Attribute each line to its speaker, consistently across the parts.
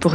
Speaker 1: pour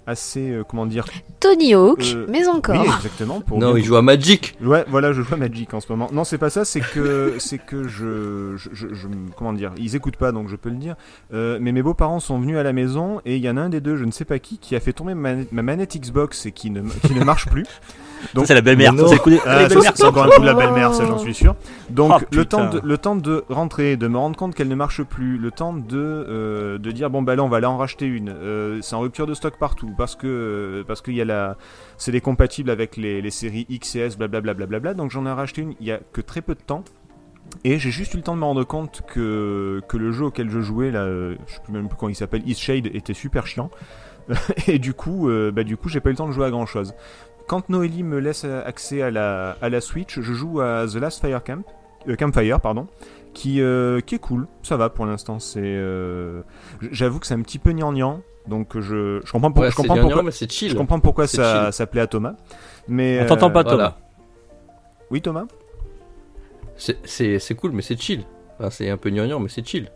Speaker 2: assez. euh, comment dire
Speaker 3: Tony Hawk,
Speaker 2: Euh,
Speaker 3: mais encore.
Speaker 2: Oui, exactement. Pour
Speaker 4: Non,
Speaker 2: bien
Speaker 4: il joue à Magic.
Speaker 2: Ouais, voilà, je joue à Magic en ce moment. Non, c'est pas ça, c'est que c'est que je, je, je- je- comment dire, ils écoutent pas, donc je peux le dire. Euh, mais mes beaux-parents sont venus à la maison et il y en a un des deux, je ne sais pas qui, qui a fait tomber ma, ma manette Xbox et qui ne qui ne marche plus. Donc-
Speaker 5: Ça, c'est la belle-mère.
Speaker 4: Mais
Speaker 5: Ça,
Speaker 4: non.
Speaker 5: c'est le coup des-
Speaker 2: Ah,
Speaker 5: les
Speaker 2: ça,
Speaker 5: belles-mères.
Speaker 2: c'est encore un coup de la belle-mère, ça j'en suis sûr. Donc
Speaker 5: Ah,
Speaker 2: le,
Speaker 5: putain.
Speaker 2: temps de, le temps de rentrer, de me rendre compte qu'elle ne marche plus, le temps de, euh, de dire bon bah là on va aller en racheter une. Euh, c'est en rupture de stock partout parce que euh, parce qu'il y a la c'est des compatibles avec les, les séries X et S blablabla blablabla. Donc j'en ai racheté une il y a que très peu de temps. Et j'ai juste eu le temps de me rendre compte que, que le jeu auquel je jouais, là, euh, je sais plus même plus comment il s'appelle, East Shade, était super chiant. Et du coup, euh, bah, du coup, j'ai pas eu le temps de jouer à grand chose quand Noélie me laisse euh, accès à la, à la Switch, je joue à The Last Fire Camp, euh, Campfire, pardon, qui, euh, qui est cool, ça va pour l'instant. C'est, euh, j- j'avoue que c'est un petit peu gnangnan, donc euh, je, je comprends, pour-
Speaker 4: Ouais,
Speaker 2: je
Speaker 4: c'est
Speaker 2: comprends
Speaker 4: gagnant,
Speaker 2: pourquoi,
Speaker 4: mais c'est
Speaker 2: je
Speaker 4: chill.
Speaker 2: comprends pourquoi
Speaker 4: C'est
Speaker 2: ça,
Speaker 4: chill.
Speaker 2: ça plaît à Thomas. Mais euh,
Speaker 5: On t'entend pas, Thomas.
Speaker 4: Voilà.
Speaker 2: Oui, Thomas.
Speaker 4: C'est- C'est c'est cool, mais c'est chill. Enfin, c'est un peu gnangnan, mais c'est chill.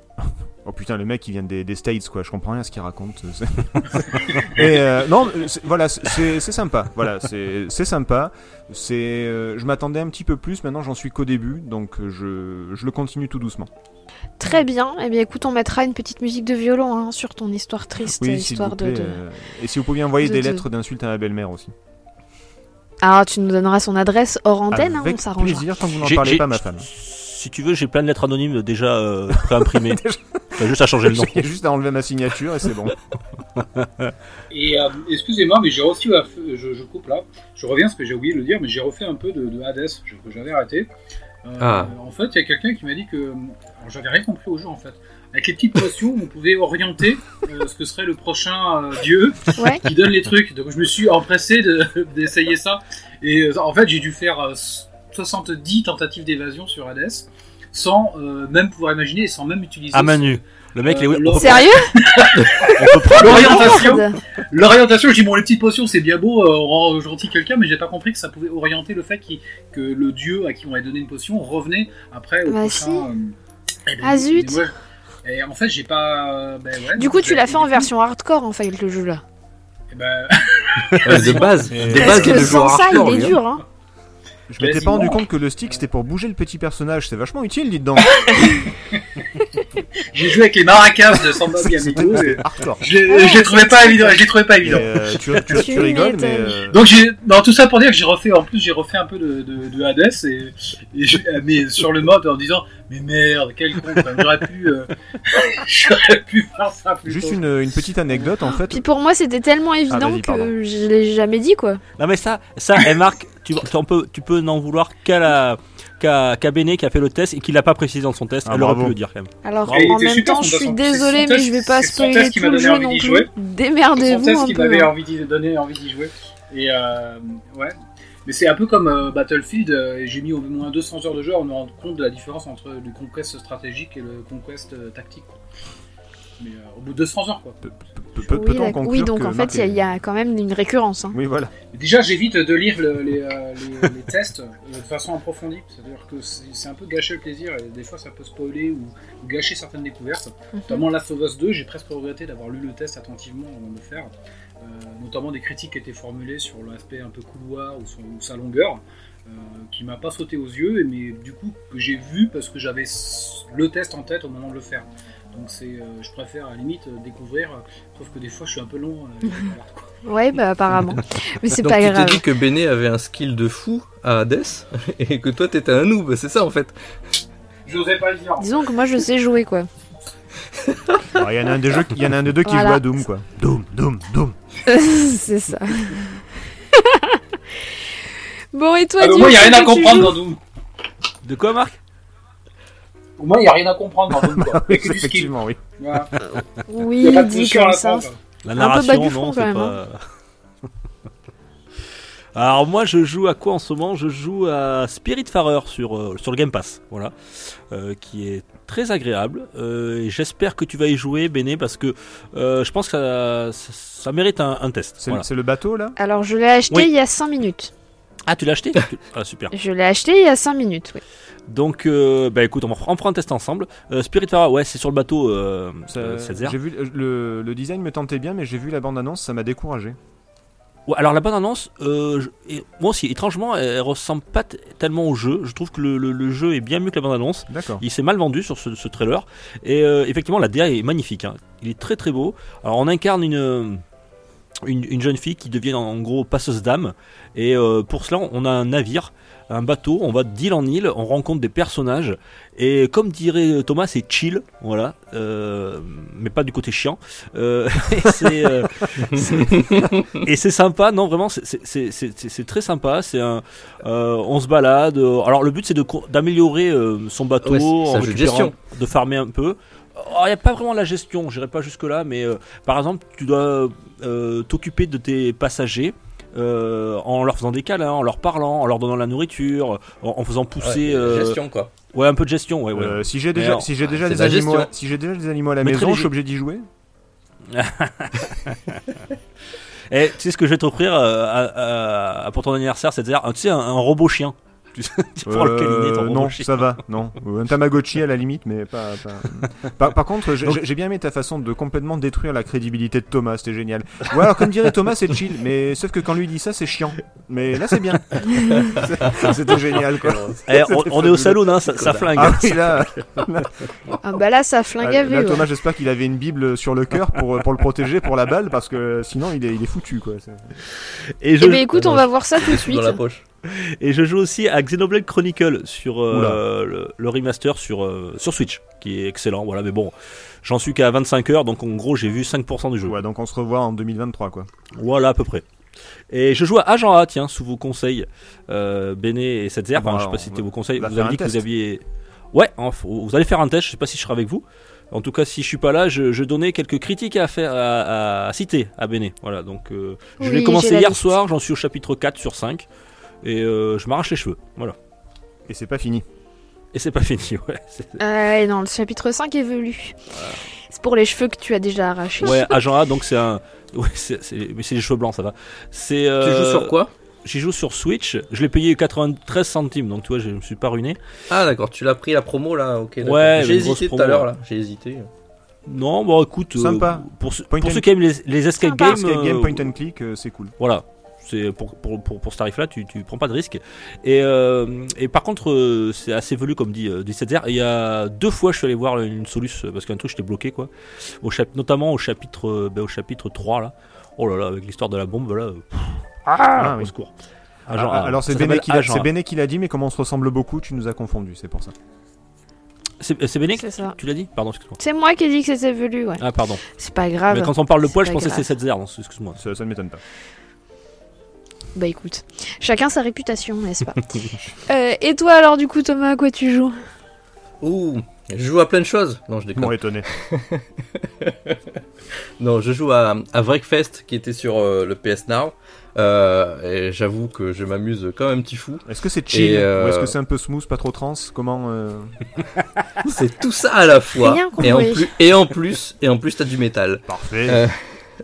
Speaker 2: Oh putain, le mec il vient des, des States quoi, je comprends rien à ce qu'il raconte. euh, C'est- Et euh, non, euh, c'est- voilà, c'est- c'est c'est sympa. Voilà, c'est c'est sympa. C'est, euh, je m'attendais un petit peu plus. Maintenant, j'en suis qu'au début, donc euh, je, je le continue tout doucement.
Speaker 3: Très bien. Eh bien, écoute, on mettra une petite musique de violon hein, sur ton histoire triste,
Speaker 2: Oui, s'il vous
Speaker 3: histoire de.
Speaker 2: plaît.
Speaker 3: de-
Speaker 2: euh, Et si vous pouviez envoyer
Speaker 3: de-
Speaker 2: des
Speaker 3: de-
Speaker 2: lettres d'insultes à ma belle-mère aussi.
Speaker 3: Ah, tu nous donneras son adresse hors antenne, hein, on
Speaker 2: Avec
Speaker 3: s'arrangera.
Speaker 2: plaisir tant que vous n'en
Speaker 5: J'ai-
Speaker 2: parlez
Speaker 5: j'ai-
Speaker 2: pas à ma femme.
Speaker 5: Si tu veux, j'ai plein de lettres anonymes déjà euh, pré-imprimées. T'as juste à changer le nom.
Speaker 2: J'ai juste à enlever ma signature et c'est bon.
Speaker 6: Et euh, excusez-moi, mais j'ai reçu, un f- je, je coupe là, je reviens parce que j'ai oublié de le dire, mais j'ai refait un peu de, de Hades je- que j'avais arrêté. Euh,
Speaker 4: Ah.
Speaker 6: En fait, il y a quelqu'un qui m'a dit que, euh, alors, j'avais rien compris au jeu en fait, avec les petites potions, on pouvait orienter euh, ce que serait le prochain euh, dieu
Speaker 3: Ouais.
Speaker 6: qui donne les trucs. Donc je me suis empressé de- d'essayer ça. Et euh, en fait, j'ai dû faire euh, 70 tentatives d'évasion sur Hades sans euh, même pouvoir imaginer et sans même utiliser
Speaker 5: À main nue. Le mec,
Speaker 6: Euh,
Speaker 5: les-
Speaker 6: le-
Speaker 5: on peut-
Speaker 3: Sérieux
Speaker 5: on peut prendre-
Speaker 6: l'orientation.
Speaker 3: Merde.
Speaker 6: L'orientation, je dis bon, les petites potions, c'est bien beau, euh, on rend gentil quelqu'un, mais j'ai pas compris que ça pouvait orienter le fait qu'il- que le dieu à qui on avait donné une potion revenait après au
Speaker 3: Bah
Speaker 6: prochain.
Speaker 3: si.
Speaker 6: euh, eh ben,
Speaker 3: Ah, zut.
Speaker 6: et moi, je- Et en fait, j'ai pas. ben ouais,
Speaker 3: Du coup, tu
Speaker 6: j'ai-
Speaker 3: l'as fait en
Speaker 6: et
Speaker 3: version hardcore, en fait, le jeu là.
Speaker 6: du coup, ben,
Speaker 4: Ouais, de
Speaker 3: Parce
Speaker 4: base, de base, il y a
Speaker 3: que
Speaker 4: le
Speaker 3: sans
Speaker 4: joueur
Speaker 3: ça,
Speaker 4: hardcore,
Speaker 3: il
Speaker 4: lui,
Speaker 3: est
Speaker 4: hein.
Speaker 3: dur, hein.
Speaker 2: Je m'étais pas
Speaker 6: Quasiment.
Speaker 2: rendu compte que le stick c'était pour bouger le petit personnage, c'est vachement utile, dites donc.
Speaker 6: j'ai joué avec les maracas de Samba
Speaker 2: C'est- c'est-
Speaker 6: Amigo.
Speaker 2: c'est hardcore.
Speaker 6: Je l'ai- je l'ai trouvé pas évident. Je l'ai trouvé pas
Speaker 2: Et,
Speaker 6: évident.
Speaker 2: euh, tu, tu-
Speaker 3: Tu
Speaker 2: tu rigoles, mais.
Speaker 3: m'étonnes.
Speaker 2: euh,
Speaker 6: Donc j'ai non tout ça pour dire que j'ai refait en plus j'ai refait un peu de, de, de Hades et, et je- mais sur le mode en disant mais merde quel con quoi, j'aurais pu euh, j'aurais pu faire ça plus
Speaker 2: Juste
Speaker 6: tôt.
Speaker 2: une, une petite anecdote en fait.
Speaker 3: Puis pour moi, c'était tellement évident
Speaker 2: vas-y, pardon.
Speaker 3: que je l'ai jamais dit, quoi.
Speaker 5: Non mais ça, ça, eh, Marc, tu, tu en peux, tu peux n'en vouloir qu'à la, qu'à, qu'à Béné qui a fait le test et qui l'a pas précisé dans son test.
Speaker 2: Ah,
Speaker 5: Elle aurait pu
Speaker 2: bravo.
Speaker 5: le dire quand même.
Speaker 3: Alors,
Speaker 5: Bravo.
Speaker 3: en
Speaker 6: Il était
Speaker 3: même
Speaker 6: super,
Speaker 3: temps,
Speaker 6: son
Speaker 3: je suis
Speaker 6: test.
Speaker 3: désolée, mais
Speaker 6: C'est son test-
Speaker 3: je vais pas
Speaker 6: c'est son
Speaker 3: spoiler
Speaker 6: test qui
Speaker 3: tout
Speaker 6: m'a
Speaker 3: le
Speaker 6: donné
Speaker 3: jeu
Speaker 6: envie
Speaker 3: non
Speaker 6: d'y
Speaker 3: plus.
Speaker 6: jouer. C'est son
Speaker 3: Démerdez-vous
Speaker 6: test
Speaker 3: un
Speaker 6: qui
Speaker 3: peu.
Speaker 6: m'avait
Speaker 3: hein.
Speaker 6: envie d'y donner envie d'y jouer et euh, ouais mais c'est un peu comme euh, Battlefield euh, et j'ai mis au moins 200 heures de jeu on me rend compte de la différence entre le conquest stratégique et le conquest euh, tactique quoi. mais euh, au bout de 200 heures quoi
Speaker 2: Pe- pe- pe-
Speaker 3: Oui,
Speaker 2: Peut-on
Speaker 3: d'accord.
Speaker 2: conclure
Speaker 3: Oui, donc
Speaker 2: que
Speaker 3: en
Speaker 2: Marc
Speaker 3: fait, il y a-
Speaker 2: est-
Speaker 3: il y, a quand même une récurrence. hein.
Speaker 2: Oui, voilà.
Speaker 6: Déjà, j'évite de lire le- les, euh, les- les tests euh, de façon approfondie, c'est-à-dire que c'est c'est un peu gâcher le plaisir, et des fois ça peut spoiler ou, ou gâcher certaines découvertes. Notamment Last of Us 2, j'ai presque regretté d'avoir lu le test attentivement avant de le faire, euh, notamment des critiques qui étaient formulées sur l'aspect un peu couloir ou, son- ou sa longueur, euh, qui m'a pas sauté aux yeux, et mais du coup que j'ai vu parce que j'avais s- le test en tête au moment de le faire. Donc c'est, euh, je préfère à la limite euh, découvrir, euh, sauf que des fois je suis un peu long. euh, quoi.
Speaker 3: Ouais, bah apparemment. Mais c'est
Speaker 4: Donc
Speaker 3: pas
Speaker 4: tu t'es
Speaker 3: grave.
Speaker 4: dit que Béné avait un skill de fou à Hades et que toi t'étais un noob, c'est ça en fait.
Speaker 6: Je n'osais pas le dire.
Speaker 3: Disons que moi, je sais jouer, quoi.
Speaker 2: Alors, Il y en a un des jeux, qui- il y en a un des deux qui
Speaker 3: Voilà.
Speaker 2: joue à Doom quoi. Doom, Doom, Doom.
Speaker 3: c'est ça. bon, et toi,
Speaker 6: Ah, mais
Speaker 3: Dieu,
Speaker 6: moi, il n'y a
Speaker 3: qu'est-ce
Speaker 6: rien
Speaker 3: que
Speaker 6: à
Speaker 3: tu
Speaker 6: comprendre
Speaker 3: joues
Speaker 6: dans Doom.
Speaker 5: De quoi, Marc
Speaker 6: Pour moi, il n'y a rien à comprendre dans Doom. Quoi. Il y a que du skill.
Speaker 2: Effectivement, oui.
Speaker 6: Voilà. Il
Speaker 3: Oui,
Speaker 6: n'y a pas de
Speaker 3: dit
Speaker 6: position à
Speaker 3: comme ça.
Speaker 6: apprendre.
Speaker 5: La
Speaker 3: Un peu bas
Speaker 5: narration,
Speaker 3: du front,
Speaker 5: non, c'est
Speaker 3: quand même,
Speaker 5: pas. Alors moi, je joue à quoi en ce moment Je joue à Spiritfarer sur euh, sur le Game Pass, voilà, euh, qui est très agréable. Euh, et J'espère que tu vas y jouer, Béné, parce que euh, je pense que ça, ça- ça mérite un, un test.
Speaker 2: C'est
Speaker 5: voilà.
Speaker 2: c'est le bateau là
Speaker 3: Alors, je l'ai acheté
Speaker 5: Oui.
Speaker 3: il y a 5 minutes.
Speaker 5: Ah, tu l'as acheté Tu- Ah, super.
Speaker 3: Je l'ai acheté il y a 5 minutes, oui.
Speaker 5: Donc, euh, bah écoute, on, va- on fera un test ensemble. Euh, Spiritfarer, ouais, c'est sur le bateau euh,
Speaker 2: Ça-
Speaker 5: euh, Setzer.
Speaker 2: J'ai vu le, le design me tentait bien, mais j'ai vu la bande annonce, ça m'a découragé.
Speaker 5: Ouais, alors la bonne annonce, euh, je- et- moi aussi, étrangement, elle, elle ressemble pas t- tellement au jeu. Je trouve que le, le- le jeu est bien mieux que la bonne annonce.
Speaker 2: D'accord.
Speaker 5: Il s'est mal vendu sur ce, ce trailer. Et euh, effectivement, la DA est magnifique. hein. Il est très très beau. Alors on incarne une, euh, une, une jeune fille qui devient en gros passeuse d'âme. Et euh, pour cela, on a un navire, un bateau, on va d'île en île, on rencontre des personnages. Et comme dirait Thomas, c'est chill, voilà, euh, mais pas du côté chiant. Euh, et c'est, euh, c'est- et c'est sympa, non, vraiment, c'est- c'est- c'est c'est- c'est très sympa. C'est un, euh, on se balade. euh, Alors le but, c'est de co- d'améliorer euh, son bateau,
Speaker 4: Ouais, c'est- c'est
Speaker 5: en
Speaker 4: un jeu de
Speaker 5: récupérant-
Speaker 4: gestion.
Speaker 5: de farmer un peu. Il n'y a pas vraiment la gestion, j'irai pas jusque là, mais euh, par exemple, tu dois euh, t'occuper de tes passagers euh, en leur faisant des câlins, en leur parlant, en leur donnant la nourriture, en, en faisant pousser. euh,
Speaker 4: Gestion quoi.
Speaker 5: ouais, un peu de gestion, ouais, ouais.
Speaker 2: Euh, si j'ai
Speaker 5: Mais
Speaker 2: déjà,
Speaker 5: alors,
Speaker 2: si j'ai déjà
Speaker 4: c'est
Speaker 2: des
Speaker 4: de la
Speaker 2: animaux,
Speaker 4: gestion.
Speaker 2: si j'ai déjà des animaux à la
Speaker 5: Mais très
Speaker 2: maison, je suis
Speaker 5: léger.
Speaker 2: obligé d'y jouer.
Speaker 5: Et Eh, tu sais ce que je vais te offrir euh, à- à- pour ton anniversaire, c'est-à-dire, un- tu sais, un, un robot chien. Tu sais, tu pourras Oh, le
Speaker 2: Euh,
Speaker 5: câliner, ton robot
Speaker 2: non,
Speaker 5: chien.
Speaker 2: ça va, non. Ou Un Tamagotchi à la limite, mais pas. pas- Par, par contre, j'ai
Speaker 5: Donc-
Speaker 2: j'ai bien aimé ta façon de complètement détruire la crédibilité de Thomas, c'était génial. Ou alors, comme dirait Thomas, c'est chill, mais sauf que quand lui dit ça, c'est chiant. Mais là, c'est bien. C'est- c'était génial, quoi.
Speaker 5: Eh, on,
Speaker 2: C'était
Speaker 5: on est au
Speaker 2: fabuleux.
Speaker 5: salon, hein, ça, ça flingue.
Speaker 2: Ah oui, là,
Speaker 3: Ah bah là, ça
Speaker 2: là,
Speaker 3: flingue à vue, ouais.
Speaker 2: Thomas, j'espère qu'il avait une Bible sur le cœur pour, pour le protéger pour la balle, parce que sinon, il est, il est foutu, quoi. C'est-
Speaker 5: Et je,
Speaker 3: Eh ben écoute, on va voir ça tout de suite.
Speaker 4: Dans la poche.
Speaker 5: et je joue aussi à Xenoblade Chronicle sur euh,
Speaker 2: Oula.
Speaker 5: le, le remaster sur, euh, sur Switch, qui est excellent. Voilà, mais bon, j'en suis qu'à 25 heures, donc en gros j'ai vu 5% du jeu.
Speaker 2: Ouais, donc on se revoit en 2023, quoi.
Speaker 5: Voilà à peu près. Et je joue à Agent A, tiens, sous vos conseils, euh, Béné et Setzer. Enfin,
Speaker 2: Bah,
Speaker 5: je sais
Speaker 2: on
Speaker 5: pas si c'était
Speaker 2: va-
Speaker 5: vos conseils.
Speaker 2: on va
Speaker 5: Vous
Speaker 2: faire
Speaker 5: avez dit
Speaker 2: un
Speaker 5: que vous
Speaker 2: test.
Speaker 5: aviez. Ouais, en- vous allez faire un test. Je sais pas si je serai avec vous. En tout cas, si je suis pas là, je, je donnais quelques critiques à faire, à, à- à citer à Béné. Voilà, donc euh, je
Speaker 3: Oui,
Speaker 5: l'ai
Speaker 3: j'ai
Speaker 5: commencé
Speaker 3: la
Speaker 5: hier
Speaker 3: liste.
Speaker 5: soir. J'en suis au chapitre 4 sur 5 et euh, je m'arrache les cheveux. Voilà.
Speaker 2: Et c'est pas fini.
Speaker 5: Et c'est pas fini. Ouais, c'est-
Speaker 3: Ah ouais, non, le chapitre 5 est velu. C'est pour les cheveux que tu as déjà arrachés.
Speaker 5: ouais Agent A, donc c'est un. Ouais, c'est, c'est- mais c'est les cheveux blancs, ça va. C'est. euh,
Speaker 4: Tu joues sur quoi
Speaker 5: J'y joue sur Switch. Je l'ai payé 93 centimes, donc tu vois, je me suis pas ruiné.
Speaker 4: Ah d'accord, tu l'as pris la promo là, ok. d'accord.
Speaker 5: Ouais,
Speaker 4: j'ai
Speaker 5: une grosse
Speaker 4: hésité tout
Speaker 5: promo,
Speaker 4: à l'heure
Speaker 5: ouais.
Speaker 4: là, j'ai hésité.
Speaker 5: Non, bon, écoute, euh,
Speaker 2: Sympa.
Speaker 5: pour, ceux-
Speaker 2: Point
Speaker 5: pour
Speaker 2: and-
Speaker 5: ceux qui aiment les, les escape
Speaker 3: Sympa.
Speaker 5: games,
Speaker 2: Escape game,
Speaker 5: euh,
Speaker 2: point and click, euh, c'est cool.
Speaker 5: voilà, c'est pour, pour, pour, pour ce tarif-là, tu, tu prends pas de risque. Et, euh, et par contre, euh, c'est assez velu, comme dit euh, dit Césaire. Il y a deux fois, je suis allé voir une soluce euh, parce qu'un truc, j'étais bloqué, quoi. Au chap- notamment au chapitre, euh, ben, au chapitre 3, là. Oh là là, avec l'histoire de la bombe, là. euh, pff,
Speaker 2: Ah,
Speaker 5: au
Speaker 2: oui.
Speaker 5: secours.
Speaker 2: Ah,
Speaker 5: Agent A.
Speaker 2: alors c'est
Speaker 5: Ça
Speaker 2: Béné
Speaker 5: s'appelle
Speaker 2: qui l'a-
Speaker 5: Agent
Speaker 2: c'est
Speaker 5: A.
Speaker 2: Béné qui l'a dit, mais comme on se ressemble beaucoup, tu nous as confondu, c'est pour ça.
Speaker 5: C'est c'est Béné
Speaker 3: C'est ça.
Speaker 5: Tu l'as dit Pardon, excuse-moi.
Speaker 3: C'est moi qui ai dit que c'était velu, ouais.
Speaker 5: Ah, pardon.
Speaker 3: C'est pas grave.
Speaker 5: Mais quand on parle de
Speaker 3: Ah, c'est
Speaker 5: poil, je
Speaker 3: pas
Speaker 5: pensais que hein,
Speaker 3: grave.
Speaker 5: c'est Césaire, non, excuse-moi.
Speaker 2: Ça, ça ne m'étonne pas.
Speaker 3: Bah écoute, chacun sa réputation, n'est-ce pas Euh, Et toi alors du coup Thomas, à quoi tu joues
Speaker 4: Ouh, je joue à plein de choses. Non, je
Speaker 2: Ils
Speaker 4: déconne.
Speaker 2: m'ont étonné.
Speaker 4: Non, je joue à, à Wreckfest qui était sur euh, le PS Now. Euh, et j'avoue que je m'amuse comme un petit fou.
Speaker 2: Est-ce que c'est chill
Speaker 4: Et, euh,
Speaker 2: ou est-ce que c'est un peu smooth, pas trop trans Comment euh,
Speaker 4: C'est tout ça à la fois.
Speaker 3: Rien compris.
Speaker 4: et en plus, et en plus, et en plus, t'as du métal.
Speaker 2: Parfait.
Speaker 4: Euh,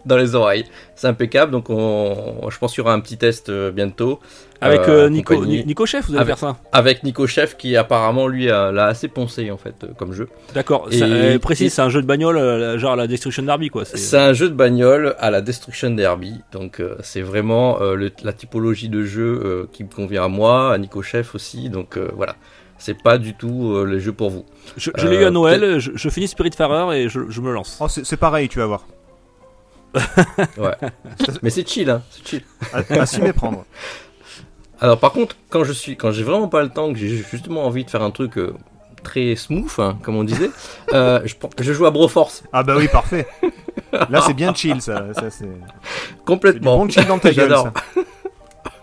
Speaker 4: dans les oreilles. C'est impeccable, donc on, je pense qu'il y aura un petit test euh, bientôt
Speaker 5: Avec
Speaker 4: Euh,
Speaker 5: euh, Nico,
Speaker 4: compagnie.
Speaker 5: Ni- Nico Chef, vous allez
Speaker 4: Avec-
Speaker 5: faire ça hein.
Speaker 4: avec Nico Chef qui apparemment lui a- l'a assez poncé en fait euh, comme jeu.
Speaker 5: D'accord,
Speaker 4: Et-
Speaker 5: ça- euh, précis,
Speaker 4: et-
Speaker 5: c'est un jeu de bagnole, euh, genre la Destruction Derby, quoi. c'est-
Speaker 4: C'est un jeu de bagnole à la Destruction Derby, donc euh, c'est vraiment euh, le- la typologie de jeu euh, qui me convient à moi, à Nico Chef aussi, donc euh, voilà. C'est pas du tout euh, les jeux pour vous.
Speaker 5: Je, je l'ai eu
Speaker 4: Euh,
Speaker 5: à Noël, je, je finis Spirit et je, je me lance.
Speaker 2: Oh, c'est c'est pareil, tu vas voir.
Speaker 4: Mais c'est chill, hein, c'est chill.
Speaker 2: À, à s'y méprendre.
Speaker 4: Alors par contre, quand je suis, quand j'ai vraiment pas le temps, que j'ai justement envie de faire un truc euh, très smooth, hein, comme on disait, euh, je, prends- je joue à Broforce
Speaker 2: Ah bah oui, parfait. Là, c'est bien chill, ça. ça c'est c'est du
Speaker 4: complètement.
Speaker 2: bon chill dans ta gueule,
Speaker 4: J'adore.
Speaker 2: ça.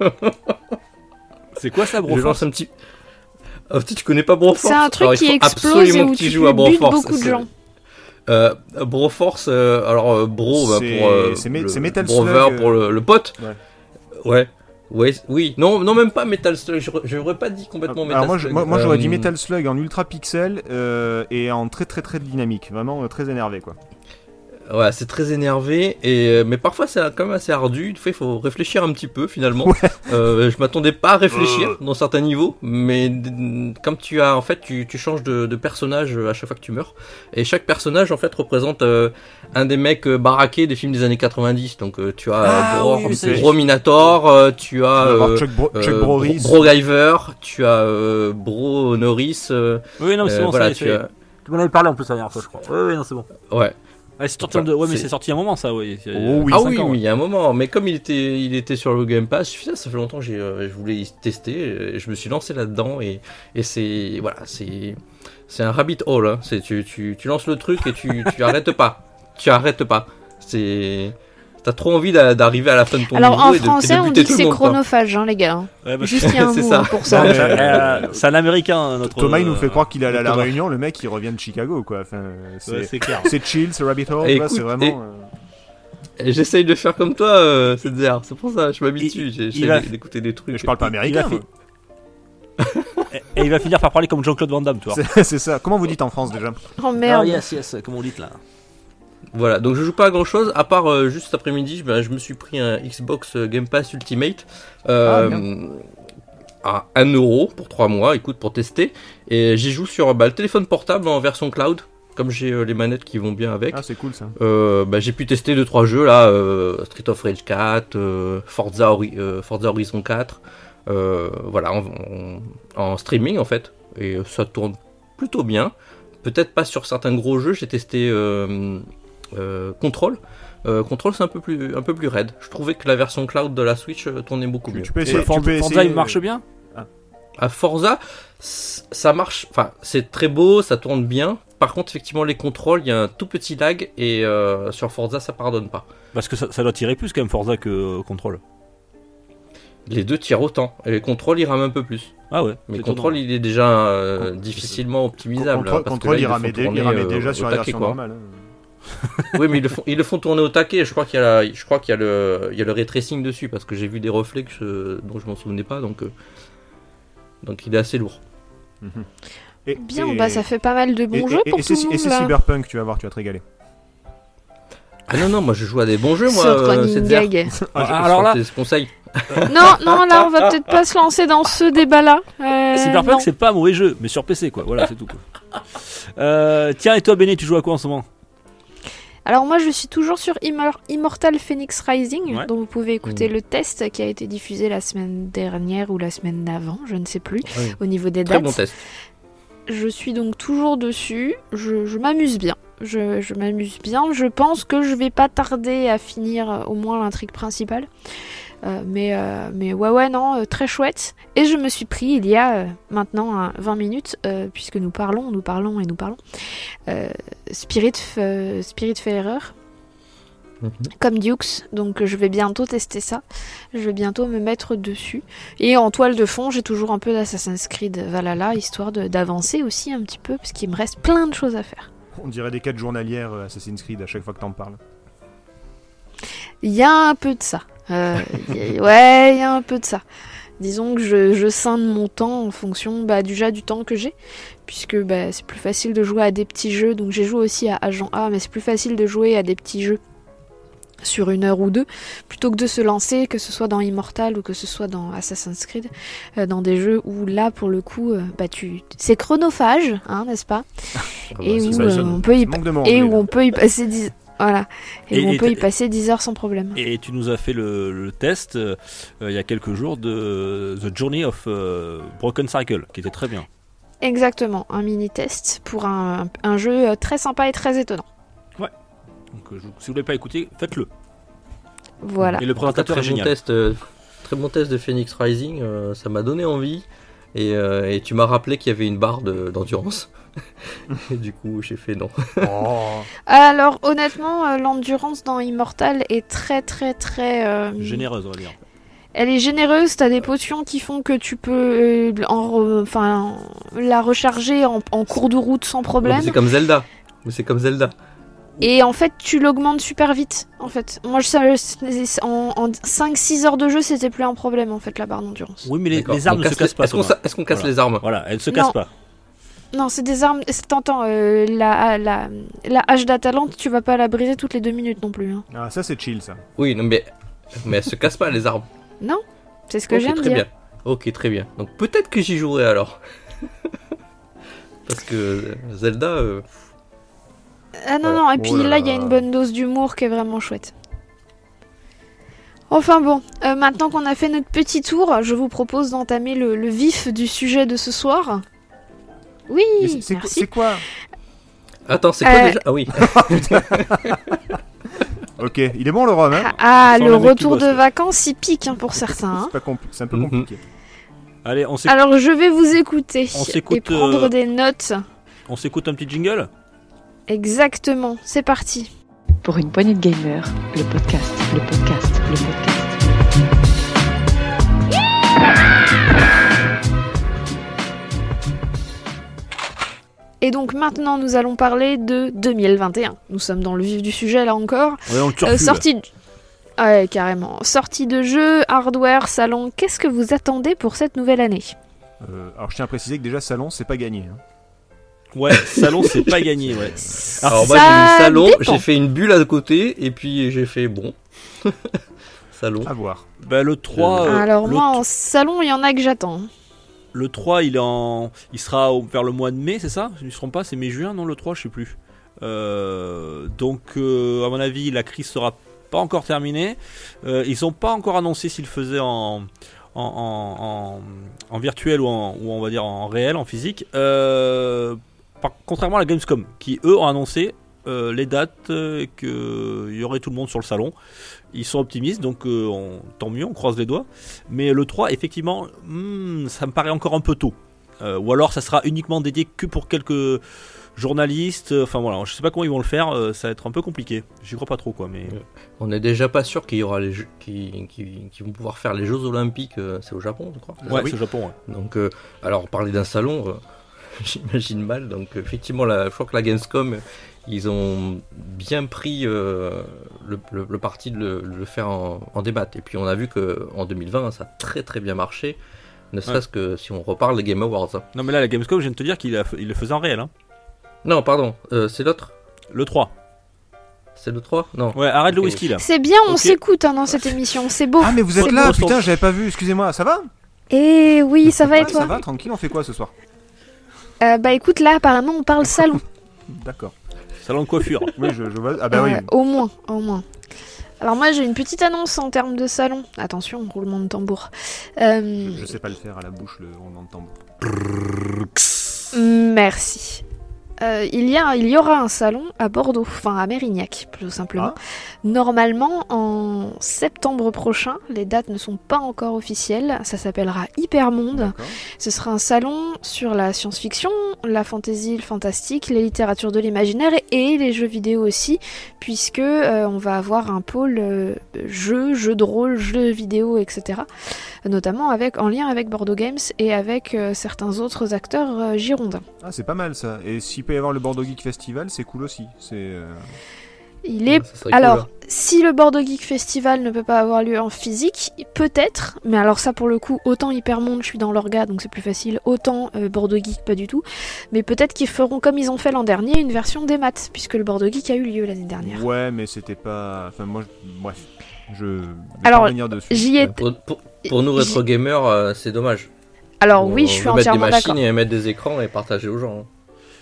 Speaker 5: C'est quoi ça,
Speaker 4: Je
Speaker 5: Broforce
Speaker 4: lance un petit. Oh, tu tu connais pas Broforce
Speaker 3: C'est un truc
Speaker 4: Alors, il
Speaker 3: qui
Speaker 4: faut
Speaker 3: explose et
Speaker 4: absolument
Speaker 3: où
Speaker 4: que tu
Speaker 3: tu
Speaker 4: joues à
Speaker 3: butes
Speaker 4: Broforce.
Speaker 3: beaucoup de
Speaker 4: C'est-
Speaker 3: gens.
Speaker 4: Euh, Broforce, euh, alors euh, Bro bah,
Speaker 2: C'est-
Speaker 4: pour. euh,
Speaker 2: c'est mé-
Speaker 4: le-
Speaker 2: c'est Metal
Speaker 4: Brover
Speaker 2: Slug, euh.
Speaker 4: pour le, le pote. Ouais. ouais. oui, non, non, même pas Metal Slug. j'aurais- J'aurais pas dit complètement Metal
Speaker 2: Ah, Alors moi, je-
Speaker 4: Slug.
Speaker 2: moi, moi, j'aurais dit
Speaker 4: Euh,
Speaker 2: Metal Slug en ultra pixel euh, et en très très très dynamique, vraiment euh, très énervé quoi.
Speaker 4: Ouais, c'est très énervé, et, euh, mais parfois c'est quand même assez ardu. Des fois, il faut réfléchir un petit peu finalement. Euh, je m'attendais pas à réfléchir dans certains niveaux, mais d- comme tu as en fait, tu, tu changes de, de personnage euh, à chaque fois que tu meurs, et chaque personnage en fait représente euh, un des mecs euh, baraqués des films des années 90. Donc euh, tu as
Speaker 5: Ah
Speaker 4: Bro,
Speaker 5: oui, oui, ça y est.
Speaker 4: Bro Minator, euh, tu as
Speaker 2: Tu vas voir
Speaker 4: euh,
Speaker 2: Chuck, Bro- Chuck
Speaker 4: euh,
Speaker 2: Broris.
Speaker 4: Bro Giver, tu as euh, Bro Norris. euh,
Speaker 5: Oui, non, Ah, mais c'est
Speaker 4: euh,
Speaker 5: bon,
Speaker 4: voilà,
Speaker 5: ça y est,
Speaker 4: tu
Speaker 5: ça y est.
Speaker 4: as-
Speaker 5: Tu m'en avais parlé en plus la dernière fois, je crois. Oui, oui, non, c'est bon.
Speaker 4: Ouais.
Speaker 5: Ouais, c'est sorti en
Speaker 4: Enfin,
Speaker 5: deux- ouais, mais
Speaker 4: c'est-
Speaker 5: c'est sorti il y a un moment ça, oui. C'est-
Speaker 2: Oh
Speaker 3: euh,
Speaker 2: oui.
Speaker 4: ah
Speaker 5: cinq
Speaker 4: oui,
Speaker 5: ans,
Speaker 4: oui,
Speaker 5: ouais.
Speaker 4: il y a un moment. Mais comme il était, il était sur le Game Pass, je me suis dit, ah, ça fait longtemps que j'ai, euh, je voulais y tester. euh, Et je me suis lancé là-dedans. Et, et c'est. Voilà, c'est. C'est un rabbit hole. hein, C'est, tu, tu, tu lances le truc et tu, tu arrêtes pas. Tu arrêtes pas. C'est. T'as trop envie d'a- d'arriver à la fin de ton
Speaker 3: Alors
Speaker 4: niveau
Speaker 3: en
Speaker 4: et de- de
Speaker 3: français, on dit
Speaker 4: débuter
Speaker 3: que
Speaker 4: tout le
Speaker 3: c'est
Speaker 4: monde, quoi.
Speaker 3: chronophage, hein, les gars. hein.
Speaker 5: Ouais, parce que-
Speaker 3: Juste il y a un
Speaker 4: C'est
Speaker 3: mot
Speaker 4: ça.
Speaker 3: hein, pour ça.
Speaker 2: Non, mais-
Speaker 5: Euh, c'est un américain, notre.
Speaker 2: Thomas, il nous fait
Speaker 5: euh,
Speaker 2: croire qu'il est allé à la
Speaker 4: Thomas.
Speaker 2: Réunion, le mec, il revient de Chicago, quoi. Enfin, euh, c'est
Speaker 5: ouais, c'est clair.
Speaker 2: c'est chill, c'est rabbit hole,
Speaker 4: Et
Speaker 2: tu vois, c'est
Speaker 4: écoute,
Speaker 2: vraiment.
Speaker 4: et-
Speaker 2: euh,
Speaker 4: Et J'essaye de faire comme toi, euh, c'est bizarre. C'est pour ça, je m'habitue. j'ai- J'essaye
Speaker 5: va-
Speaker 4: d'é- d'écouter des trucs.
Speaker 2: Je parle pas
Speaker 5: Il- il
Speaker 2: américain.
Speaker 5: a fait- Et, et il va finir par parler comme Jean-Claude Van Damme, tu
Speaker 2: moi.
Speaker 5: vois.
Speaker 2: C'est c'est ça. Comment vous dites en France déjà
Speaker 3: Oh
Speaker 5: Ah,
Speaker 3: merde.
Speaker 5: yes, yes, comme on dit là.
Speaker 4: Voilà, donc je joue pas à grand chose, à part euh, juste cet après-midi, je, ben, je me suis pris un Xbox euh, Game Pass Ultimate euh, à 1 euro pour 3 mois, écoute, pour tester. Et j'y joue sur bah, le téléphone portable en version cloud, comme j'ai euh, les manettes qui vont bien avec.
Speaker 2: Ah, c'est cool ça.
Speaker 4: Euh, bah, j'ai pu tester 2-3 jeux là, euh, Street of Rage 4, euh, Forza, Hori- euh, Forza Horizon 4, euh, voilà, en, en- en streaming en fait, et ça tourne plutôt bien. Peut-être pas sur certains gros jeux, j'ai testé euh, euh, Control. Euh, Control c'est un peu plus un peu plus raide. Je trouvais que la version cloud de la Switch euh, tournait beaucoup mieux.
Speaker 2: Tu peux
Speaker 5: Et
Speaker 2: essayer. tu
Speaker 5: Forza,
Speaker 2: peux
Speaker 5: Forza,
Speaker 2: essayer,
Speaker 5: il marche bien
Speaker 4: À Forza, c- ça marche, enfin, c'est très beau, ça tourne bien. Par contre, effectivement, les contrôles, il y a un tout petit lag et euh, sur Forza, ça pardonne pas.
Speaker 5: Parce que ça, ça doit tirer plus quand même Forza que euh, Control.
Speaker 4: Les deux tirent autant et les contrôles, ils rament un peu plus.
Speaker 5: Ah ouais.
Speaker 4: Mais
Speaker 5: c'est
Speaker 4: contrôle,
Speaker 5: étonnant.
Speaker 4: il est déjà euh,
Speaker 5: Con-
Speaker 4: difficilement optimisable.
Speaker 2: Contrôle,
Speaker 4: hein, parce que
Speaker 2: contrôle
Speaker 4: là, ils
Speaker 2: il
Speaker 4: le font
Speaker 2: ramait, dé- il
Speaker 4: tourner,
Speaker 2: ramait
Speaker 4: euh,
Speaker 2: déjà
Speaker 4: au
Speaker 2: sur la
Speaker 4: taquet,
Speaker 2: version
Speaker 4: quoi.
Speaker 2: normale. hein.
Speaker 4: Oui, mais ils le font, ils le font tourner au taquet. Je crois qu'il y a, la- je crois qu'il y a le, il y a le ray tracing dessus parce que j'ai vu des reflets que je- dont je m'en souvenais pas, donc euh, donc il est assez lourd.
Speaker 2: Et-
Speaker 3: Bien,
Speaker 2: et-
Speaker 3: bah ça fait pas mal de bons
Speaker 2: et-
Speaker 3: jeux
Speaker 2: et-
Speaker 3: pour
Speaker 2: et
Speaker 3: tout
Speaker 2: c'est-
Speaker 3: le
Speaker 2: Et
Speaker 3: monde
Speaker 2: c'est
Speaker 3: là.
Speaker 2: Cyberpunk, tu vas voir, tu vas te régaler.
Speaker 4: Ah non non, moi je joue à des bons jeux, moi.
Speaker 3: Ce
Speaker 4: euh,
Speaker 3: running
Speaker 4: cette zère.
Speaker 3: gag.
Speaker 5: Ah, alors là,
Speaker 4: C'est ce conseil.
Speaker 3: non, non, là on va peut-être pas se lancer dans ce débat-là. Euh, non.
Speaker 5: Cyberpunk, c'est pas un mauvais jeu, mais sur PC, quoi. Voilà, c'est tout. quoi. Euh, tiens, et toi, Béné, tu joues à quoi en ce moment
Speaker 3: Alors moi je suis toujours sur Immor- Immortal Phoenix Rising,
Speaker 5: Ouais.
Speaker 3: dont vous pouvez
Speaker 2: Mm.
Speaker 3: écouter le test qui a été diffusé la semaine dernière ou la semaine d'avant, je ne sais plus,
Speaker 4: Oui.
Speaker 3: au niveau des
Speaker 4: Très
Speaker 3: dates.
Speaker 4: bon test.
Speaker 3: Je suis donc toujours dessus, je, je m'amuse bien. Je, je m'amuse bien, je pense que je vais pas tarder à finir euh, au moins l'intrigue principale. Euh, mais, euh, mais ouais ouais non, euh, très chouette. Et je me suis pris il y a euh, maintenant hein, 20 minutes, euh, puisque nous parlons, nous parlons et nous parlons, euh, Spirit, euh, Spiritfarer,
Speaker 4: Mhm.
Speaker 3: comme Dukes, donc euh, je vais bientôt tester ça. Je vais bientôt me mettre dessus. Et en toile de fond, j'ai toujours un peu d'Assassin's Creed Valhalla, histoire de- d'avancer aussi un petit peu, parce qu'il me reste plein de choses à faire.
Speaker 2: On dirait des quêtes journalières euh, Assassin's Creed à chaque fois que t'en parles.
Speaker 3: Il y a un peu de ça. Euh, y a- ouais, il y a un peu de ça. Disons que je, je scinde mon temps en fonction bah, déjà du temps que j'ai, puisque bah, c'est plus facile de jouer à des petits jeux. Donc j'ai joué aussi à Agent A, mais c'est plus facile de jouer à des petits jeux sur une heure ou deux, plutôt que de se lancer, que ce soit dans Immortal ou que ce soit dans Assassin's Creed, euh, dans des jeux où là, pour le coup, euh, bah, tu... c'est chronophage, hein, n'est-ce pas
Speaker 4: Ah
Speaker 3: Et
Speaker 4: bah,
Speaker 3: où
Speaker 4: c'est ça,
Speaker 3: euh,
Speaker 4: ça.
Speaker 3: on peut y
Speaker 2: Manque de mots
Speaker 3: et
Speaker 2: anglais,
Speaker 3: où
Speaker 2: là.
Speaker 3: on peut y passer 10 voilà et,
Speaker 5: Et-
Speaker 3: où on
Speaker 5: et
Speaker 3: peut y
Speaker 5: t'as-
Speaker 3: passer 10 heures sans problème.
Speaker 5: Et tu nous as fait le, le test euh, euh, il y a quelques jours de euh, The Journey of euh, Broken Cycle, qui était très bien.
Speaker 3: Exactement, un mini test pour un, un jeu euh, très sympa et très étonnant.
Speaker 5: Donc, euh, je- si vous l'avez pas écouté, faites-le.
Speaker 3: Voilà.
Speaker 5: Et le
Speaker 4: En tout cas,
Speaker 5: présentateur
Speaker 4: très
Speaker 5: est
Speaker 4: bon
Speaker 5: génial.
Speaker 4: test, euh, très bon test de Phoenix Rising, euh, ça m'a donné envie. Et, euh, et tu m'as rappelé qu'il y avait une barre de- d'endurance. et du coup, j'ai fait non.
Speaker 2: Oh.
Speaker 3: Alors honnêtement, euh, l'endurance dans Immortal est très très très euh,
Speaker 5: Généreuse, on va dire.
Speaker 3: Elle est généreuse, t'as des potions qui font que tu peux euh, en re- enfin la recharger en, en cours de route sans
Speaker 4: Mais
Speaker 3: problème.
Speaker 4: C'est comme Zelda. Mais c'est comme Zelda.
Speaker 3: Et en fait, tu l'augmentes super vite. En fait, moi, je, ça- en, en 5-6 heures de jeu, c'était plus un problème en fait la barre d'endurance.
Speaker 5: Oui, mais les,
Speaker 4: D'accord.
Speaker 5: les armes
Speaker 4: On
Speaker 5: ne se
Speaker 4: casse
Speaker 5: cassent
Speaker 4: les-
Speaker 5: pas.
Speaker 4: Est-ce qu'on
Speaker 5: Thomas.
Speaker 4: sa- est-ce qu'on casse
Speaker 5: Voilà.
Speaker 4: les armes
Speaker 5: Voilà, elles se
Speaker 3: Non.
Speaker 5: cassent pas.
Speaker 3: Non, c'est des armes. c'est- T'entends, euh, la, la, la hache d'Atalante, tu vas pas la briser toutes les deux minutes non plus. hein.
Speaker 2: Ah, ça c'est chill ça.
Speaker 4: Oui, non, mais, mais elles se cassent pas les armes.
Speaker 3: C'est ce que
Speaker 4: Ok,
Speaker 3: j'aime
Speaker 4: très
Speaker 3: dire.
Speaker 4: bien. Ok, très bien. Donc peut-être que j'y jouerai alors. Parce que euh, Zelda, euh,
Speaker 3: Ah non,
Speaker 4: Voilà.
Speaker 3: non, et
Speaker 4: Oh
Speaker 3: puis
Speaker 4: là
Speaker 3: là, il y a
Speaker 4: là.
Speaker 3: une bonne dose d'humour qui est vraiment chouette. Enfin bon, euh, maintenant qu'on a fait notre petit tour, je vous propose d'entamer le, le vif du sujet de ce soir. Oui,
Speaker 2: Mais c'est- c'est-
Speaker 3: merci.
Speaker 2: C'est quoi
Speaker 4: Attends, c'est quoi
Speaker 3: Euh,
Speaker 4: déjà Ah oui.
Speaker 2: Ok, il est bon le rhum, hein
Speaker 3: Ah,
Speaker 5: Sans
Speaker 3: le
Speaker 5: le mec qui
Speaker 3: retour
Speaker 5: bosse,
Speaker 3: de
Speaker 5: là.
Speaker 3: vacances, il pique hein, pour certains. hein.
Speaker 2: C'est pas compli- c'est un peu
Speaker 4: Mhm.
Speaker 2: compliqué.
Speaker 5: Allez, on s'éc-
Speaker 3: Alors je vais vous écouter
Speaker 5: On s'écoute,
Speaker 3: et prendre
Speaker 5: euh,
Speaker 3: des notes.
Speaker 5: on s'écoute un petit jingle
Speaker 3: Exactement, c'est parti.
Speaker 1: Pour une poignée de gamers, le podcast, le podcast, le podcast.
Speaker 3: Et donc maintenant nous allons parler de 2021. Nous sommes dans le vif du sujet là encore.
Speaker 5: Ouais, on le
Speaker 3: Euh,
Speaker 5: turfule.
Speaker 3: sortie de... Ouais, carrément. Sortie de jeu, hardware, salon, qu'est-ce que vous attendez pour cette nouvelle année
Speaker 2: Euh, alors je tiens à préciser que déjà salon c'est pas gagné. hein.
Speaker 5: Ouais, salon, c'est pas gagné, ouais.
Speaker 2: Ah,
Speaker 4: Alors moi j'ai
Speaker 3: Ça
Speaker 4: mis salon,
Speaker 3: dépend.
Speaker 4: j'ai fait une bulle à côté et puis j'ai fait bon. salon.
Speaker 2: À voir.
Speaker 5: Bah, le 3. euh,
Speaker 3: Alors
Speaker 5: le
Speaker 3: moi en salon, il y en a que j'attends.
Speaker 5: Le 3, il, est en... il sera au- vers le mois de mai, c'est ça Je ne me trompe pas, c'est mai-juin, non, le 3, je sais plus. Euh, donc, euh, à mon avis, la crise sera pas encore terminée. Euh, ils n'ont pas encore annoncé s'ils le faisaient en, en, en- en- en virtuel ou, en, ou on va dire en réel, en physique. Euh, par- contrairement à la Gamescom, qui eux ont annoncé euh, les dates, euh, que qu'il y aurait tout le monde sur le salon. Ils sont optimistes, donc euh, on- tant mieux, on croise les doigts. Mais le 3, effectivement, hmm, ça me paraît encore un peu tôt. Euh, ou alors ça sera uniquement dédié que pour quelques journalistes. Enfin voilà, je sais pas comment ils vont le faire, euh, ça va être un peu compliqué. J'y crois pas trop quoi, mais.
Speaker 4: On n'est déjà pas sûr qu'il y aura les jeux, qui, qui, qui vont pouvoir faire les Jeux Olympiques. euh, c'est au Japon, je crois.
Speaker 5: Ouais, c'est au Japon, ouais.
Speaker 4: Donc, euh, alors parler d'un salon, euh, j'imagine mal. Donc, effectivement, la, je crois que la Gamescom, euh, ils ont bien pris euh, le, le- le parti de le, le faire en, en débat. Et puis, on a vu que en 2020, ça a très très bien marché. Ne serait-ce que si on reparle des Game Awards. hein.
Speaker 5: Non mais là, la Gamescom, je viens de te dire qu'il a- il le faisait en réel. hein.
Speaker 4: Non, pardon, euh, c'est l'autre
Speaker 5: Le 3.
Speaker 4: C'est le 3 Non.
Speaker 5: Ouais, arrête le
Speaker 4: Ok.
Speaker 5: whisky là.
Speaker 3: C'est bien, on
Speaker 5: Ok.
Speaker 3: s'écoute hein, dans cette émission, c'est beau.
Speaker 2: Ah mais vous
Speaker 5: c'est
Speaker 2: êtes là,
Speaker 5: bon,
Speaker 2: putain
Speaker 5: sens.
Speaker 2: j'avais pas vu, excusez-moi, ça va
Speaker 3: Et oui, ça va et
Speaker 2: Ouais, Ah. Ça
Speaker 3: toi
Speaker 2: va, tranquille, on fait quoi ce soir
Speaker 3: Euh, Bah écoute, là apparemment on parle salon.
Speaker 2: D'accord.
Speaker 5: Salon de coiffure.
Speaker 2: Oui, je, je vois. Ah bah oui.
Speaker 3: Euh, Au moins, au moins. Alors moi j'ai une petite annonce en termes de salon. Attention, roulement de tambour. Euh,
Speaker 2: Je sais pas le faire à la bouche, le roulement de tambour.
Speaker 3: Merci. Euh, il, y a, il y aura un salon à Bordeaux, enfin à Mérignac plus simplement. Normalement en septembre prochain, les dates ne sont pas encore officielles, ça s'appellera Hypermonde.
Speaker 2: D'accord.
Speaker 3: Ce sera un salon sur la science-fiction, la fantasy, le fantastique, les littératures de l'imaginaire et les jeux vidéo aussi, puisque euh, on va avoir un pôle euh, jeux, jeux de rôle, jeux vidéo, etc. Notamment avec, en lien avec Bordeaux Games et avec euh, certains autres acteurs euh, girondins.
Speaker 2: Ah c'est pas mal ça. Et s'il peut y avoir le Bordeaux Geek Festival, c'est cool aussi. C'est euh,
Speaker 3: Il est
Speaker 4: Ça serait cool,
Speaker 3: Alors,
Speaker 4: hein.
Speaker 3: si le Bordeaux Geek Festival ne peut pas avoir lieu en physique, peut-être, mais alors ça pour le coup, autant Hypermonde, je suis dans l'orga donc c'est plus facile, autant euh, Bordeaux Geek, pas du tout, mais peut-être qu'ils feront comme ils ont fait l'an dernier, une version des maths, puisque le Bordeaux Geek a eu lieu l'année dernière.
Speaker 2: Ouais, mais c'était pas. Enfin, moi, je- bref. Je vais
Speaker 3: Alors,
Speaker 2: pas revenir dessus.
Speaker 3: J'y étais.
Speaker 4: pour, pour- pour nous, rétro gamers, euh, c'est dommage.
Speaker 3: Alors
Speaker 4: On-
Speaker 3: oui,
Speaker 4: on
Speaker 3: je suis
Speaker 4: veut mettre des
Speaker 3: entièrement d'accord.
Speaker 4: machines et mettre des écrans et partager aux gens. hein.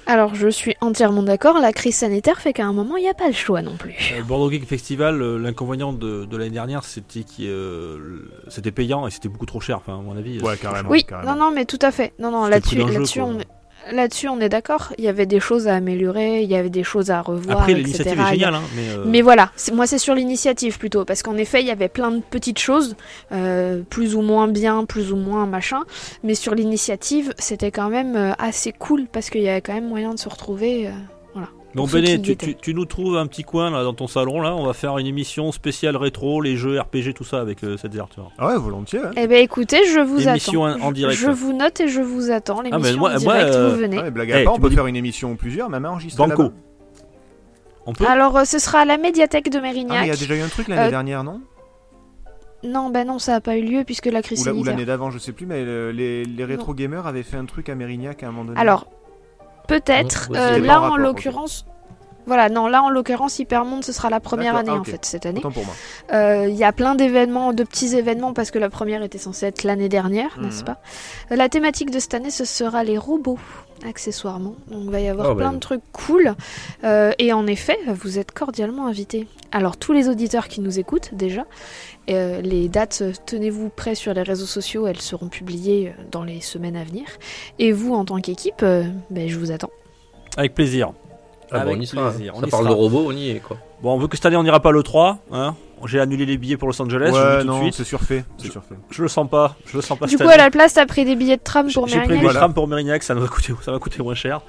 Speaker 3: Alors je suis entièrement d'accord, la crise sanitaire fait qu'à un moment, il n'y a pas le choix non plus.
Speaker 5: Euh, Bordeaux Geek Festival, euh, l'inconvénient de, de l'année dernière, c'était qu'il, euh, le- c'était payant et c'était beaucoup trop cher, enfin, à mon avis.
Speaker 2: Ouais, carrément.
Speaker 3: Oui,
Speaker 2: carrément.
Speaker 3: non, non, mais tout à fait. Non, non,
Speaker 5: C'était
Speaker 3: là-dessus,
Speaker 5: le prix d'un jeu,
Speaker 3: là-dessus,
Speaker 5: quoi.
Speaker 3: on... Là-dessus, on est d'accord. Il y avait des choses à améliorer, il y avait des choses à revoir.
Speaker 5: Après,
Speaker 3: etc.
Speaker 5: l'initiative
Speaker 3: Il y
Speaker 5: est
Speaker 3: a-
Speaker 5: géniale, hein, mais, euh,
Speaker 3: Mais voilà, c'est- moi c'est sur l'initiative plutôt, parce qu'en effet il y avait plein de petites choses, euh, plus ou moins bien, plus ou moins machin, mais sur l'initiative c'était quand même euh, assez cool parce qu'il y avait quand même moyen de se retrouver. euh.
Speaker 5: Bon
Speaker 3: Pour ceux
Speaker 5: Benet,
Speaker 3: qui y
Speaker 5: tu,
Speaker 3: étaient.
Speaker 5: tu- tu nous trouves un petit coin là, dans ton salon là, on va faire une émission spéciale rétro, les jeux RPG, tout ça avec euh, cette déserteur.
Speaker 2: Ah ouais, volontiers. hein.
Speaker 3: Eh ben écoutez, je vous
Speaker 5: Émission
Speaker 3: attends.
Speaker 5: en- en
Speaker 3: Je-
Speaker 5: direct. Ah,
Speaker 3: Je vous note et je vous attends.
Speaker 5: mais
Speaker 3: L'émission
Speaker 5: moi-
Speaker 3: en
Speaker 5: moi,
Speaker 3: direct,
Speaker 5: euh,
Speaker 3: vous venez.
Speaker 2: Ah ouais, blague
Speaker 5: Eh,
Speaker 2: à part,
Speaker 5: tu
Speaker 2: on peut
Speaker 5: me dis-
Speaker 2: faire une émission ou plusieurs, même enregistrée.
Speaker 5: Banco.
Speaker 2: là-bas.
Speaker 5: On peut
Speaker 3: Alors euh, ce sera à la médiathèque de
Speaker 2: Ah, mais il
Speaker 3: Mérignac.
Speaker 2: y a déjà eu un truc l'année
Speaker 3: Euh,
Speaker 2: dernière, non
Speaker 3: Non, bah non, ça a pas eu lieu puisque la crise
Speaker 2: Ou la- ou
Speaker 3: sanitaire.
Speaker 2: l'année d'avant, je sais plus, mais euh, les, les rétro gamers avaient fait un truc à Mérignac à un moment donné.
Speaker 3: Alors, peut-être.
Speaker 4: Non,
Speaker 3: euh,
Speaker 2: c'était pas en
Speaker 3: là, en
Speaker 2: rapport, ok.
Speaker 3: l'occurrence. Voilà, non, là, en l'occurrence, Hypermonde, ce sera la première
Speaker 2: D'accord,
Speaker 3: année,
Speaker 2: ah,
Speaker 3: en
Speaker 2: ok.
Speaker 3: fait, cette année.
Speaker 2: Autant pour moi.
Speaker 3: Euh, Il y a plein d'événements, de petits événements, parce que la première était censée être l'année dernière, n'est-ce
Speaker 2: Mhm.
Speaker 3: pas Euh, La thématique de cette année, ce sera les robots, accessoirement. Donc il va y
Speaker 5: Oh,
Speaker 3: avoir
Speaker 4: Ah,
Speaker 3: plein
Speaker 4: ben.
Speaker 3: de trucs cool. Euh, et en effet, vous êtes cordialement invités. Alors tous les auditeurs qui nous écoutent déjà, euh, les dates, euh, tenez-vous prêts sur les réseaux sociaux, elles seront publiées euh, dans les semaines à venir. Et vous, en tant qu'équipe, euh, ben, je vous attends.
Speaker 5: avec plaisir.
Speaker 4: Ah bah,
Speaker 5: Avec
Speaker 4: on y sera. hein.
Speaker 5: plaisir, on
Speaker 4: Ça
Speaker 5: y
Speaker 4: parle de
Speaker 5: sera.
Speaker 4: robots, on y est quoi.
Speaker 5: Bon, vu que cette année on n'ira pas le 3, hein, j'ai annulé les billets pour Los Angeles, je le
Speaker 2: ouais,
Speaker 5: dis tout
Speaker 2: non,
Speaker 5: de
Speaker 2: c'est
Speaker 5: suite.
Speaker 2: surfait. C'est surfait.
Speaker 5: Je le sens pas, je le sens pas
Speaker 3: Du
Speaker 5: cette
Speaker 3: coup,
Speaker 5: année.
Speaker 3: à la place, t'as pris des billets de tram
Speaker 5: J'ai
Speaker 3: pour
Speaker 5: j'ai pris
Speaker 3: Mérignac.
Speaker 5: des
Speaker 2: Voilà.
Speaker 5: trams pour Mérignac, ça va coûter, ça va coûter moins cher.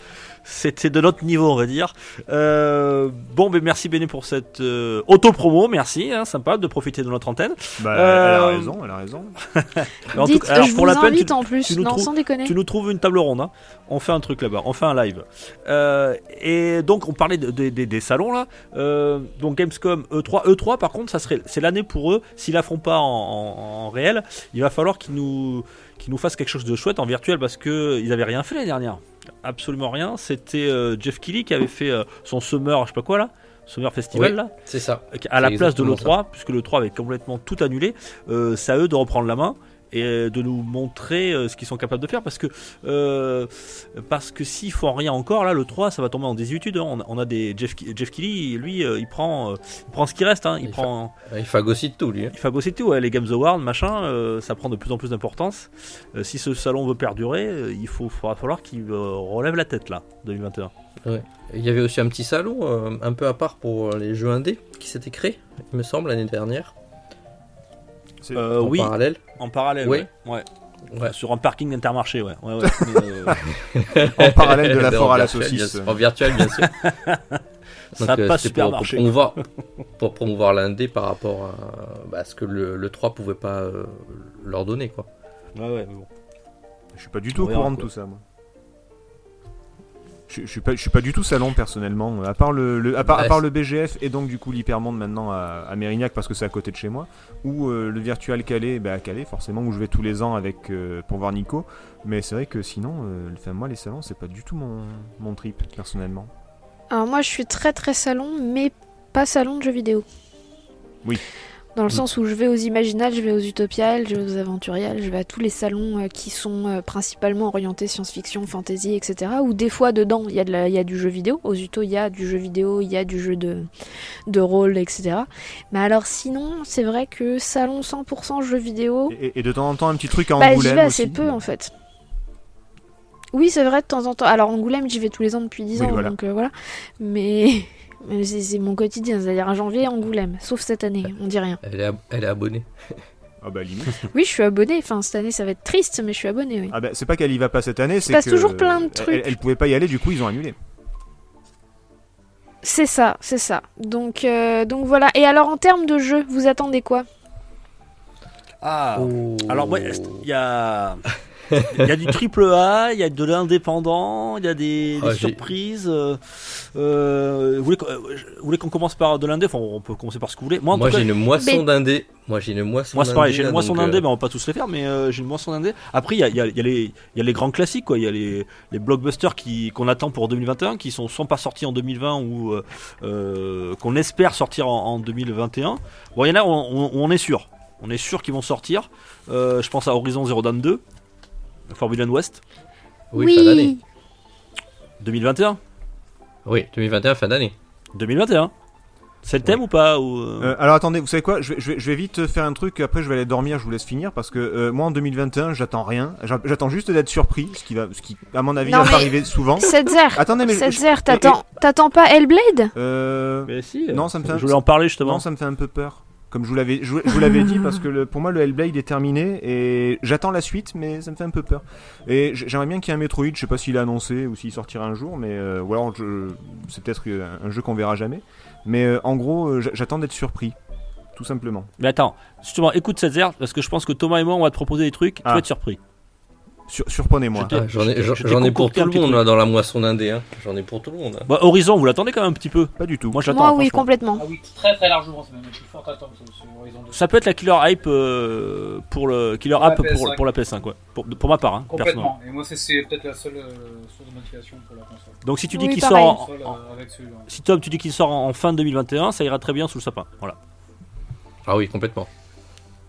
Speaker 5: C'était de notre niveau, on va dire. Euh, bon, ben merci Béné pour cette euh, auto-promo, merci, hein, sympa de profiter de notre antenne.
Speaker 2: Bah,
Speaker 5: Euh,
Speaker 2: elle a raison, elle a raison.
Speaker 5: Mais en tout
Speaker 3: Dites,
Speaker 5: cas, alors,
Speaker 3: je
Speaker 5: pour
Speaker 3: vous
Speaker 5: la peine,
Speaker 3: invite
Speaker 5: tu-
Speaker 3: en plus.
Speaker 5: nous
Speaker 3: non,
Speaker 5: trouves-
Speaker 3: sans déconner.
Speaker 5: Tu nous trouves une table ronde, hein. on fait un truc là-bas, on fait un live. Euh, et donc on parlait de- de- de- des salons là. Euh, donc Gamescom E3, E3 par contre, ça serait, c'est l'année pour eux. S'ils la font pas en, en- en réel, il va falloir qu'ils nous, qu'ils nous fassent quelque chose de chouette en virtuel parce que ils avaient rien fait l'année dernière. Absolument rien. C'était euh, Jeff Keighley qui avait fait euh, son Summer, je sais pas quoi là, Summer Festival
Speaker 4: Oui.
Speaker 5: là
Speaker 4: C'est ça.
Speaker 5: à la
Speaker 4: C'est
Speaker 5: place de
Speaker 4: exactement
Speaker 5: l'E3, puisque l'E3 avait complètement tout annulé, euh, c'est à eux de reprendre la main et euh, de nous montrer euh, ce qu'ils sont capables de faire parce que euh, parce que s'ils font rien encore là le 3 ça va tomber en désuétude hein. on, a- on a des Jeff, Ke- Jeff Keighley lui euh, il prend euh, il prend ce qui reste hein. il,
Speaker 4: Il
Speaker 5: prend
Speaker 4: Il fagocite tout lui. hein.
Speaker 5: il fagocite tout ouais, les Games Awards machin euh, ça prend de plus en plus d'importance Euh, si ce salon veut perdurer euh, il faut faudra falloir qu'il euh, relève la tête là 2021
Speaker 4: Il y avait aussi un petit salon euh, un peu à part pour les jeux indés qui s'était créé, il me semble, l'année dernière.
Speaker 2: C'est-
Speaker 5: Euh,
Speaker 4: en
Speaker 5: oui
Speaker 4: parallèle.
Speaker 5: en parallèle
Speaker 4: Oui.
Speaker 5: ouais. Ouais.
Speaker 4: Ouais.
Speaker 5: sur un parking intermarché ouais, ouais, ouais. Mais, euh,
Speaker 2: En parallèle de la
Speaker 4: Ben,
Speaker 2: foire
Speaker 4: en
Speaker 2: à la
Speaker 4: virtuel, bien
Speaker 2: saucisse.
Speaker 4: sûr. En virtuel, bien sûr.
Speaker 5: ça
Speaker 4: Donc, euh,
Speaker 5: passe
Speaker 4: c'était
Speaker 5: super
Speaker 4: pour, pour
Speaker 5: marché
Speaker 4: promouvoir, pour promouvoir l'indé par rapport à, bah, à ce que le, le 3 pouvait pas euh, leur donner. quoi.
Speaker 5: Ouais, ouais, mais bon.
Speaker 2: Je suis pas du tout au
Speaker 5: Voyons,
Speaker 2: courant de
Speaker 5: quoi.
Speaker 2: tout ça, moi. Je, je suis pas, je suis pas du tout salon personnellement. À part le, le- à part, à
Speaker 4: Ouais,
Speaker 2: part le BGF et donc du coup l'hypermonde maintenant à, à Mérignac parce que c'est à côté de chez moi, ou euh, le virtual Calais, bah, à Calais forcément où je vais tous les ans avec euh, pour voir Nico. Mais c'est vrai que sinon, euh, enfin, moi les salons c'est pas du tout mon, mon trip personnellement.
Speaker 3: Alors moi, je suis très très salon, mais pas salon de jeux vidéo.
Speaker 2: Oui.
Speaker 3: Dans le
Speaker 4: Mm.
Speaker 3: sens où je vais aux Imaginales, je vais aux Utopiales, je vais aux Aventuriales, je vais à tous les salons euh, qui sont euh, principalement orientés science-fiction, fantasy, etc. Où des fois dedans, il y, a de la- il y a du jeu vidéo. Aux Uto, il y a du jeu vidéo, il y a du jeu de, de rôle, etc. Mais alors sinon, c'est vrai que salon 100% jeux vidéo,
Speaker 2: Et, et- et de temps en temps un petit truc à
Speaker 3: bah,
Speaker 2: Angoulême
Speaker 3: j'y vais assez
Speaker 2: aussi.
Speaker 3: peu en fait. Oui, c'est vrai, de temps en temps. Alors, Angoulême, j'y vais tous les ans depuis 10
Speaker 2: Oui,
Speaker 3: ans,
Speaker 2: voilà.
Speaker 3: donc euh, voilà. Mais, mais c'est c'est mon quotidien, c'est-à-dire à janvier, Angoulême. Sauf cette année, on dit rien.
Speaker 4: Elle est, ab- elle est abonnée.
Speaker 2: Ah bah limite.
Speaker 3: Oui, je suis abonnée, enfin, cette année, ça va être triste, mais je suis abonnée, oui.
Speaker 2: Ah bah, c'est pas qu'elle y va pas cette année, c'est
Speaker 3: passe
Speaker 2: que
Speaker 3: toujours plein de
Speaker 2: elle-
Speaker 3: trucs.
Speaker 2: Elle, elle pouvait pas y aller, du coup ils ont annulé.
Speaker 3: C'est ça, c'est ça. Donc, euh, donc voilà. Et alors, en termes de jeu, vous attendez quoi
Speaker 5: Ah,
Speaker 4: Oh.
Speaker 5: alors moi, il y a, il y a du triple A, il y a de l'indépendant, il y a des, des
Speaker 4: Ah, j'ai-
Speaker 5: surprises. euh, euh, vous voulez, qu'on- euh, je- vous voulez qu'on commence par de l'indé Enfin, on peut commencer par ce que vous voulez. Moi, en
Speaker 4: Moi
Speaker 5: tout cas,
Speaker 4: j'ai une moisson
Speaker 3: Mais-
Speaker 4: d'indé. Moi j'ai une moisson
Speaker 5: moi c'est pareil, j'ai
Speaker 4: là,
Speaker 5: une moisson
Speaker 4: donc, euh,
Speaker 5: d'indé, mais on va pas tous les faire, mais euh, j'ai une moisson d'indé. Après, il y a, il y a- il y a les- il y a les grands classiques, quoi. Il y a les, les blockbusters qui- qu'on attend pour 2021, qui sont soit pas sortis en 2020 ou euh, euh, qu'on espère sortir en, en 2021. Bon, il y en a, on, on- on est sûr. On est sûr qu'ils vont sortir. Euh, je pense à Horizon Zero Dawn 2, Formula West,
Speaker 4: Oui, fin d'année.
Speaker 5: 2021.
Speaker 4: Oui, 2021, fin d'année.
Speaker 5: 2021. C'est le thème ou pas ou, euh,
Speaker 2: Euh, alors attendez, vous savez quoi je vais, je, vais, je vais vite faire un truc, après je vais aller dormir, je vous laisse finir, parce que euh, moi en 2021, j'attends rien, J'a- j'attends juste d'être surpris, ce qui, va, ce qui à mon avis,
Speaker 3: Non,
Speaker 2: va
Speaker 3: mais-
Speaker 2: pas arriver souvent.
Speaker 3: Setzer
Speaker 2: Attendez, Ah, mais... je- je-
Speaker 3: Setzer, t'attends t'attends pas Hellblade
Speaker 2: euh,
Speaker 5: Mais si. euh,
Speaker 2: non, ça me fait un-
Speaker 5: Je voulais en parler justement.
Speaker 2: non, ça me fait un peu peur, comme je vous l'avais je, vous- je vous l'avais dit, parce que le- pour moi le Hellblade est terminé, et j'attends la suite, mais ça me fait un peu peur. Et j- j'aimerais bien qu'il y ait un Metroid, je sais pas s'il est annoncé ou s'il sortira un jour, mais euh, ou alors je- c'est peut-être un, un jeu qu'on verra jamais. Mais euh, en gros, euh, j- j'attends d'être surpris, tout simplement.
Speaker 5: Mais attends, justement, écoute cette zère, parce que je pense que Thomas et moi, on va te proposer des trucs, tu
Speaker 2: Ah.
Speaker 5: vas être surpris.
Speaker 2: Sur- Surprenez-moi.
Speaker 5: Je te-
Speaker 4: Ah, j'en ai,
Speaker 5: je-
Speaker 4: j'en-
Speaker 5: je t'ai
Speaker 4: j'en ai pour
Speaker 5: concocté
Speaker 4: tout
Speaker 5: un
Speaker 4: le
Speaker 5: petit
Speaker 4: monde
Speaker 5: truc.
Speaker 4: là, dans la moisson d'indé. hein. J'en ai pour tout le monde. hein.
Speaker 5: Bah, Horizon, vous l'attendez quand même un petit peu.
Speaker 2: Pas du tout.
Speaker 5: Moi, j'attends.
Speaker 3: Moi, oui,
Speaker 5: franchement.
Speaker 3: complètement.
Speaker 6: Ah oui, très très largement, c'est même. Je suis fort attente sur sur Horizon 2.
Speaker 5: Ça peut être la killer hype euh, pour le killer
Speaker 6: Pour la
Speaker 5: app pour,
Speaker 6: PS5.
Speaker 5: pour la PS5, ouais. Pour, pour ma part, hein, personnellement.
Speaker 6: Complètement. Et moi, c'est- c'est peut-être la seule euh, source de motivation pour la console.
Speaker 5: Donc si tu dis
Speaker 3: Oui,
Speaker 5: qu'il
Speaker 3: pareil.
Speaker 5: sort,
Speaker 6: Console,
Speaker 5: en- en-
Speaker 6: euh, avec celui-là.
Speaker 5: si Tom, tu dis qu'il sort en, en fin 2021, ça ira très bien sous le sapin. Voilà.
Speaker 4: Ah oui, complètement.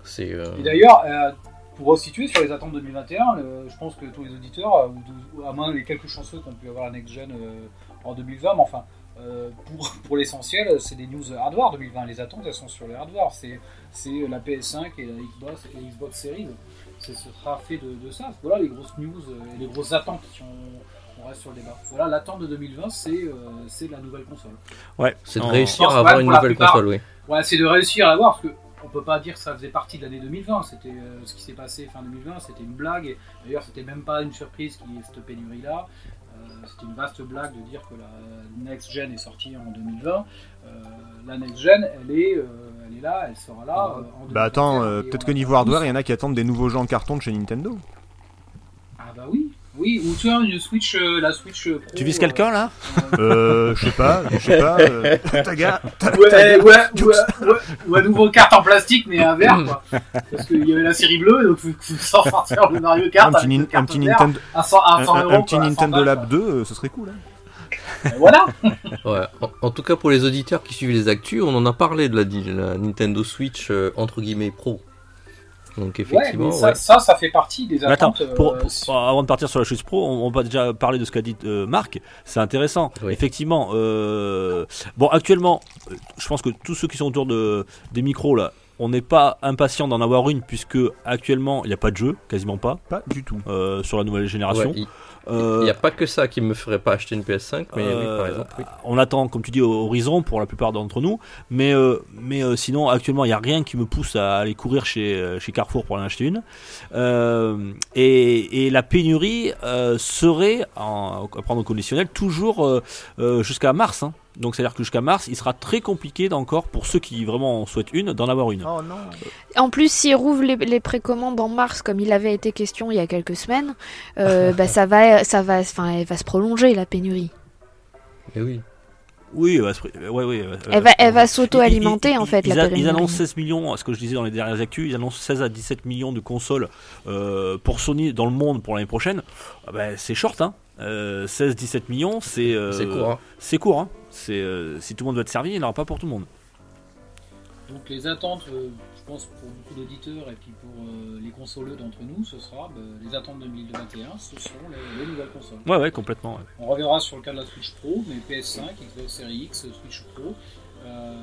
Speaker 4: C'est. euh,
Speaker 6: Et d'ailleurs, euh, pour resituer sur les attentes 2021, le- je pense que tous les auditeurs, euh, ou tous- ou à moins les quelques chanceux qui ont pu avoir la Next Gen euh, en 2020, mais enfin, euh, pour, pour l'essentiel, euh, c'est des news hardware 2020. Les attentes, elles sont sur les hardware. C'est, c'est la PS5 et la Xbox, et Xbox Series. C'est- Ce sera fait de, de ça. Voilà les grosses news euh, et les grosses attentes qui ont, on reste sur le débat. Voilà, l'attente de 2020, c'est euh, c'est la nouvelle console.
Speaker 5: Ouais,
Speaker 4: C'est de
Speaker 5: En-
Speaker 4: réussir
Speaker 6: pense
Speaker 4: à
Speaker 6: pas
Speaker 4: avoir
Speaker 6: que
Speaker 4: une
Speaker 6: pour la
Speaker 4: nouvelle
Speaker 6: plupart-
Speaker 4: console, oui.
Speaker 6: Ouais, c'est de réussir à l'avoir, parce que on peut pas dire que ça faisait partie de l'année 2020. C'était euh, ce qui s'est passé fin 2020, c'était une blague. Et D'ailleurs, c'était même pas une surprise qu'il y ait cette pénurie-là. Euh, c'était une vaste blague de dire que la next gen est sortie en 2020. Euh, la next gen, elle est, euh, elle est là, elle sera là. euh, en 2021,
Speaker 2: Bah attends,
Speaker 6: et Ah
Speaker 2: euh,
Speaker 6: on
Speaker 2: peut-être
Speaker 6: a
Speaker 2: que
Speaker 6: pas
Speaker 2: niveau hardware, il y en a qui attendent des nouveaux jeux en carton de chez Nintendo.
Speaker 6: Ah bah oui, oui. Ou tu vois, une Switch, euh, la Switch euh, Pro.
Speaker 5: Tu vises quelqu'un là
Speaker 6: euh,
Speaker 2: Euh, je sais pas, je sais pas. euh, Taga, ta-
Speaker 6: Ouais, ouais,
Speaker 2: Taga.
Speaker 6: ouais, ouais, ou à nouveau carte en plastique, mais un verre, quoi.
Speaker 2: Mm.
Speaker 6: Parce qu'il y avait la série bleue, donc faut, faut s'en sortir le Mario
Speaker 2: Un
Speaker 6: Kart.
Speaker 2: petit,
Speaker 6: avec
Speaker 2: Nin-
Speaker 6: le
Speaker 2: un
Speaker 6: carton
Speaker 2: petit
Speaker 6: vert
Speaker 2: Nintendo,
Speaker 6: à 100, à
Speaker 2: un,
Speaker 6: 100
Speaker 2: un-
Speaker 6: euros,
Speaker 2: un petit
Speaker 6: quoi, à 100
Speaker 2: Nintendo
Speaker 6: balles,
Speaker 2: Lab 2, euh, ce serait cool. hein.
Speaker 6: quoi. Et Voilà.
Speaker 4: Ouais. En, en tout cas, pour les auditeurs qui suivent les actus, on en a parlé de la, de la Nintendo Switch euh, entre guillemets pro. Donc
Speaker 6: Ouais,
Speaker 4: effectivement,
Speaker 6: mais ça,
Speaker 4: ouais.
Speaker 6: ça, ça fait partie des
Speaker 5: Mais Attends,
Speaker 6: attentes. euh,
Speaker 5: pour- pour-
Speaker 6: sur-
Speaker 5: avant de partir sur la chose pro, on, on va déjà parler de ce qu'a dit euh, Marc. C'est intéressant.
Speaker 4: Oui.
Speaker 5: Effectivement, euh, bon, actuellement, euh, je pense que tous ceux qui sont autour de, des micros là, on n'est pas impatient d'en avoir une puisque actuellement il n'y a pas de jeu, quasiment pas,
Speaker 2: Pas du tout.
Speaker 5: euh, sur la nouvelle génération.
Speaker 4: Ouais, il
Speaker 5: Euh,
Speaker 4: n'y a pas que ça qui me ferait pas acheter une PS5, mais oui, par
Speaker 5: euh,
Speaker 4: exemple. oui.
Speaker 5: On attend, comme tu dis, Horizon pour la plupart d'entre nous. Mais, euh, mais euh, sinon, actuellement, il n'y a rien qui me pousse à aller courir chez, euh, chez Carrefour pour en acheter une. Euh, et, et la pénurie euh, serait, en, à prendre au conditionnel, toujours euh, euh, jusqu'à mars. hein. Donc, c'est-à-dire que jusqu'à mars, il sera très compliqué d'encore, pour ceux qui vraiment en souhaitent une, d'en avoir une.
Speaker 2: Oh non.
Speaker 3: En plus, s'il rouvre les, les précommandes en mars, comme il avait été question il y a quelques semaines, euh, bah, ça va, ça va, enfin, elle va se prolonger la pénurie.
Speaker 4: Mais oui.
Speaker 5: Oui, euh, à ce prix- euh, ouais, ouais, euh,
Speaker 3: Elle va, elle
Speaker 5: euh,
Speaker 3: va s'auto-alimenter
Speaker 5: ils-
Speaker 3: en fait
Speaker 5: ils,
Speaker 3: la
Speaker 5: a-
Speaker 3: pénurie.
Speaker 5: Ils annoncent 16 millions, ce que je disais dans les dernières actus, ils annoncent 16 à 17 millions de consoles euh, pour Sony dans le monde pour l'année prochaine. Ah ben, c'est short, hein. 16-17 millions, c'est euh,
Speaker 4: C'est court. hein.
Speaker 5: C'est court, hein. C'est, euh, si tout le monde doit être servi, il n'y en aura pas pour tout le monde.
Speaker 6: Donc les attentes, euh, je pense pour beaucoup d'auditeurs et puis pour euh, les consoleux d'entre nous, ce sera bah, les attentes 2021, ce seront les, les nouvelles consoles.
Speaker 5: Ouais, ouais, complètement. ouais.
Speaker 6: On reviendra sur le cas de la Switch Pro, mais PS5, Xbox Series X, Switch Pro. Euh,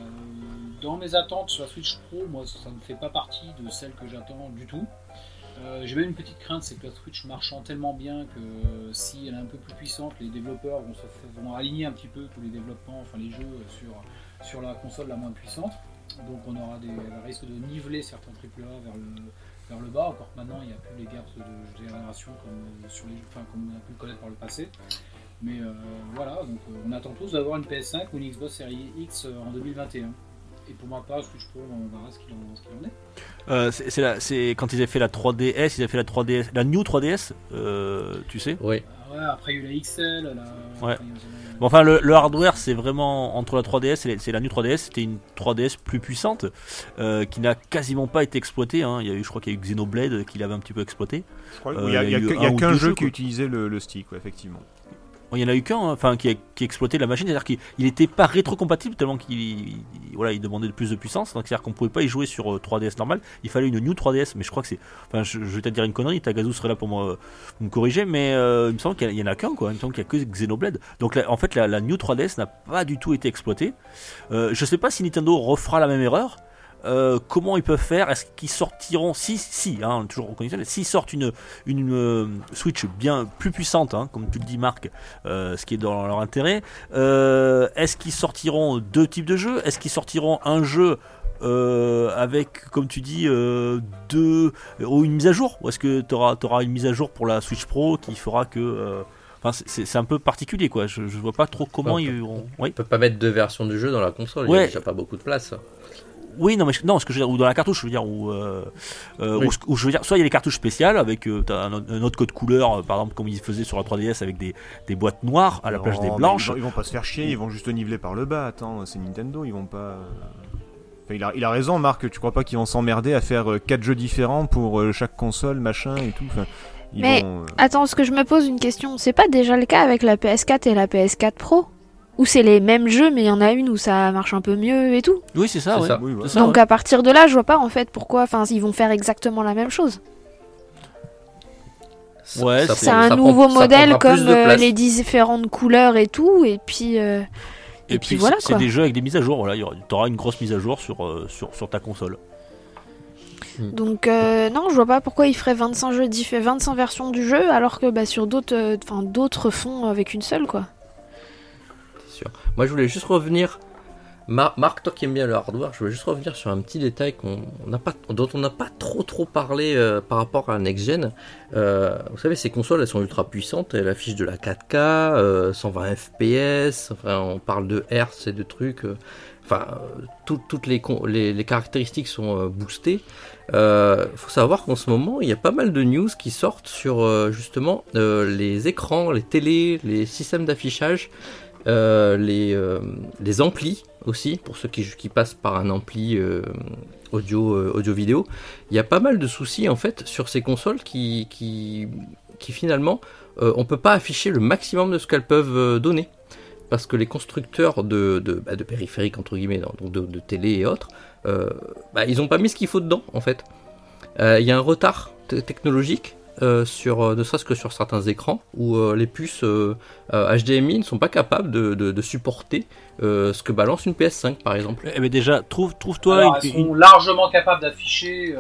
Speaker 6: dans mes attentes sur la Switch Pro, moi, ça ne fait pas partie de celle que j'attends du tout. Euh, J'ai même une petite crainte, c'est que la Switch marchant tellement bien que euh, si elle est un peu plus puissante, les développeurs vont, se fa- vont aligner un petit peu tous les développements, enfin les jeux euh, sur, sur la console la moins puissante. Donc on aura des elle risque de niveler certains AAA vers le, vers le bas. Encore que maintenant, il n'y a plus les gaps de génération comme, euh, sur les, jeux- enfin, comme on a pu le connaître par le passé. Mais euh, voilà, donc euh, on attend tous d'avoir une PS5 ou une Xbox Series X euh, en 2021. Et pour ma part, Switch Pro, on verra ce qu'il en, ce qu'il en est.
Speaker 5: Euh, c'est, c'est la- c'est quand ils avaient fait la 3DS, ils avaient fait la 3DS, la New 3DS, euh, tu sais.
Speaker 4: Oui.
Speaker 6: Ah ouais, après il y a eu la XL, la.
Speaker 5: Ouais.
Speaker 6: après, il y a eu-
Speaker 5: Bon, enfin, le, le hardware, c'est vraiment entre la 3DS et la- c'est la New 3DS. C'était une 3DS plus puissante euh, qui n'a quasiment pas été exploitée. hein. Il y a eu, je crois qu'il y a eu Xenoblade qui l'avait un petit peu exploité.
Speaker 2: Je crois-
Speaker 5: Euh,
Speaker 2: il y a, il y a
Speaker 5: eu
Speaker 2: que- il y a
Speaker 5: un ou
Speaker 2: qu'un
Speaker 5: deux
Speaker 2: jeu
Speaker 5: jeux,
Speaker 2: qui
Speaker 5: quoi.
Speaker 2: utilisait le, le stick, ouais, effectivement.
Speaker 5: Bon, il y en a eu qu'un, hein, enfin, qui, a- qui exploitait la machine, c'est-à-dire qu'il n'était pas rétrocompatible tellement qu'il il- voilà, il demandait de plus de puissance. Donc, c'est-à-dire qu'on pouvait pas y jouer sur euh, 3DS normale. Il fallait une New 3DS, mais je crois que c'est. Enfin, je, je vais peut-être dire une connerie. Tagazu serait là pour me, pour me corriger, mais euh, il me semble qu'il y en a qu'un, quoi. Il me semble qu'il y a que Xenoblade. Donc, la- en fait, la, la New 3DS n'a pas du tout été exploitée. Euh, je sais pas si Nintendo refera la même erreur. Euh, comment ils peuvent faire Est-ce qu'ils sortiront si si hein, toujours au conditionnel s'ils sortent une une euh, Switch bien plus puissante hein, comme tu le dis Marc euh, ce qui est dans leur intérêt euh, est-ce qu'ils sortiront deux types de jeux est-ce qu'ils sortiront un jeu euh, avec comme tu dis euh, deux ou une mise à jour ou est-ce que tu auras, une mise à jour pour la Switch Pro qui fera que euh, enfin c'est- c'est c'est un peu particulier quoi je, je vois pas trop comment
Speaker 4: Ouais,
Speaker 5: ils vont oui
Speaker 4: On peut pas mettre deux versions du jeu dans la console. Il y a
Speaker 5: Ouais.
Speaker 4: déjà pas beaucoup de place.
Speaker 5: Oui, non, mais je- non, ce que je veux dire, ou dans la cartouche, je veux dire, ou, euh, euh,
Speaker 4: Oui.
Speaker 5: ou ce- ou je veux dire, soit il y a les cartouches spéciales avec euh, t'as un, autre- un autre code couleur, euh, par exemple, comme ils faisaient sur la 3DS avec des, des boîtes noires à la place
Speaker 2: Non,
Speaker 5: des
Speaker 2: mais
Speaker 5: blanches.
Speaker 2: Ils vont, ils vont pas se faire chier, ils vont juste niveler par le bas. Attends, c'est Nintendo, ils vont pas. euh, enfin, il, a, il a raison, Marc. Tu crois pas qu'ils vont s'emmerder à faire 4 jeux différents pour euh, chaque console, machin et tout enfin, ils
Speaker 3: Mais-
Speaker 2: vont, euh,
Speaker 3: Attends, ce que je me pose une question, c'est pas déjà le cas avec la PS4 et la PS4 Pro Où c'est les mêmes jeux, mais il y en a une où ça marche un peu mieux et tout.
Speaker 5: Oui, c'est ça,
Speaker 4: C'est
Speaker 5: ouais.
Speaker 4: ça.
Speaker 2: oui, voilà.
Speaker 5: C'est ça,
Speaker 3: Donc
Speaker 5: ouais.
Speaker 3: à partir de là, je vois pas en fait pourquoi. Enfin, ils vont faire exactement la même chose.
Speaker 4: Ça-
Speaker 5: Ouais,
Speaker 4: ça
Speaker 5: c'est-
Speaker 3: C'est
Speaker 4: prend-
Speaker 3: un
Speaker 4: ça
Speaker 3: nouveau
Speaker 4: prend- ça
Speaker 3: modèle
Speaker 4: prendra plus
Speaker 3: comme
Speaker 4: de
Speaker 3: euh,
Speaker 4: place.
Speaker 3: les différentes couleurs et tout, et puis. euh,
Speaker 5: Et,
Speaker 3: Et
Speaker 5: puis,
Speaker 3: puis voilà,
Speaker 5: c'est c'est
Speaker 3: quoi.
Speaker 5: des jeux avec des mises à jour, voilà, il y aura- t'auras une grosse mise à jour sur, euh, sur, sur ta console.
Speaker 3: Donc euh, non, je vois pas pourquoi il ferait 25 jeux diff- 25 versions du jeu alors que bah, sur d'autres euh, enfin, d'autres fonds avec une seule quoi.
Speaker 4: C'est sûr. Moi, je voulais juste revenir. Mar- Marc, toi qui aimes bien le hardware, je voulais juste revenir sur un petit détail qu'on on n'a pas, dont on n'a pas trop trop parlé euh, par rapport à la next gen. Euh, vous savez, ces consoles, elles sont ultra puissantes. Elles affichent de la 4K, euh, 120 FPS. Enfin, on parle de Hertz et de trucs. euh, Enfin, euh, tout- toutes les, con- les, les caractéristiques sont euh, boostées. Euh, faut savoir qu'en ce moment, il y a pas mal de news qui sortent sur euh, justement euh, les écrans, les télés, les systèmes d'affichage euh, les, euh, les amplis aussi, pour ceux qui, qui passent par un ampli euh, audio, euh, audio vidéo, il y a pas mal de soucis en fait sur ces consoles qui, qui, qui finalement euh, on peut pas afficher le maximum de ce qu'elles peuvent euh, donner. Parce que les constructeurs de, de, bah, de périphériques, entre guillemets, donc de, de télé et autres, euh, bah, ils ont pas mis ce qu'il faut dedans en fait. Euh, Il y a un retard te- technologique, euh, sur, euh, ne serait-ce que sur certains écrans, où euh, les puces euh, euh, HDMI ne sont pas capables de, de- de supporter euh, ce que balance une PS5 par exemple.
Speaker 5: Eh ben déjà, trouve, trouve-toi
Speaker 6: Alors,
Speaker 5: une-
Speaker 6: elles
Speaker 5: une-
Speaker 6: sont largement capables d'afficher, euh,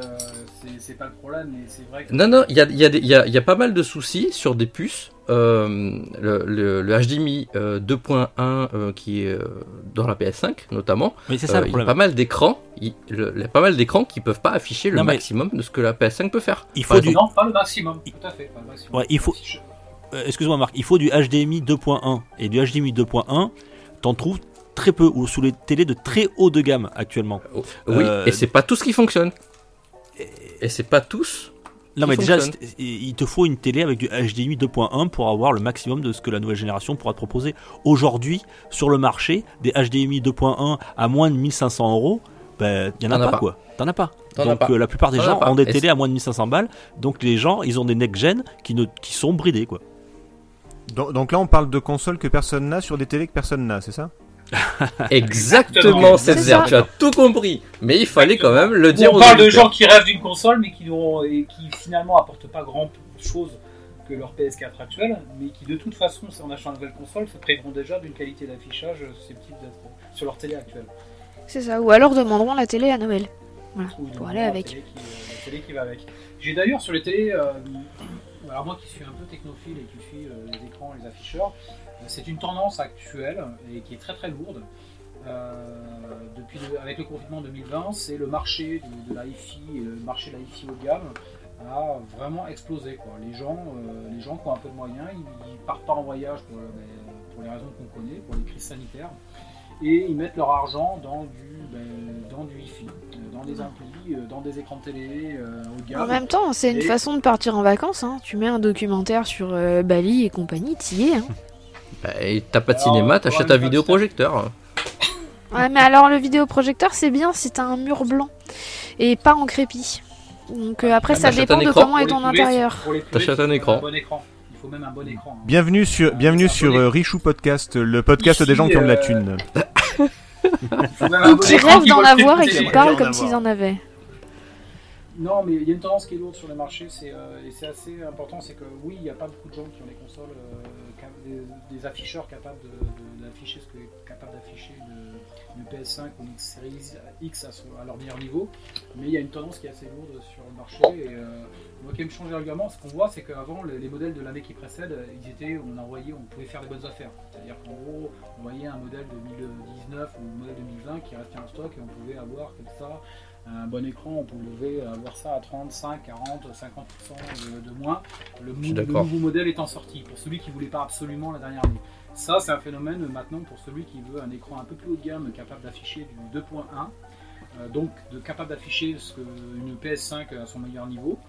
Speaker 6: c'est- c'est pas le problème, mais c'est vrai que.
Speaker 4: Non, non, il y a, il y a des- il y a- il y a pas mal de soucis sur des puces. Euh, le, le- le HDMI euh, 2.1 euh, qui est euh, dans la PS5 notamment,
Speaker 5: Mais c'est
Speaker 4: euh,
Speaker 5: ça le
Speaker 4: il y a
Speaker 5: problème.
Speaker 4: pas mal d'écrans, il, le- il y a pas mal d'écrans qui peuvent pas afficher le
Speaker 5: Non, mais-
Speaker 4: maximum de ce que la PS5 peut faire.
Speaker 5: Il
Speaker 4: Par
Speaker 5: faut du.
Speaker 6: Non, pas le maximum, tout à fait. Pas le maximum.
Speaker 5: Ouais, il faut-
Speaker 6: Affiche-
Speaker 5: euh, excuse-moi, Marc. Il faut du HDMI 2.1 et du HDMI 2.1. T'en trouves très peu ou sous les télés de très haut de gamme actuellement.
Speaker 4: Oui,
Speaker 5: Euh,
Speaker 4: et c'est pas tout ce qui fonctionne. Et c'est pas tous.
Speaker 5: Non
Speaker 4: qui
Speaker 5: mais déjà,
Speaker 4: fonctionne.
Speaker 5: c'est- il te faut une télé avec du HDMI 2.1 pour avoir le maximum de ce que la nouvelle génération pourra te proposer. Aujourd'hui, sur le marché, des HDMI 2.1 à moins de 1500 euros, ben, il y en a
Speaker 4: T'en as
Speaker 5: pas,
Speaker 4: pas.
Speaker 5: quoi. T'en as pas.
Speaker 4: T'en as
Speaker 5: donc
Speaker 4: pas.
Speaker 5: euh, la plupart des
Speaker 4: T'en as
Speaker 5: gens
Speaker 4: pas.
Speaker 5: ont des
Speaker 4: Et
Speaker 5: télés
Speaker 4: c'est-
Speaker 5: à moins de 1500 balles. Donc les gens, ils ont des next-gen qui, ne, qui sont bridés quoi.
Speaker 2: Donc, donc là, on parle de consoles que personne n'a sur des télés que personne n'a, c'est ça
Speaker 4: Exactement,
Speaker 3: C'est
Speaker 4: César,
Speaker 3: ça.
Speaker 4: tu as tout compris. Mais il fallait quand même le dire
Speaker 6: on
Speaker 4: aux
Speaker 6: parle de
Speaker 4: auditeurs.
Speaker 6: gens qui rêvent d'une console, mais qui, n'auront- et qui finalement apportent pas grand chose que leur PS4 actuelle, mais qui de toute façon, si on achète une nouvelle console, se priveront déjà d'une qualité d'affichage susceptible d'être sur leur télé actuelle.
Speaker 3: C'est ça ou alors demanderont la télé à Noël.
Speaker 6: Ou ils
Speaker 3: Pour
Speaker 6: ont
Speaker 3: aller
Speaker 6: la
Speaker 3: avec.
Speaker 6: télé qui- euh, la télé qui va avec. J'ai d'ailleurs sur les télés, euh, alors moi qui suis un peu technophile et qui suis euh, les écrans, les afficheurs, euh, c'est une tendance actuelle et qui est très très lourde. Euh, depuis le- avec le confinement 2020, c'est le marché du- de, la hi le marché de la hi haut de gamme a vraiment explosé. Quoi. Les, gens, euh, les gens qui ont un peu de moyens, ils, ils partent pas en voyage pour, euh, ben, pour les raisons qu'on connaît, pour les crises sanitaires, et ils mettent leur argent dans du, ben, dans du hi-fi, euh, dans des amplis, euh, dans des écrans de télé, euh, haut de gamme.
Speaker 3: En même temps, c'est une
Speaker 6: Et-
Speaker 3: façon de partir en vacances hein. Tu mets un documentaire sur euh, Bali et compagnie, t'y es hein.
Speaker 4: Bah, et T'as pas de
Speaker 6: Alors,
Speaker 4: cinéma,
Speaker 6: on
Speaker 4: t'achètes
Speaker 6: pourra même
Speaker 4: un
Speaker 6: pas
Speaker 4: vidéoprojecteur. hein.
Speaker 3: Ouais, mais alors le vidéoprojecteur, c'est bien si t'as un mur blanc et pas en crépi. Donc euh, après,
Speaker 6: Ah,
Speaker 4: bah,
Speaker 3: ça
Speaker 4: t'achètes
Speaker 3: dépend
Speaker 4: un
Speaker 3: de
Speaker 4: écran
Speaker 3: comment est
Speaker 6: Pour les
Speaker 3: ton
Speaker 6: poulettes,
Speaker 3: intérieur.
Speaker 6: pour les poulettes,
Speaker 4: T'achètes un
Speaker 6: il faut
Speaker 4: écran.
Speaker 6: Un bon écran. Il faut même un bon écran. hein.
Speaker 2: Bienvenue sur, bienvenue sur euh, Richou Podcast, le podcast
Speaker 6: Ici,
Speaker 2: des gens qui ont de la
Speaker 6: euh,
Speaker 2: thune.
Speaker 6: Il faut même un bon
Speaker 3: Qui
Speaker 6: écran
Speaker 3: rêvent
Speaker 6: qui
Speaker 3: d'en
Speaker 6: voit le
Speaker 3: avoir et
Speaker 6: film
Speaker 3: qui
Speaker 6: télé.
Speaker 3: parlent
Speaker 2: en
Speaker 3: comme
Speaker 2: avoir.
Speaker 3: s'ils en avaient.
Speaker 6: Non, mais il y a une tendance qui est lourde sur le marché, c'est euh, et c'est assez important, c'est que oui, il n'y a pas beaucoup de gens qui ont des consoles, euh, cap- des, des afficheurs capables de- de- d'afficher ce que est capable d'afficher le, le PS5 ou une Series X à, son- à leur meilleur niveau, mais il y a une tendance qui est assez lourde sur le marché. Et euh, moi qui aime changer régulièrement, ce qu'on voit, c'est qu'avant, les, les modèles de l'année qui précède, ils étaient, on envoyait, on pouvait faire des bonnes affaires. C'est-à-dire qu'en gros, on voyait un modèle 2019 ou un modèle 2020 qui restait en stock et on pouvait avoir comme ça un bon écran, on pouvait avoir ça à 35, 40, 50% de, de moins. Le,
Speaker 4: Je suis
Speaker 6: mou- le
Speaker 4: d'accord.
Speaker 6: nouveau modèle étant sorti, pour celui qui voulait pas absolument la dernière année. Ça, c'est un phénomène euh, maintenant pour celui qui veut un écran un peu plus haut de gamme, capable d'afficher du 2.1, euh, donc de, capable d'afficher ce que une PS5 à son meilleur niveau.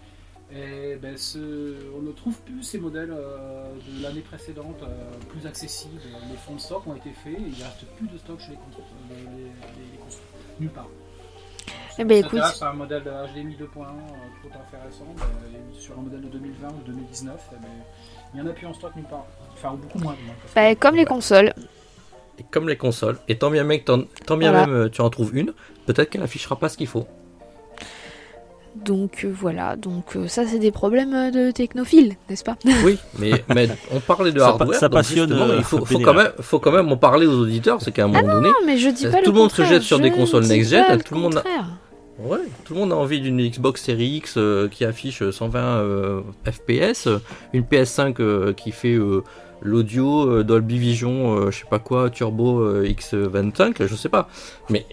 Speaker 6: Et ben, ce- on ne trouve plus ces modèles euh, de l'année précédente euh, plus accessibles. Les fonds de stock ont été faits, et il ne reste plus de stock chez les, constru- euh, les- les- les constructeurs, nulle part.
Speaker 3: Eh ben,
Speaker 6: Ça
Speaker 3: écoute.
Speaker 6: s'intéresse à un modèle de HDMI 2.1 euh, tout intéressant, euh, et sur un modèle de 2020 ou 2019, eh ben, il n'y en a plus en stock nulle part. Enfin, ou beaucoup moins. du moins, parce
Speaker 3: Bah,
Speaker 6: que-
Speaker 3: comme les consoles.
Speaker 4: Et comme les consoles. Et tant bien, mec, tant, tant bien
Speaker 3: Voilà.
Speaker 4: même euh, tu en trouves une, peut-être qu'elle affichera pas ce qu'il faut.
Speaker 3: Donc euh, voilà, donc euh, ça c'est des problèmes euh, de technophiles, n'est-ce pas
Speaker 4: Oui, mais, mais on parlait de
Speaker 5: Ça pa-
Speaker 4: hardware.
Speaker 5: ça
Speaker 4: donc
Speaker 5: passionne,
Speaker 4: justement,
Speaker 5: euh,
Speaker 4: il faut, faut
Speaker 5: Béné,
Speaker 4: quand
Speaker 5: là.
Speaker 4: même, faut quand même en parler aux auditeurs, c'est qu'à un moment donné,
Speaker 3: Non, mais je dis
Speaker 4: Euh,
Speaker 3: pas
Speaker 4: tout le monde se
Speaker 3: contraire,
Speaker 4: jette sur
Speaker 3: je
Speaker 4: des consoles
Speaker 3: ne dis
Speaker 4: next-gen,
Speaker 3: pas
Speaker 4: euh,
Speaker 3: le
Speaker 4: tout le monde a-
Speaker 3: contraire.
Speaker 4: Ouais, tout le monde a envie d'une Xbox Series X euh, qui affiche euh, 120 euh, FPS, euh, une PS5 euh, qui fait euh, l'audio euh, Dolby Vision, euh, je sais pas quoi, Turbo euh, X25, je sais pas. Mais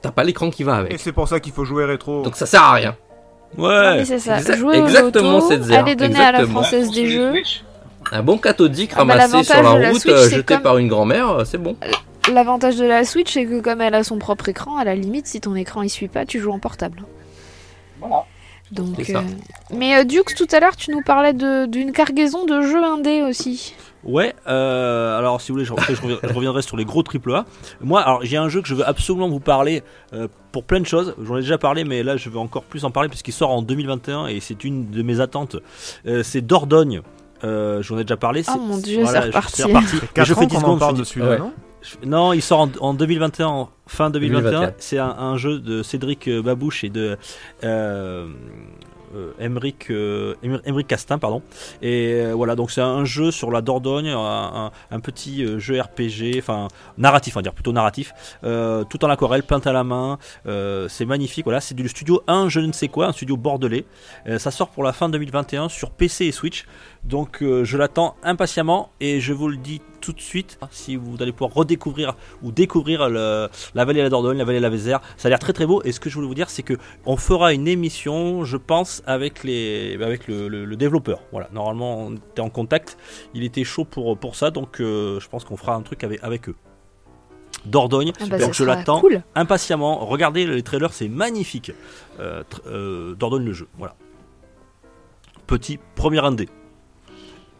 Speaker 4: t'as pas l'écran qui va
Speaker 2: Et
Speaker 4: avec.
Speaker 2: c'est pour ça qu'il faut jouer rétro.
Speaker 4: Donc ça sert à rien.
Speaker 3: Ah
Speaker 5: Ouais.
Speaker 3: oui, c'est ça.
Speaker 4: exa-
Speaker 3: Jouer au
Speaker 4: exactement,
Speaker 3: loto,
Speaker 4: Setzer,
Speaker 3: aller donner à la
Speaker 4: exactement.
Speaker 3: française des jeux.
Speaker 4: Un bon cathodique
Speaker 3: Ah bah,
Speaker 4: ramassé sur la
Speaker 3: l'avantage de la
Speaker 4: route,
Speaker 3: Switch,
Speaker 4: euh,
Speaker 3: c'est
Speaker 4: jeté
Speaker 3: comme-
Speaker 4: par une grand-mère, euh, c'est bon.
Speaker 3: L'avantage de la Switch, c'est que comme elle a son propre écran, à la limite, si ton écran il suit pas, tu joues en portable.
Speaker 6: Voilà.
Speaker 3: Donc,
Speaker 4: C'est ça.
Speaker 3: euh, Mais euh, Dukes, tout à l'heure, tu nous parlais de- d'une cargaison de jeux indés aussi.
Speaker 5: Ouais, euh, alors si vous voulez, je, après, je reviens- je reviendrai sur les gros triple A. Moi, alors j'ai un jeu que je veux absolument vous parler euh, pour plein de choses. J'en ai déjà parlé, mais là je veux encore plus en parler parce qu'il sort en 2021 et c'est une de mes attentes. Euh, c'est Dordogne. Euh, J'en ai déjà parlé.
Speaker 3: Oh
Speaker 5: c'est-
Speaker 3: mon Dieu,
Speaker 5: voilà,
Speaker 3: c'est
Speaker 5: je-
Speaker 3: reparti.
Speaker 5: c'est reparti.
Speaker 2: Quatre
Speaker 5: je fais
Speaker 2: ans
Speaker 5: 10
Speaker 2: qu'on en
Speaker 5: secondes,
Speaker 2: parle
Speaker 5: je
Speaker 2: de celui-là,
Speaker 4: Ouais.
Speaker 2: non
Speaker 5: Je- Non, il sort en, en 2021, en fin 2021.
Speaker 4: 2021.
Speaker 5: C'est un, un jeu de Cédric euh, Babouche et de euh, euh, Emeric, euh, Emer- Emeric Castin, pardon. Et euh, voilà, donc c'est un jeu sur la Dordogne, un, un- un petit euh, jeu RPG, enfin narratif, on va dire plutôt narratif, euh, tout en aquarelle, peint à la main. euh, c'est magnifique. Voilà, c'est du studio 1, je ne sais quoi, un studio bordelais. Euh, ça sort pour la fin 2021 sur PC et Switch. Donc euh, je l'attends impatiemment et je vous le dis tout de suite. Si vous allez pouvoir redécouvrir ou découvrir le- la vallée de la Dordogne, la vallée de la Vézère, ça a l'air très très beau. Et ce que je voulais vous dire, c'est que on fera une émission, je pense, avec les avec le, le- le développeur. Voilà, normalement on était en contact. Il était chaud pour pour ça, donc euh, je pense qu'on fera un truc avec avec eux. Dordogne,
Speaker 3: Ah bah,
Speaker 5: donc
Speaker 3: ça
Speaker 5: je
Speaker 3: sera
Speaker 5: l'attends
Speaker 3: Cool.
Speaker 5: impatiemment. Regardez les trailers, c'est magnifique. Euh, tr- euh, Dordogne le jeu, voilà. Petit premier indé.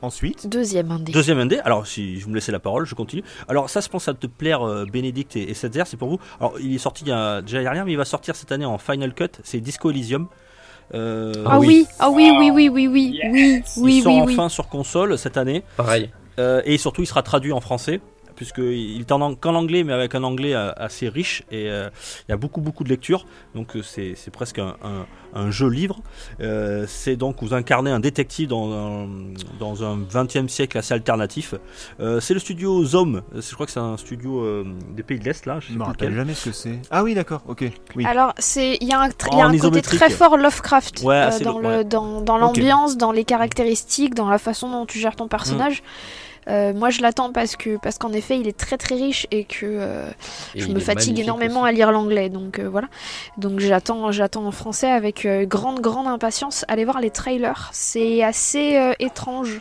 Speaker 2: Ensuite,
Speaker 3: Deuxième indé.
Speaker 5: Deuxième indé, alors si vous me laissez la parole, je continue. Alors ça, je pense que ça te plaire, euh, Bénédicte et, et Setzer, c'est pour vous. Alors il est sorti il y a- déjà l'année dernière, mais il va sortir cette année en Final Cut, c'est Disco Elysium. Euh,
Speaker 3: Ah
Speaker 4: oui.
Speaker 3: oui, ah oui, oui, oui, oui, oui,
Speaker 6: Yes.
Speaker 3: oui,
Speaker 5: il
Speaker 3: oui,
Speaker 5: sort
Speaker 3: oui, oui.
Speaker 5: enfin sur console cette année,
Speaker 4: Pareil.
Speaker 5: euh, et surtout il sera traduit en français, puisqu'il est en ang- qu'en anglais, mais avec un anglais euh, assez riche, et euh, il y a beaucoup beaucoup de lectures, donc euh, c'est c'est presque un, un- un jeu livre. Euh, c'est donc vous incarnez un détective dans un, dans un 20e siècle assez alternatif. Euh, c'est le studio Zom, Euh, je crois que c'est un studio euh, des pays de l'Est là,
Speaker 2: je
Speaker 5: je sais
Speaker 2: me
Speaker 5: plus
Speaker 2: rappelle
Speaker 5: lequel.
Speaker 2: jamais ce que c'est. Ah oui, d'accord, ok. Oui.
Speaker 3: Alors, c'est il y a un, tr- il y a
Speaker 5: En
Speaker 3: un côté
Speaker 5: isométrique.
Speaker 3: très fort Lovecraft
Speaker 5: Ouais,
Speaker 3: euh,
Speaker 5: assez
Speaker 3: dans
Speaker 5: lo-
Speaker 3: le
Speaker 5: ouais.
Speaker 3: dans, dans l'ambiance, dans les caractéristiques, dans la façon dont tu gères ton personnage.
Speaker 5: Mm.
Speaker 3: Euh, moi, je l'attends parce que parce qu'en effet, il est très très riche et que euh,
Speaker 4: Et
Speaker 3: je
Speaker 4: il
Speaker 3: me
Speaker 4: est
Speaker 3: fatigue
Speaker 4: magnifique
Speaker 3: énormément
Speaker 4: aussi.
Speaker 3: à lire l'anglais. Donc euh, voilà. Donc j'attends j'attends en français avec euh, grande grande impatience. Allez voir les trailers. C'est assez euh, étrange,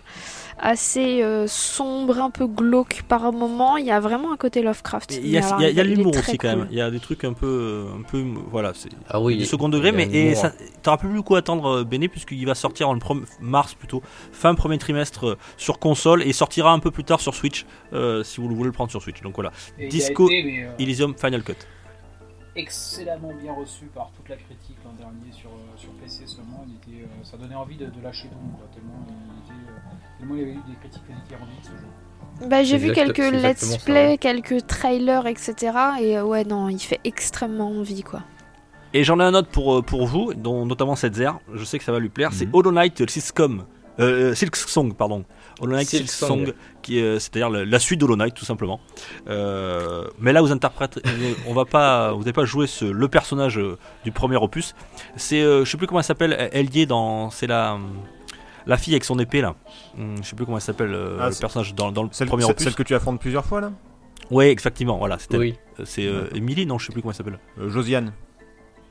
Speaker 3: assez euh, sombre, un peu glauque par moment. Il y a vraiment un côté Lovecraft.
Speaker 5: Et Il y a,
Speaker 3: Mais alors,
Speaker 5: il y a- il y a
Speaker 3: il est
Speaker 5: l'humour
Speaker 3: très
Speaker 5: aussi quand même,
Speaker 3: cool.
Speaker 5: il y a des trucs un peu, euh, un peu voilà, c'est
Speaker 4: Ah oui,
Speaker 5: du
Speaker 4: il-
Speaker 5: second degré,
Speaker 4: il y a
Speaker 5: mais
Speaker 4: un
Speaker 5: et
Speaker 4: humour.
Speaker 5: ça, t'auras plus beaucoup à attendre, euh, Béné, puisqu'il va sortir en le prom- mars plutôt, fin premier trimestre euh, sur console et sortira un peu plus tard sur Switch, euh, si vous le voulez le prendre sur Switch. Donc voilà,
Speaker 6: Et
Speaker 5: Disco-
Speaker 6: Il a été, mais, euh,
Speaker 5: Elysium Final Cut.
Speaker 6: excellemment bien reçu par toute la critique l'an dernier sur, euh, sur PC seulement. Il était, euh, ça donnait envie de, de lâcher tout, quoi, tellement, il était, euh, tellement il y avait eu des critiques positives en vite ce jeu.
Speaker 3: Bah, j'ai
Speaker 4: C'est
Speaker 3: vu
Speaker 4: exact-
Speaker 3: quelques
Speaker 4: c'est
Speaker 3: let's
Speaker 4: exactement ça,
Speaker 3: play,
Speaker 4: ouais.
Speaker 3: quelques trailers, etc. Et euh, ouais, non, il fait extrêmement envie, quoi.
Speaker 5: Et j'en ai un autre pour, euh, pour vous, dont notamment Setzer, je sais que ça va lui plaire, c'est
Speaker 2: Mhm.
Speaker 5: Hollow Knight Silksong. Euh, Silk Song, pardon. Hollow Knight Silk
Speaker 4: Silksong.
Speaker 5: Song, qui est, euh, c'est-à-dire la, la suite d'Hollow Knight, tout simplement. Euh, mais là, vous interprétez, on va pas, vous n'avez pas joué ce, le personnage euh, du premier opus. C'est, euh, je sais plus comment elle s'appelle, elle- elle y est dans, c'est la, hum, la fille avec son épée là. Hum, Je sais plus comment elle s'appelle euh,
Speaker 2: Ah,
Speaker 5: le
Speaker 2: c'est-
Speaker 5: personnage dans, dans le
Speaker 2: Celle,
Speaker 5: premier
Speaker 2: celle-
Speaker 5: opus.
Speaker 2: celle que tu affrontes plusieurs fois là
Speaker 5: Ouais, exactement. Voilà, c'était-
Speaker 4: Oui.
Speaker 5: c'est euh, Emily, non, je sais plus comment elle s'appelle.
Speaker 2: Euh, Josiane.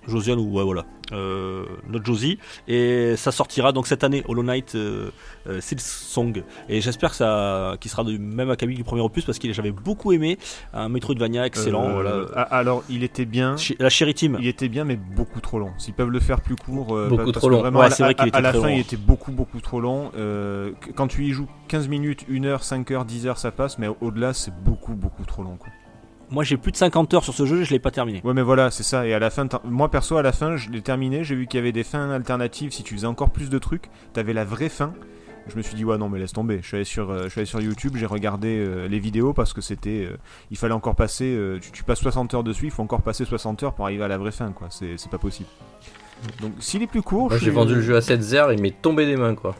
Speaker 5: Josiane ou ouais, voilà Euh, notre Josie et ça sortira donc cette année Hollow Knight euh, euh, Silksong et j'espère que ça qu'il sera du même acabit que du premier opus parce qu'il j'avais beaucoup aimé un Metroidvania excellent
Speaker 2: Euh, hein
Speaker 5: voilà
Speaker 2: ah, alors, il était bien.
Speaker 5: Chi- la Sherry Team
Speaker 2: Il était bien, mais beaucoup trop long. S'ils peuvent le faire plus court, euh,
Speaker 4: Beaucoup
Speaker 2: parce
Speaker 4: trop
Speaker 2: que
Speaker 4: long.
Speaker 2: Vraiment,
Speaker 5: Ouais,
Speaker 2: à la-
Speaker 5: c'est vrai qu'il
Speaker 2: à-
Speaker 5: était
Speaker 2: à la
Speaker 5: très
Speaker 2: fin,
Speaker 5: long.
Speaker 2: il était beaucoup, beaucoup trop long. Euh, qu- quand tu y joues 15 minutes, 1 heure, 5 heures, 10 heures, ça passe, mais au-delà, c'est beaucoup, beaucoup trop long. Quoi.
Speaker 5: moi j'ai plus de 50 heures sur ce jeu je l'ai pas terminé
Speaker 2: Ouais, mais voilà, c'est ça. Et à la fin, t'en- moi perso, à la fin, je l'ai terminé. J'ai vu qu'il y avait des fins alternatives. Si tu faisais encore plus de trucs, t'avais la vraie fin. Je me suis dit, ouais, non, mais laisse tomber. Je suis allé sur, euh, je suis allé sur YouTube, j'ai regardé euh, les vidéos parce que c'était. euh, il fallait encore passer. euh, tu, tu passes 60 heures dessus, il faut encore passer 60 heures pour arriver à la vraie fin, quoi. C'est c'est pas possible. Donc, s'il est plus court.
Speaker 4: Moi
Speaker 2: je
Speaker 4: j'ai
Speaker 2: suis-
Speaker 4: vendu le jeu à 7 0 il m'est tombé des mains quoi.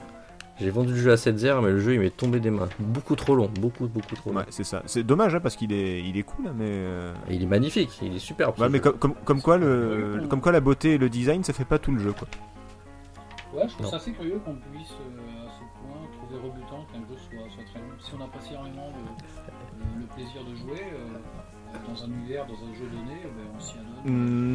Speaker 4: J'ai vendu le jeu à 7-0, mais le jeu il m'est tombé des mains. Beaucoup trop long, beaucoup, beaucoup trop long.
Speaker 2: Ouais, c'est ça. C'est dommage hein, parce qu'il est, il est cool, mais. euh,
Speaker 4: Et il est magnifique, il est superbe. ce
Speaker 2: Ouais, mais
Speaker 4: jeu.
Speaker 2: comme, comme, comme quoi le, comme quoi la beauté et le design, ça fait pas tout le jeu, quoi.
Speaker 6: Ouais, je trouve
Speaker 4: Non.
Speaker 6: ça assez curieux qu'on puisse euh, à ce point trouver rebutant qu'un jeu soit, soit très long. Si on apprécie énormément le, le- le plaisir de jouer euh, dans un univers, dans un jeu donné, ben, on s'y adonne.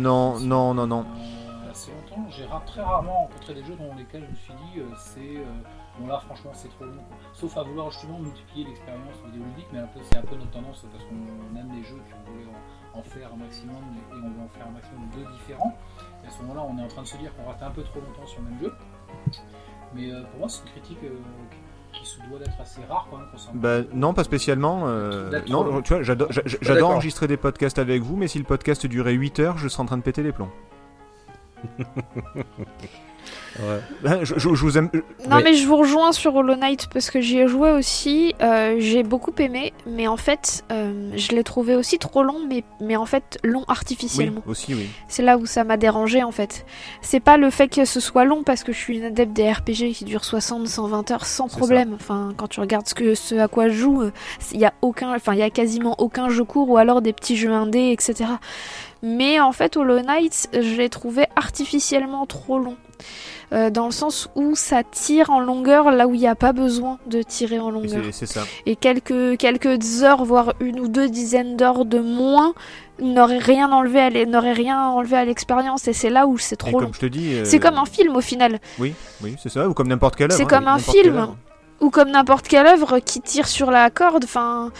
Speaker 2: Non, non, non, non.
Speaker 6: Euh, Assez longtemps, j'ai ra- très rarement rencontré des jeux dans lesquels je me suis dit euh, c'est euh, bon là franchement c'est trop long. quoi. Sauf à vouloir justement multiplier l'expérience vidéoludique, mais un peu- c'est un peu notre tendance parce qu'on aime les jeux puis on voulait en, en faire un maximum et on veut en faire un maximum de différents. Et à ce moment-là, on est en train de se dire qu'on rate un peu trop longtemps sur le même jeu. Mais euh, pour moi, c'est une critique euh, qui qui se doit d'être assez rare quand même concernant.
Speaker 2: Bah, non, pas spécialement. euh,
Speaker 3: Bah,
Speaker 6: D'accord.
Speaker 2: Non, tu vois, j'adore
Speaker 3: Ah,
Speaker 2: j'a- j'a-
Speaker 4: Pas
Speaker 2: j'adore
Speaker 4: d'accord.
Speaker 2: enregistrer des podcasts avec vous, mais si le podcast durait 8 heures, je serais en train de péter les plombs.
Speaker 4: Ouais.
Speaker 2: Hein, Je, je- je vous aime.
Speaker 3: Non
Speaker 4: Oui.
Speaker 3: mais je vous rejoins sur Hollow Knight parce que j'y ai joué aussi, euh, j'ai beaucoup aimé, mais en fait euh, je l'ai trouvé aussi trop long, mais, mais en fait long
Speaker 2: Oui,
Speaker 3: artificiellement.
Speaker 2: aussi, oui.
Speaker 3: C'est là où ça m'a dérangé en fait. C'est pas le fait que ce soit long parce que je suis une adepte des RPG qui durent 60, 120 heures sans
Speaker 2: C'est
Speaker 3: problème. Enfin, quand tu regardes ce, que, ce à quoi je joue, il y a aucun, enfin il y a quasiment aucun jeu court ou alors des petits jeux indés, etc. Mais en fait, Hollow Knight, je l'ai trouvé artificiellement trop long. Euh, dans le sens où ça tire en longueur là où il n'y a pas besoin de tirer en
Speaker 2: Et
Speaker 3: longueur
Speaker 2: c'est- C'est ça.
Speaker 3: et quelques, quelques heures, voire une ou deux dizaines d'heures de moins, n'aurait rien enlevé à l'e- n'aurait rien enlevé à l'expérience. Et c'est là où c'est
Speaker 2: Et
Speaker 3: trop long.
Speaker 2: comme je te dis. euh,
Speaker 3: C'est comme un film au final,
Speaker 2: Oui, oui, c'est ça. Ou comme n'importe quelle œuvre.
Speaker 3: C'est
Speaker 2: hein,
Speaker 3: comme un
Speaker 2: n'importe quelle
Speaker 3: film.
Speaker 2: œuvre.
Speaker 3: ou comme n'importe quelle œuvre qui tire sur la corde. Enfin,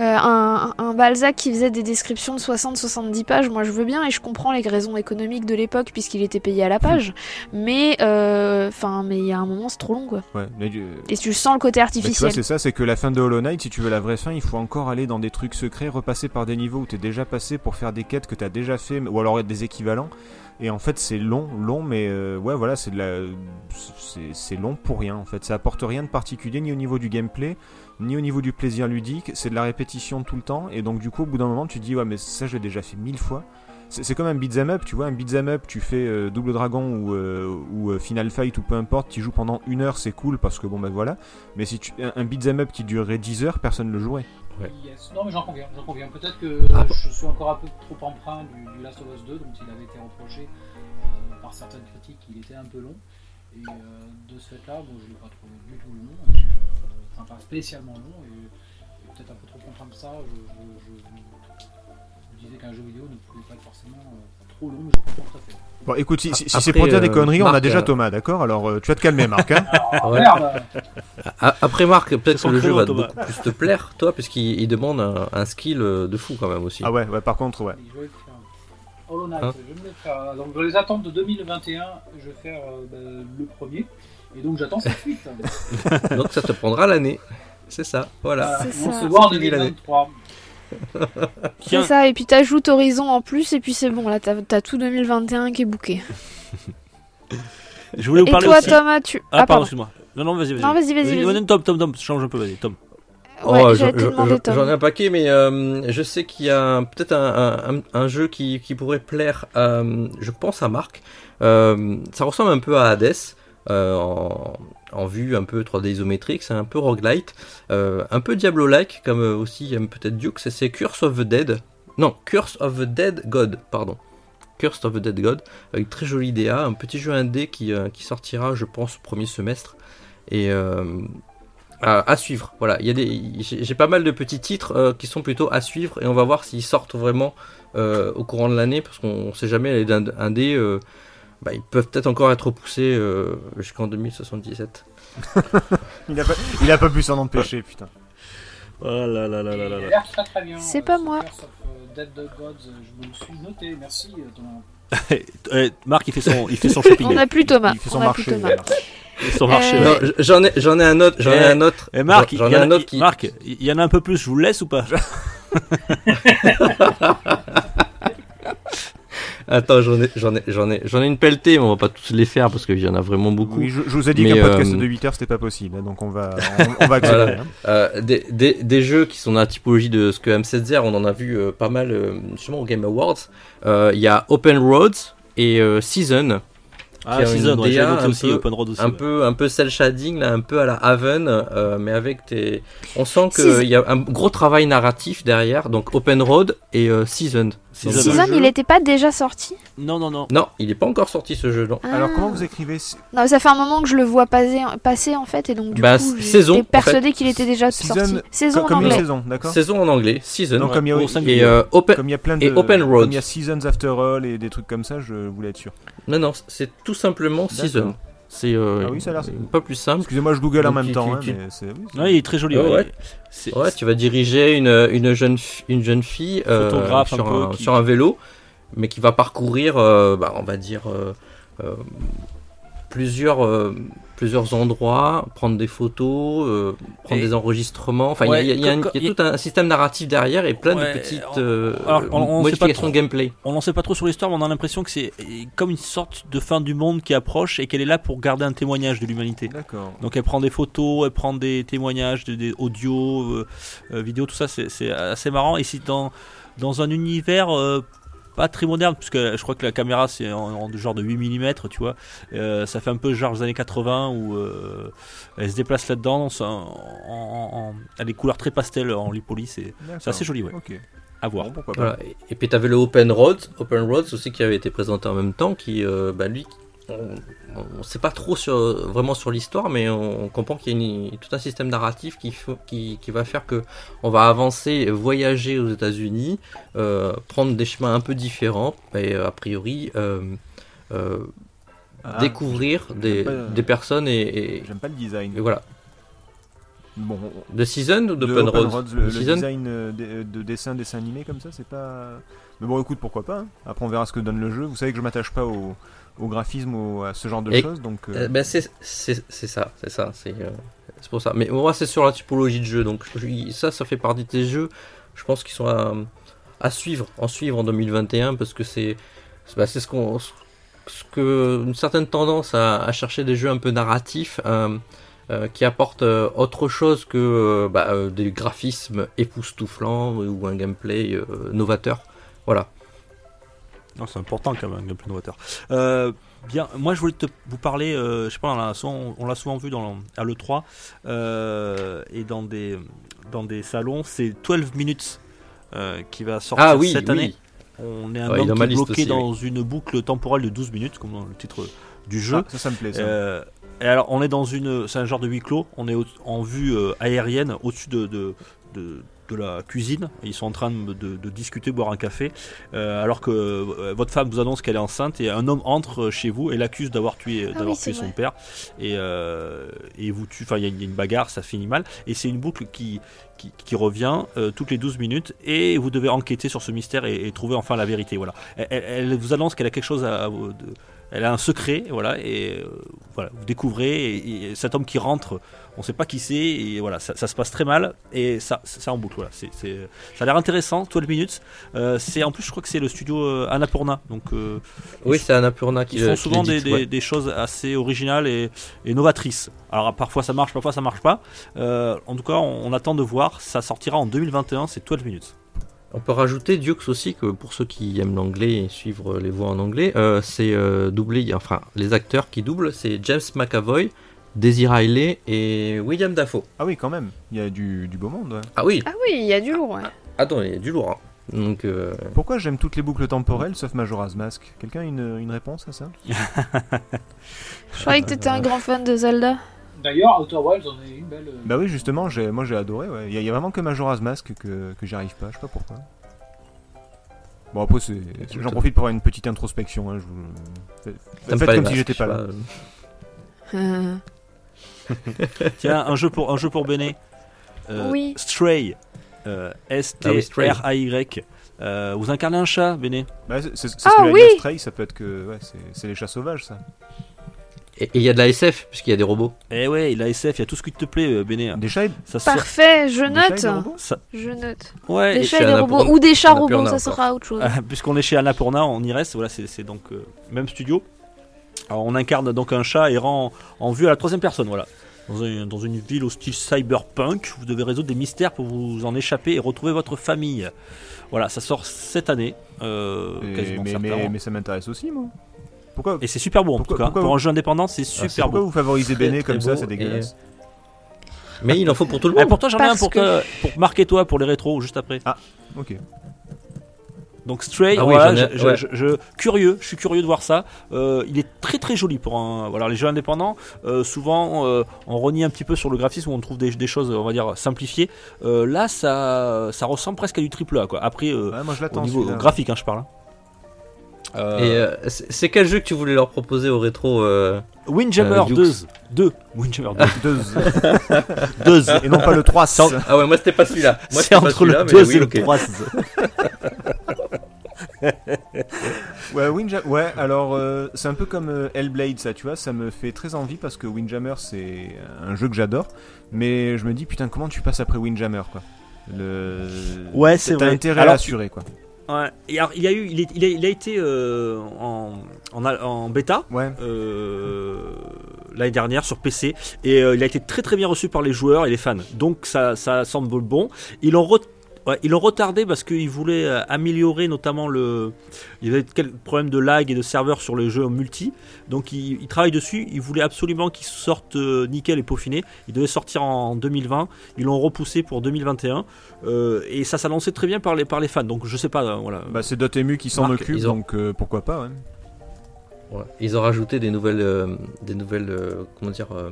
Speaker 3: euh, un, un Balzac qui faisait des descriptions de 60-70 pages, moi je veux bien et je comprends les raisons économiques de l'époque puisqu'il était payé à la page. Mais euh, enfin, mais il y a un moment c'est trop long quoi.
Speaker 2: Ouais, mais, euh,
Speaker 3: Et tu sens le côté
Speaker 2: Mais tu vois,
Speaker 3: artificiel.
Speaker 2: c'est ça, c'est que la fin de Hollow Knight, si tu veux la vraie fin, il faut encore aller dans des trucs secrets, repasser par des niveaux où t'es déjà passé pour faire des quêtes que t'as déjà fait, ou alors des équivalents. Et en fait, c'est long, long, mais euh, ouais, voilà, c'est de la, c'est c'est long pour rien. En fait, ça apporte rien de particulier, ni au niveau du gameplay, ni au niveau du plaisir ludique. C'est de la répétition tout le temps, et donc du coup, au bout d'un moment, tu te dis ouais, mais ça, je l'ai déjà fait mille fois. C'est c'est comme un beat'em up, tu vois, un beat'em up, tu fais euh, Double Dragon ou, euh, ou euh, Final Fight ou peu importe, tu joues pendant une heure, c'est cool parce que bon bah voilà. Mais si tu un, un beat'em up qui durerait 10 heures, personne le jouerait.
Speaker 4: Ouais.
Speaker 6: Yes. Non mais j'en conviens, j'en conviens. Peut-être que
Speaker 4: Ah,
Speaker 6: je suis encore un peu trop emprunt du, du Last of Us 2 dont il avait été reproché euh, par certaines critiques qu'il était un peu long. Et euh, de ce fait-là, bon, je ne l'ai pas trouvé du tout long, et, euh, enfin pas spécialement long, et, et peut-être un peu trop contraint de ça. Je, je- je- je disais qu'un jeu vidéo ne pouvait pas être forcément euh, trop long, mais je comprends tout à fait.
Speaker 2: Bon écoute, si, si- si
Speaker 4: Après,
Speaker 2: c'est pour dire des
Speaker 4: euh,
Speaker 2: conneries, on a
Speaker 4: Marc,
Speaker 2: déjà
Speaker 4: euh,
Speaker 2: Thomas, d'accord Alors euh, tu vas te calmer Marc. hein.
Speaker 6: Ah,
Speaker 4: Ouais.
Speaker 6: merde
Speaker 4: A- Après Marc, peut-être
Speaker 5: son
Speaker 4: que le jeu
Speaker 5: créneau,
Speaker 4: va
Speaker 5: Thomas.
Speaker 4: beaucoup plus te plaire, toi, parce qu'il il demande un, un skill euh, de fou quand même aussi.
Speaker 2: ah ouais, ouais, par contre ouais.
Speaker 6: Allez, Je vais le faire. Hollow Knight,
Speaker 4: Hein
Speaker 6: je vais me le faire. euh, Donc je vais les attendre de 2021, je vais faire euh, bah, le premier. Et donc j'attends cette suite.
Speaker 4: Donc ça te prendra l'année. C'est ça, voilà.
Speaker 6: Voilà.
Speaker 3: C'est
Speaker 6: Ah, On
Speaker 3: ça.
Speaker 6: se voit en
Speaker 4: C'est fini l'année.
Speaker 6: 2023.
Speaker 3: C'est
Speaker 5: Tiens,
Speaker 3: ça, et puis t'ajoutes Horizon en plus, et puis c'est bon, là t'as t'as tout 2021 qui est bouqué.
Speaker 5: je voulais vous
Speaker 3: Et
Speaker 5: parler
Speaker 3: toi,
Speaker 5: aussi.
Speaker 3: Thomas, tu.
Speaker 5: Ah, pardon, excuse-moi. Non, non, vas-y, vas-y.
Speaker 3: Non, vas-y, vas-y. vas-y.
Speaker 5: non, Tom, Tom, Tom, change un peu, vas-y, Tom.
Speaker 3: Ouais,
Speaker 4: Oh,
Speaker 3: j'allais
Speaker 4: j'en-
Speaker 3: te
Speaker 4: j'en-
Speaker 3: demander, Tom.
Speaker 4: J'en ai un paquet, mais euh, je sais qu'il y a un- peut-être un, un- un jeu qui, qui pourrait plaire, à, je pense, à Marc. Euh, ça ressemble un peu à Hades, euh, en, en vue un peu 3D isométrique, c'est un peu roguelite, euh, un peu Diablo-like, comme euh, aussi euh, peut-être Duke, c'est- c'est Curse of the Dead. Non, Curse of the Dead God, pardon. Curse of the Dead God, avec très jolie DA, un petit jeu indé qui, euh, qui sortira, je pense, au premier semestre. Et euh, à, à suivre. Voilà, il y a des, j'ai j'ai pas mal de petits titres euh, qui sont plutôt à suivre et on va voir s'ils sortent vraiment euh, au courant de l'année parce qu'on sait jamais les ind- indés, euh, bah, ils peuvent peut-être encore être repoussés euh, jusqu'en 2077.
Speaker 2: Il a pas, il a pas pu s'en empêcher, putain.
Speaker 5: Oh là là là là
Speaker 6: Et il
Speaker 5: là
Speaker 6: a
Speaker 5: là.
Speaker 6: l'air très très bien.
Speaker 3: C'est
Speaker 6: euh,
Speaker 3: pas
Speaker 6: ce
Speaker 3: moi.
Speaker 6: Curse of, euh, Dead Dog Gods, euh, je me le suis noté, merci euh, Thomas.
Speaker 5: Eh, Marc, il fait son, il fait son shopping.
Speaker 3: On n'a plus Thomas.
Speaker 2: Il fait
Speaker 3: on
Speaker 2: son
Speaker 3: n'a plus
Speaker 2: marché.
Speaker 3: Thomas.
Speaker 2: voilà.
Speaker 5: Son marché.
Speaker 3: Euh,
Speaker 5: ouais.
Speaker 4: Non, j- j'en ai, j'en ai un autre, j'en ai
Speaker 5: Eh,
Speaker 4: un autre.
Speaker 5: Eh Marc, il y,
Speaker 4: j'en
Speaker 5: en
Speaker 4: ai un
Speaker 5: a-
Speaker 4: autre qui.
Speaker 5: Marc, il y en a un peu plus, je vous le laisse ou pas
Speaker 4: Attends, j'en ai, j'en ai, j'en ai, j'en ai une pelletée, mais on va pas tous les faire parce qu'il y en a vraiment beaucoup.
Speaker 2: Oui, je, je vous ai dit
Speaker 4: Mais,
Speaker 2: qu'un podcast
Speaker 4: euh,
Speaker 2: de 8 heures c'était pas possible, hein, donc on va, on, on va accélérer. hein.
Speaker 4: Euh, des, des, des jeux qui sont dans la typologie de ce que M7Z, on en a vu euh, pas mal euh, justement au Game Awards. Euh, Il y a Open Roads et euh, Season.
Speaker 5: Ah,
Speaker 4: qui a
Speaker 5: Season,
Speaker 4: une
Speaker 5: ouais,
Speaker 4: DA
Speaker 5: j'avais noté
Speaker 4: un
Speaker 5: aussi
Speaker 4: peu-
Speaker 5: Open Road aussi.
Speaker 4: un
Speaker 5: ouais.
Speaker 4: peu un peu cel shading là un peu à la Haven euh, mais avec tes on sent
Speaker 3: Season-
Speaker 4: qu'il y a un gros travail narratif derrière donc Open Road et euh, Seasoned
Speaker 5: Season,
Speaker 4: Donc, euh,
Speaker 5: ouais.
Speaker 3: Season,
Speaker 2: jeu-
Speaker 3: il était pas déjà sorti
Speaker 5: Non, non, non.
Speaker 4: non il est pas encore sorti ce jeu non
Speaker 2: Alors
Speaker 3: Ah.
Speaker 2: comment vous écrivez s-
Speaker 3: Non, mais ça fait un moment que je le vois passer, passer en fait, et donc du
Speaker 4: Bah,
Speaker 3: coup,
Speaker 4: s- saison,
Speaker 3: j'étais
Speaker 4: en
Speaker 3: persuadé qu'il était déjà
Speaker 2: Season,
Speaker 3: sorti. Saison
Speaker 2: comme
Speaker 3: en
Speaker 2: une
Speaker 3: anglais.
Speaker 2: saison, d'accord
Speaker 4: saison en anglais Season
Speaker 2: Donc comme il y a-
Speaker 5: Au sein du-
Speaker 4: et euh, Open
Speaker 2: Comme il y a plein de
Speaker 4: et Open Ah, Road.
Speaker 2: comme il y a Seasons After All et des trucs comme ça, je voulais être sûr.
Speaker 4: non non c'est tout simplement Season
Speaker 2: D'accord.
Speaker 4: c'est euh,
Speaker 2: Ah oui, ça a l'air-
Speaker 4: pas plus simple
Speaker 2: Excusez-moi, je google en
Speaker 4: Donc,
Speaker 2: même
Speaker 4: tu-
Speaker 2: temps.
Speaker 4: tu-
Speaker 2: hein, mais c'est- oui, c'est-
Speaker 5: Non, il est très joli.
Speaker 4: Ah Ouais,
Speaker 5: ouais.
Speaker 4: ouais.
Speaker 5: C'est-
Speaker 4: Ouais, tu vas diriger une, une, jeune, fi- une jeune fille euh,
Speaker 5: Photographe un
Speaker 4: sur,
Speaker 5: peu,
Speaker 4: un,
Speaker 5: qui-
Speaker 4: sur un vélo, mais qui va parcourir, euh, bah, on va dire, euh, euh, plusieurs, euh, plusieurs endroits, prendre des photos, euh, prendre
Speaker 5: Et-
Speaker 4: des enregistrements. Enfin, il
Speaker 5: Ouais,
Speaker 4: y a, il y a
Speaker 5: co-
Speaker 4: un-
Speaker 5: co-
Speaker 4: il y a
Speaker 5: il-
Speaker 4: tout un système narratif derrière et plein
Speaker 5: Ouais,
Speaker 4: de petites
Speaker 5: on-
Speaker 4: euh,
Speaker 5: alors, on- on sait pas
Speaker 4: modifications
Speaker 5: trop.
Speaker 4: de gameplay.
Speaker 5: On n'en sait pas trop sur l'histoire, mais on a l'impression que c'est euh, comme une sorte de fin du monde qui approche et qu'elle est là pour garder un témoignage de l'humanité.
Speaker 2: D'accord.
Speaker 5: Donc elle prend des photos, elle prend des témoignages, des, des audios, euh, euh, vidéos, tout ça, c'est c'est assez marrant. Et c'est dans, dans un univers euh, pas très moderne, puisque je crois que la caméra c'est en, en genre de 8 mm, tu vois. Euh, ça fait un peu genre des années 80 où euh, elle se déplace là-dedans, ça- en- en- en- elle a des couleurs très pastel en lipolis, c'est
Speaker 2: d'accord.
Speaker 5: c'est assez joli, ouais,
Speaker 2: Ok.
Speaker 5: à voir.
Speaker 2: Bon, pourquoi pas.
Speaker 4: Voilà. Et- Et puis tu avais le Open Roads, Open Roads aussi qui avait été présenté en même temps, qui, euh, bah, lui, on ne sait pas trop sur, vraiment sur l'histoire, mais on, on comprend qu'il y a une- tout un système narratif qui, faut- qui, qui va faire que on va avancer, voyager aux États-Unis, euh, prendre des chemins un peu différents, et euh, a priori euh, euh,
Speaker 2: Ah,
Speaker 4: découvrir
Speaker 2: j'aime
Speaker 4: des,
Speaker 2: pas euh, le-
Speaker 4: des personnes et, et-
Speaker 2: J'aime pas le design.
Speaker 4: et voilà.
Speaker 2: Bon, on-
Speaker 4: De Season ou
Speaker 2: de
Speaker 4: d'Open
Speaker 2: Open
Speaker 4: Roads,
Speaker 2: Roads,
Speaker 4: De
Speaker 2: le, le
Speaker 4: Season
Speaker 2: design euh, de, euh, de dessin, dessin animé comme ça, c'est pas. Mais bon, écoute, pourquoi pas. hein. Après, on verra ce que donne le jeu. Vous savez que je m'attache pas au, au graphisme, au- à ce genre de
Speaker 4: Et-
Speaker 2: choses, donc. euh,
Speaker 4: Euh, ben, c'est c'est- c'est ça, c'est ça, c'est euh, c'est pour ça. Mais moi c'est sur la typologie de jeu, donc je- ça ça fait partie de tes jeux, je pense qu'ils sont à, à suivre, en suivre en 2021 parce que c'est c'est ben, c'est ce qu'on ce que une certaine tendance à, à chercher des jeux un peu narratifs euh, euh, qui apportent euh, autre chose que euh, bah, euh, des graphismes époustouflants ou un gameplay euh, novateur. Voilà.
Speaker 5: Non, c'est important quand même, Gameplay Novateur. Euh, bien, moi je voulais te, vous parler, euh, je sais pas, on l'a souvent, on l'a souvent vu dans, le- à l'E3 euh, et dans des, dans des salons, c'est 12 minutes euh, qui va sortir
Speaker 4: Ah oui,
Speaker 5: cette
Speaker 4: oui.
Speaker 5: année. On est un
Speaker 4: Ouais,
Speaker 5: homme
Speaker 4: il est dans
Speaker 5: qui
Speaker 4: ma
Speaker 5: est
Speaker 4: liste
Speaker 5: bloqué
Speaker 4: aussi,
Speaker 5: dans une boucle temporelle de 12 minutes, comme dans le titre du jeu.
Speaker 2: ah, ça, ça me plaît. Ça.
Speaker 5: Euh, et alors, on est dans une. C'est un genre de huis clos. On est au- en vue euh, aérienne au-dessus de, de, de- de la cuisine. Ils sont en train de, de- de discuter, boire un café. euh, alors que euh, votre femme vous annonce qu'elle est enceinte et un homme entre euh, chez vous et l'accuse d'avoir tué, d'avoir
Speaker 3: Ah oui,
Speaker 5: tué
Speaker 3: c'est
Speaker 5: son
Speaker 3: vrai.
Speaker 5: père. Et, euh, et vous tue. Enfin, il y, a une- il y a une bagarre, ça finit mal. Et c'est une boucle qui, qui, qui revient euh, toutes les 12 minutes. Et vous devez enquêter sur ce mystère et, et trouver enfin la vérité. Voilà. Elle, elle- elle vous annonce qu'elle a quelque chose à. à- de- elle a un secret, voilà, et euh, voilà, vous découvrez et, et cet homme qui rentre, on ne sait pas qui c'est, et voilà, ça, ça se passe très mal, et ça, ça en boucle, voilà. C'est, c'est- ça a l'air intéressant, 12 minutes. Euh, c'est en plus, je crois que c'est le studio euh, Annapurna, donc euh,
Speaker 4: Oui, c'est Annapurna qui
Speaker 5: ils
Speaker 4: euh,
Speaker 5: font
Speaker 4: qui
Speaker 5: souvent des,
Speaker 4: l'édite, ouais.
Speaker 5: des- des choses assez originales et, et novatrices. Alors parfois ça marche, parfois ça marche pas. Euh, en tout cas, on, on attend de voir. Ça sortira en 2021, c'est 12 minutes.
Speaker 4: On peut rajouter Dux aussi que pour ceux qui aiment l'anglais et suivre les voix en anglais, euh, c'est euh, doublé, enfin les acteurs qui doublent, c'est James McAvoy, Daisy Riley et William Dafoe.
Speaker 2: Ah oui, quand même. Il y a du, du beau monde. ouais.
Speaker 4: Ah oui,
Speaker 3: Ah oui, il y a du lourd, ouais.
Speaker 4: attends, il y a du lourd. hein. Donc euh,
Speaker 5: Bah,
Speaker 2: Pourquoi j'aime toutes les boucles temporelles sauf Majora's Mask Quelqu'un a une, une réponse à ça
Speaker 3: Je
Speaker 2: Ah,
Speaker 3: croyais que t'étais
Speaker 2: euh,
Speaker 3: un grand fan de Zelda.
Speaker 6: D'ailleurs, Outer Wilds en est une belle. euh,
Speaker 2: Bah oui, justement, j'ai- moi j'ai adoré. ouais. Il y, a- il y a vraiment que Majora's Mask que, que j'arrive pas. Je sais pas pourquoi. Bon, après, c'est- j'en profite pour avoir une petite introspection. hein, je vous-
Speaker 4: t'aimes
Speaker 2: Faites comme
Speaker 4: les
Speaker 2: si
Speaker 4: masques,
Speaker 2: j'étais
Speaker 4: je
Speaker 2: pas
Speaker 4: sais
Speaker 2: là.
Speaker 4: euh,
Speaker 3: Euh,
Speaker 5: Tiens, un jeu pour, un jeu pour Béné. Euh,
Speaker 3: Oui.
Speaker 5: Stray. Euh,
Speaker 4: Ah oui, Stray.
Speaker 5: S-T-R-A-Y. Euh, vous incarnez un chat, Béné.
Speaker 2: Bah, c'est c'est- c'est
Speaker 3: Ah
Speaker 2: ce que l'a
Speaker 3: oui
Speaker 2: dit Stray, ça peut être que ouais, c'est- c'est les chats sauvages, ça.
Speaker 4: Et et il y a de la SF puisqu'il y a des robots.
Speaker 5: Eh ouais, la SF, il y a tout ce qui te plaît, euh, Béné.
Speaker 2: Des chats et-
Speaker 5: Ça se sert-
Speaker 3: Parfait, je
Speaker 2: des chats et des
Speaker 3: note.
Speaker 2: robots
Speaker 5: ça-
Speaker 3: Je note.
Speaker 5: Ouais,
Speaker 3: Des
Speaker 5: et-
Speaker 3: chats
Speaker 4: chez
Speaker 3: et des
Speaker 4: Annapurna-
Speaker 3: robots. Ou des chats
Speaker 4: Annapurna
Speaker 3: robots, ça
Speaker 4: encore.
Speaker 3: sera autre chose.
Speaker 5: Ah, Puisqu'on est chez Annapurna, on y reste. Voilà, c'est c'est donc euh, même studio. Alors, on incarne donc un chat errant en, en vue à la troisième personne. Voilà. Dans, un- dans une ville au style cyberpunk, vous devez résoudre des mystères pour vous en échapper et retrouver votre famille. Voilà, ça sort cette année. euh,
Speaker 2: Et-
Speaker 5: quasiment
Speaker 2: mais,
Speaker 5: certain.
Speaker 2: mais, mais ça m'intéresse aussi, moi. Pourquoi,
Speaker 5: Et c'est super beau en
Speaker 2: Pourquoi-
Speaker 5: tout cas.
Speaker 2: pourquoi
Speaker 5: Pour
Speaker 2: vous- Ah,
Speaker 5: un jeu indépendant, c'est
Speaker 4: c'est
Speaker 5: super
Speaker 2: pourquoi
Speaker 5: beau.
Speaker 2: vous favorisez
Speaker 4: Très,
Speaker 2: Bene
Speaker 4: très
Speaker 2: comme ça
Speaker 4: beau
Speaker 2: C'est
Speaker 4: et-
Speaker 2: dégueulasse.
Speaker 4: Mais il en faut pour tout le
Speaker 5: Ah,
Speaker 4: monde.
Speaker 5: pour toi, j'en ai un
Speaker 3: Parce
Speaker 5: pour,
Speaker 3: que-
Speaker 5: toi- pour marquer toi pour les rétros juste après.
Speaker 2: Ok.
Speaker 5: Donc Stray,
Speaker 4: Ah oui,
Speaker 5: voilà,
Speaker 4: j'en ai-
Speaker 5: je, je-
Speaker 4: ouais.
Speaker 5: je- je- curieux, je suis curieux de voir ça. Euh, il est très très joli pour un. Voilà, les jeux indépendants, euh, souvent euh, on renie un petit peu sur le graphisme où on trouve des, des choses, on va dire simplifiées. Euh, là, ça ça ressemble presque à du triple A quoi. Après, euh,
Speaker 2: Ouais, moi je
Speaker 5: au
Speaker 2: l'attends.
Speaker 5: niveau
Speaker 2: celui-là.
Speaker 5: graphique, hein, je parle. hein. Euh,
Speaker 4: Et euh, c'est c'est quel jeu que tu voulais leur proposer au rétro euh,
Speaker 5: Windjammer
Speaker 4: euh, Dukes.
Speaker 5: 2, 2, Windjammer 2,
Speaker 2: Deux.
Speaker 5: deux.
Speaker 2: Et non pas le 3.
Speaker 5: Sans-
Speaker 4: Ah ouais, moi c'était pas celui-là. Moi,
Speaker 5: C'est
Speaker 4: c'était pas
Speaker 5: entre le
Speaker 4: celui-là, mais
Speaker 5: 2
Speaker 4: oui,
Speaker 5: et le
Speaker 4: ok.
Speaker 5: 3.
Speaker 2: Ouais, Windja- ouais alors euh, c'est un peu comme euh, Hellblade, ça, tu vois, ça me fait très envie parce que Windjammer, c'est un jeu que j'adore, mais je me dis, putain, comment tu passes après Windjammer, quoi le...
Speaker 5: Ouais, c'est
Speaker 2: T'as
Speaker 5: vrai.
Speaker 2: intérêt à
Speaker 5: Alors-
Speaker 2: l'assurer, quoi.
Speaker 5: Ouais. Et alors, il, y a eu, il, est- il a, il a été euh, en, en, al- en bêta
Speaker 2: Ouais.
Speaker 5: euh, l'année dernière sur PC et euh, il a été très très bien reçu par les joueurs et les fans. Donc ça, ça semble bon. Ils l'ont re- ouais, ils l'ont retardé parce qu'ils voulaient euh, améliorer notamment le. Il y avait quelques problèmes de lag et de serveur sur les jeux en multi. Donc ils, ils travaillent dessus. Ils voulaient absolument qu'ils sortent euh, nickel et peaufiné. Ils devaient sortir en 2020. Ils l'ont repoussé pour 2021. Euh, et ça s'annonçait très bien par les, par les fans. Donc je sais pas. euh, voilà.
Speaker 2: Bah, c'est Dotemu qui s'en
Speaker 5: Marc,
Speaker 2: occupe,
Speaker 4: ils ont-
Speaker 2: donc euh, pourquoi pas, ouais.
Speaker 4: Ouais. Ils ont rajouté des nouvelles, euh, des nouvelles, euh, comment dire, euh,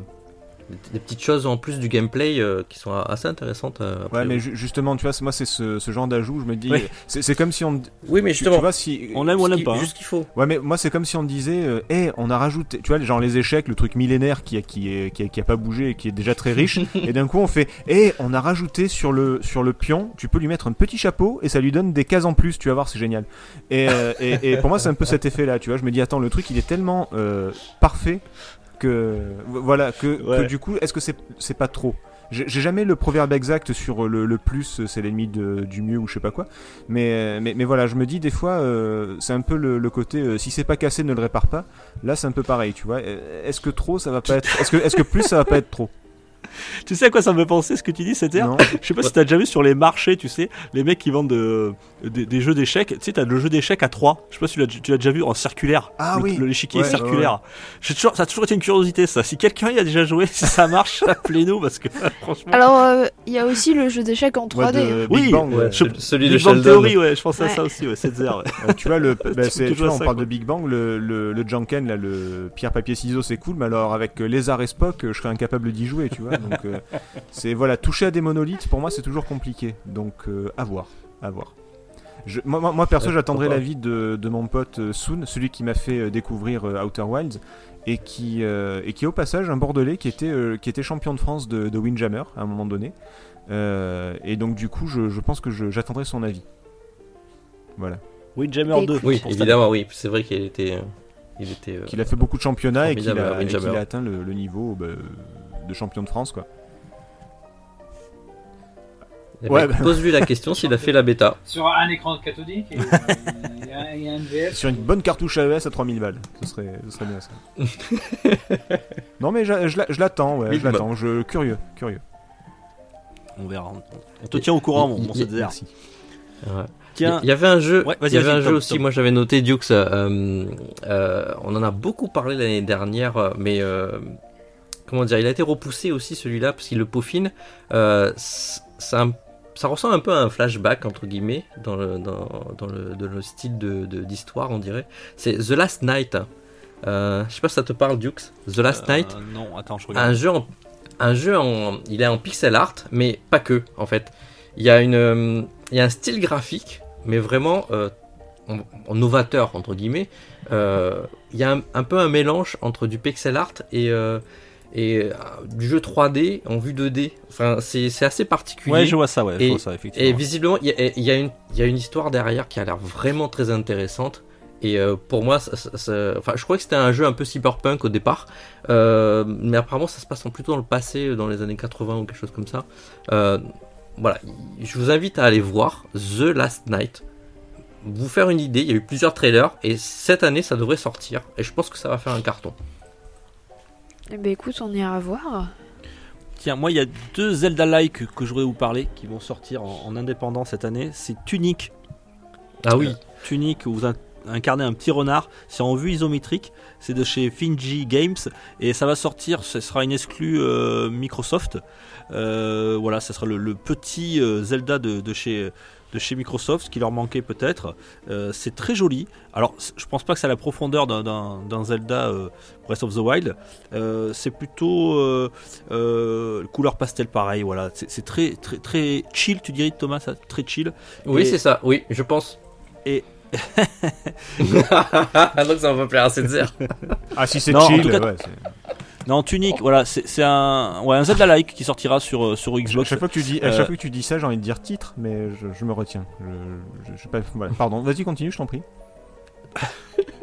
Speaker 4: des, des petites choses en plus du gameplay euh, qui sont assez intéressantes. euh, après.
Speaker 2: Ouais, mais ju- justement, tu vois, c'est- moi, c'est ce, ce genre d'ajout, où je me dis,
Speaker 5: Ouais.
Speaker 2: c'est c'est comme si on. tu-
Speaker 4: oui, mais
Speaker 2: Tu,
Speaker 4: justement,
Speaker 2: vois, si.
Speaker 5: On aime ou on
Speaker 4: ce
Speaker 5: n'aime
Speaker 4: qui-
Speaker 5: pas. hein.
Speaker 4: juste ce qu'il faut.
Speaker 2: Ouais, mais moi, c'est comme si on disait, euh, Eh, on a rajouté, tu vois, genre les échecs, le truc millénaire qui a, qui est, qui a, qui a pas bougé et qui est déjà très riche, et d'un coup, on fait, Eh, on a rajouté sur le, sur le pion, tu peux lui mettre un petit chapeau et ça lui donne des cases en plus, tu vas voir, c'est génial. Et, euh, et, et pour moi, c'est un peu cet effet-là, tu vois, je me dis, attends, le truc, il est tellement euh, parfait que. Voilà, que,
Speaker 5: Ouais.
Speaker 2: que du coup, est-ce que c'est c'est pas trop j'ai j'ai jamais le proverbe exact sur le, le plus, c'est l'ennemi de- du mieux ou je sais pas quoi. Mais, mais, mais voilà, je me dis des fois, euh, c'est un peu le, le côté euh, si c'est pas cassé, ne le répare pas. Là, c'est un peu pareil, tu vois. Euh, Est-ce que trop, ça va pas être. Est-ce que, est que plus, ça va pas être trop
Speaker 5: Tu sais à quoi ça me fait penser ce que tu dis, c'était
Speaker 2: Non
Speaker 5: Je sais pas si t'as déjà vu sur les marchés, tu sais, les mecs qui vendent de- des- des jeux d'échecs. Tu sais, t'as le jeu d'échecs à 3. Je sais pas si tu l'as- tu l'as déjà vu en circulaire.
Speaker 2: Ah
Speaker 5: le,
Speaker 2: oui.
Speaker 5: le- L'échiquier
Speaker 2: Ouais, ouais,
Speaker 5: circulaire. J'ai Toujours, ça a toujours été une curiosité, ça. Si quelqu'un y a déjà joué, si ça marche, appelez-nous parce que franchement.
Speaker 3: Alors, euh, il y a aussi le jeu d'échecs en 3D.
Speaker 2: Ouais, de Big
Speaker 5: Oui,
Speaker 2: Bang, ouais.
Speaker 5: je-
Speaker 4: Celui
Speaker 5: Big
Speaker 4: de
Speaker 5: Bang
Speaker 4: Sheldon.
Speaker 5: Theory, ouais, je pensais à ça
Speaker 3: Ouais.
Speaker 5: aussi, ouais, 7-0. ouais.
Speaker 2: Euh, tu vois, le, bah,
Speaker 5: Tu-
Speaker 2: c'est-
Speaker 5: tu
Speaker 2: tu vois,
Speaker 5: vois
Speaker 2: on
Speaker 5: ça,
Speaker 2: parle
Speaker 5: quoi.
Speaker 2: de Big Bang, le, le, le Janken, là, le pierre, papier, ciseaux, c'est cool, mais alors avec euh, Lézard et Spock, euh, je serais incapable d'y jouer, tu vois. Donc, euh, c'est voilà, toucher à des monolithes, pour moi, c'est toujours compliqué. Donc, euh, à voir, à voir. Je- moi, moi- moi, perso,
Speaker 4: Ouais,
Speaker 2: j'attendrai
Speaker 4: pourquoi
Speaker 2: l'avis de, de mon pote euh, Soon, celui qui m'a fait euh, découvrir euh, Outer Wilds, et qui, euh, et qui est au passage un Bordelais qui était, euh, qui était champion de France de, de Windjammer à un moment donné. Euh, et donc, du coup, je, je pense que je- j'attendrai son avis. Voilà.
Speaker 5: Windjammer 2.
Speaker 4: Oui,
Speaker 5: pour cette année.
Speaker 4: évidemment, oui. C'est vrai qu'il était, euh, il était. euh,
Speaker 2: qu'il a fait beaucoup de championnats et qu'il
Speaker 4: Formidable,
Speaker 2: a, et
Speaker 4: Windjammer.
Speaker 2: qu'il a atteint le, le niveau bah, de champion de France quoi.
Speaker 4: eh ben,
Speaker 2: Ouais, bah.
Speaker 4: Pose-lui la question s'il a fait la bêta.
Speaker 6: Sur un écran cathodique, et, euh, et un- et un VF.
Speaker 2: Sur une bonne cartouche AES à 3000 balles, ce serait, ce serait bien ça. non mais j'a- je, l'a- je l'attends, ouais, je
Speaker 4: Minimum.
Speaker 2: l'attends, je curieux, curieux.
Speaker 5: On verra. on- On te tient au courant, mon, mon
Speaker 4: Il- il-
Speaker 5: 7-0.
Speaker 2: Merci.
Speaker 4: Ouais.
Speaker 5: Tiens,
Speaker 4: Il y avait un jeu,
Speaker 5: Ouais, vas-y,
Speaker 4: il y avait
Speaker 5: vas-y,
Speaker 4: un
Speaker 5: Tom,
Speaker 4: jeu aussi,
Speaker 5: Tom.
Speaker 4: moi j'avais noté Dukes, euh, euh, on en a beaucoup parlé l'année dernière, euh, mais euh, comment dire, il a été repoussé aussi celui-là parce qu'il le peaufine. Euh, c- ça, ça ressemble un peu à un flashback, entre guillemets, dans le, dans, dans le, dans le style de- de- d'histoire, on dirait. C'est The Last Night. Euh, je sais pas si ça te parle, Dukes. The Last
Speaker 5: euh,
Speaker 4: Night
Speaker 5: Non, attends, je regarde.
Speaker 4: un jeu en, un jeu en, il est en pixel art, mais pas que en fait. Il y a une, euh, il y a un style graphique, mais vraiment euh, en- en novateur entre guillemets. Euh, il y a un, un peu un mélange entre du pixel art et euh, et euh, du jeu 3D en vue 2D. Enfin, c'est c'est assez particulier.
Speaker 5: Ouais, je vois ça, ouais, je
Speaker 4: Et-
Speaker 5: vois ça,
Speaker 4: Et
Speaker 5: effectivement.
Speaker 4: visiblement, il y, a- il y a une- il y a une histoire derrière qui a l'air vraiment très intéressante. Et euh, pour moi, ça- ça- ça- enfin, je crois que c'était un jeu un peu cyberpunk au départ, Euh, mais apparemment ça se passe en- plutôt dans le passé, dans les années 80 ou quelque chose comme ça. Euh, voilà, je vous invite à aller voir The Last Night. Vous faire une idée, il y a eu plusieurs trailers et cette année ça devrait sortir et je pense que ça va faire un carton.
Speaker 3: Eh ben, écoute, on ira voir.
Speaker 5: Tiens, moi, il y a deux Zelda-like que je voudrais vous parler qui vont sortir en, en indépendant cette année. C'est Tunic
Speaker 4: Ah oui,
Speaker 5: Tunic, où vous in- incarner un petit renard. C'est en vue isométrique. C'est de chez Finji Games et ça va sortir. Ce sera une exclue euh, Microsoft. Euh, voilà, ça sera le, le petit euh, Zelda de, de chez de chez Microsoft, ce qui leur manquait peut-être. Euh, c'est très joli. Alors, c- je pense pas que ça a la profondeur d'un- d'un d'un Zelda euh, Breath of the Wild. Euh, c'est plutôt euh, euh, couleur pastel pareil. Voilà, c'est c'est très très très chill. Tu dirais Thomas, ça très chill.
Speaker 4: Oui,
Speaker 5: Et-
Speaker 4: c'est ça, oui, je pense.
Speaker 5: Et-
Speaker 4: Donc ça va pas plaire à Setzer.
Speaker 2: Ah, si c'est
Speaker 5: Non, en
Speaker 2: chill,
Speaker 5: tout cas,
Speaker 2: ouais, c'est-
Speaker 5: Non, tunique. Voilà, c'est c'est un ouais un Zelda like qui sortira sur euh, sur
Speaker 2: à
Speaker 5: Xbox.
Speaker 2: chaque, fois que tu dis, à
Speaker 5: Euh,
Speaker 2: chaque fois que tu dis ça, j'ai envie de dire titre, mais je, je me retiens. Je, je- je sais pas, voilà. Pardon, vas-y, continue, je t'en prie.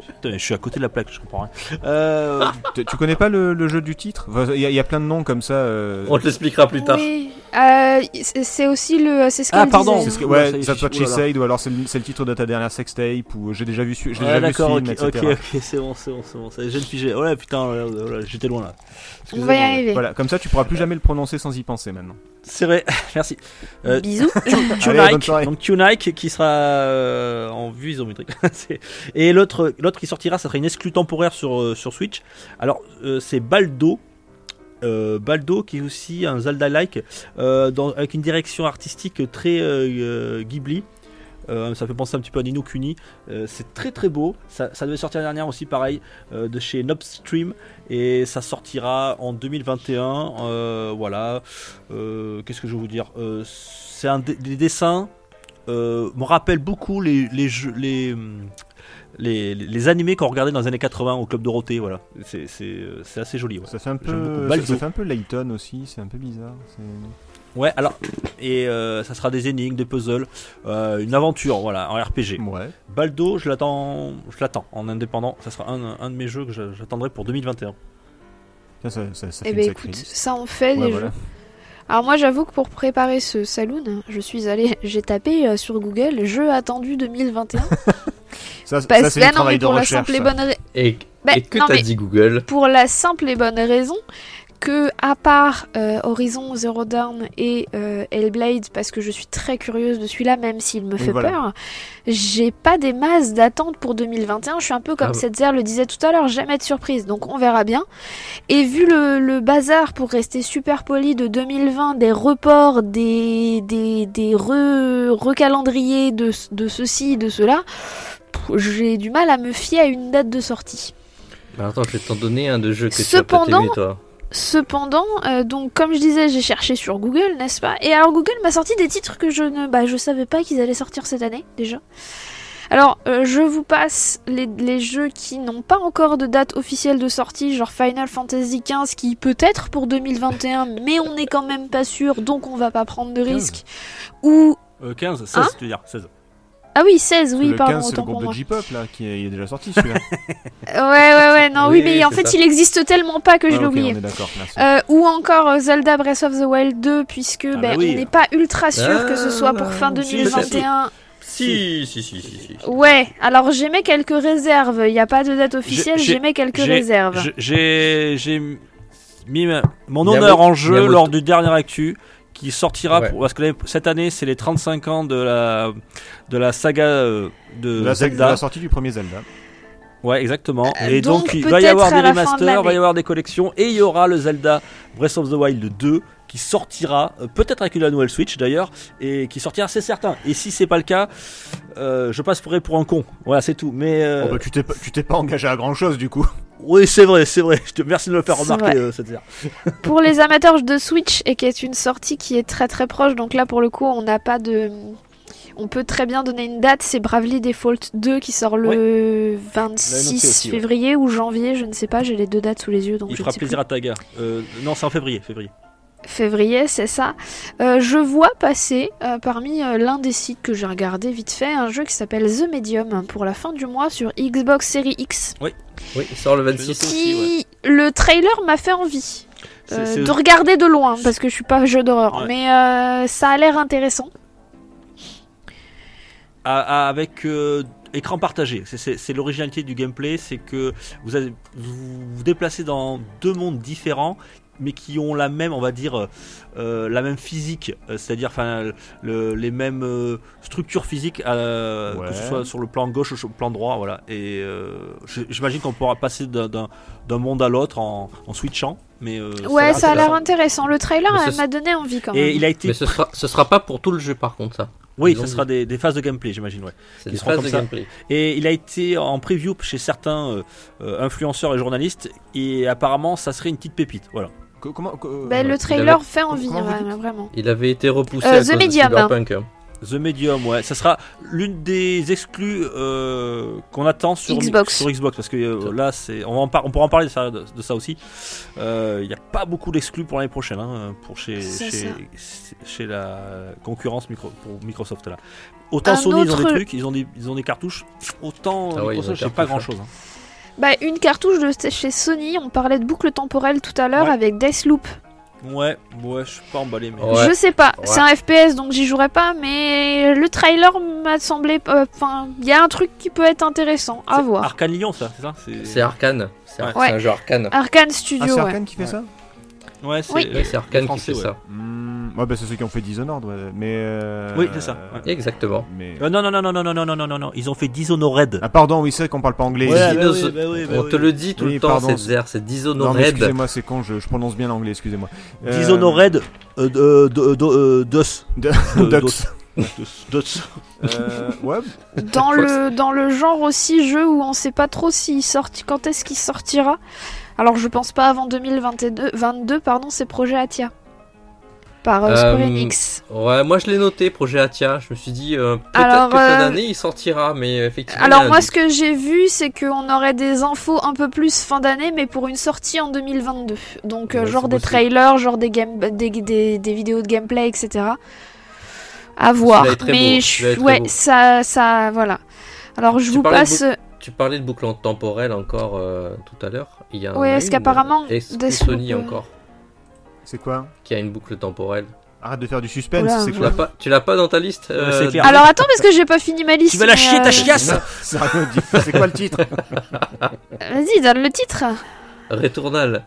Speaker 5: Putain, je suis à côté de la plaque, je comprends rien. Euh,
Speaker 2: Tu, tu connais pas le, le jeu du titre Enfin, Il y, a- il y a plein de noms comme ça. euh,
Speaker 5: Oh,
Speaker 4: On te l'expliquera plus tard.
Speaker 3: Oui. Euh, c'est- c'est aussi le. euh, C'est ce
Speaker 5: Ah,
Speaker 3: qu'elle
Speaker 5: pardon.
Speaker 3: disait.
Speaker 2: C'est ce que-
Speaker 5: Oula, ça y
Speaker 2: ouais,
Speaker 5: est,
Speaker 2: ça
Speaker 5: je-
Speaker 2: soit
Speaker 5: oh là
Speaker 2: She
Speaker 5: là.
Speaker 2: Said, ou alors c'est le, c'est le titre de ta dernière sextape, ou j'ai déjà vu, su- j'ai
Speaker 5: ouais,
Speaker 2: déjà vu ce
Speaker 5: Ah, d'accord,
Speaker 2: film,
Speaker 5: ok,
Speaker 2: etc.
Speaker 5: ok, ok, c'est bon, c'est bon, c'est bon. ça y est, Je viens de figer. Oh là, putain, oh là, oh là, j'étais loin
Speaker 3: On va
Speaker 5: là.
Speaker 3: y
Speaker 5: Excusez-moi.
Speaker 3: arriver.
Speaker 2: Voilà, comme ça tu pourras
Speaker 3: Euh,
Speaker 2: plus jamais le prononcer sans y penser maintenant.
Speaker 5: C'est vrai, merci. Euh,
Speaker 3: Bisous.
Speaker 2: Allez, bonne
Speaker 5: Tunike,
Speaker 2: soirée.
Speaker 5: donc Tunike qui sera euh, en vue isométrique. C'est- et l'autre, l'autre qui sortira, ça sera une exclue temporaire sur, euh, sur Switch. Alors euh, c'est Baldo. Euh, Baldo qui est aussi un Zelda-like euh, dans- avec une direction artistique très euh, euh, Ghibli. Euh, ça fait penser un petit peu à Nino Kuni. Euh, c'est très très beau. Ça, ça devait sortir l'année dernière aussi, pareil, euh, de chez Nobstream. Et ça sortira en 2021. euh, voilà. Euh, Qu'est-ce que je veux vous dire Euh, C'est un des des dessins. euh, me rappelle beaucoup les, les jeux, les, hum, les, les animés qu'on regardait dans les années 80 au Club Dorothée. Voilà. C'est c'est, euh, c'est assez joli. ouais.
Speaker 2: Ça fait un
Speaker 5: J'aime beaucoup.
Speaker 2: peu, ça,
Speaker 5: Baldo.
Speaker 2: ça fait un peu Layton aussi, c'est un peu bizarre. c'est-
Speaker 5: Ouais, alors, et euh, ça sera des énigmes, des puzzles, euh, une aventure, voilà, en RPG.
Speaker 2: Ouais.
Speaker 5: Baldo, je l'attends, je l'attends en indépendant. Ça sera un, un de mes jeux que j'a- j'attendrai pour 2021.
Speaker 2: Ça, ça, ça- ça fait
Speaker 3: Eh
Speaker 2: une
Speaker 3: ben
Speaker 2: sacrée
Speaker 3: écoute,
Speaker 2: liste.
Speaker 3: ça en fait
Speaker 2: Ouais,
Speaker 3: des
Speaker 2: voilà.
Speaker 3: jeux. Alors moi j'avoue que pour préparer ce saloon, je suis allée, j'ai tapé euh, sur Google jeu attendu 2021.
Speaker 2: Ça, ça,
Speaker 3: Parce
Speaker 2: c'est
Speaker 3: bah
Speaker 2: du
Speaker 3: non mais
Speaker 2: travail de
Speaker 3: pour la simple
Speaker 2: recherche.
Speaker 3: et
Speaker 2: ça.
Speaker 3: bonne ra-
Speaker 4: Et,
Speaker 3: bah,
Speaker 4: et que
Speaker 3: non,
Speaker 4: t'as
Speaker 3: mais
Speaker 4: dit Google
Speaker 3: pour la simple et bonne raison que à part euh, Horizon Zero Dawn et euh, Hellblade parce que je suis très curieuse de celui-là même s'il me
Speaker 2: Oui,
Speaker 3: fait
Speaker 2: voilà.
Speaker 3: peur, j'ai pas des masses d'attentes pour 2021. Je suis un peu comme
Speaker 4: Ah bah.
Speaker 3: Setzer le disait tout à l'heure, jamais de surprise. Donc on verra bien. Et vu le, le bazar, pour rester super poli, de 2020, des reports, des, des, des re- recalendriers de, ce- de ceci, de cela, pff, j'ai du mal à me fier à une date de sortie.
Speaker 4: Bah, Attends, je vais t'en donner un de jeu que tu as
Speaker 3: Cependant-
Speaker 4: pas aimé, toi.
Speaker 3: Cependant, euh, donc comme je disais, j'ai cherché sur Google, n'est-ce pas Et alors Google m'a sorti des titres que je ne, bah, je savais pas qu'ils allaient sortir cette année déjà. Alors, euh, je vous passe les, les jeux qui n'ont pas encore de date officielle de sortie, genre Final Fantasy XV, qui peut être pour 2021, mais on n'est quand même pas sûr, donc on va pas prendre de
Speaker 2: 15.
Speaker 3: risque. Ou
Speaker 5: Euh, 15, 16, tu veux dire 16.
Speaker 3: ah oui, 16, oui,
Speaker 2: le
Speaker 3: pardon,
Speaker 2: 15, c'est le
Speaker 3: autant pour
Speaker 2: groupe
Speaker 3: moi.
Speaker 2: de J-Pop là, qui est, il est déjà sorti celui-là.
Speaker 3: Ouais, ouais, ouais, non, oui,
Speaker 4: Oui,
Speaker 3: mais en
Speaker 4: c'est
Speaker 3: fait,
Speaker 4: ça.
Speaker 3: il existe tellement pas que je
Speaker 2: Ah,
Speaker 3: l'ai
Speaker 2: ok,
Speaker 3: oublié.
Speaker 2: On est d'accord, merci.
Speaker 3: Euh, ou encore euh, Zelda Breath of the Wild 2, puisque ben,
Speaker 5: bah oui.
Speaker 3: on n'est pas ultra sûr que ce soit pour fin
Speaker 4: Ah, si, si,
Speaker 3: 2021.
Speaker 4: Si, si, si, si. si.
Speaker 3: Ouais, alors j'émets quelques réserves. Il n'y a pas de date officielle,
Speaker 5: j'ai-
Speaker 3: j'émets quelques
Speaker 5: j'ai-
Speaker 3: réserves.
Speaker 5: Je- J'ai j'ai mis ma- mon
Speaker 4: Miyamoto-
Speaker 5: honneur en jeu
Speaker 4: Miyamoto.
Speaker 5: lors du dernier actu qui sortira
Speaker 4: Ouais.
Speaker 5: pour- parce que l'année- cette année c'est les 35 ans de la de la saga euh, de
Speaker 2: la, c'est-
Speaker 5: Zelda.
Speaker 2: la sortie du premier Zelda.
Speaker 5: Ouais, exactement.
Speaker 3: Euh,
Speaker 5: et donc,
Speaker 3: donc,
Speaker 5: il va y
Speaker 3: peut-être
Speaker 5: avoir
Speaker 3: à
Speaker 5: des
Speaker 3: la fin de
Speaker 5: remasters, il va y
Speaker 3: l'année.
Speaker 5: avoir des collections, et il y aura le Zelda Breath of the Wild 2 qui sortira, euh, peut-être avec une nouvelle Switch d'ailleurs, et qui sortira, c'est certain. Et si c'est pas le cas, euh, je passerai pour un con. Voilà, c'est tout. Mais euh,
Speaker 2: Oh, bah, tu t'es pas- tu t'es pas engagé à grand chose du coup.
Speaker 5: oui, c'est vrai, c'est vrai. Je te merci de me le faire
Speaker 3: C'est vrai.
Speaker 5: remarquer, euh, cette
Speaker 3: Pour les amateurs de Switch, et qui est une sortie qui est très très proche, donc là pour le coup, on n'a pas de. On peut très bien donner une date, c'est Bravely Default 2 qui sort le
Speaker 5: L'a annoncé
Speaker 3: 26
Speaker 5: aussi, ouais.
Speaker 3: février ou janvier, je ne sais pas, j'ai les deux dates sous les yeux donc
Speaker 5: Il
Speaker 3: je
Speaker 5: fera
Speaker 3: ne sais plus.
Speaker 5: plaisir à ta gare. Euh, non, c'est en février, février.
Speaker 3: février, c'est ça. Euh, je vois passer euh, parmi euh, l'un des sites que j'ai regardé vite fait un jeu qui s'appelle The Medium pour la fin du mois sur Xbox Series X.
Speaker 4: Oui, il sort le
Speaker 5: Je vais
Speaker 4: 26.
Speaker 5: noter.
Speaker 3: Qui
Speaker 5: aussi,
Speaker 3: le trailer m'a fait envie
Speaker 5: C'est-
Speaker 3: euh,
Speaker 5: c'est-
Speaker 3: de regarder de loin parce que je suis pas jeu d'horreur,
Speaker 5: Ouais.
Speaker 3: mais euh, ça a l'air intéressant.
Speaker 5: à- à- avec euh, écran partagé. C'est- C'est c'est l'originalité du gameplay, c'est que vous, avez- vous vous déplacez dans deux mondes différents mais qui ont la même, on va dire, euh, la même physique, euh, c'est-à-dire enfin le- les mêmes euh, structures physiques, euh,
Speaker 2: Ouais.
Speaker 5: que ce soit sur le plan gauche ou sur le plan droit, voilà. Et euh, j- j'imagine qu'on pourra passer d'un- d'un d'un monde à l'autre en, en switchant, mais euh,
Speaker 3: Ouais, ça a l'air
Speaker 5: intéressant.
Speaker 3: intéressant. Le trailer
Speaker 4: Mais ce-
Speaker 3: elle m'a donné envie quand même.
Speaker 5: Et il a été,
Speaker 4: Mais ce sera, ce sera pas pour tout le jeu par contre ça.
Speaker 5: oui,
Speaker 4: ils ont
Speaker 5: ça sera des, des phases de gameplay, j'imagine, ouais.
Speaker 4: C'est
Speaker 5: Ils
Speaker 4: des
Speaker 5: seront
Speaker 4: phases
Speaker 5: comme
Speaker 4: de
Speaker 5: ça.
Speaker 4: gameplay.
Speaker 5: Et il a été en preview chez certains euh, euh, influenceurs et journalistes, et apparemment ça serait une petite pépite, voilà.
Speaker 2: Co- Comment co-
Speaker 3: Ben, le
Speaker 4: Il avait-
Speaker 3: trailer fait envie,
Speaker 2: Comment vous
Speaker 3: ouais, vraiment.
Speaker 4: Il avait été repoussé
Speaker 3: Euh,
Speaker 4: à
Speaker 3: The
Speaker 4: cause de
Speaker 3: Medium.
Speaker 4: Cyberpunk.
Speaker 5: The Medium, ouais, ça sera l'une des exclus euh, qu'on attend sur
Speaker 3: Xbox.
Speaker 5: sur Xbox parce que euh, là, c'est, on, va en par- on pourra en parler de ça, de, de ça aussi. Euh, Il n'y a pas beaucoup d'exclus pour l'année prochaine, hein, pour chez,
Speaker 3: C'est
Speaker 5: chez,
Speaker 3: ça.
Speaker 5: chez la concurrence micro, pour Microsoft là. Autant
Speaker 3: Un
Speaker 5: Sony, ils ont
Speaker 3: autre-
Speaker 5: des trucs, ils ont des, ils ont des cartouches, autant
Speaker 4: Ah ouais, ils ont
Speaker 5: Microsoft,
Speaker 4: des
Speaker 5: j'ai pas grand
Speaker 4: cartouches,
Speaker 5: chose.
Speaker 3: Bah, une cartouche de chez Sony, on parlait de boucle temporelle tout à l'heure
Speaker 5: Ouais.
Speaker 3: avec Deathloop.
Speaker 5: hein. Ouais, ouais, je suis pas emballé, mais.
Speaker 4: Ouais.
Speaker 3: Je sais pas,
Speaker 4: Ouais.
Speaker 3: c'est un FPS donc j'y jouerai pas, mais le trailer m'a semblé. euh, Enfin, il y a un truc qui peut être intéressant à
Speaker 5: C'est
Speaker 3: voir.
Speaker 5: Arcane Lyon, ça, c'est ça c'est...
Speaker 4: C'est Arkane. C'est
Speaker 5: Ouais.
Speaker 4: c'est un jeu Arkane.
Speaker 3: Arkane
Speaker 2: Ah,
Speaker 3: Studio,
Speaker 2: c'est
Speaker 3: ouais.
Speaker 2: Arkane qui fait
Speaker 5: Ouais.
Speaker 2: ça
Speaker 5: Ouais, c'est,
Speaker 3: Oui.
Speaker 4: Ouais, c'est Arkane qui
Speaker 5: Français,
Speaker 4: fait
Speaker 5: ouais.
Speaker 4: ça.
Speaker 2: Hmm, Ouais, bah, c'est ceux qui ont fait Dishonored, ouais. Mais. euh,
Speaker 5: Oui, c'est ça, ouais.
Speaker 4: Exactement.
Speaker 2: Mais...
Speaker 5: Euh, non, non, non, non, non, non, non, non, non, non, ils ont fait Dishonored.
Speaker 2: Ah, pardon, oui, c'est vrai qu'on parle pas anglais.
Speaker 5: Ouais,
Speaker 2: ici.
Speaker 5: bah oui, bah oui, bah
Speaker 4: On
Speaker 5: oui.
Speaker 4: te le dit tout
Speaker 2: Oui,
Speaker 4: le temps,
Speaker 2: pardon.
Speaker 4: c'est Zer, c'est
Speaker 2: Non, mais
Speaker 4: Dishonored.
Speaker 2: excusez-moi, c'est con, je, je prononce bien l'anglais, excusez-moi. Euh,
Speaker 5: Dishonored euh, de- de- de- euh, DOS.
Speaker 2: De-
Speaker 5: Euh,
Speaker 2: Dots.
Speaker 5: DOS. DOS.
Speaker 2: euh, ouais,
Speaker 3: Dans le, dans le genre aussi jeu où on sait pas trop s'il sorti, quand est-ce qu'il sortira. Alors je pense pas avant 2022, 22, pardon, c'est Projet Atia. Par euh, Square
Speaker 4: Euh,
Speaker 3: Enix.
Speaker 4: Ouais, moi je l'ai noté, projet Atia. Je me suis dit, euh, peut-être
Speaker 3: Alors,
Speaker 4: que fin
Speaker 3: euh,
Speaker 4: d'année il sortira, mais effectivement. il y a
Speaker 3: Alors
Speaker 4: un
Speaker 3: moi
Speaker 4: doute.
Speaker 3: ce que j'ai vu c'est qu'on aurait des infos un peu plus fin d'année mais pour une sortie en 2022. Donc euh,
Speaker 4: Ouais,
Speaker 3: genre
Speaker 4: c'est
Speaker 3: des
Speaker 4: possible.
Speaker 3: trailers, genre des, game, des, des, des vidéos de gameplay etc. À voir.
Speaker 4: est très
Speaker 3: Mais
Speaker 4: beau,
Speaker 3: je-
Speaker 4: celui-là est très
Speaker 3: ouais
Speaker 4: beau.
Speaker 3: ça, ça voilà. Alors je
Speaker 4: Tu
Speaker 3: vous
Speaker 4: parlais de
Speaker 3: passe... euh,
Speaker 4: Tu parlais de boucle temporelle encore euh, tout à l'heure. Il y en a
Speaker 3: Ouais, est-ce
Speaker 4: une,
Speaker 3: qu'apparemment,
Speaker 4: euh, est-ce que
Speaker 3: Deathloop,
Speaker 4: Sony
Speaker 3: euh,
Speaker 4: encore
Speaker 2: c'est quoi
Speaker 4: qui a une boucle temporelle.
Speaker 2: Arrête de faire du suspense,
Speaker 3: Oula,
Speaker 2: c'est
Speaker 4: Tu l'as
Speaker 2: quoi
Speaker 4: pas, tu l'as pas dans ta liste euh,
Speaker 5: Ouais, c'est clair.
Speaker 3: Alors attends parce que j'ai pas fini ma liste.
Speaker 5: Tu vas la
Speaker 3: mais,
Speaker 5: chier
Speaker 3: euh,
Speaker 5: ta chiasse
Speaker 2: C'est c'est quoi le titre
Speaker 3: Vas-y donne le titre.
Speaker 4: Retournal.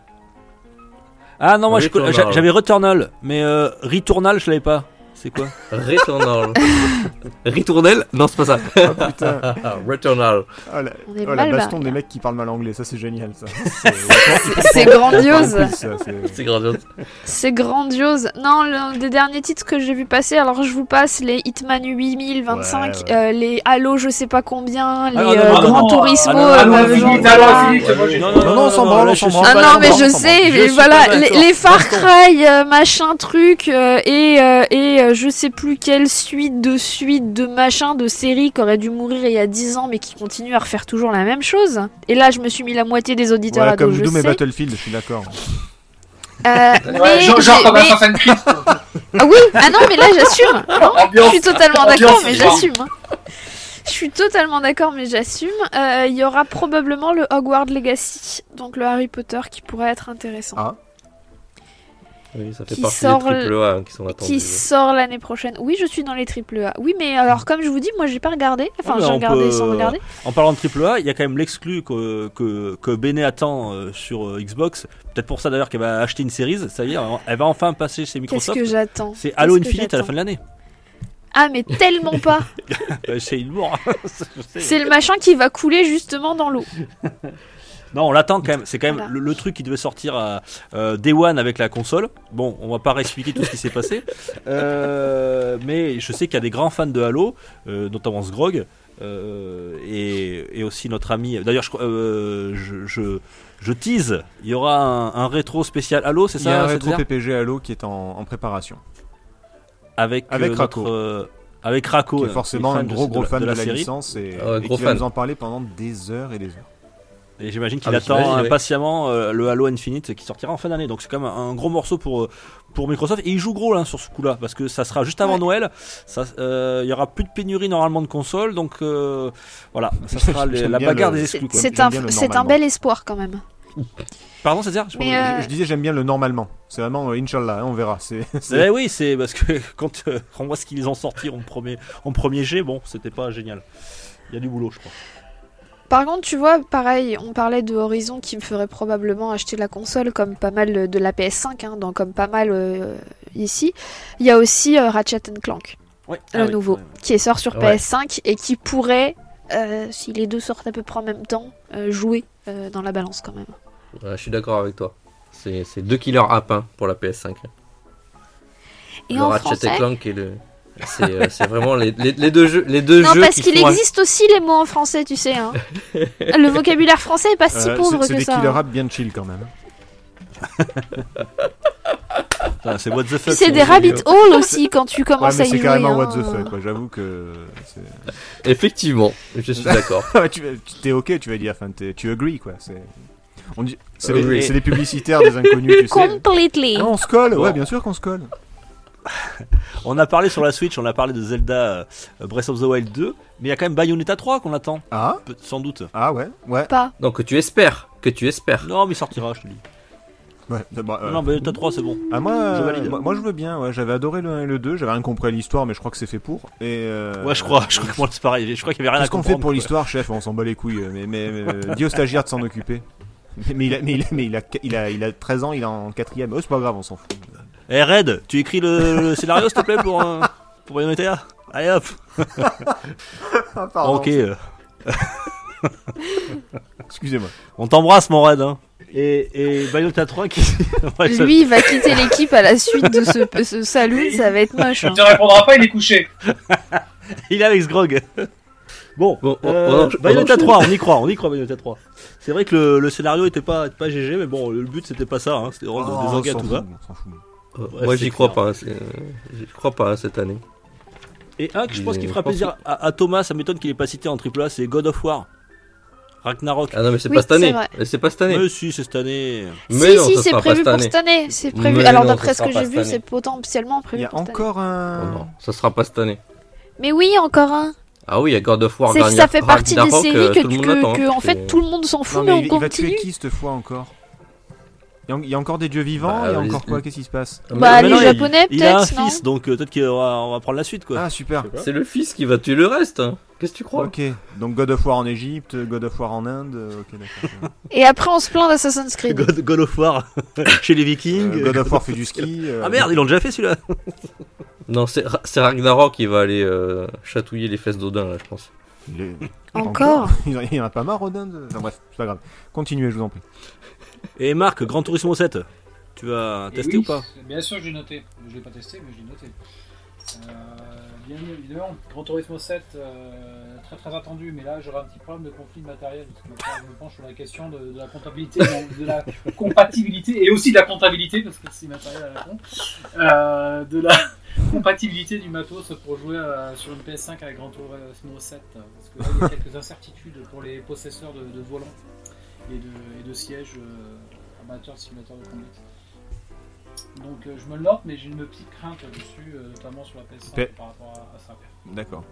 Speaker 5: Ah non, moi je-
Speaker 4: Returnal.
Speaker 5: j'a- j'avais Returnal, mais euh, Returnal je l'avais pas. C'est quoi
Speaker 4: Returnal. Retournel Non, c'est pas ça.
Speaker 2: Putain.
Speaker 4: Ah, Returnal.
Speaker 2: Oh la,
Speaker 3: On est
Speaker 2: oh, la
Speaker 3: mal
Speaker 2: baston
Speaker 3: barré,
Speaker 2: des
Speaker 3: là.
Speaker 2: mecs qui parlent mal anglais, ça c'est génial ça.
Speaker 3: C'est grandiose.
Speaker 2: Ça, c'est-
Speaker 4: C'est grandiose.
Speaker 3: C'est grandiose. Non, l'un des derniers titres que j'ai vu passer, alors je vous passe les Hitman 8025,
Speaker 2: Ouais, ouais.
Speaker 3: euh, les Halo je sais pas combien, les
Speaker 5: Ah, non, non,
Speaker 3: euh,
Speaker 5: non,
Speaker 3: Gran
Speaker 5: non,
Speaker 3: Turismo.
Speaker 5: non,
Speaker 3: euh,
Speaker 5: non,
Speaker 3: bah,
Speaker 5: non,
Speaker 3: j'en-
Speaker 5: non,
Speaker 3: voilà.
Speaker 6: non, non,
Speaker 2: non, non, on s'en branle, on s'en branle.
Speaker 3: Ah
Speaker 2: Pas
Speaker 3: non, mais
Speaker 2: d'accord,
Speaker 3: je
Speaker 2: on s'en
Speaker 3: sais,
Speaker 5: branle.
Speaker 3: mais
Speaker 5: Je suis
Speaker 3: voilà,
Speaker 5: pas
Speaker 3: les,
Speaker 5: d'accord.
Speaker 3: les Far Cry, euh, machin truc, euh, et, euh, et euh, je sais plus quelle suite de suite de machin de série qui aurait dû mourir il y a 10 ans, mais qui continue à refaire toujours la même chose. Et là, je me suis mis la moitié des auditeurs
Speaker 2: Voilà,
Speaker 3: à dos,
Speaker 2: comme
Speaker 3: je
Speaker 2: Doom et
Speaker 3: sais.
Speaker 2: Battlefield, je suis d'accord.
Speaker 3: Euh, mais
Speaker 6: genre,
Speaker 3: j'ai-
Speaker 6: genre comme
Speaker 3: mais-
Speaker 6: Assassin's Creed.
Speaker 3: Ah oui, ah non, mais là j'assume. Non, je
Speaker 6: Ambiance.
Speaker 3: suis totalement d'accord,
Speaker 6: Ambiance,
Speaker 3: mais
Speaker 6: c'est bien.
Speaker 3: j'assume. hein. Je suis totalement d'accord, mais j'assume. Euh, Il y aura probablement le Hogwarts Legacy, donc le Harry Potter, qui pourrait être intéressant.
Speaker 2: Ah,
Speaker 4: Oui, ça fait
Speaker 3: Qui
Speaker 4: partie
Speaker 3: sort
Speaker 4: des triple A hein, qui sont attendus.
Speaker 3: qui sort l'année prochaine. Oui, je suis dans les triple A. Oui, mais alors, comme je vous dis, moi j'ai pas regardé. Enfin,
Speaker 5: Ouais, Ah, mais
Speaker 3: j'ai
Speaker 5: on
Speaker 3: regardé
Speaker 5: peut-
Speaker 3: sans regarder.
Speaker 5: En parlant de AAA, il y a quand même l'exclu que, que, que Bene attend euh, sur euh, Xbox. Peut-être pour ça d'ailleurs qu'elle va acheter une série, ça y est, elle va enfin passer
Speaker 3: Qu'est-ce
Speaker 5: chez Microsoft.
Speaker 3: que j'attends
Speaker 5: hein. C'est Halo
Speaker 3: Qu'est-ce que
Speaker 5: Infinite à la
Speaker 3: j'attends
Speaker 5: fin de l'année.
Speaker 3: Ah, mais tellement pas
Speaker 5: Euh, C'est une mort. Je sais.
Speaker 3: C'est le machin qui va couler justement dans l'eau.
Speaker 5: Non, on l'attend quand même. C'est quand même
Speaker 3: Voilà.
Speaker 5: le, le truc qui devait sortir à euh, Day One avec la console. Bon, on va pas réexpliquer tout ce qui s'est passé. Euh, mais je sais qu'il y a des grands fans de Halo, euh, notamment Sgrog, euh, et, et aussi notre ami. D'ailleurs, je, crois- euh, je, je, je tease. Il y aura un, un rétro spécial Halo, c'est
Speaker 2: Il y a
Speaker 5: ça
Speaker 2: un
Speaker 5: ça te
Speaker 2: rétro
Speaker 5: sert
Speaker 2: PPG Halo qui est en, en préparation.
Speaker 5: Avec, euh,
Speaker 2: Avec Raco.
Speaker 5: notre, euh, avec Raco.
Speaker 2: Qui est
Speaker 5: euh,
Speaker 2: forcément
Speaker 5: qui est
Speaker 2: un
Speaker 5: de-
Speaker 2: gros gros
Speaker 5: de,
Speaker 2: fan de la,
Speaker 5: série.
Speaker 2: licence et,
Speaker 4: Ouais,
Speaker 2: et
Speaker 4: gros
Speaker 2: qui va
Speaker 4: fan.
Speaker 2: nous en parler pendant des heures et des heures.
Speaker 5: Et j'imagine qu'il
Speaker 4: Ah, mais
Speaker 5: attend
Speaker 4: j'imagine, oui.
Speaker 5: impatiemment euh, le Halo Infinite qui sortira en fin d'année. Donc c'est quand même un gros morceau pour, euh, pour Microsoft. Et il joue gros là sur ce coup-là parce que ça sera juste avant
Speaker 3: Ouais.
Speaker 5: Noël. Ça, euh, Il y aura plus de pénurie normalement de consoles. Donc euh, voilà, ça sera les-
Speaker 2: J'aime
Speaker 5: la
Speaker 2: bien
Speaker 5: bagarre
Speaker 2: le-
Speaker 5: des
Speaker 3: C'est
Speaker 5: exclus. quoi.
Speaker 3: c'est
Speaker 2: J'aime
Speaker 3: un,
Speaker 2: bien le
Speaker 3: c'est un
Speaker 2: normalement.
Speaker 3: bel espoir quand même.
Speaker 5: Pardon, c'est-à-dire
Speaker 3: Mais, euh,
Speaker 2: Je, je disais j'aime bien le normalement. C'est vraiment euh, Inch'Allah, hein, on verra. C'est c'est-
Speaker 5: Eh oui, c'est parce que quand euh, on voit ce qu'ils ont sorti en premier, en premier G, bon, c'était pas génial. Il y a du boulot, je crois.
Speaker 3: Par contre, tu vois, pareil, on parlait de Horizon qui me ferait probablement acheter la console comme pas mal de la PS5, hein, donc comme pas mal euh, ici. Il y a aussi euh, Ratchet and Clank,
Speaker 5: Ouais.
Speaker 3: le
Speaker 5: Ah oui,
Speaker 3: nouveau,
Speaker 5: quand même.
Speaker 3: qui est sort sur
Speaker 4: Ouais.
Speaker 3: PS5 et qui pourrait, euh, si les deux sortent à peu près en même temps, euh, jouer euh, dans la balance quand même.
Speaker 4: Ouais, je suis d'accord avec toi. C'est c'est deux killers app hein, pour la PS5.
Speaker 3: Et
Speaker 4: le
Speaker 3: en
Speaker 4: Ratchet
Speaker 3: français
Speaker 4: et Clank et le. C'est euh, c'est vraiment les, les- les deux jeux. Les deux
Speaker 3: Non,
Speaker 4: jeux
Speaker 3: parce
Speaker 4: qui
Speaker 3: qu'il
Speaker 4: font-
Speaker 3: existe aussi les mots en français, tu sais. hein. le vocabulaire français est pas si
Speaker 2: Euh,
Speaker 3: pauvre
Speaker 2: c'est- c'est
Speaker 3: que
Speaker 2: des
Speaker 3: ça.
Speaker 2: killer
Speaker 3: hein.
Speaker 2: apps bien chill quand même.
Speaker 5: Ah, c'est what the fuck.
Speaker 3: Puis c'est
Speaker 5: c'est
Speaker 3: des
Speaker 5: mon
Speaker 3: rabbit
Speaker 5: jeu.
Speaker 3: holes aussi quand tu
Speaker 2: Ouais,
Speaker 3: commences
Speaker 2: mais
Speaker 3: à y
Speaker 2: c'est
Speaker 3: jouer.
Speaker 2: carrément
Speaker 3: hein.
Speaker 2: what the fuck. quoi, J'avoue que. c'est-
Speaker 4: Effectivement, je suis d'accord.
Speaker 2: Ah ouais, tu tu- t'es ok, tu vas dire. Enfin, t'es- tu agree quoi. C'est. On dit. C'est les,
Speaker 4: Agree.
Speaker 2: c'est les publicitaires des inconnus, tu sais.
Speaker 3: Completely.
Speaker 2: Ah, on se colle, ouais,
Speaker 5: Bon.
Speaker 2: bien sûr qu'on se colle.
Speaker 5: On a parlé sur la Switch, on a parlé de Zelda euh, Breath of the Wild 2, mais il y a quand même Bayonetta 3 qu'on attend,
Speaker 2: Ah,
Speaker 5: peut- sans doute.
Speaker 2: ah ouais, ouais.
Speaker 3: Pas.
Speaker 4: Donc que tu espères, que tu espères.
Speaker 5: Non, mais il sortira, je te dis.
Speaker 2: ouais c'est bon, euh,
Speaker 5: Non, Bayonetta 3, c'est bon.
Speaker 2: ah, moi, euh,
Speaker 5: je valide.
Speaker 2: moi, moi, je veux bien, ouais, j'avais adoré le 1 et le 2, j'avais rien compris à l'histoire, mais je crois que c'est fait pour. Et, euh,
Speaker 5: Ouais, je crois, je crois que moi c'est pareil, je crois qu'il y avait rien à
Speaker 2: Qu'est-ce qu'on
Speaker 5: comprendre.
Speaker 2: fait pour
Speaker 5: quoi.
Speaker 2: l'histoire, chef On s'en bat les couilles. Mais, mais, mais, euh, dis au stagiaire de s'en occuper. Mais, mais il a, mais, il a, mais il, a, il, a, il a 13 ans, il est en 4ème. c'est pas grave, on s'en fout.
Speaker 5: Eh Red, tu écris le, le scénario s'il te plaît pour, euh, pour Bayonetta Allez hop Ok, euh,
Speaker 2: Excusez-moi.
Speaker 5: on t'embrasse mon Red. Hein. Et, et Bayonetta 3 qui... Ouais, ça-
Speaker 3: Lui, il va quitter l'équipe à la suite de ce, ce saloon, ça va être moche. hein.
Speaker 6: Il te répondra pas, il est couché.
Speaker 5: Il est avec Sgrog. Bon,
Speaker 4: Bon, on-
Speaker 5: euh,
Speaker 4: on encha- on
Speaker 5: Bayonetta
Speaker 4: enchaîne.
Speaker 5: 3, on y croit, on y croit Bayonetta 3. C'est vrai que le, le scénario était pas, pas GG, mais bon, le but c'était pas ça, hein. c'était vraiment
Speaker 2: Oh,
Speaker 5: des enquêtes
Speaker 2: on
Speaker 5: tout
Speaker 2: s'en
Speaker 5: va.
Speaker 2: fout, on s'en fout.
Speaker 4: Euh,
Speaker 5: Ouais,
Speaker 4: Moi
Speaker 5: c'est
Speaker 4: j'y crois
Speaker 5: clair.
Speaker 4: pas, hein, c'est- euh, j'y crois pas hein, cette année.
Speaker 5: Et un que je pense
Speaker 4: Mais
Speaker 5: qui
Speaker 4: je
Speaker 5: fera
Speaker 4: pense
Speaker 5: plaisir à, à Thomas, ça m'étonne qu'il ait pas cité en AAA, c'est God of War. Ragnarok.
Speaker 4: Ah non mais c'est
Speaker 3: Oui,
Speaker 4: pas cette
Speaker 3: c'est
Speaker 4: année.
Speaker 3: vrai.
Speaker 4: Mais C'est pas cette année.
Speaker 5: Mais si, c'est cette année.
Speaker 4: Mais
Speaker 3: si,
Speaker 4: non,
Speaker 3: si,
Speaker 4: ça
Speaker 3: c'est
Speaker 4: sera
Speaker 3: prévu
Speaker 4: pas
Speaker 3: pour
Speaker 4: cette
Speaker 3: cette
Speaker 4: année.
Speaker 3: année. C'est prévu.
Speaker 4: Mais
Speaker 3: Alors,
Speaker 4: non,
Speaker 3: d'après
Speaker 4: ça
Speaker 3: ce
Speaker 4: sera
Speaker 3: que
Speaker 4: pas
Speaker 3: j'ai
Speaker 4: cette
Speaker 3: vu,
Speaker 4: année.
Speaker 3: c'est potentiellement
Speaker 2: Il
Speaker 3: prévu
Speaker 2: y a
Speaker 3: pour cette
Speaker 2: encore
Speaker 4: Oh
Speaker 2: un.
Speaker 4: non, ça sera pas cette année.
Speaker 3: année. Mais oui, encore un.
Speaker 4: Ah oui, il y a God of War
Speaker 3: C'est que
Speaker 4: Ragnarok.
Speaker 3: ça fait partie des
Speaker 4: Ragnarok, euh,
Speaker 3: séries
Speaker 4: tout
Speaker 3: que,
Speaker 4: le monde
Speaker 3: que-
Speaker 4: attend, hein.
Speaker 3: que, en
Speaker 4: C'est-
Speaker 3: fait, tout le monde s'en
Speaker 2: Non,
Speaker 3: fout, mais,
Speaker 2: mais il,
Speaker 3: on
Speaker 2: il va tuer
Speaker 3: continue.
Speaker 2: qui cette fois encore il y, a, il y a encore des dieux vivants,
Speaker 4: Bah,
Speaker 2: il y a
Speaker 4: les-
Speaker 2: encore quoi Qu'est-ce qui se passe
Speaker 4: Ah, mais
Speaker 3: Bah, les
Speaker 4: non, mais non,
Speaker 3: Japonais,
Speaker 5: Il a un
Speaker 3: peut-être, non
Speaker 5: fils, donc euh, peut-être qu'on va, on va prendre la suite, quoi.
Speaker 2: Ah, super.
Speaker 4: il- C'est le fils qui va tuer le reste. hein. Qu'est-ce que tu crois
Speaker 2: Ok, donc God of War en Égypte, God of War en Inde, euh, ok d'accord.
Speaker 3: Et après, on se plaint d'Assassin's Creed.
Speaker 5: God, God of War chez les Vikings.
Speaker 2: Euh, God of War fait du ski. euh,
Speaker 5: Ah merde, ils l'ont déjà fait celui-là.
Speaker 4: Non, c'est Ra- c'est Ragnarok qui va aller euh, chatouiller les fesses d'Odin là, je pense.
Speaker 2: il est-
Speaker 3: Encore
Speaker 2: Il y en a- il y en a pas marre au dinde Enfin bref, c'est pas grave. Continuez, je vous en prie.
Speaker 5: Et Marc, Grand Turismo 7, tu vas
Speaker 6: Et
Speaker 5: tester
Speaker 6: oui,
Speaker 5: ou pas
Speaker 6: Bien sûr, que j'ai noté. Je l'ai pas testé, mais je l'ai noté. Euh, bien évidemment, Grand Turismo 7, euh, très très attendu, mais là j'aurai un petit problème de conflit de matériel, parce que maintenant, je me penche sur la question de, de la comptabilité, donc de la compatibilité, et aussi de la comptabilité, parce que c'est matériel à la con, euh, de la compatibilité du matos pour jouer euh, sur une PS5 avec Grand Turismo 7, euh, parce que là, il y a quelques incertitudes pour les possesseurs de, de volants et de, et de sièges euh, amateurs de simulateurs de conduite. Donc euh, je me le note, mais j'ai une petite crainte dessus, euh, notamment sur la PS5
Speaker 2: Pe-
Speaker 6: par rapport à, à ça.
Speaker 2: D'accord.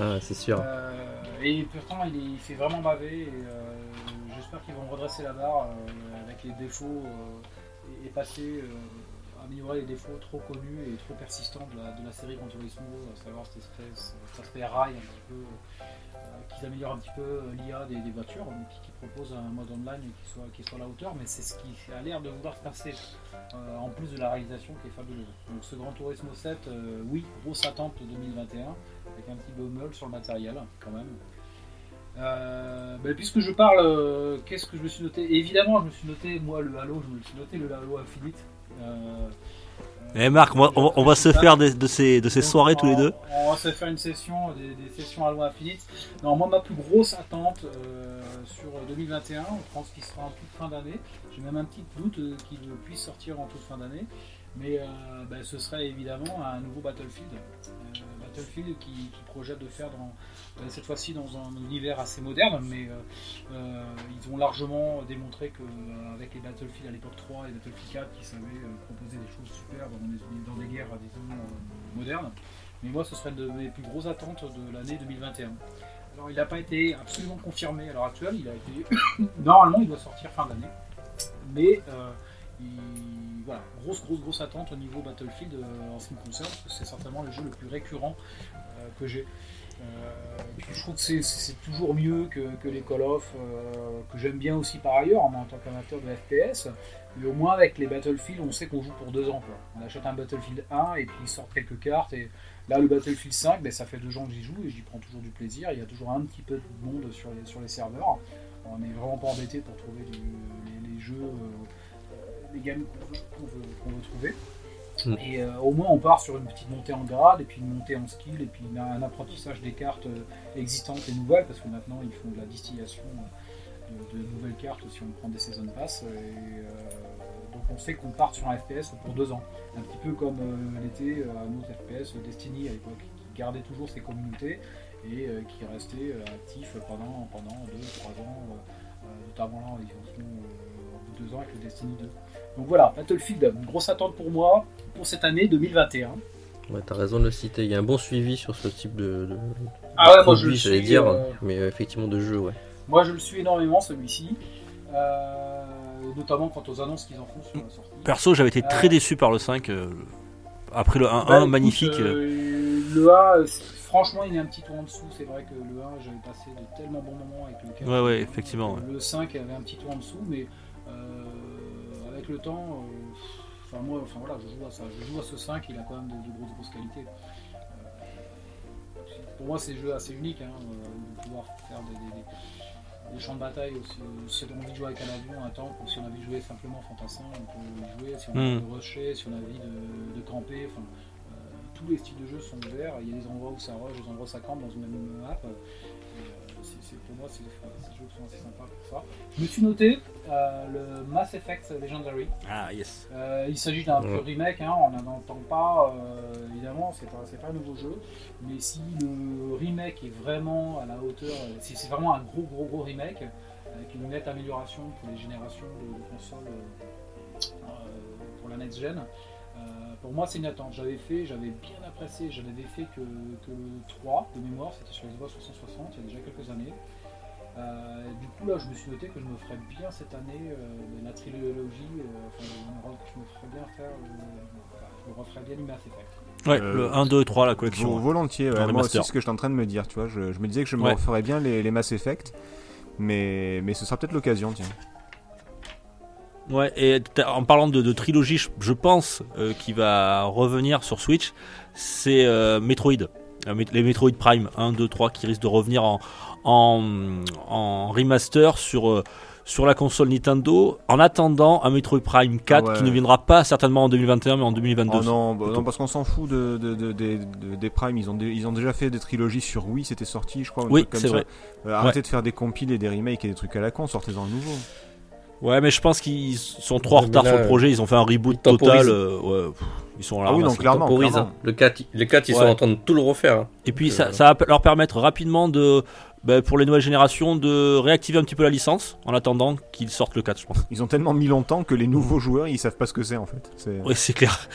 Speaker 4: Ah, c'est sûr.
Speaker 6: Euh, et pourtant, il, est- il fait vraiment baver. Et, euh, J'espère qu'ils vont redresser la barre euh, avec les défauts euh, et, et passer, euh, améliorer les défauts trop connus et trop persistants de la, de la série Gran Turismo, à savoir cette espèce, cet aspect rail un petit peu, euh, qu'ils améliorent un petit peu euh, l'IA des, des voitures, donc qui, qui propose un mode online qui soit, qui soit à la hauteur, mais c'est ce qui a l'air de vouloir se passer, euh, en plus de la réalisation qui est fabuleuse. Donc ce Gran Turismo 7, euh, oui, grosse attente 2021 avec un petit bémol sur le matériel quand même. Euh, ben, puisque je parle, euh, qu'est-ce que je me suis noté Évidemment, je me suis noté moi le Halo, je me suis noté le Halo Infinite. Euh,
Speaker 5: Eh Marc, on va, on va- on va se faire des- de ces, de ces
Speaker 6: donc,
Speaker 5: soirées
Speaker 6: on-
Speaker 5: tous les deux.
Speaker 6: On va se faire une session, des, des sessions à loi infinite. Non, moi, ma plus grosse attente euh, sur 2021, je pense qu'il sera en toute fin d'année. J'ai même un petit doute euh, qu'il puisse sortir en toute fin d'année. Mais euh, ben, ce serait évidemment un nouveau Battlefield. Euh, Battlefield qui, qui projette de faire dans, euh, cette fois-ci dans un univers assez moderne, mais euh, euh, ils ont largement démontré qu'avec les Battlefield à l'époque 3 et Battlefield 4 qui savaient euh, proposer des choses superbes dans des, dans des guerres disons, euh, modernes. Mais moi, ce serait une de mes plus grosses attentes de l'année 2021. Alors, il n'a pas été absolument confirmé à l'heure actuelle. Il a été normalement, il doit sortir fin d'année, mais euh, il- voilà, grosse, grosse, grosse attente au niveau Battlefield euh, en ce qui me concerne, parce que c'est certainement le jeu le plus récurrent euh, que j'ai. Euh, puis je trouve que c'est- c'est c'est toujours mieux que, que les Call of, euh, que j'aime bien aussi par ailleurs hein, en, en tant qu'amateur de FPS. Mais au moins avec les Battlefield, on sait qu'on joue pour deux ans. Quoi. On achète un Battlefield 1 et puis ils sortent quelques cartes. Et là, le Battlefield 5, ben, ça fait deux ans que j'y joue et j'y prends toujours du plaisir. Il y a toujours un petit peu de monde sur les, sur les serveurs. On n'est vraiment pas embêté pour trouver du- les, les jeux, euh, euh, les gammes qu'on veut, qu'on veut- qu'on veut trouver.
Speaker 4: Mm.
Speaker 6: Et euh, au moins, on part sur une petite montée en grade, et puis une montée en skill, et puis une- un apprentissage des cartes euh, existantes et nouvelles, parce que maintenant, ils font de la distillation euh, de, de nouvelles cartes si on prend des Season Pass. Et, euh, donc, on sait qu'on part sur un FPS pour deux ans. Un petit peu comme euh, l'était euh, un autre FPS, euh, Destiny à l'époque, qui gardait toujours ses communautés et euh, qui restait euh, actif pendant, pendant deux, trois ans, euh, euh, notamment là, ils en sont, euh, au bout de deux ans avec le Destiny 2. Donc voilà, Battlefield, une grosse attente pour moi pour cette année 2021.
Speaker 4: Ouais, t'as raison de le citer. Il y a un bon suivi sur ce type de. de-
Speaker 6: Ah ouais, moi, je
Speaker 4: de
Speaker 6: le
Speaker 4: produit, j'allais
Speaker 6: suis,
Speaker 4: dire,
Speaker 6: euh,
Speaker 4: mais euh, effectivement de jeu, ouais.
Speaker 6: Moi, je le suis énormément celui-ci, euh, notamment quant aux annonces qu'ils en font sur la sortie.
Speaker 5: Perso, j'avais été très
Speaker 6: Euh.
Speaker 5: déçu par le 5. euh, le- après le 1-1,
Speaker 6: Bah, écoute,
Speaker 5: magnifique. euh,
Speaker 6: euh, le A, euh, c'est- franchement, il est un petit tour en dessous. C'est vrai que le 1, j'avais passé de tellement bons moments avec le 4.
Speaker 5: Ouais, ouais, effectivement, ouais.
Speaker 6: Le 5 avait un petit tour en dessous, mais euh, avec le temps, euh, enfin moi, enfin voilà, je joue à ça. Je joue à ce 5, il a quand même de, de grosses, grosses qualités. Euh, pour moi, c'est un jeu assez unique, hein, euh, de pouvoir faire des, des- des- des champs de bataille. aussi. euh, Si on a envie de jouer avec un avion, un tank, ou si on a envie de jouer simplement fantassin, on peut y jouer. Si on a envie de rusher, si on a envie de, de camper, enfin, euh, tous les styles de jeu sont ouverts. Il y a des endroits où ça rush, des endroits où ça campe dans une même map. Et, euh, c'est- c'est- pour moi, c'est c'est des jeux qui sont assez sympas pour ça. Je me suis noté euh, le Mass Effect Legendary.
Speaker 5: Ah, yes.
Speaker 6: Euh, il s'agit d'un
Speaker 4: Ouais.
Speaker 6: pur remake, hein, on n'en entend pas, euh, évidemment, c'est pas, c'est pas un nouveau jeu. Mais si le remake est vraiment à la hauteur, euh, si c'est vraiment un gros, gros, gros remake, avec une nette amélioration pour les générations de, de consoles euh, euh, pour la next-gen, euh, pour moi, c'est une attente. J'avais fait, j'avais bien apprécié, j'en avais fait que, que le 3 de mémoire, c'était sur Xbox 360 il y a déjà quelques années. Euh, du coup, là, je me suis noté que je me ferais bien cette année euh, la trilogie, euh, enfin, le- je me ferais bien faire, euh, je me referais bien du Mass Effect.
Speaker 5: Ouais,
Speaker 2: Euh,
Speaker 5: le 1, 2, 3, la
Speaker 2: Vo-
Speaker 5: collection. ouais.
Speaker 2: Volontiers, ouais.
Speaker 5: Un
Speaker 2: moi
Speaker 5: remaster.
Speaker 2: aussi, ce que je suis en train de me dire, tu vois. Je, je me disais que je me
Speaker 5: Ouais.
Speaker 2: referais bien les, les Mass Effect, mais, mais ce sera peut-être l'occasion, tiens.
Speaker 5: Ouais, et t'as- en parlant de, de trilogie, je, je pense euh, qui va revenir sur Switch, c'est euh, Metroid. Euh, Met- Les Metroid Prime 1, 2, 3 qui risquent de revenir en, en, en remaster sur, euh, sur la console Nintendo en attendant un Metroid Prime 4
Speaker 2: Ah ouais.
Speaker 5: qui ne viendra pas certainement en 2021 mais en 2022.
Speaker 2: Oh non, bah non, parce qu'on s'en fout de, de- de- des- de- des Prime. Ils ont, dé- ils ont déjà fait des trilogies sur Wii, c'était sorti, je crois. ou un
Speaker 5: Oui,
Speaker 2: truc comme
Speaker 5: c'est
Speaker 2: ça.
Speaker 5: vrai.
Speaker 2: Euh, arrêtez de faire des compiles et des remakes et des trucs à la con, sortez-en un nouveau.
Speaker 5: Ouais, mais je pense qu'ils sont trop en
Speaker 4: Mais
Speaker 5: retard
Speaker 4: là,
Speaker 5: sur le projet, ils ont fait un
Speaker 4: ils
Speaker 5: reboot
Speaker 4: temporisent.
Speaker 5: total. euh, ouais, pff, ils sont là.
Speaker 2: Ah oui, non, clairement.
Speaker 4: Temporise,
Speaker 2: clairement.
Speaker 4: hein. Le 4, le 4 ils
Speaker 5: Ouais.
Speaker 4: sont en train de tout le refaire. hein.
Speaker 5: Et puis
Speaker 4: Euh,
Speaker 5: ça, ça va leur permettre rapidement de, bah, pour les nouvelles générations, de réactiver un petit peu la licence en attendant qu'ils sortent le 4, je pense.
Speaker 2: Ils ont tellement mis longtemps que les
Speaker 4: Mmh.
Speaker 2: nouveaux joueurs, ils savent pas ce que c'est en fait. C'est-
Speaker 5: Oui, c'est clair.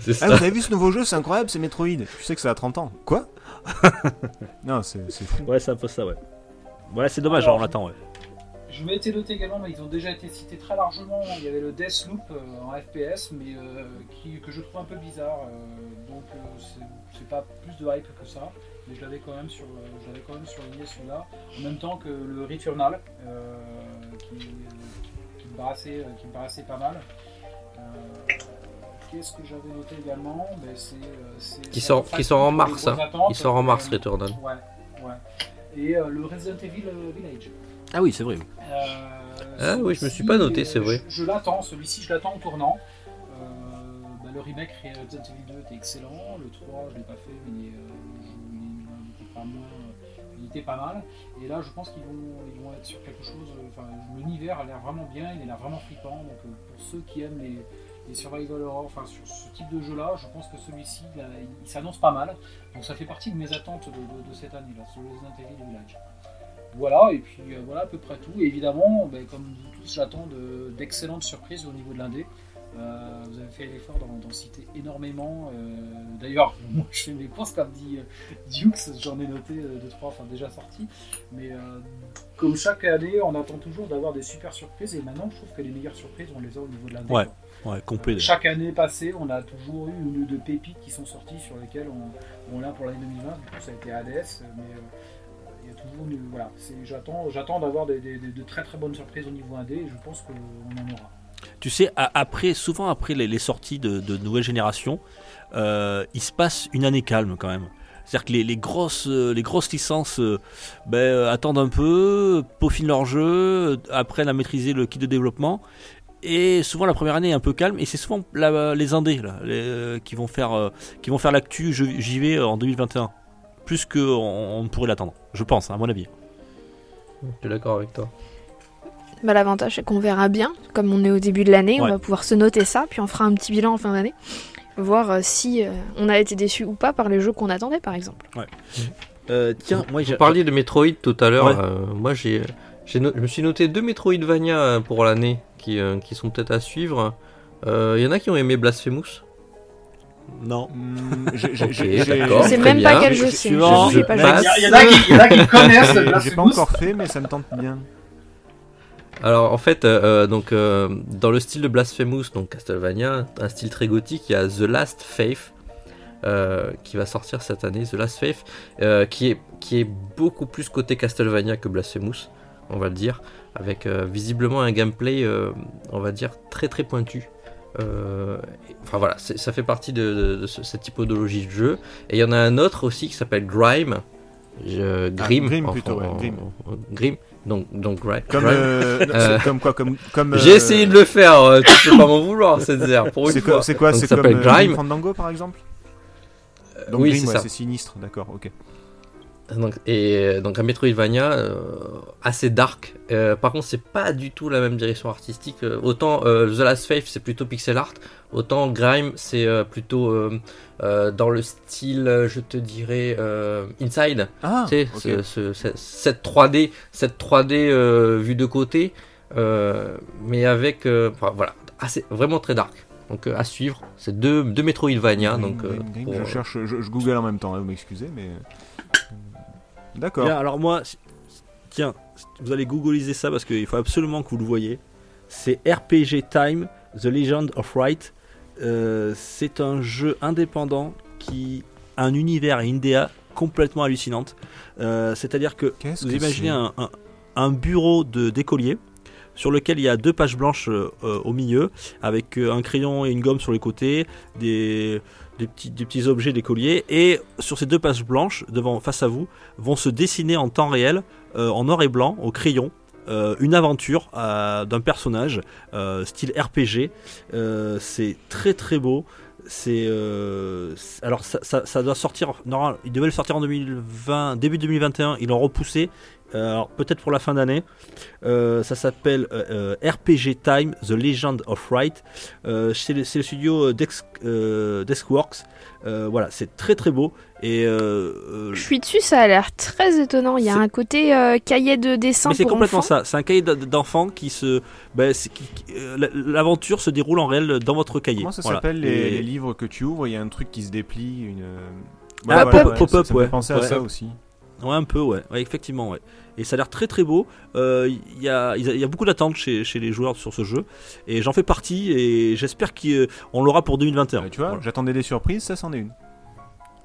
Speaker 4: C'est
Speaker 2: Ah,
Speaker 4: ça.
Speaker 2: vous avez vu ce nouveau jeu, c'est incroyable, c'est Metroid. Tu sais que ça a 30 ans. Quoi Non, c'est c'est fou.
Speaker 5: Ouais, c'est un peu ça, ouais. Ouais, c'est dommage,
Speaker 6: Alors,
Speaker 5: on l'attend, ouais.
Speaker 6: Je m'étais noté également, mais ils ont déjà été cités très largement. Il y avait le Deathloop euh, en FPS, mais euh, qui, que je trouve un peu bizarre. euh, donc euh, c'est- c'est pas plus de hype que ça. Mais je l'avais quand même sur, euh, je l'avais quand même surligné celui-là. En même temps que le Returnal, euh, qui, euh, qui me paraissait, qui me paraissait pas mal. Euh, Qu'est-ce que j'avais noté également Ben, c'est, euh, c'est-
Speaker 4: Qui sort- qui sort en mars, hein.
Speaker 6: Attentes,
Speaker 4: Il sort en mars,
Speaker 6: euh,
Speaker 4: Returnal.
Speaker 6: Ouais, ouais. Et euh, le Resident Evil euh, Village.
Speaker 5: Ah oui, c'est vrai.
Speaker 6: Euh,
Speaker 4: Ah oui, je me suis
Speaker 6: celui-ci,
Speaker 4: pas noté,
Speaker 6: euh,
Speaker 4: c'est vrai.
Speaker 6: Je, je l'attends, celui-ci, je l'attends au tournant. Euh, bah, le remake Resident Evil 2 était excellent, le 3, je l'ai pas fait, mais il, est, euh, je- il est- il était pas moins, il était pas mal. Et là, je pense qu'ils vont, ils vont être sur quelque chose. euh, Enfin, l'univers a l'air vraiment bien, il a l'air vraiment flippant. Donc, euh, pour ceux qui aiment les, les survival horror, enfin, sur ce type de jeu-là, je pense que celui-ci, là, il, il s'annonce pas mal. Donc, ça fait partie de mes attentes de, de- de cette année-là, sur Resident Evil Village. Voilà, et puis euh, voilà à peu près tout. Et évidemment, ben, comme vous tous, j'attends de- d'excellentes surprises au niveau de l'indé. Euh, vous avez fait l'effort d'en d'en citer énormément. Euh, D'ailleurs, moi je fais mes courses, comme dit euh, Dukes, j'en ai noté 2 trois, enfin déjà sortis. Mais euh, comme chaque année, on attend toujours d'avoir des super surprises. Et maintenant, je trouve que les meilleures surprises, on les a au niveau de l'année.
Speaker 5: Ouais.
Speaker 6: quoi.
Speaker 5: Ouais, complet. d'ailleurs.
Speaker 6: Chaque année passée, on a toujours eu une ou deux pépites qui sont sorties sur lesquelles on, on l'a pour l'année 2020. Du coup, ça a été Hades, mais euh, il y a toujours une- voilà. c'est- J'attends, j'attends d'avoir des, des- des- de très très bonnes surprises au niveau indé. Et je pense qu'on en aura.
Speaker 5: Tu sais, a- après, souvent après les, les sorties de, de nouvelles générations, euh, il se passe une année calme quand même. C'est-à-dire que les, les grosses, euh, les grosses licences euh, ben, euh, attendent un peu, peaufinent leur jeu, euh, apprennent à maîtriser le kit de développement. Et souvent la première année est un peu calme, et c'est souvent la- les indés là, les, euh, qui vont faire, euh, qui vont faire l'actu je- j'y vais euh, en 2021, plus qu'on on pourrait l'attendre, je pense, hein, à mon avis.
Speaker 4: Je suis d'accord avec toi.
Speaker 3: Bah, L'avantage, c'est qu'on verra bien. Comme on est au début de l'année, on
Speaker 5: Ouais.
Speaker 3: va pouvoir se noter ça, puis on fera un petit bilan en fin d'année. Voir euh, si euh, on a été déçu ou pas par les jeux qu'on attendait, par exemple.
Speaker 5: Euh, tiens, moi j'ai
Speaker 4: Vous parliez de Metroid tout à l'heure.
Speaker 5: Ouais.
Speaker 4: euh, moi, j'ai, j'ai no- je me suis noté deux Metroidvania euh, pour l'année qui, euh, qui sont peut-être à suivre. Euh, Il y en a qui ont aimé Blasphemous.
Speaker 5: non.
Speaker 2: Hmm, j'ai- j'ai-
Speaker 4: Ok,
Speaker 2: j'ai- j'ai-
Speaker 4: d'accord.
Speaker 3: je sais
Speaker 4: Oh, très
Speaker 3: même pas
Speaker 4: bien.
Speaker 3: quel jeu
Speaker 2: J'ai-
Speaker 3: c'est.
Speaker 5: j'ai-
Speaker 3: j'avoue,
Speaker 5: j'ai-
Speaker 3: j'ai pas
Speaker 4: je
Speaker 3: joué.
Speaker 4: passe.
Speaker 6: Il y a- il y en a qui- il y en a qui
Speaker 2: j'ai-
Speaker 6: connaissent
Speaker 2: J'ai pas
Speaker 6: Blasphemous.
Speaker 2: encore fait, mais ça me tente bien.
Speaker 4: Alors en fait, euh, donc euh, dans le style de Blasphemous, donc Castlevania, un style très gothique, il y a The Last Faith euh, qui va sortir cette année, The Last Faith, euh, qui est qui est beaucoup plus côté Castlevania que Blasphemous, on va le dire, avec euh, visiblement un gameplay, euh, on va dire très très pointu. Euh, et- enfin voilà, c'est- ça fait partie de, de- de ce- cette typologie de jeu. Et il y en a un autre aussi qui s'appelle Grime. Je- Grim,
Speaker 2: Ah, Grim
Speaker 4: en-
Speaker 2: plutôt, ouais,
Speaker 4: en-
Speaker 2: Grim.
Speaker 4: en- Grim. Donc, donc Grim.
Speaker 2: Comme,
Speaker 4: Grime.
Speaker 2: euh, non, c'est comme quoi comme, comme,
Speaker 4: J'ai
Speaker 2: euh,
Speaker 4: essayé de le faire, euh, tu peux pas m'en vouloir, Setzer, pour une
Speaker 2: C'est quoi
Speaker 4: fois.
Speaker 2: C'est quoi
Speaker 4: Donc,
Speaker 2: C'est
Speaker 4: ça
Speaker 2: comme
Speaker 4: s'appelle
Speaker 2: euh,
Speaker 4: Grime.
Speaker 2: Grim Fandango par exemple Donc
Speaker 4: oui,
Speaker 2: Grim,
Speaker 4: c'est
Speaker 2: ouais,
Speaker 4: ça.
Speaker 2: c'est sinistre, d'accord, ok.
Speaker 4: Donc, et euh, donc un Metroidvania euh, assez dark. Euh, par contre, c'est pas du tout la même direction artistique. Euh, autant euh, The Last Faith, c'est plutôt pixel art. Autant Grime, c'est euh, plutôt euh, euh, dans le style, euh, je te dirais, euh, Inside.
Speaker 2: Ah,
Speaker 4: Tu sais,
Speaker 2: ok.
Speaker 4: ce- ce- ce- cette 3D, cette 3D euh, vue de côté, euh, mais avec, euh, enfin, voilà, assez, vraiment très dark. Donc euh, à suivre, c'est deux, deux Metroidvania.
Speaker 2: Grim,
Speaker 4: donc, euh,
Speaker 2: Grim, Grim,
Speaker 4: pour,
Speaker 2: je
Speaker 4: euh,
Speaker 2: cherche, je, je google en même temps, hein, vous m'excusez, mais. euh, D'accord.
Speaker 5: Bien, alors moi, si- tiens, vous allez googliser ça parce qu'il faut absolument que vous le voyez. C'est RPG Time, The Legend of Right. Euh, c'est un jeu indépendant qui a un univers et une DA complètement hallucinante. Euh, C'est-à-dire que
Speaker 2: Qu'est-ce
Speaker 5: vous
Speaker 2: que
Speaker 5: imaginez
Speaker 2: c'est
Speaker 5: un, un- un bureau de d'écolier sur lequel il y a deux pages blanches euh, euh, au milieu, avec euh, un crayon et une gomme sur les côtés, des, des, petits, des petits objets d'écolier, et sur ces deux pages blanches, devant, face à vous, vont se dessiner en temps réel, euh, en noir et blanc, au crayon, euh, une aventure euh, d'un personnage, euh, style RPG. Euh, c'est très très beau. C'est euh, c'est- alors ça, ça- ça doit sortir. Normal, il devait le sortir en 2020, début 2021. Ils l'ont repoussé. euh, alors peut-être pour la fin d'année. Euh, ça s'appelle euh, euh, RPG Time: The Legend of Right. Euh, c'est le, c'est le studio euh, Dex, euh, Deskworks. Euh, voilà, c'est très très beau et euh, euh,
Speaker 3: Je suis dessus, ça a l'air très étonnant. Il y a
Speaker 5: C'est-
Speaker 3: un côté euh, cahier de dessin
Speaker 5: Mais c'est
Speaker 3: pour
Speaker 5: complètement
Speaker 3: enfants.
Speaker 5: ça. C'est un cahier d- d'enfants qui se. ben, c'est- qui- qui- euh, la- L'aventure se déroule en réel dans votre cahier.
Speaker 2: Comment ça
Speaker 5: Voilà.
Speaker 2: s'appelle
Speaker 5: Et-
Speaker 2: les, les livres que tu ouvres Il y a un truc qui se déplie, une. euh,
Speaker 5: Ah,
Speaker 3: pop-
Speaker 5: pop-up,
Speaker 2: ça me fait
Speaker 5: ouais.
Speaker 2: penser à
Speaker 5: Ouais.
Speaker 2: ça aussi.
Speaker 5: Ouais, un peu, ouais. Ouais, effectivement, ouais. Et ça a l'air très très beau. Euh, Il y, a, il y a- il y a beaucoup d'attentes chez, chez les joueurs sur ce jeu. Et j'en fais partie et j'espère qu'on l'aura pour 2021.
Speaker 2: Ah, tu vois,
Speaker 5: Voilà.
Speaker 2: j'attendais des surprises, ça c'en est une.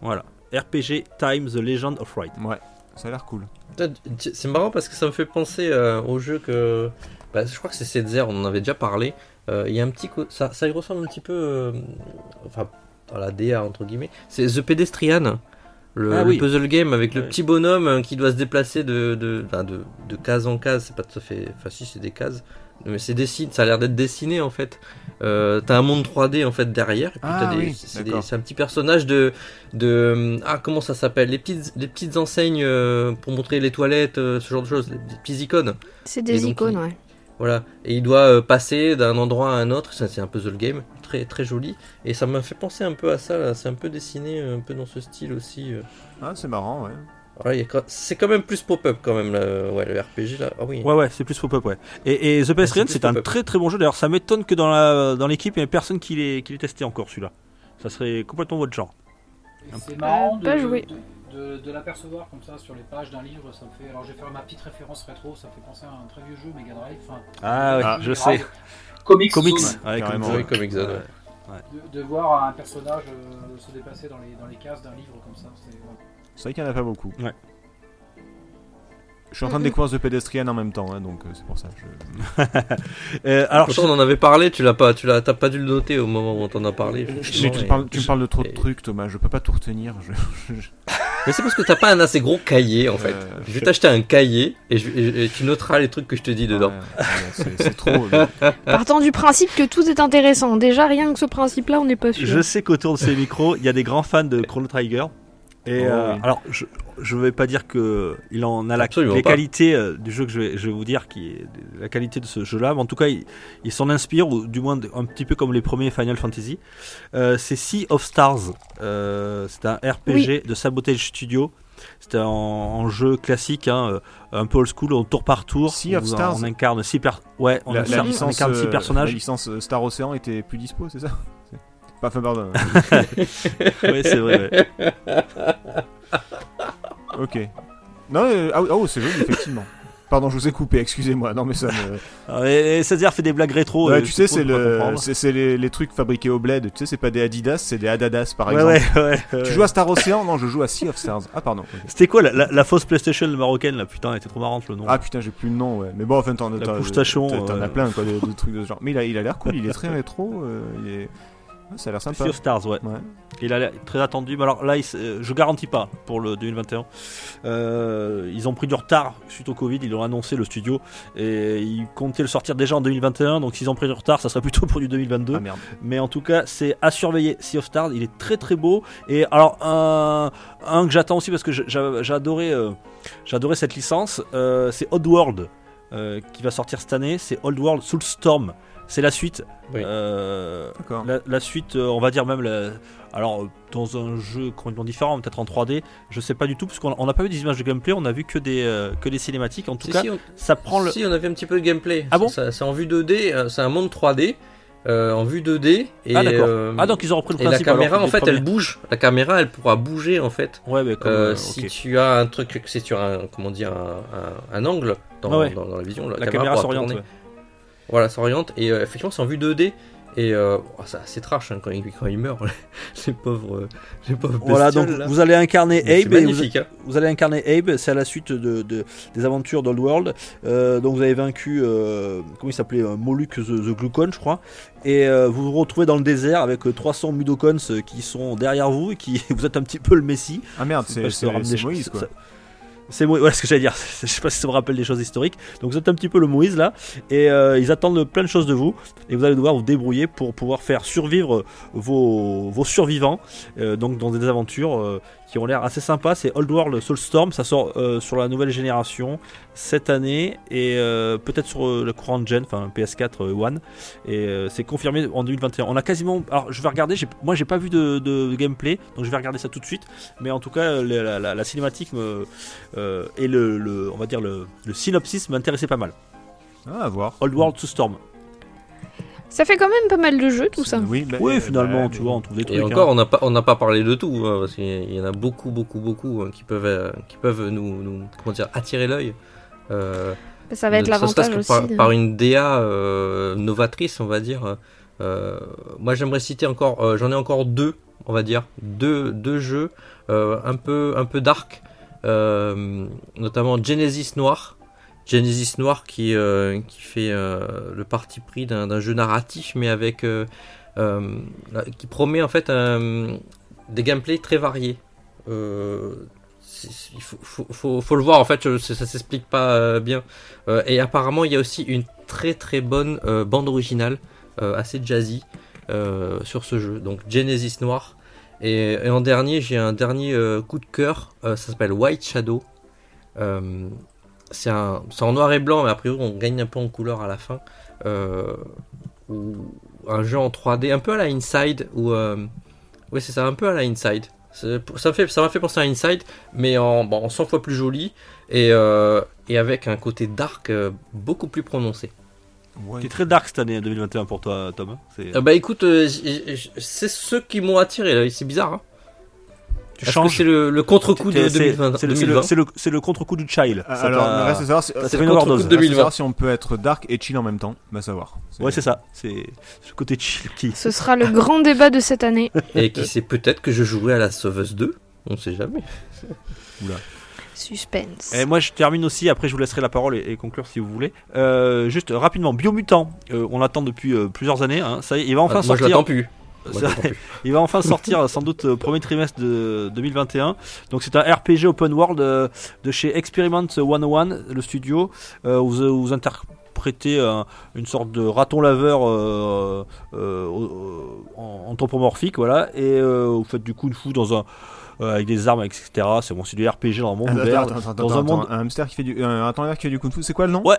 Speaker 5: Voilà. RPG Time The Legend of Right.
Speaker 2: Ouais, ça a l'air cool.
Speaker 4: Putain, tu- C'est marrant parce que ça me fait penser euh, au jeu que. bah, je crois que c'est Setzer, on en avait déjà parlé. Euh, Il y a un petit. co- Ça, ça y ressemble un petit peu. euh, enfin, dans la DA, entre guillemets. C'est The Pedestrian. Le,
Speaker 5: Ah
Speaker 4: le
Speaker 5: oui.
Speaker 4: puzzle game avec le
Speaker 5: Ouais.
Speaker 4: petit bonhomme euh, qui doit se déplacer de, de, enfin, de, de case en case. C'est pas tout à fait. Enfin, si, c'est des cases. Mais c'est dessiné, ça a l'air d'être dessiné en fait. Euh, t'as un monde 3D en fait derrière. et puis
Speaker 2: Ah
Speaker 4: t'as des-
Speaker 2: oui,
Speaker 4: c'est des-
Speaker 2: d'accord.
Speaker 4: c'est un petit personnage de, de ah comment ça s'appelle les petites les petites enseignes euh, pour montrer les toilettes euh, ce genre de choses les petites icônes
Speaker 3: C'est
Speaker 4: Et
Speaker 3: des
Speaker 4: donc,
Speaker 3: icônes,
Speaker 4: il-
Speaker 3: ouais.
Speaker 4: voilà et il doit euh, passer d'un endroit à un autre ça c'est un puzzle game très très joli et ça m'a fait penser un peu à ça là c'est un peu dessiné euh, un peu dans ce style aussi euh.
Speaker 2: Ah, c'est marrant, ouais.
Speaker 4: Ouais, il y a quand- c'est quand même plus pop-up quand même, le, ouais, le RPG là. Ah oui.
Speaker 5: Ouais, ouais, c'est plus pop-up, ouais. Et, et The Pedestrian,
Speaker 4: plus
Speaker 5: Ah, c'est un
Speaker 4: pop-up.
Speaker 5: très très bon jeu. D'ailleurs, ça m'étonne que dans la dans l'équipe, il n'y ait personne qui l'ait qui l'ait testé encore celui-là. Ça serait complètement votre genre.
Speaker 6: Et C'est marrant de,
Speaker 3: Euh, pas joué.
Speaker 6: de, de- de l'apercevoir comme ça sur les pages d'un livre. Ça me fait. Alors je vais faire ma petite référence rétro. Ça me fait penser à un très vieux jeu Mega Drive. enfin,
Speaker 5: Ah ouais,
Speaker 6: Ah,
Speaker 5: je
Speaker 6: grave.
Speaker 5: sais.
Speaker 6: Comics.
Speaker 5: Comics.
Speaker 6: Zone.
Speaker 5: Ouais,
Speaker 2: Carrément,
Speaker 5: Comics.
Speaker 4: Ah Oui, Comics Zone, ouais.
Speaker 6: De, de voir un personnage euh, se déplacer dans les, dans les cases d'un livre comme ça. c'est- ouais.
Speaker 2: C'est vrai qu'il n'y en a pas beaucoup.
Speaker 5: Ouais.
Speaker 2: Je suis en train de
Speaker 3: Mhm.
Speaker 2: découvrir The Pedestrian en même temps, hein, donc euh, c'est pour ça. que je-
Speaker 5: Euh, alors,
Speaker 4: Pourtant, on en avait parlé, tu l'as pas, tu l'as, t'as pas dû le noter au moment où on t'en a parlé.
Speaker 2: Mais
Speaker 4: justement,
Speaker 2: tu,
Speaker 4: et-
Speaker 2: parles, tu me parles de trop de
Speaker 4: et-
Speaker 2: trucs, Thomas, je peux pas tout retenir. je-
Speaker 4: Mais c'est parce que t'as pas un assez gros cahier en fait.
Speaker 2: Euh,
Speaker 4: je vais t'acheter un cahier et, je- et- et tu noteras les trucs que je te dis dedans.
Speaker 2: Ouais, ouais, c'est c'est trop. le-
Speaker 3: Partant du principe que tout est intéressant. Déjà, rien que ce principe-là, on n'est pas sûr.
Speaker 5: je sais qu'autour de ces micros, il y a des grands fans de Chrono Trigger. Et
Speaker 2: Oh,
Speaker 5: euh,
Speaker 2: oui.
Speaker 5: alors, je je vais pas dire que il en a la,
Speaker 4: Absolument
Speaker 5: les
Speaker 4: pas.
Speaker 5: qualités euh, du jeu que je vais, je vais vous dire, qui est la qualité de ce jeu-là. Mais en tout cas, il, il s'en inspire, ou du moins un petit peu comme les premiers Final Fantasy. Euh, c'est Sea of Stars. Euh, c'est un RPG de Sabotage Studio. C'est un, un jeu classique, hein, euh, un peu old school, en tour par tour.
Speaker 2: Sea of
Speaker 5: On-
Speaker 2: Stars
Speaker 5: On incarne six, per- ouais, on
Speaker 2: la, la
Speaker 5: incarne- on
Speaker 2: licence,
Speaker 5: incarne six
Speaker 2: euh,
Speaker 5: personnages.
Speaker 2: la licence euh, Star Ocean était plus dispo, c'est ça C'est- Pas enfin, pardon. euh,
Speaker 5: Ouais, c'est vrai. ouais.
Speaker 2: ok. Non, euh, ah, oui, oh, c'est joli, effectivement. Pardon, je vous ai coupé, excusez-moi. Non, mais ça me.
Speaker 5: Ah, Et, et Sazer fait des blagues rétro.
Speaker 2: Ouais,
Speaker 5: euh,
Speaker 2: tu sais, c'est
Speaker 5: con de pas
Speaker 2: le,
Speaker 5: comprendre.
Speaker 2: c'est c'est les, les trucs fabriqués au bled. Tu sais, c'est pas des Adidas, c'est des Adadas, par
Speaker 5: Ouais,
Speaker 2: exemple.
Speaker 5: ouais, ouais, ouais.
Speaker 2: Tu joues à Star Ocean Non, je joue à Sea of Stars. Ah, pardon. ok.
Speaker 5: C'était quoi la, la, la fausse PlayStation marocaine là Putain, elle était trop marrante le nom.
Speaker 2: Ah putain, j'ai plus le nom, ouais. Mais bon, enfin, t'en
Speaker 5: La
Speaker 2: t'en-
Speaker 5: couche tachon,
Speaker 2: t'en- t'en
Speaker 5: euh.
Speaker 2: as plein, quoi, de, de trucs de ce genre. Mais il a il a l'air cool, il est très rétro. euh, il est- Ouais, ça a l'air sympa.
Speaker 5: Sea of Stars, ouais.
Speaker 2: Ouais.
Speaker 5: Il a l'air très attendu. Mais alors là, il s- euh, je garantis pas pour le 2021. Euh, ils ont pris du retard suite au Covid. Ils l'ont annoncé le studio et ils comptaient le sortir déjà en 2021. Donc s'ils ont pris du retard, ça serait plutôt pour du 2022.
Speaker 2: Ah merde.
Speaker 5: Mais en tout cas, c'est à surveiller Sea of Stars. Il est très très beau. Et alors, un, un que j'attends aussi parce que j'a- j'a- j'adorais euh, j'adorais cette licence, euh, c'est Oddworld euh, qui va sortir cette année. C'est Oddworld Soulstorm. C'est la suite.
Speaker 4: Oui.
Speaker 5: Euh,
Speaker 2: D'accord.
Speaker 5: la, la suite, euh, on va dire même, la- alors euh, dans un jeu complètement différent, peut-être en 3D, je sais pas du tout, parce qu'on on n'a pas vu des images de gameplay, on a vu que des, euh, que des cinématiques. En tout
Speaker 4: Si,
Speaker 5: cas,
Speaker 4: si, on,
Speaker 5: ça prend le.
Speaker 4: si, on avait un petit peu de gameplay.
Speaker 5: Ah bon
Speaker 4: Ça- C'est en vue 2D, euh, c'est un monde 3D euh, en vue 2D et,
Speaker 5: Ah, d'accord.
Speaker 4: euh,
Speaker 5: Ah, donc ils ont repris le
Speaker 4: et la
Speaker 5: principe. alors,
Speaker 4: caméra en
Speaker 5: des
Speaker 4: fait
Speaker 5: premiers.
Speaker 4: elle bouge. La caméra elle pourra bouger en fait.
Speaker 5: Ouais, mais comme.
Speaker 4: Euh,
Speaker 5: euh,
Speaker 4: Si
Speaker 5: ok.
Speaker 4: tu as un truc, si tu as un, comment dire, un, un- un angle dans,
Speaker 5: Ah ouais.
Speaker 4: dans- dans la vision,
Speaker 5: La caméra
Speaker 4: pourra
Speaker 5: s'oriente.
Speaker 4: tourner.
Speaker 5: ouais.
Speaker 4: Voilà, s'oriente et euh, effectivement c'est en vue 2D et euh, oh, ça c'est trash hein, quand, il, quand il meurt les pauvres euh, les pauvres
Speaker 5: Voilà, donc
Speaker 4: bestioles, là.
Speaker 5: vous allez incarner
Speaker 4: Mais c'est
Speaker 5: Abe. et vous,
Speaker 4: magnifique hein.
Speaker 5: vous allez incarner Abe, c'est à la suite de, de- des aventures d'Old World. Euh, donc vous avez vaincu, euh, comment il s'appelait euh, Moluc the, the Glucon, je crois. Et euh, vous vous retrouvez dans le désert avec euh, 300 Mudokons euh, qui sont derrière vous et qui vous êtes un petit peu le Messie.
Speaker 2: Ah merde,
Speaker 5: Je sais pas
Speaker 2: c'est
Speaker 5: si ça me
Speaker 2: c'est-
Speaker 5: rappelle
Speaker 2: c'est
Speaker 5: des
Speaker 2: Moïse,
Speaker 5: choses-
Speaker 2: quoi.
Speaker 5: ça- C'est Moïse, voilà ce que j'allais dire. Je sais pas si ça me rappelle des choses historiques. Donc vous êtes un petit peu le Moïse là, et euh, ils attendent plein de choses de vous, et vous allez devoir vous débrouiller pour pouvoir faire survivre vos, vos survivants, euh, donc dans des aventures euh, qui ont l'air assez sympas. C'est Old World Soulstorm, ça sort euh, sur la nouvelle génération cette année, et euh, peut-être sur euh, le courant de gen, enfin PS4 euh, One, et euh, c'est confirmé en 2021. On a quasiment. Alors je vais regarder, j'ai- moi j'ai pas vu de- de gameplay, donc je vais regarder ça tout de suite. Mais en tout cas, la, la- la- la cinématique me- euh, et le, le- on va dire le, le synopsis m'intéressait pas mal.
Speaker 2: Ah, à voir.
Speaker 5: Old World to Storm.
Speaker 3: Ça fait quand même pas mal de jeux, tout ça.
Speaker 2: Oui, bah,
Speaker 5: Oui,
Speaker 2: euh,
Speaker 5: finalement,
Speaker 2: bah,
Speaker 5: tu
Speaker 2: mais-
Speaker 5: vois, on trouve des trucs. hein.
Speaker 4: et encore on n'a pas on n'a pas parlé de tout hein, parce qu'il y a- il y en a beaucoup beaucoup beaucoup hein, qui peuvent euh, qui peuvent nous, nous- comment dire attirer l'œil Euh,
Speaker 3: Ça va être
Speaker 4: ne- ne serait-ce
Speaker 3: l'avantage
Speaker 4: que
Speaker 3: aussi.
Speaker 4: par, par une DA euh, novatrice on va dire Euh, moi j'aimerais citer encore euh, j'en ai encore deux on va dire deux deux jeux euh, un peu un peu dark euh, notamment Genesis Noir Genesis Noir qui, euh, qui fait euh, le parti pris d'un d'un jeu narratif, mais avec euh, euh, là, qui promet en fait un- des gameplays très variés. Euh, c'est- c'est- il faut, faut- faut- faut le voir en fait, je- ça, ça s'explique pas euh, bien. Euh, et apparemment, il y a aussi une très très bonne euh, bande originale, euh, assez jazzy, euh, sur ce jeu. Donc Genesis Noir. Et, et en dernier, j'ai un dernier euh, coup de cœur, euh, ça s'appelle White Shadow. Euh, c'est un- c'est en noir et blanc, mais a priori on gagne un peu en couleur à la fin. Euh, ou un jeu en 3D, un peu à la Inside, ou euh, ouais c'est ça, un peu à la Inside. C'est- Ça m'a fait, ça m'a fait penser à Inside, mais en, bon, en 100 fois plus joli et, euh, et avec un côté dark euh, beaucoup plus prononcé.
Speaker 2: Ouais.
Speaker 5: T'es très dark cette année hein, 2021 pour toi, Tom. hein. C'est-
Speaker 4: Euh, bah écoute, euh, j- j- c'est ceux qui m'ont attiré, là, c'est bizarre. Hein.
Speaker 5: tu
Speaker 4: Est-ce que
Speaker 5: changes.
Speaker 4: C'est le, le contre-coup de
Speaker 5: T'es- c'est-
Speaker 4: 2020.
Speaker 5: C'est le- c'est le- c'est le- c'est le contre-coup du child.
Speaker 2: Ah,
Speaker 5: Ça
Speaker 2: Alors,
Speaker 5: t'a-
Speaker 2: le reste, c'est savoir si-
Speaker 5: t'as
Speaker 2: c'est
Speaker 5: fait une
Speaker 2: contre-
Speaker 5: overdose.
Speaker 2: le reste, c'est
Speaker 4: 2020.
Speaker 2: savoir si on peut être dark et chill en même temps. Bah, savoir.
Speaker 5: Ouais, c'est ça. C'est ce côté chill qui.
Speaker 3: Ce sera le grand débat de cette année.
Speaker 4: Et qui sait peut-être que je jouerai à la Sauveuse 2. On sait jamais.
Speaker 3: Suspense.
Speaker 5: Et moi, je termine aussi. Après, je vous laisserai la parole et, et conclure si vous voulez. Euh, juste euh, rapidement, Biomutant. euh, on l'attend depuis euh, plusieurs années. hein. Ça y est, il va enfin
Speaker 4: Ah, moi, je
Speaker 5: sortir.
Speaker 4: l'attends plus. Moi, je
Speaker 5: Ça-
Speaker 4: l'attends plus.
Speaker 5: Il va enfin sortir euh, sans doute au premier trimestre de 2021. Donc c'est un RPG open world euh, de chez Experiment 101, le studio. Euh, où vous, vous interprétez un- une sorte de raton laveur euh, euh, au- au- en- anthropomorphique, voilà. Et euh, vous faites du coup de fou dans un euh, avec des armes, etc. C'est bon, c'est du RPG dans le monde
Speaker 2: Attends,
Speaker 5: ouvert.
Speaker 2: Ah, attends, attends,
Speaker 5: dans
Speaker 2: attends,
Speaker 5: un monde-
Speaker 2: attends, Un hamster qui fait du. Un raton laveur qui fait du kung fu. C'est quoi le nom
Speaker 5: Ouais.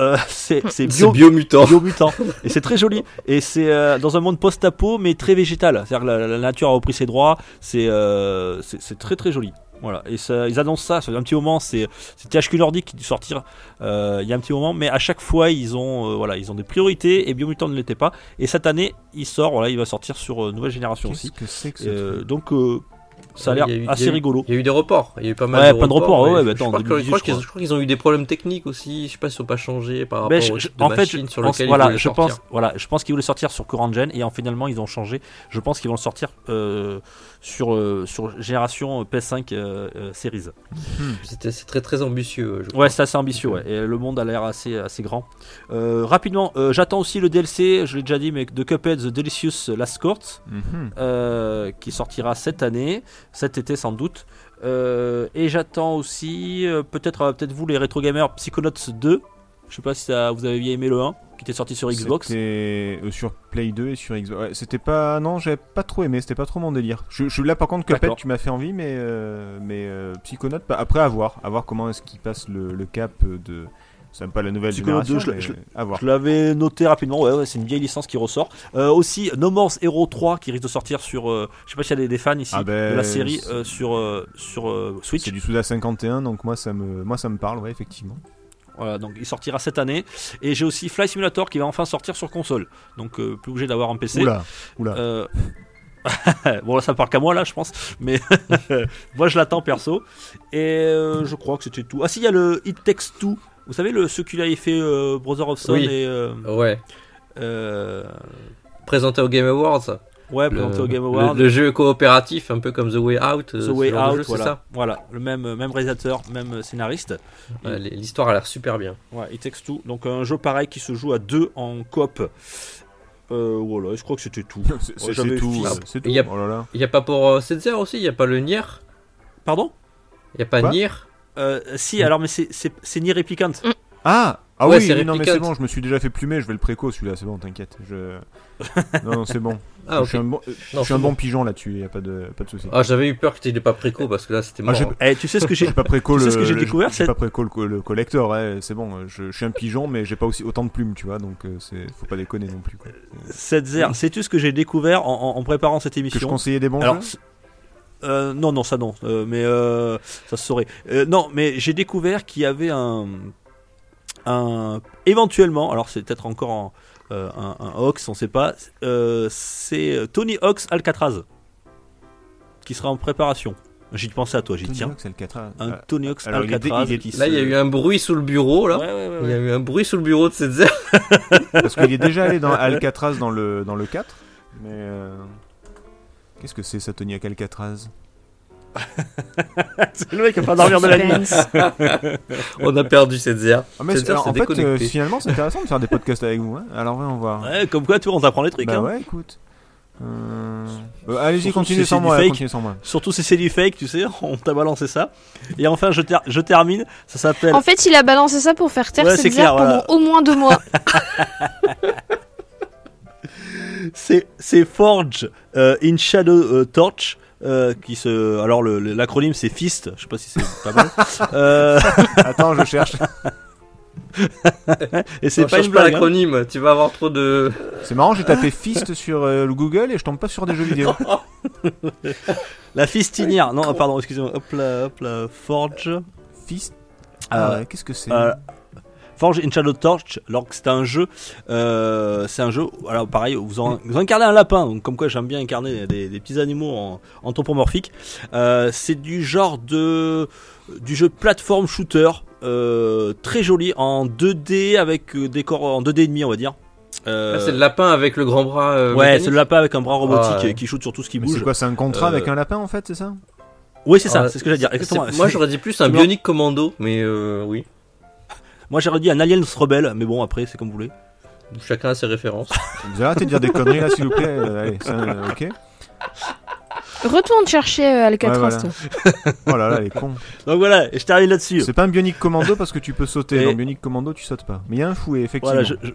Speaker 5: Euh, c'est c'est
Speaker 4: C'est
Speaker 5: bio,
Speaker 4: biomutant.
Speaker 5: bio mutant. Et c'est très joli. Et c'est euh, dans un monde post-apo, mais très végétal. C'est-à-dire que la, la nature a repris ses droits. C'est euh, c'est c'est très très joli. Voilà. Et ça, ils annoncent ça. Ça fait un petit moment. C'est c'est THQ Nordic qui dû sortir euh, il y a un petit moment. Mais à chaque fois, ils ont, euh, voilà, ils ont des priorités. Et Biomutant ne l'était pas. Et cette année, il sort. Voilà, il va sortir sur euh, Nouvelle Génération
Speaker 2: Qu'est-ce
Speaker 5: aussi.
Speaker 2: que c'est que ce
Speaker 5: Euh,
Speaker 2: truc
Speaker 5: donc, euh, ça a
Speaker 4: Il y a eu-
Speaker 5: l'air assez
Speaker 4: il y a eu-
Speaker 5: rigolo.
Speaker 4: Il y a eu des reports. Il y a eu pas mal
Speaker 5: Ouais,
Speaker 4: de
Speaker 5: plein de reports, ouais,
Speaker 4: et
Speaker 5: ouais,
Speaker 4: je-
Speaker 5: bah,
Speaker 4: je
Speaker 5: attends,
Speaker 4: crois que- je
Speaker 5: 2018,
Speaker 4: crois
Speaker 5: je
Speaker 4: qu'ils je crois qu'ils ont eu des problèmes techniques aussi. Je sais pas si ils ont pas changé par rapport
Speaker 5: Mais je-
Speaker 4: aux
Speaker 5: je-
Speaker 4: de
Speaker 5: en fait,
Speaker 4: machines
Speaker 5: je,
Speaker 4: sur
Speaker 5: en-
Speaker 4: lesquelles ils
Speaker 5: voilà,
Speaker 4: voulaient
Speaker 5: je
Speaker 4: sortir.
Speaker 5: pense, voilà, je pense qu'ils voulaient sortir sur Current Gen et en, finalement ils ont changé. Je pense qu'ils vont le sortir euh, sur euh, sur génération PS5 euh, euh, Series.
Speaker 4: C'était c'est très très ambitieux. euh, je
Speaker 5: Ouais, c'est assez ambitieux. Ouais. Et le monde a l'air assez assez grand. Euh, rapidement, euh, j'attends aussi le DLC. Je l'ai déjà dit, mais de Cuphead The Delicious Last Court
Speaker 2: Mhm.
Speaker 5: euh, qui sortira cette année, cet été sans doute. Euh, et j'attends aussi euh, peut-être euh, peut-être vous les rétro gamers Psychonauts 2. Je sais pas si ça- vous avez aimé le 1 qui était sorti sur Xbox.
Speaker 2: C'était euh, sur Play 2 et sur Xbox. Ouais, c'était pas. Non, j'avais pas trop aimé. C'était pas trop mon délire. Je, je suis là par contre, Cuphead,
Speaker 5: D'accord.
Speaker 2: tu m'as fait envie, mais euh, mais euh, Psychonaut, pas- Après, à voir, à voir comment est-ce qu'il passe le, le cap euh, de. C'est même pas la nouvelle
Speaker 5: Psychonaut
Speaker 2: génération.
Speaker 5: 2,
Speaker 2: mais,
Speaker 5: je-
Speaker 2: euh, à voir.
Speaker 5: Je l'avais noté rapidement, ouais, ouais, c'est une vieille licence qui ressort. Euh, aussi No More's Hero 3 qui risque de sortir sur. euh, je sais pas s'il y a des, des fans ici
Speaker 2: Ah ben,
Speaker 5: de la série
Speaker 2: c'est-
Speaker 5: euh, sur, euh, sur euh, Switch.
Speaker 2: C'est du Souda 51, donc moi ça me moi ça me parle, ouais, effectivement.
Speaker 5: Voilà, donc il sortira cette année. Et j'ai aussi Fly Simulator qui va enfin sortir sur console. Donc euh, plus obligé d'avoir un PC.
Speaker 2: Oula, oula.
Speaker 5: Euh, bon là ça parle qu'à moi là je pense mais moi je l'attends perso et euh, je crois que c'était tout ah si il y a le It Takes Two vous savez le ceux qui l'avaient fait euh, Brother of Sun
Speaker 4: Oui.
Speaker 5: et euh,
Speaker 4: crois. Ouais.
Speaker 5: euh,
Speaker 4: Présenté au Game Awards. ça.
Speaker 5: ouais
Speaker 4: Le-
Speaker 5: présenté au Game
Speaker 4: le-
Speaker 5: Award
Speaker 4: Le, jeu coopératif, un peu comme The Way Out. euh,
Speaker 5: The
Speaker 4: ce
Speaker 5: Way
Speaker 4: genre de
Speaker 5: Out,
Speaker 4: jeu, c'est
Speaker 5: voilà.
Speaker 4: ça
Speaker 5: voilà, le même, même réalisateur, même euh, scénariste. Mm.
Speaker 4: Ouais, L'histoire a l'air super bien.
Speaker 5: Ouais, It Takes Two. Donc un jeu pareil qui se joue à deux en coop. Euh, voilà, je crois que c'était tout.
Speaker 2: C'est- c'est
Speaker 5: Oh, j'avais
Speaker 2: c'est tout,
Speaker 5: fils.
Speaker 2: euh, c'est tout.
Speaker 4: Il y a-
Speaker 2: Oh là là.
Speaker 4: Il n'y a pas pour euh, Setzer aussi, il n'y a pas le Nier,
Speaker 5: Pardon
Speaker 4: il n'y a pas
Speaker 2: Quoi
Speaker 4: Nier.
Speaker 5: Euh, Si, alors mais c'est- c'est c'est ni réplicante.
Speaker 2: Ah ah
Speaker 4: Ouais,
Speaker 2: oui,
Speaker 4: c'est
Speaker 2: oui, non mais c'est
Speaker 4: Replicant.
Speaker 2: bon, je me suis déjà fait plumer, je vais le préco celui-là, c'est bon, t'inquiète. Je... Non, non, c'est bon.
Speaker 4: Ah,
Speaker 2: Je suis
Speaker 4: ok.
Speaker 2: un bon, euh,
Speaker 4: Non,
Speaker 2: je suis un
Speaker 4: c'est
Speaker 2: bon
Speaker 4: bon.
Speaker 2: pigeon là-dessus, y a pas de pas de souci.
Speaker 4: Ah, j'avais eu peur que tu n'aies pas préco parce que là c'était
Speaker 2: Ah,
Speaker 4: mort.
Speaker 2: j'ai-
Speaker 4: hein.
Speaker 5: Eh, tu sais ce que j'ai
Speaker 2: J'ai pas préco
Speaker 5: Tu sais
Speaker 2: le.
Speaker 5: ce que j'ai
Speaker 2: le-
Speaker 5: découvert,
Speaker 2: j'ai
Speaker 5: c'est-
Speaker 2: pas préco le, le collector, ouais, c'est bon. euh, Je, je suis un pigeon, mais j'ai pas aussi autant de plumes, tu vois, donc euh, c'est faut pas déconner non plus. Quoi.
Speaker 5: Setzer, sais-tu ce que j'ai découvert en, en- en préparant cette
Speaker 2: Que je
Speaker 5: émission
Speaker 2: conseillais des bons
Speaker 5: Alors,
Speaker 2: jeux
Speaker 5: c- euh, non, non, ça non, Euh, mais euh, ça se saurait. Euh, non, mais j'ai découvert qu'il y avait un, un, éventuellement, alors c'est peut-être encore en- euh, un, un hoax, on sait pas, euh, c'est euh, Tony Hawk's Alcatraz qui sera en préparation. J'y pensais à toi, j'ai dit
Speaker 2: Tony
Speaker 5: tiens,
Speaker 2: Hawk, c'est le 4
Speaker 5: un
Speaker 2: Ah,
Speaker 5: Tony Hawk's
Speaker 2: alors, il est dé-
Speaker 5: Alcatraz.
Speaker 2: il est-
Speaker 5: qui
Speaker 4: Là, Euh, il y a
Speaker 5: se-
Speaker 4: eu un bruit sous le bureau là.
Speaker 5: Ouais, ouais, ouais,
Speaker 4: Il y a
Speaker 5: ouais.
Speaker 4: eu un bruit sous le bureau de Setzer.
Speaker 2: Parce qu'il est déjà allé dans Alcatraz dans le, dans le 4. Mais. euh, Qu'est-ce que c'est ça, Tony Hawk Alcatraz
Speaker 5: C'est le mec qui va pas dormir de la nuit.
Speaker 3: Suspense.
Speaker 4: On a perdu Setzer.
Speaker 2: Ah, mais
Speaker 4: Setzer
Speaker 2: c'est- alors,
Speaker 4: s'est
Speaker 2: En fait, euh,
Speaker 4: déconnecté.
Speaker 2: finalement, c'est intéressant de faire des podcasts avec vous. hein. Alors, voyons voir.
Speaker 5: Ouais, comme quoi, tu vois, on t'apprend les trucs.
Speaker 2: bah
Speaker 5: hein.
Speaker 2: ouais, écoute. Euh, euh, Allez-y,
Speaker 5: Surtout
Speaker 2: continuez
Speaker 5: si
Speaker 2: sans
Speaker 5: c'est
Speaker 2: moi.
Speaker 5: du fake.
Speaker 2: Continuez sans moi.
Speaker 5: Surtout si c'est du fake, tu sais, on t'a balancé ça. Et enfin, je, ter- je termine, ça s'appelle.
Speaker 3: En fait, il a balancé ça pour faire taire
Speaker 5: Ouais,
Speaker 3: cette
Speaker 5: c'est clair,
Speaker 3: zère
Speaker 5: voilà.
Speaker 3: pendant au moins deux mois.
Speaker 5: C'est c'est Forge euh, in Shadow euh, Torch. euh, qui se alors le- le- l'acronyme c'est FIST je sais pas si c'est pas mal Euh,
Speaker 2: Attends, je cherche.
Speaker 5: Et
Speaker 4: C'est
Speaker 5: c'est pas une
Speaker 4: pas
Speaker 5: blague. hein.
Speaker 4: l'acronyme, tu vas avoir trop de.
Speaker 2: C'est marrant, j'ai tapé Fist sur euh, le Google et je tombe pas sur des jeux vidéo.
Speaker 5: La fistinière. Non, pardon, excusez-moi. Hop là, hop là. Forge.
Speaker 2: Fist
Speaker 5: Euh,
Speaker 2: Ah, ouais, Qu'est-ce que c'est
Speaker 5: Euh, Forge in Shadow Torch, alors que c'est un jeu, euh, c'est un jeu, alors pareil, vous, en- vous incarnez un lapin, donc comme quoi j'aime bien incarner des, des petits animaux en, anthropomorphiques. Euh, c'est du genre de du jeu plateforme shooter, euh, très joli en 2D avec euh, décor en 2D et demi on va dire. Euh,
Speaker 4: Ah, c'est le lapin avec le grand bras. euh,
Speaker 5: ouais,
Speaker 4: mécanique.
Speaker 5: c'est le lapin avec un bras robotique
Speaker 4: Ah ouais.
Speaker 5: euh, qui shoot sur tout ce qui
Speaker 2: Mais
Speaker 5: bouge.
Speaker 2: C'est quoi C'est un contrat
Speaker 5: Euh,
Speaker 2: avec un lapin en fait, c'est ça
Speaker 5: Oui, c'est ça,
Speaker 4: Ah,
Speaker 5: c'est ce que j'allais dire.
Speaker 4: c'est-
Speaker 5: Exactement.
Speaker 4: Moi j'aurais dit plus un
Speaker 5: C'est-
Speaker 4: bionique commando, mais euh, oui.
Speaker 5: Moi, j'aurais dit un Aliens Rebelle, mais bon après c'est comme vous voulez.
Speaker 4: Chacun a ses références.
Speaker 2: Vous arrêtez de dire des conneries là, s'il vous plaît. Euh, allez, ça, euh, ok.
Speaker 3: Retourne chercher euh, Alcatraz.
Speaker 2: Ouais, voilà.
Speaker 3: toi.
Speaker 2: Oh là là, les cons.
Speaker 5: Donc voilà, et je termine là-dessus.
Speaker 2: C'est pas un bionique commando parce que tu peux sauter.
Speaker 5: Et-
Speaker 2: Dans bionique commando, tu sautes pas. Mais il y a un fouet, effectivement.
Speaker 5: Voilà, je, je,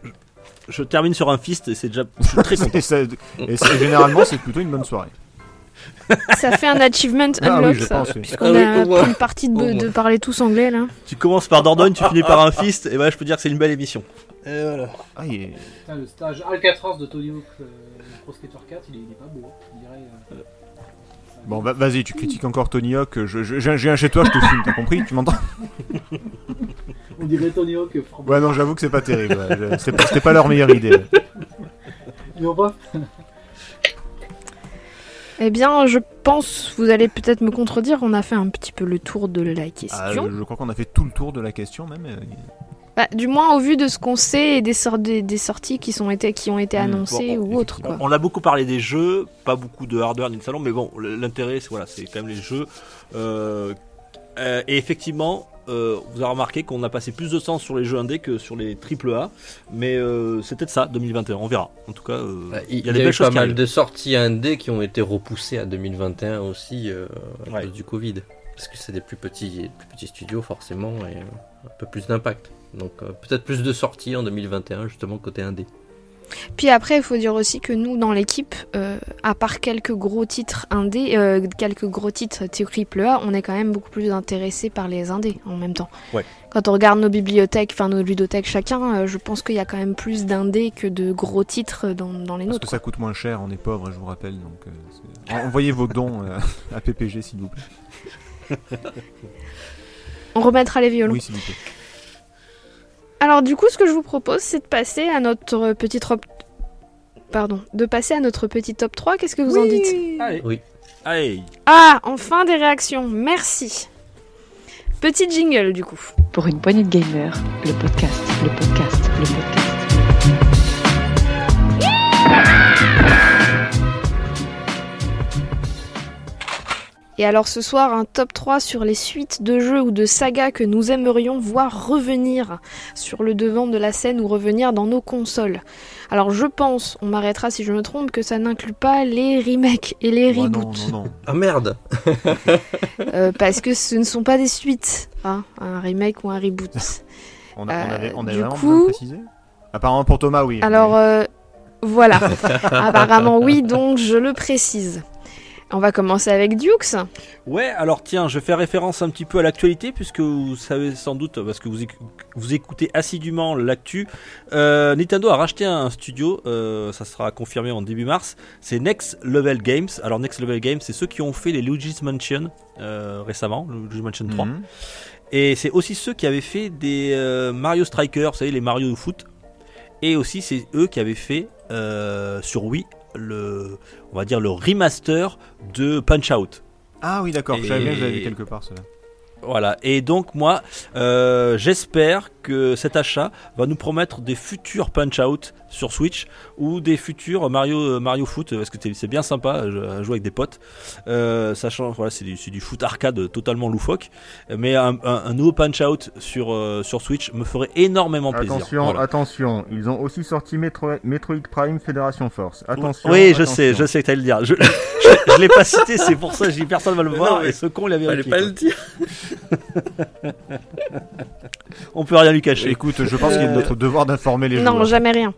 Speaker 5: je termine sur un fist et c'est déjà. Je suis très content.
Speaker 2: et, ça- et ça- généralement, c'est plutôt une bonne soirée.
Speaker 3: Ça fait un achievement unlock,
Speaker 2: Ah oui, je
Speaker 3: ça.
Speaker 2: pense. oui.
Speaker 3: On
Speaker 4: Ah oui,
Speaker 3: a
Speaker 4: au revoir.
Speaker 3: pris le parti
Speaker 4: Au
Speaker 3: de,
Speaker 4: revoir.
Speaker 3: de parler tous anglais là.
Speaker 5: tu commences par Dordogne, tu finis par un fist, et ben je peux dire que c'est une belle émission. Et voilà.
Speaker 2: Ah, il est-
Speaker 6: Putain, le stage Alcatraz de Tony Hawk euh, Pro Skater 4, il est, il est pas beau. hein. On dirait, euh,
Speaker 2: Bon, va- vas-y, tu critiques encore Tony Hawk. euh, je- je- J'ai un- j'ai un chez toi, je te fume, t'as compris Tu m'entends
Speaker 6: on dirait Tony Hawk euh, from-
Speaker 2: Ouais, non, j'avoue que c'est pas terrible. ouais, je- C'était pas, c'était pas leur meilleure idée.
Speaker 6: Ils ont pas
Speaker 3: Eh bien, je pense, vous allez peut-être me contredire, on a fait un petit peu le tour de la
Speaker 2: Ah,
Speaker 3: question.
Speaker 2: je, je crois qu'on a fait tout le tour de la question, même. euh,
Speaker 3: Bah, du moins au vu de ce qu'on sait et des, sor- des, des sorties qui, sont été, qui ont été
Speaker 5: Mm,
Speaker 3: annoncées
Speaker 5: bon,
Speaker 3: ou autres. Quoi.
Speaker 5: On, on a beaucoup parlé des jeux, pas beaucoup de hardware ni de salon, mais bon, le- l'intérêt, c'est voilà, c'est quand même les jeux. euh, euh, et effectivement, euh, vous avez remarqué qu'on a passé plus de temps sur les jeux indés que sur les triple A, mais euh, c'est peut-être ça, 2021, on verra. En tout cas, euh,
Speaker 4: Bah,
Speaker 5: il
Speaker 4: Il
Speaker 5: y a des
Speaker 4: eu
Speaker 5: belles choses
Speaker 4: pas
Speaker 5: qui
Speaker 4: mal
Speaker 5: arrivent.
Speaker 4: de sorties indé qui ont été repoussées à 2021 aussi euh, à
Speaker 5: Ouais.
Speaker 4: cause du Covid. Parce que c'est des plus petits, plus petits studios forcément et euh, un peu plus d'impact. Donc euh, peut-être plus de sorties en 2021 justement côté indé.
Speaker 3: Puis après, il faut dire aussi que nous, dans l'équipe, euh, à part quelques gros titres indés, euh, quelques gros titres triple A, on est quand même beaucoup plus intéressés par les indés en même temps.
Speaker 5: Ouais.
Speaker 3: Quand on regarde nos bibliothèques, enfin nos ludothèques chacun, euh, je pense qu'il y a quand même plus d'indés que de gros titres dans, dans les
Speaker 2: Parce que
Speaker 3: nôtres.
Speaker 2: ça coûte moins cher, on est pauvre, je vous rappelle. Donc, euh, c'est- En- envoyez vos dons euh, à PPG, s'il vous plaît.
Speaker 3: On remettra les violons.
Speaker 2: Oui, s'il vous plaît.
Speaker 3: Alors du coup, ce que je vous propose, c'est de passer à notre petite top... Pardon, de passer à notre petit top 3. Qu'est-ce que vous en dites
Speaker 5: Allez.
Speaker 4: Oui.
Speaker 5: Allez.
Speaker 3: Ah, enfin des réactions. Merci. Petit jingle du coup.
Speaker 1: Pour une poignée de gamers, le podcast, le podcast, le podcast.
Speaker 3: Et alors ce soir, un top 3 sur les suites de jeux ou de sagas que nous aimerions voir revenir sur le devant de la scène ou revenir dans nos consoles. Alors je pense, on m'arrêtera si je me trompe, que ça n'inclut pas les remakes et les
Speaker 2: Oh,
Speaker 3: reboots.
Speaker 2: non, non, non.
Speaker 4: Ah merde
Speaker 3: Euh, parce que ce ne sont pas des suites, hein, un remake ou un reboot.
Speaker 2: On a, on
Speaker 3: Euh,
Speaker 2: avait, on
Speaker 3: du
Speaker 2: avait vraiment
Speaker 3: coup-
Speaker 2: besoin de préciser Apparemment pour Thomas, oui.
Speaker 3: Alors euh, voilà, apparemment oui, donc je le précise. On va commencer avec Dukes.
Speaker 5: Ouais, alors tiens, je fais référence un petit peu à l'actualité, puisque vous savez sans doute, parce que vous, éc- vous écoutez assidûment l'actu, euh, Nintendo a racheté un studio, euh, ça sera confirmé en début mars, c'est Next Level Games. Alors Next Level Games, c'est ceux qui ont fait les Luigi's Mansion euh, récemment, Luigi's Mansion
Speaker 2: Mais-
Speaker 5: 3.
Speaker 2: Mhm.
Speaker 5: Et c'est aussi ceux qui avaient fait des euh, Mario Strikers, vous savez, les Mario de foot. Et aussi, c'est eux qui avaient fait euh, sur Wii le, on va dire le remaster de Punch Out.
Speaker 2: Ah oui, d'accord,
Speaker 5: Et-
Speaker 2: je savais bien que je l'avais vu quelque part, cela.
Speaker 5: Voilà, et donc moi, euh, j'espère que cet achat va nous promettre des futurs Punch-Out sur Switch ou des futurs Mario, euh, Mario Foot, parce que c'est- c'est bien sympa à jou- à jouer avec des potes, Euh, sachant voilà, c'est du, c'est du foot arcade totalement loufoque, mais un, un- un nouveau Punch-Out sur, euh, sur Switch me ferait énormément plaisir. Voilà.
Speaker 2: attention, ils ont aussi sorti Metroid Prime Fédération Force.
Speaker 5: oui, je sais, je sais que t'allais le dire. Je, je, je l'ai pas cité, c'est pour ça que j'ai dit personne va le
Speaker 4: Mais
Speaker 5: voir.
Speaker 4: non, mais
Speaker 5: et ce con, il avait
Speaker 4: Fallait
Speaker 5: répliqué,
Speaker 4: pas le dire
Speaker 5: quoi. On peut rien lui cacher.
Speaker 2: Écoute, je pense qu'il
Speaker 3: Euh,
Speaker 2: est de notre devoir d'informer les gens.
Speaker 3: Non, jamais rien.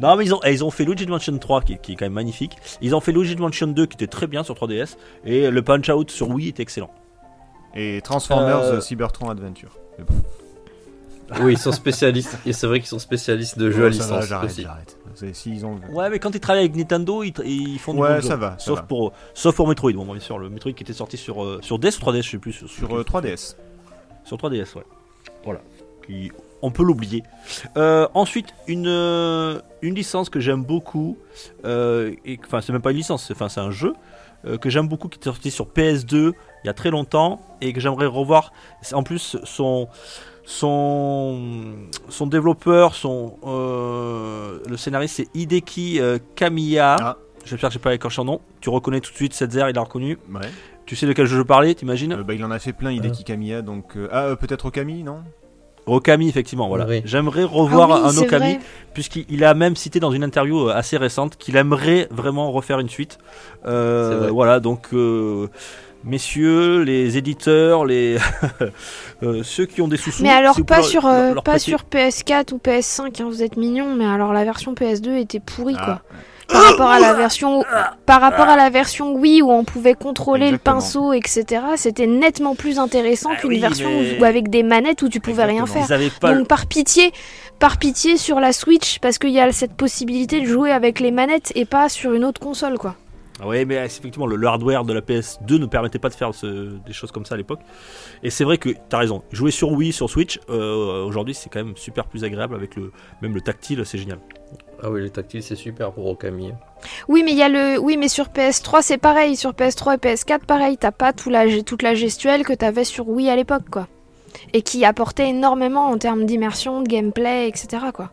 Speaker 5: Non, mais ils ont, eh, ils ont fait Luigi's Mansion 3 qui, qui est quand même magnifique. Ils ont fait Luigi's Mansion 2 qui était très bien sur 3DS. Et le Punch Out sur Wii est excellent.
Speaker 2: Et Transformers
Speaker 5: Euh,
Speaker 2: Cybertron Adventure.
Speaker 4: Ah Oui, ils sont spécialistes. Et c'est vrai qu'ils sont spécialistes de jeux à
Speaker 2: Oh, ça va,
Speaker 4: licence
Speaker 2: j'arrête,
Speaker 4: aussi.
Speaker 2: j'arrête. C'est- s'ils ont-
Speaker 5: Ouais, mais quand ils travaillent avec Nintendo, ils, tra- ils font du
Speaker 2: Ouais,
Speaker 5: bon
Speaker 2: ça
Speaker 5: job.
Speaker 2: va, ça
Speaker 5: Sauf
Speaker 2: va.
Speaker 5: pour, sauf pour Metroid. Bon, bien sûr, le Metroid qui était sorti sur euh, sur DS ou 3DS, je sais plus. Sur,
Speaker 2: Sur euh, 3DS.
Speaker 5: Sur 3DS, ouais. Voilà. Puis, on peut l'oublier. Euh, ensuite, une, euh, une licence que j'aime beaucoup. euh, et que- Enfin, c'est même pas une licence, c'est enfin, c'est un jeu euh, que j'aime beaucoup qui est sorti sur PS2 il y a très longtemps et que j'aimerais revoir. C'est- En plus, son. Son, son développeur, son, euh, le scénariste, c'est Hideki euh, Kamiya.
Speaker 2: Ah.
Speaker 5: J'espère que j'ai pas écorché son nom. Tu reconnais tout de suite Setzer, il l'a reconnu.
Speaker 2: Ouais.
Speaker 5: Tu sais de quel jeu je parlais, t'imagines
Speaker 2: Euh, bah, il en a fait plein, il est qui Camilla, donc. euh, Ah, euh, peut-être Okami, non
Speaker 5: Okami, effectivement, voilà.
Speaker 4: Oui.
Speaker 5: J'aimerais
Speaker 3: Ah
Speaker 5: revoir
Speaker 3: oui,
Speaker 5: un
Speaker 3: c'est
Speaker 5: Okami.
Speaker 3: vrai.
Speaker 5: puisqu'il il a même cité dans une interview euh, assez récente qu'il aimerait vraiment refaire une suite. Euh,
Speaker 4: C'est vrai.
Speaker 5: voilà, donc euh, messieurs, les éditeurs, les euh, ceux qui ont des sous-sous.
Speaker 3: Mais alors
Speaker 5: si vous
Speaker 3: pas
Speaker 5: pouvez
Speaker 3: sur
Speaker 5: leur-
Speaker 3: euh,
Speaker 5: leur
Speaker 3: pas
Speaker 5: prêter-
Speaker 3: sur PS4 ou PS5, hein, vous êtes mignons, mais alors la version PS2 était pourrie
Speaker 2: Ah.
Speaker 3: quoi. Par rapport à la version par rapport à la version Wii où on pouvait contrôler
Speaker 2: Exactement.
Speaker 3: le pinceau etc, c'était nettement plus intéressant
Speaker 5: Ah
Speaker 3: qu'une
Speaker 5: oui,
Speaker 3: version
Speaker 5: mais-
Speaker 3: où- où avec des manettes où tu pouvais rien
Speaker 2: Exactement.
Speaker 3: faire.
Speaker 5: Ils avaient pas.
Speaker 3: Donc par pitié, par pitié sur la Switch parce qu'il y a cette possibilité de jouer avec les manettes et pas sur une autre console quoi.
Speaker 5: Oui, mais euh, c'est effectivement, le, le hardware de la PS2 ne permettait pas de faire ce- des choses comme ça à l'époque. Et c'est vrai que t'as raison. Jouer sur Wii, sur Switch, euh, aujourd'hui, c'est quand même super plus agréable avec le même le tactile, c'est génial.
Speaker 4: Ah oui, le tactile, c'est super pour Okami. hein.
Speaker 3: Oui, mais il y a le oui, mais sur PS3 c'est pareil, sur PS3 et PS4 pareil, t'as pas tout la ge- toute la gestuelle que t'avais sur Wii à l'époque quoi, et qui apportait énormément en termes d'immersion, de gameplay, etc quoi.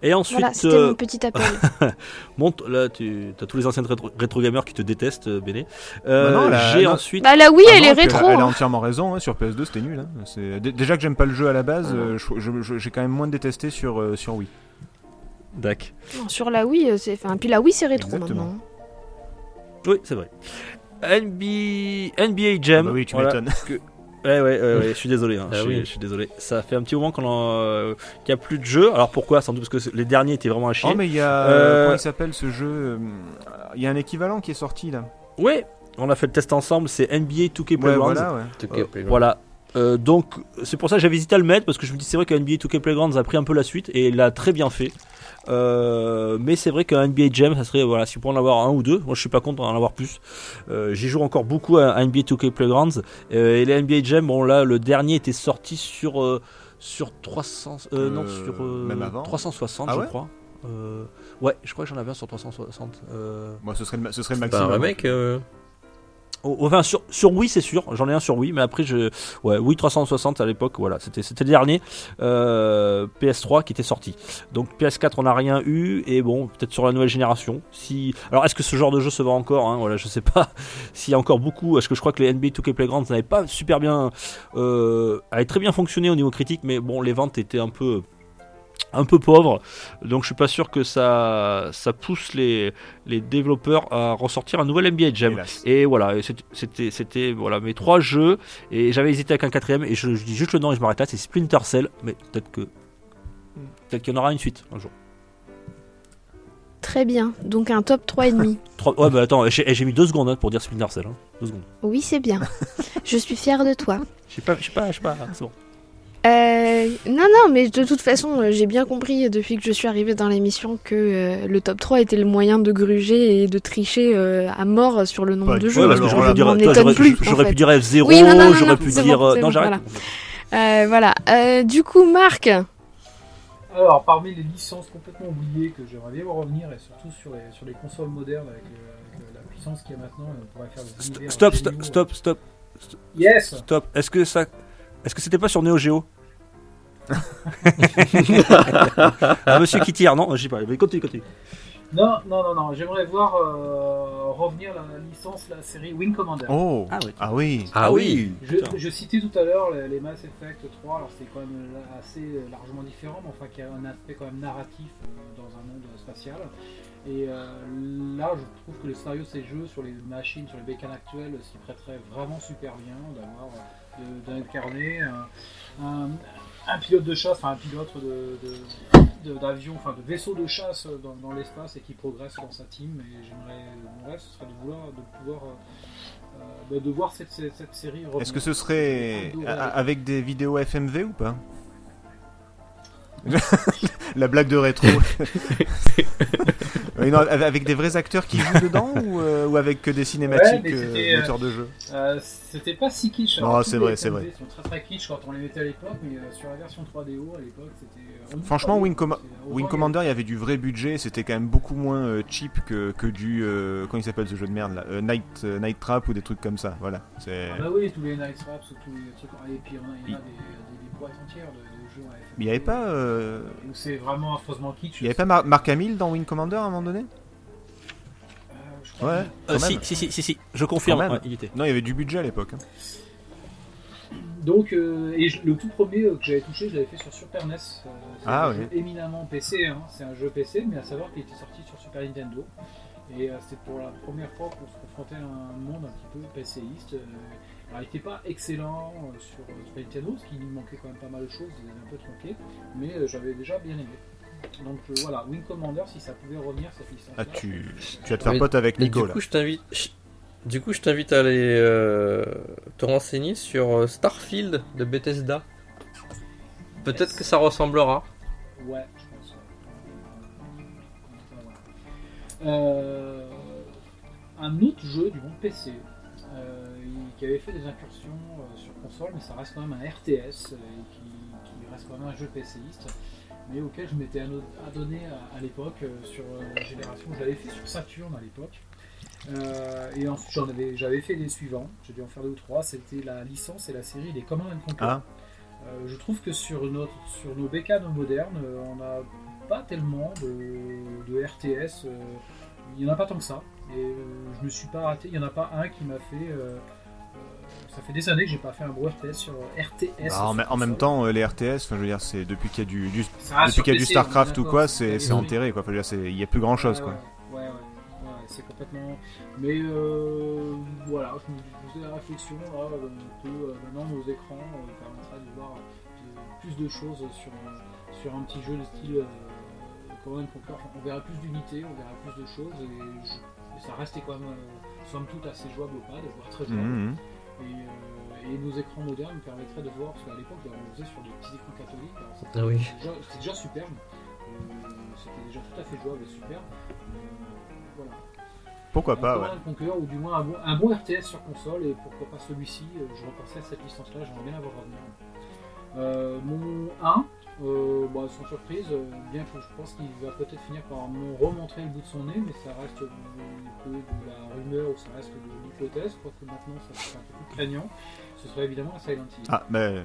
Speaker 5: Et ensuite,
Speaker 3: voilà, c'était
Speaker 5: euh,
Speaker 3: mon petit appel.
Speaker 5: Monte, là, tu as tous les anciens rétro, rétro gamers qui te détestent, euh, Béné.
Speaker 2: Bah non,
Speaker 5: Euh,
Speaker 2: là,
Speaker 5: J'ai
Speaker 2: non.
Speaker 5: ensuite.
Speaker 3: bah là oui,
Speaker 2: Ah
Speaker 3: elle
Speaker 2: non,
Speaker 3: est
Speaker 2: puis
Speaker 3: rétro.
Speaker 2: Elle, elle a
Speaker 3: hein.
Speaker 2: entièrement raison, hein, sur PS2 c'était nul. hein. C'est- dé- Déjà que j'aime pas le jeu à la base, euh, je- je- je- j'ai quand même moins détesté sur, euh, sur Wii. Bah.
Speaker 5: Dac.
Speaker 3: Non, sur la Wii, euh, c'est enfin puis la Wii c'est rétro
Speaker 2: Exactement.
Speaker 3: maintenant. hein.
Speaker 5: Oui, c'est vrai. NB... NBA Jam.
Speaker 2: Ah bah oui, tu
Speaker 5: Euh, voilà.
Speaker 2: m'étonnes.
Speaker 5: Ouais, ouais, ouais, ouais, je suis désolé. hein,
Speaker 4: Ah
Speaker 5: je, suis,
Speaker 4: oui.
Speaker 5: je suis désolé. Ça fait un petit moment qu'on en, euh, qu'il n'y a plus de jeu. Alors pourquoi Sans doute parce que c'est- les derniers étaient vraiment à chier.
Speaker 2: Oh, mais il y a.
Speaker 5: Euh,
Speaker 2: Comment il s'appelle ce jeu euh, Il y a un équivalent qui est sorti là.
Speaker 5: Ouais, on a fait le test ensemble. C'est NBA 2K
Speaker 2: Ouais,
Speaker 5: Playgrounds.
Speaker 2: voilà, ouais.
Speaker 4: Tout
Speaker 5: Euh,
Speaker 4: cas, plus loin.
Speaker 5: voilà. Euh, donc c'est pour ça que j'avais hésité à le mettre parce que je me dis c'est vrai que NBA 2K Playgrounds a pris un peu la suite et l'a très bien fait. Euh, mais c'est vrai qu'un NBA Jam, ça serait voilà, si on peut en avoir un ou deux, moi je suis pas contre d'en avoir plus. Euh, J'y joue encore beaucoup à, à NBA 2K Playgrounds Euh, et les NBA Jam, bon là le dernier était sorti sur euh, sur 300, euh, non
Speaker 2: Euh,
Speaker 5: sur euh,
Speaker 2: même avant
Speaker 5: 360
Speaker 2: Ah
Speaker 5: je
Speaker 2: ouais
Speaker 5: crois. Euh, ouais, je crois que j'en avais un sur 360. Euh,
Speaker 2: Moi, ce serait le, ma- ce serait le
Speaker 4: C'est pas
Speaker 2: maximum.
Speaker 4: Bah, un remake. euh,
Speaker 5: Oh, Enfin, sur, sur Wii, c'est sûr. J'en ai un sur Wii, mais après, je. Ouais, Wii 360 à l'époque, voilà. C'était c'était le dernier euh, PS3 qui était sorti. Donc PS4, on n'a rien eu. Et bon, peut-être sur la nouvelle génération. Si... Alors, est-ce que ce genre de jeu se vend encore hein Voilà, je sais pas s'il y a encore beaucoup. Parce que je crois que les NBA 2K Playgrounds n'avaient pas super bien. Euh, avaient très bien fonctionné au niveau critique, mais bon, les ventes étaient un peu. Un peu pauvres donc je suis pas sûr que ça, ça pousse les, les développeurs à ressortir un nouvel NBA Jam.
Speaker 2: Hélas.
Speaker 5: Et voilà, et c'est- c'était c'était voilà mes trois jeux et j'avais hésité avec un quatrième et je, je dis juste le nom et je m'arrête là, c'est Splinter Cell, mais peut-être que peut-être qu'il y en aura une suite un jour.
Speaker 3: Très bien, donc un top 3,5 et demi.
Speaker 5: Trois- ouais, mais attends, j'ai eh, j'ai mis deux secondes hein, pour dire Splinter Cell, hein. deux secondes.
Speaker 3: Oui, c'est bien. Je suis fière de toi.
Speaker 5: Je sais pas, je sais pas, je sais pas. C'est bon.
Speaker 3: Euh, non, non, mais de toute façon, euh, j'ai bien compris euh, depuis que je suis arrivée dans l'émission que euh, le top 3 était le moyen de gruger et de tricher euh, à mort sur le nombre
Speaker 2: Pas
Speaker 3: de
Speaker 2: du
Speaker 3: jeux.
Speaker 2: tout,
Speaker 5: Ouais, parce que
Speaker 3: donc je
Speaker 2: alors
Speaker 5: j'aurais
Speaker 2: là,
Speaker 5: dû dire,
Speaker 3: m'en
Speaker 5: toi,
Speaker 3: étonne
Speaker 5: j'aurais-
Speaker 3: plus. en
Speaker 5: j'aurais
Speaker 3: fait.
Speaker 5: pu dire F0,
Speaker 3: Oui, non, non, non,
Speaker 5: j'aurais
Speaker 3: non,
Speaker 5: pu
Speaker 3: c'est
Speaker 5: dire
Speaker 3: bon,
Speaker 5: euh,
Speaker 3: c'est
Speaker 5: non,
Speaker 3: bon,
Speaker 5: j'arrête.
Speaker 3: Euh, voilà. Euh, du coup, Marc,
Speaker 6: Alors, parmi les licences complètement oubliées que j'aimerais bien voir revenir, et surtout sur les, sur les consoles modernes avec, le- avec le- la puissance qu'il y a maintenant, euh, on pourrait faire des univers
Speaker 5: Stop,
Speaker 6: géniaux.
Speaker 5: stop, stop, stop,
Speaker 6: Yes
Speaker 5: stop. Est-ce que ça est-ce que c'était pas sur Neo Geo Ah, monsieur qui tire, non, je sais pas. Mais continue, continue.
Speaker 6: Non, non, non, non, j'aimerais voir euh, revenir la, la licence, la série Wing Commander.
Speaker 2: Oh
Speaker 5: Ah oui.
Speaker 2: Ah oui
Speaker 4: Ah oui.
Speaker 6: Je,
Speaker 5: Putain.
Speaker 6: je citais tout à l'heure les, les Mass Effect 3, alors c'est quand même là- assez euh, largement différent, mais enfin qui a un aspect quand même narratif euh, dans un monde spatial. Et euh, là, je trouve que le scénario de ces jeux sur les machines, sur les bécanes actuelles, euh, s'y prêterait vraiment super bien d'avoir, euh, de- d'incarner un, un- un pilote de chasse, enfin un pilote de- de- de- d'avion, enfin de vaisseau de chasse dans, dans l'espace et qui progresse dans sa team. Et j'aimerais, mon rêve, ce serait de vouloir, de pouvoir, euh, euh, bah, de voir cette, cette- cette série. revenir.
Speaker 2: Est-ce que ce serait a- a- avec des vidéos FMV ou pas La blague de rétro. Oui, non, avec des vrais acteurs qui jouent dedans ou, euh, ou avec que des cinématiques
Speaker 6: mais c'était,
Speaker 2: euh, moteurs de jeu
Speaker 6: Euh, c'était pas si kitsch.
Speaker 2: Non,
Speaker 6: Alors,
Speaker 2: c'est
Speaker 6: tous les
Speaker 2: vrai, c'est
Speaker 6: FMV
Speaker 2: vrai.
Speaker 6: sont très très kitsch quand on les mettait à l'époque, mais euh, sur la version 3DO à l'époque, c'était. euh,
Speaker 2: Franchement,
Speaker 6: on-
Speaker 2: Wing Comma-
Speaker 6: c'est- autant
Speaker 2: Wing
Speaker 6: que-
Speaker 2: Commander, il y avait du vrai budget, c'était quand même beaucoup moins euh, cheap que, que du. euh, comment il s'appelle ce jeu de merde là Euh, Night, euh, Night Trap ou des trucs comme ça, voilà. C'est-
Speaker 6: Ah bah oui, tous les Night Traps, tous les trucs. ah, Et puis il y en a, il y en a
Speaker 2: Il-
Speaker 6: des, des, des boîtes entières de, de jeux en FMV.
Speaker 2: Mais il n'y avait pas, euh,
Speaker 6: Où c'est vraiment affreusement kitsch.
Speaker 2: il y avait pas Mar- Mark Hamill dans Wing Commander à un moment donné
Speaker 6: Euh, je crois
Speaker 2: Ouais.
Speaker 5: Euh,
Speaker 2: quand
Speaker 5: si,
Speaker 2: même.
Speaker 5: si, si, si, si, je confirme,
Speaker 2: Quand même.
Speaker 5: ouais, il était.
Speaker 2: Non, il y avait du budget à l'époque. hein.
Speaker 6: Donc, euh, et je- le tout premier euh, que j'avais touché, je l'avais fait sur Super NES. euh, c'est
Speaker 2: Ah,
Speaker 6: un
Speaker 2: oui.
Speaker 6: jeu éminemment PC, hein. c'est un jeu PC, mais à savoir qu'il était sorti sur Super Nintendo. Et euh, c'était pour la première fois qu'on se confrontait à un monde un petit peu PCiste. euh. alors, il n'était pas excellent euh, sur euh, Super Nintendo, parce qu'il nous manquait quand même pas mal de choses, il avait un peu tronqué, mais euh, j'avais déjà bien aimé. Donc euh, voilà, Wing Commander, si ça pouvait revenir, cette licence.
Speaker 2: Ah, tu, tu vas te faire
Speaker 4: Mais-
Speaker 2: pote avec
Speaker 4: Mais
Speaker 2: Nico
Speaker 4: du
Speaker 2: là.
Speaker 4: coup, je t'invite. je- Du coup, je t'invite à aller euh, te renseigner sur euh, Starfield de Bethesda. Peut-être que ça ressemblera.
Speaker 6: Ouais, je pense. ouais. Euh, un autre jeu du monde PC euh, qui avait fait des incursions euh, sur console, mais ça reste quand même un RTS euh, et qui, qui reste quand même un jeu PCiste, mais auquel je m'étais anno- adonné à, à l'époque euh, sur euh, la génération. Je l'avais fait sur Saturn à l'époque. Euh, et ensuite j'en avais, j'avais fait les suivants, j'ai dû en faire deux ou trois, c'était la licence et la série des Command and Conquer.
Speaker 2: Ah.
Speaker 6: Euh, je trouve que sur, notre, sur nos bécanes modernes, euh, on n'a pas tellement de, de RTS. euh, il n'y en a pas tant que ça. Et euh, je me suis pas raté. Il n'y en a pas un qui m'a fait. euh, euh, ça fait des années que j'ai pas fait un gros RTS sur euh, RTS.
Speaker 2: Bah, en, ma- en même temps, euh, les RTS, enfin, je veux dire, c'est depuis qu'il y a du, du-
Speaker 6: Ça reste
Speaker 2: depuis
Speaker 6: Ah, sur
Speaker 2: qu'il y a du
Speaker 6: PC,
Speaker 2: Starcraft
Speaker 6: on est
Speaker 2: ou quoi,
Speaker 6: d'accord, Ah,
Speaker 2: c'est
Speaker 6: des
Speaker 2: c'est
Speaker 6: trucs.
Speaker 2: enterré quoi. Enfin, je veux dire, c'est- il n'y a plus grand chose
Speaker 6: Ouais,
Speaker 2: quoi.
Speaker 6: Ouais, ouais, ouais, ouais, c'est complètement. Mais euh, voilà, je me faisais la réflexion là, euh, que euh, maintenant nos écrans euh, permettra de voir de- plus de choses sur, euh, sur un petit jeu de style euh, Command Conquer. Enfin, on verra plus d'unités, on verra plus de choses et je- ça restait quand même, euh, somme toute, assez jouable au pad, voire très jouable.
Speaker 2: Mhm, mhm.
Speaker 6: Et, euh, et nos écrans modernes permettraient de voir, parce qu'à l'époque, on le faisait sur des petits écrans catholiques. alors c'était
Speaker 4: Ah oui.
Speaker 6: déjà- C'était déjà superbe. Euh, C'était déjà tout à fait jouable et superbe. Euh, voilà.
Speaker 2: Pourquoi
Speaker 6: un
Speaker 2: pas, ouais.
Speaker 6: Command Conquer, ou du moins un bon, un bon RTS sur console, et pourquoi pas celui-ci. euh, Je repensais à cette licence-là, j'aimerais bien la voir revenir. Euh, mon 1, euh, bah, sans surprise, euh, bien que je pense qu'il va peut-être finir par me remontrer le bout de son nez, mais ça reste euh, que de la rumeur ou ça reste que de l'hypothèse. Je crois que maintenant ça serait un peu plus craignant. Ce serait évidemment un Silent Hill.
Speaker 2: Ah, mais,
Speaker 6: J'aimerais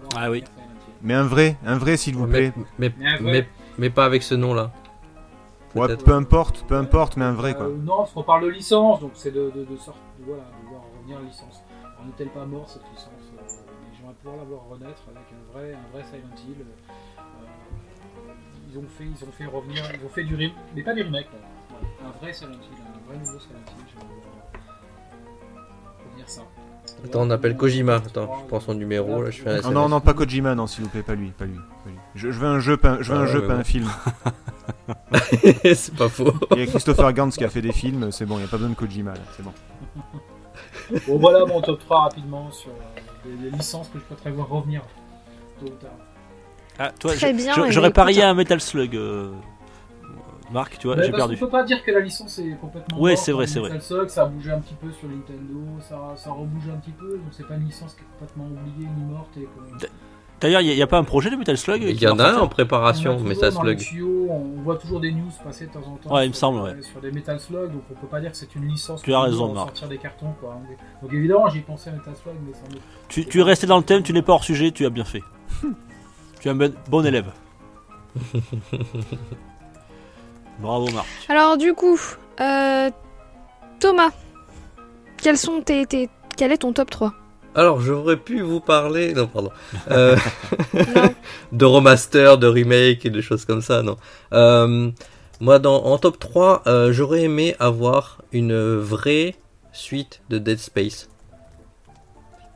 Speaker 6: voir
Speaker 5: Ah
Speaker 6: revenir
Speaker 5: oui.
Speaker 6: Silent Hill.
Speaker 2: mais un vrai, un vrai s'il vous plaît.
Speaker 4: Mais, mais,
Speaker 6: Mais un vrai.
Speaker 4: mais- mais pas avec ce nom-là.
Speaker 2: Ouais,
Speaker 4: Peut-être.
Speaker 2: peu importe, peu importe, mais un vrai quoi.
Speaker 6: Euh, non, parce qu'on parle de licence, donc c'est de, de, de sorte de, voilà, de voir revenir à la licence. On n'est-elle pas mort cette licence euh, mais J'aimerais pouvoir la voir renaître avec un vrai, un vrai Silent Hill. euh, euh, ils, ont fait, ils ont fait revenir, ils ont fait du remake, mais pas du remake. là. Voilà, un vrai Silent Hill, un vrai nouveau Silent Hill. J'aimerais voir revenir ça.
Speaker 4: Attends, on appelle Kojima. Attends, je prends son numéro. Là, je fais un
Speaker 2: Non,
Speaker 4: SMS.
Speaker 2: non, non, pas Kojima, non, s'il vous plaît, pas lui, pas lui. pas lui. Je, je veux un jeu, pas un, je veux
Speaker 4: Ah
Speaker 2: un
Speaker 4: ouais,
Speaker 2: jeu,
Speaker 4: mais
Speaker 2: pas
Speaker 4: bon.
Speaker 2: un film.
Speaker 4: c'est pas faux.
Speaker 2: Il y a Christopher Gantz qui a fait des films, c'est bon, il n'y a pas besoin de Kojima, là, c'est bon.
Speaker 6: Bon, voilà mon top 3 rapidement sur euh, les, les licences que je pourrais voir revenir tôt ou tard.
Speaker 5: Ah, toi,
Speaker 3: Très
Speaker 5: je-
Speaker 3: bien,
Speaker 5: je-
Speaker 3: et
Speaker 5: j'aurais
Speaker 3: écoute- hein.
Speaker 5: parié à un Metal Slug, euh, Marc, tu vois,
Speaker 6: Ouais,
Speaker 5: j'ai
Speaker 6: Bah, parce qu'on
Speaker 5: perdu.
Speaker 6: peut pas dire que la licence est complètement.
Speaker 5: Ouais,
Speaker 6: morte,
Speaker 5: c'est vrai,
Speaker 6: hein,
Speaker 5: c'est
Speaker 6: Metal Slug, ça a bougé un petit peu sur Nintendo, ça, ça rebouge un petit peu, donc c'est pas une licence qui est complètement oubliée ni morte. Et qu'on-
Speaker 5: D'ailleurs, il n'y a, pas un projet de Metal Slug
Speaker 4: Il
Speaker 5: qui
Speaker 4: y en
Speaker 5: va
Speaker 4: a un
Speaker 5: sortir
Speaker 4: en préparation,
Speaker 6: hein. on a
Speaker 4: mais
Speaker 6: toujours
Speaker 4: ça
Speaker 6: dans les
Speaker 4: slug.
Speaker 6: tuyaux, on voit toujours des news passer de temps en temps.
Speaker 5: Ouais, il me
Speaker 6: sur- euh,
Speaker 5: semble, ouais.
Speaker 6: Sur des Metal Slug, donc on peut pas dire que c'est une licence.
Speaker 5: Tu as
Speaker 6: qu'on
Speaker 5: raison,
Speaker 6: va
Speaker 5: Marc.
Speaker 6: sortir des cartons, quoi. hein. Donc évidemment, j'y pensais à Metal Slug, mais sans doute.
Speaker 5: Tu, tu es resté dans le thème, tu n'es pas hors sujet, tu as bien fait.
Speaker 4: Hmm.
Speaker 5: tu es un bon, bon élève. Bravo Marc.
Speaker 3: Alors du coup, euh, Thomas, quels sont tes, tes- quel est ton top 3
Speaker 4: Alors, j'aurais pu vous parler. Non, pardon. Euh,
Speaker 3: Non.
Speaker 4: de remaster, de remake et de choses comme ça, non. Euh, moi, dans, en top 3, euh, j'aurais aimé avoir une vraie suite de Dead Space.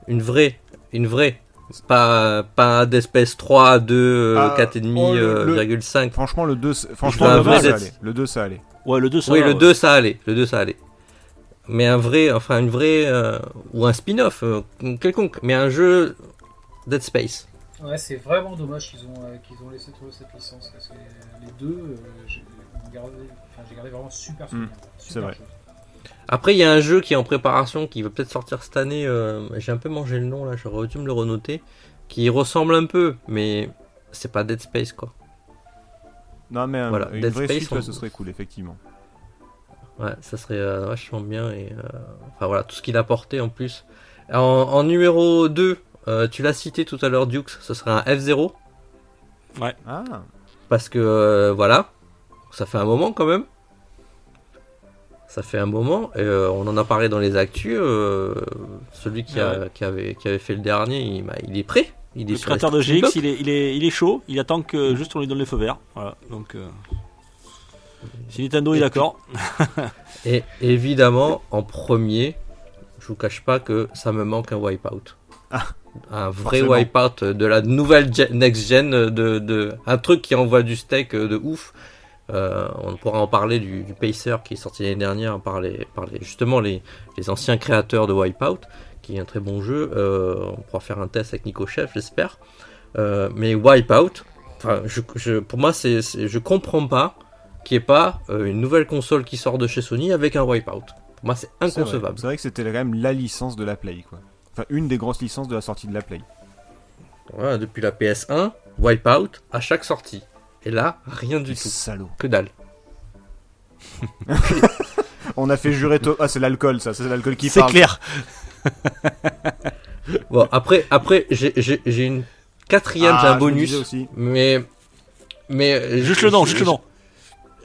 Speaker 4: Une vraie, une vraie. Pas, pas Dead Space 3, 2, euh,
Speaker 2: Ah,
Speaker 4: 4,5,
Speaker 2: oh, le-
Speaker 4: euh,
Speaker 2: le-
Speaker 4: virgule 5.
Speaker 2: Franchement, le 2, franchement,
Speaker 5: Ah,
Speaker 2: le
Speaker 5: mais
Speaker 2: 2 ça
Speaker 4: c'est-
Speaker 2: allait. Le 2, ça allait.
Speaker 5: Ouais, le 2 ça
Speaker 4: oui,
Speaker 5: va,
Speaker 4: le
Speaker 5: ouais.
Speaker 4: 2, ça allait. Le 2, ça allait. Mais un vrai, enfin, une vraie, euh, ou un spin-off euh, quelconque. Mais un jeu Dead Space.
Speaker 6: Ouais, c'est vraiment dommage qu'ils ont, euh, qu'ils ont laissé tomber cette licence. Parce que les deux, euh, j'ai gardé, enfin, j'ai gardé vraiment super souvenir.
Speaker 2: Hmm, c'est vrai.
Speaker 4: Après, il y a un jeu qui est en préparation, qui va peut-être sortir cette année. euh, J'ai un peu mangé le nom là, j'aurais dû me le renoter. Qui ressemble un peu, mais c'est pas Dead Space quoi.
Speaker 2: Non, mais un-
Speaker 4: Voilà,
Speaker 2: une
Speaker 4: Dead
Speaker 2: vraie
Speaker 4: Space,
Speaker 2: suite,
Speaker 4: on-
Speaker 2: ouais, ce serait cool, effectivement.
Speaker 4: Ouais, ça serait euh, vachement bien. Et, euh, enfin voilà, tout ce qu'il a apporté en plus. En, en numéro 2, euh, tu l'as cité tout à l'heure, Dukes, ce serait un F0.
Speaker 2: Ah,
Speaker 4: Parce que euh, voilà, ça fait un moment quand même. Ça fait un moment. Et, euh, on en a parlé dans les actus. euh, celui qui, a- qui avait, qui avait fait le dernier, il, bah, il est prêt. Il
Speaker 5: Ah
Speaker 4: est
Speaker 5: Le
Speaker 4: sur les
Speaker 5: créateur de
Speaker 4: starting
Speaker 5: GX,
Speaker 4: blocks.
Speaker 5: il est, il, est, il est chaud, il attend que juste on lui donne le feu vert. Voilà, donc. euh, Si Nintendo est
Speaker 4: Et
Speaker 5: d'accord,
Speaker 4: Et évidemment, en premier, je vous cache pas que ça me manque un wipeout.
Speaker 2: Ah,
Speaker 4: un vrai
Speaker 2: forcément.
Speaker 4: wipeout de la nouvelle gen- next gen, de, de- un truc qui envoie du steak euh, de ouf. Euh, on pourra en parler du, du Pacer qui est sorti l'année dernière par les, par les- justement les, les anciens créateurs de Wipeout, qui est un très bon jeu. Euh, on pourra faire un test avec Nico Chef, j'espère. Euh, mais Wipeout, enfin, je, je- pour moi, c'est, c'est- je comprends pas qu'il n'y ait pas euh, une nouvelle console qui sort de chez Sony avec un Wipeout. Pour moi, c'est
Speaker 2: c'est vrai.
Speaker 4: inconcevable.
Speaker 2: C'est vrai que c'était quand même la licence de la Play, quoi. Enfin, une des grosses licences de la sortie de la Play.
Speaker 4: Voilà, depuis la PS1, Wipeout à chaque sortie. Et là, rien
Speaker 2: Du
Speaker 4: du tout.
Speaker 2: salaud.
Speaker 4: Que dalle.
Speaker 2: On a fait jurer. To- ah, c'est l'alcool, ça. C'est l'alcool qui
Speaker 5: c'est
Speaker 2: parle.
Speaker 5: clair.
Speaker 4: Bon, après, après j'ai- j'ai j'ai une quatrième,
Speaker 2: Ah,
Speaker 4: j'ai
Speaker 2: je
Speaker 4: un
Speaker 2: me
Speaker 4: bonus.
Speaker 2: disais aussi.
Speaker 4: Mais. Mais. euh,
Speaker 5: Juste
Speaker 4: je-
Speaker 5: le nom,
Speaker 4: je-
Speaker 5: juste le nom.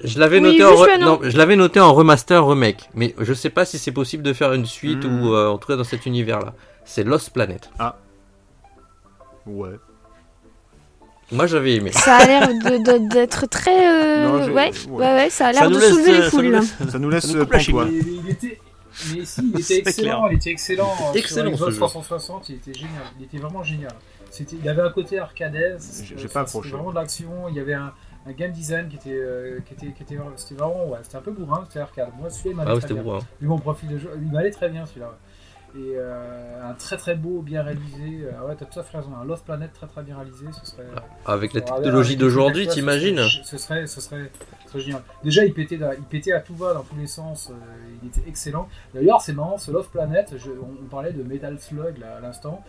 Speaker 4: Je, je l'avais
Speaker 3: Oui,
Speaker 4: noté, en
Speaker 3: juste
Speaker 4: re-
Speaker 3: le nom.
Speaker 4: non, je l'avais noté en remaster, remake. Mais je sais pas si c'est possible de faire une suite
Speaker 2: Hmm.
Speaker 4: ou euh, en tout cas dans cet univers-là. C'est Lost Planet.
Speaker 2: Ouais.
Speaker 4: Moi j'avais aimé.
Speaker 3: Ça a l'air de- de- d'être très. euh,
Speaker 2: Non,
Speaker 3: ouais,
Speaker 2: j'ai- ouais.
Speaker 3: ouais, ouais, ça a
Speaker 5: Ça
Speaker 3: l'air
Speaker 5: nous
Speaker 3: de
Speaker 5: laisse,
Speaker 3: soulever
Speaker 5: euh,
Speaker 3: les
Speaker 5: ça nous
Speaker 3: foules.
Speaker 5: laisse-
Speaker 2: Ça nous laisse euh,
Speaker 5: nous coupe la chic.
Speaker 2: pantois.
Speaker 6: Mais, mais il était. Mais si, il
Speaker 5: C'est
Speaker 6: était excellent,
Speaker 5: clair.
Speaker 6: il était excellent. euh, sur
Speaker 4: Excellent, ce
Speaker 6: Xbox
Speaker 4: jeu.
Speaker 6: 360, il était génial. Il était vraiment génial. C'était, il avait un côté arcade.
Speaker 2: J'ai-
Speaker 6: c'était-
Speaker 2: j'ai pas
Speaker 6: C'était
Speaker 2: accroché.
Speaker 6: vraiment de l'action. Il y avait un, un game design qui était, euh, qui était, qui était, c'était vraiment, ouais, c'était un peu bourrin, c'était arcade. Moi, celui-là, il m'avait
Speaker 4: Ah ouais,
Speaker 6: très
Speaker 4: c'était
Speaker 6: bien.
Speaker 4: beau. hein.
Speaker 6: Vu mon profil de jeu, il m'allait très bien celui-là. ouais. Et euh, un très très beau, bien réalisé. euh, ouais, t'as tout à fait raison. Un Love Planet très très bien réalisé, ce serait.
Speaker 4: Avec la
Speaker 6: Alors, avec-
Speaker 4: technologie
Speaker 6: avec
Speaker 4: d'aujourd'hui,
Speaker 6: les contacts,
Speaker 4: t'imagines
Speaker 6: Ce serait, ce serait, ce serait génial. Déjà, il pétait, dans- il pétait à tout va dans tous les sens. euh, il était excellent. D'ailleurs, c'est marrant, ce Love Planet, je- on, on parlait de Metal Slug là, à l'instant.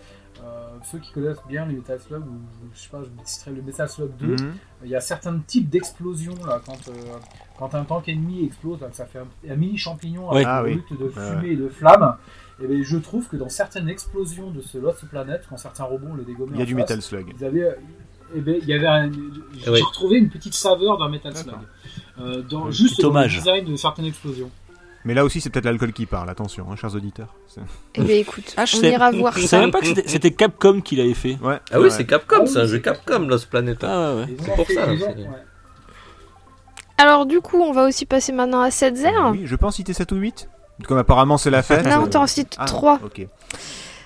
Speaker 6: Euh, ceux qui connaissent bien les Metal Slug, ou je sais pas, je citerai le Metal Slug 2,
Speaker 4: Hmm.
Speaker 2: Mhm.
Speaker 6: il y a certains types d'explosions là quand euh, quand un tank ennemi explose, là, que ça fait un, un mini champignon
Speaker 5: Ouais.
Speaker 6: avec
Speaker 2: Ah
Speaker 6: une
Speaker 2: oui.
Speaker 6: lutte de
Speaker 2: Ouais,
Speaker 6: fumée et de flammes. Et bien, je trouve que dans certaines explosions de ce Lost Planet, quand certains robots les dégommaient,
Speaker 2: Il y a
Speaker 6: en
Speaker 2: du
Speaker 6: face,
Speaker 2: Metal Slug.
Speaker 6: ils avaient, euh, eh ben, il y avait un- j'ai
Speaker 4: Oui.
Speaker 6: retrouvé une petite saveur d'un Metal Slug. Euh, dans,
Speaker 5: Un
Speaker 6: juste
Speaker 5: petit
Speaker 6: dans le
Speaker 5: hommage.
Speaker 6: design de certaines explosions.
Speaker 2: Mais là aussi, c'est peut-être l'alcool qui parle. Attention, hein, chers auditeurs. C'est-
Speaker 3: Eh bien, écoute,
Speaker 5: Ah, je
Speaker 3: on
Speaker 5: sais-
Speaker 3: ira voir
Speaker 5: Je
Speaker 3: ça.
Speaker 5: savais même pas que c'était- c'était Capcom qui l'avait fait.
Speaker 2: Ouais.
Speaker 4: Ah oui,
Speaker 2: ouais.
Speaker 4: c'est Capcom,
Speaker 6: Ah
Speaker 4: c'est un
Speaker 6: oui,
Speaker 4: jeu
Speaker 6: c'est
Speaker 4: Capcom, Lost Planet.
Speaker 5: Ah ouais, ouais.
Speaker 6: Ils
Speaker 4: C'est
Speaker 6: ont
Speaker 4: pour
Speaker 6: fait-
Speaker 4: ça,
Speaker 6: ils ont-
Speaker 4: c'est-
Speaker 6: ouais.
Speaker 3: Alors, du coup, on va aussi passer maintenant à 7-0.
Speaker 2: Oui, je peux en citer 7 ou 8 Comme apparemment, c'est la fête.
Speaker 3: Non,
Speaker 2: euh,
Speaker 3: t'en cites
Speaker 2: Ah,
Speaker 3: 3.
Speaker 2: Ok.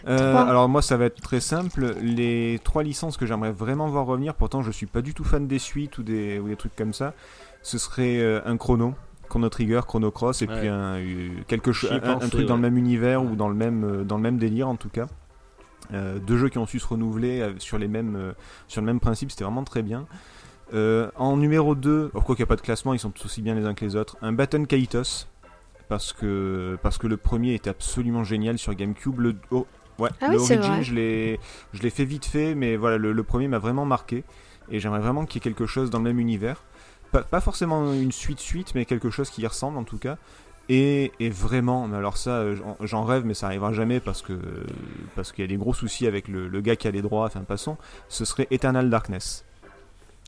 Speaker 2: Euh,
Speaker 3: Trois.
Speaker 2: alors moi ça va être très simple, les trois licences que j'aimerais vraiment voir revenir, pourtant je suis pas du tout fan des suites ou des, ou des trucs comme ça, ce serait euh, un chrono, Chrono Trigger, Chrono Cross et
Speaker 5: Ouais.
Speaker 2: puis un, euh, quelque chose,
Speaker 5: J'y ai
Speaker 2: un, un
Speaker 5: pensé,
Speaker 2: truc dans le
Speaker 5: ouais.
Speaker 2: même univers
Speaker 5: Ouais.
Speaker 2: ou dans le même, euh, dans le même délire en tout cas. Euh, deux jeux qui ont su se renouveler euh, sur, les mêmes, euh, sur le même principe, c'était vraiment très bien. Euh, en numéro 2, pourquoi qu'il n'y a pas de classement, ils sont tous aussi bien les uns que les autres, un Baton Kaitos. Parce que, parce que le premier était absolument génial sur GameCube. Le, oh, ouais,
Speaker 3: Ah
Speaker 2: le
Speaker 3: oui, c'est
Speaker 2: Origin,
Speaker 3: vrai.
Speaker 2: je l'ai je l'ai fait vite fait, mais voilà, le, le premier m'a vraiment marqué. Et j'aimerais vraiment qu'il y ait quelque chose dans le même univers. Pas, pas forcément une suite-suite, mais quelque chose qui y ressemble en tout cas. Et, et vraiment, mais alors ça, euh, j'en- j'en rêve, mais ça arrivera jamais parce que parce qu'il y a des gros soucis avec le, le gars qui a les droits. Enfin, passons. Ce serait Eternal Darkness.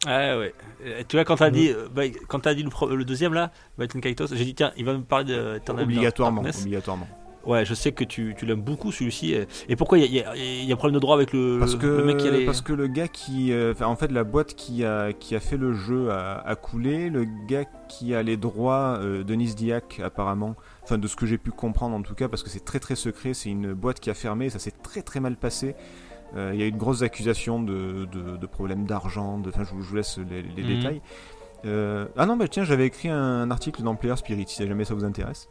Speaker 5: Ah ouais. Euh, tu vois, quand t'as dit, euh, bah, quand t'as dit le, pro- le deuxième là, Batman Kaitos, j'ai dit tiens, il va me parler de Eternal
Speaker 2: obligatoirement,
Speaker 5: Darkness.
Speaker 2: obligatoirement.
Speaker 5: Ouais, je sais que tu, tu l'aimes beaucoup celui-ci. euh, Et pourquoi il y a, il y a- il y a problème de droit avec le,
Speaker 2: Parce que,
Speaker 5: le mec qui a les.
Speaker 2: parce que le gars qui. euh, enfin, en fait, la boîte qui a, qui a fait le jeu a, a coulé. Le gars qui a les droits, euh, Denis Diac, apparemment. Enfin, de ce que j'ai pu comprendre en tout cas, parce que c'est très très secret. C'est une boîte qui a fermé. Ça s'est très très mal passé. Euh, Il y a eu de grosses accusations de, de, de problèmes d'argent. de- Enfin, je vous, je vous laisse les, les
Speaker 5: Mhm.
Speaker 2: détails. Euh, ah non, bah tiens, j'avais écrit un, article dans Player Spirit si jamais ça vous intéresse.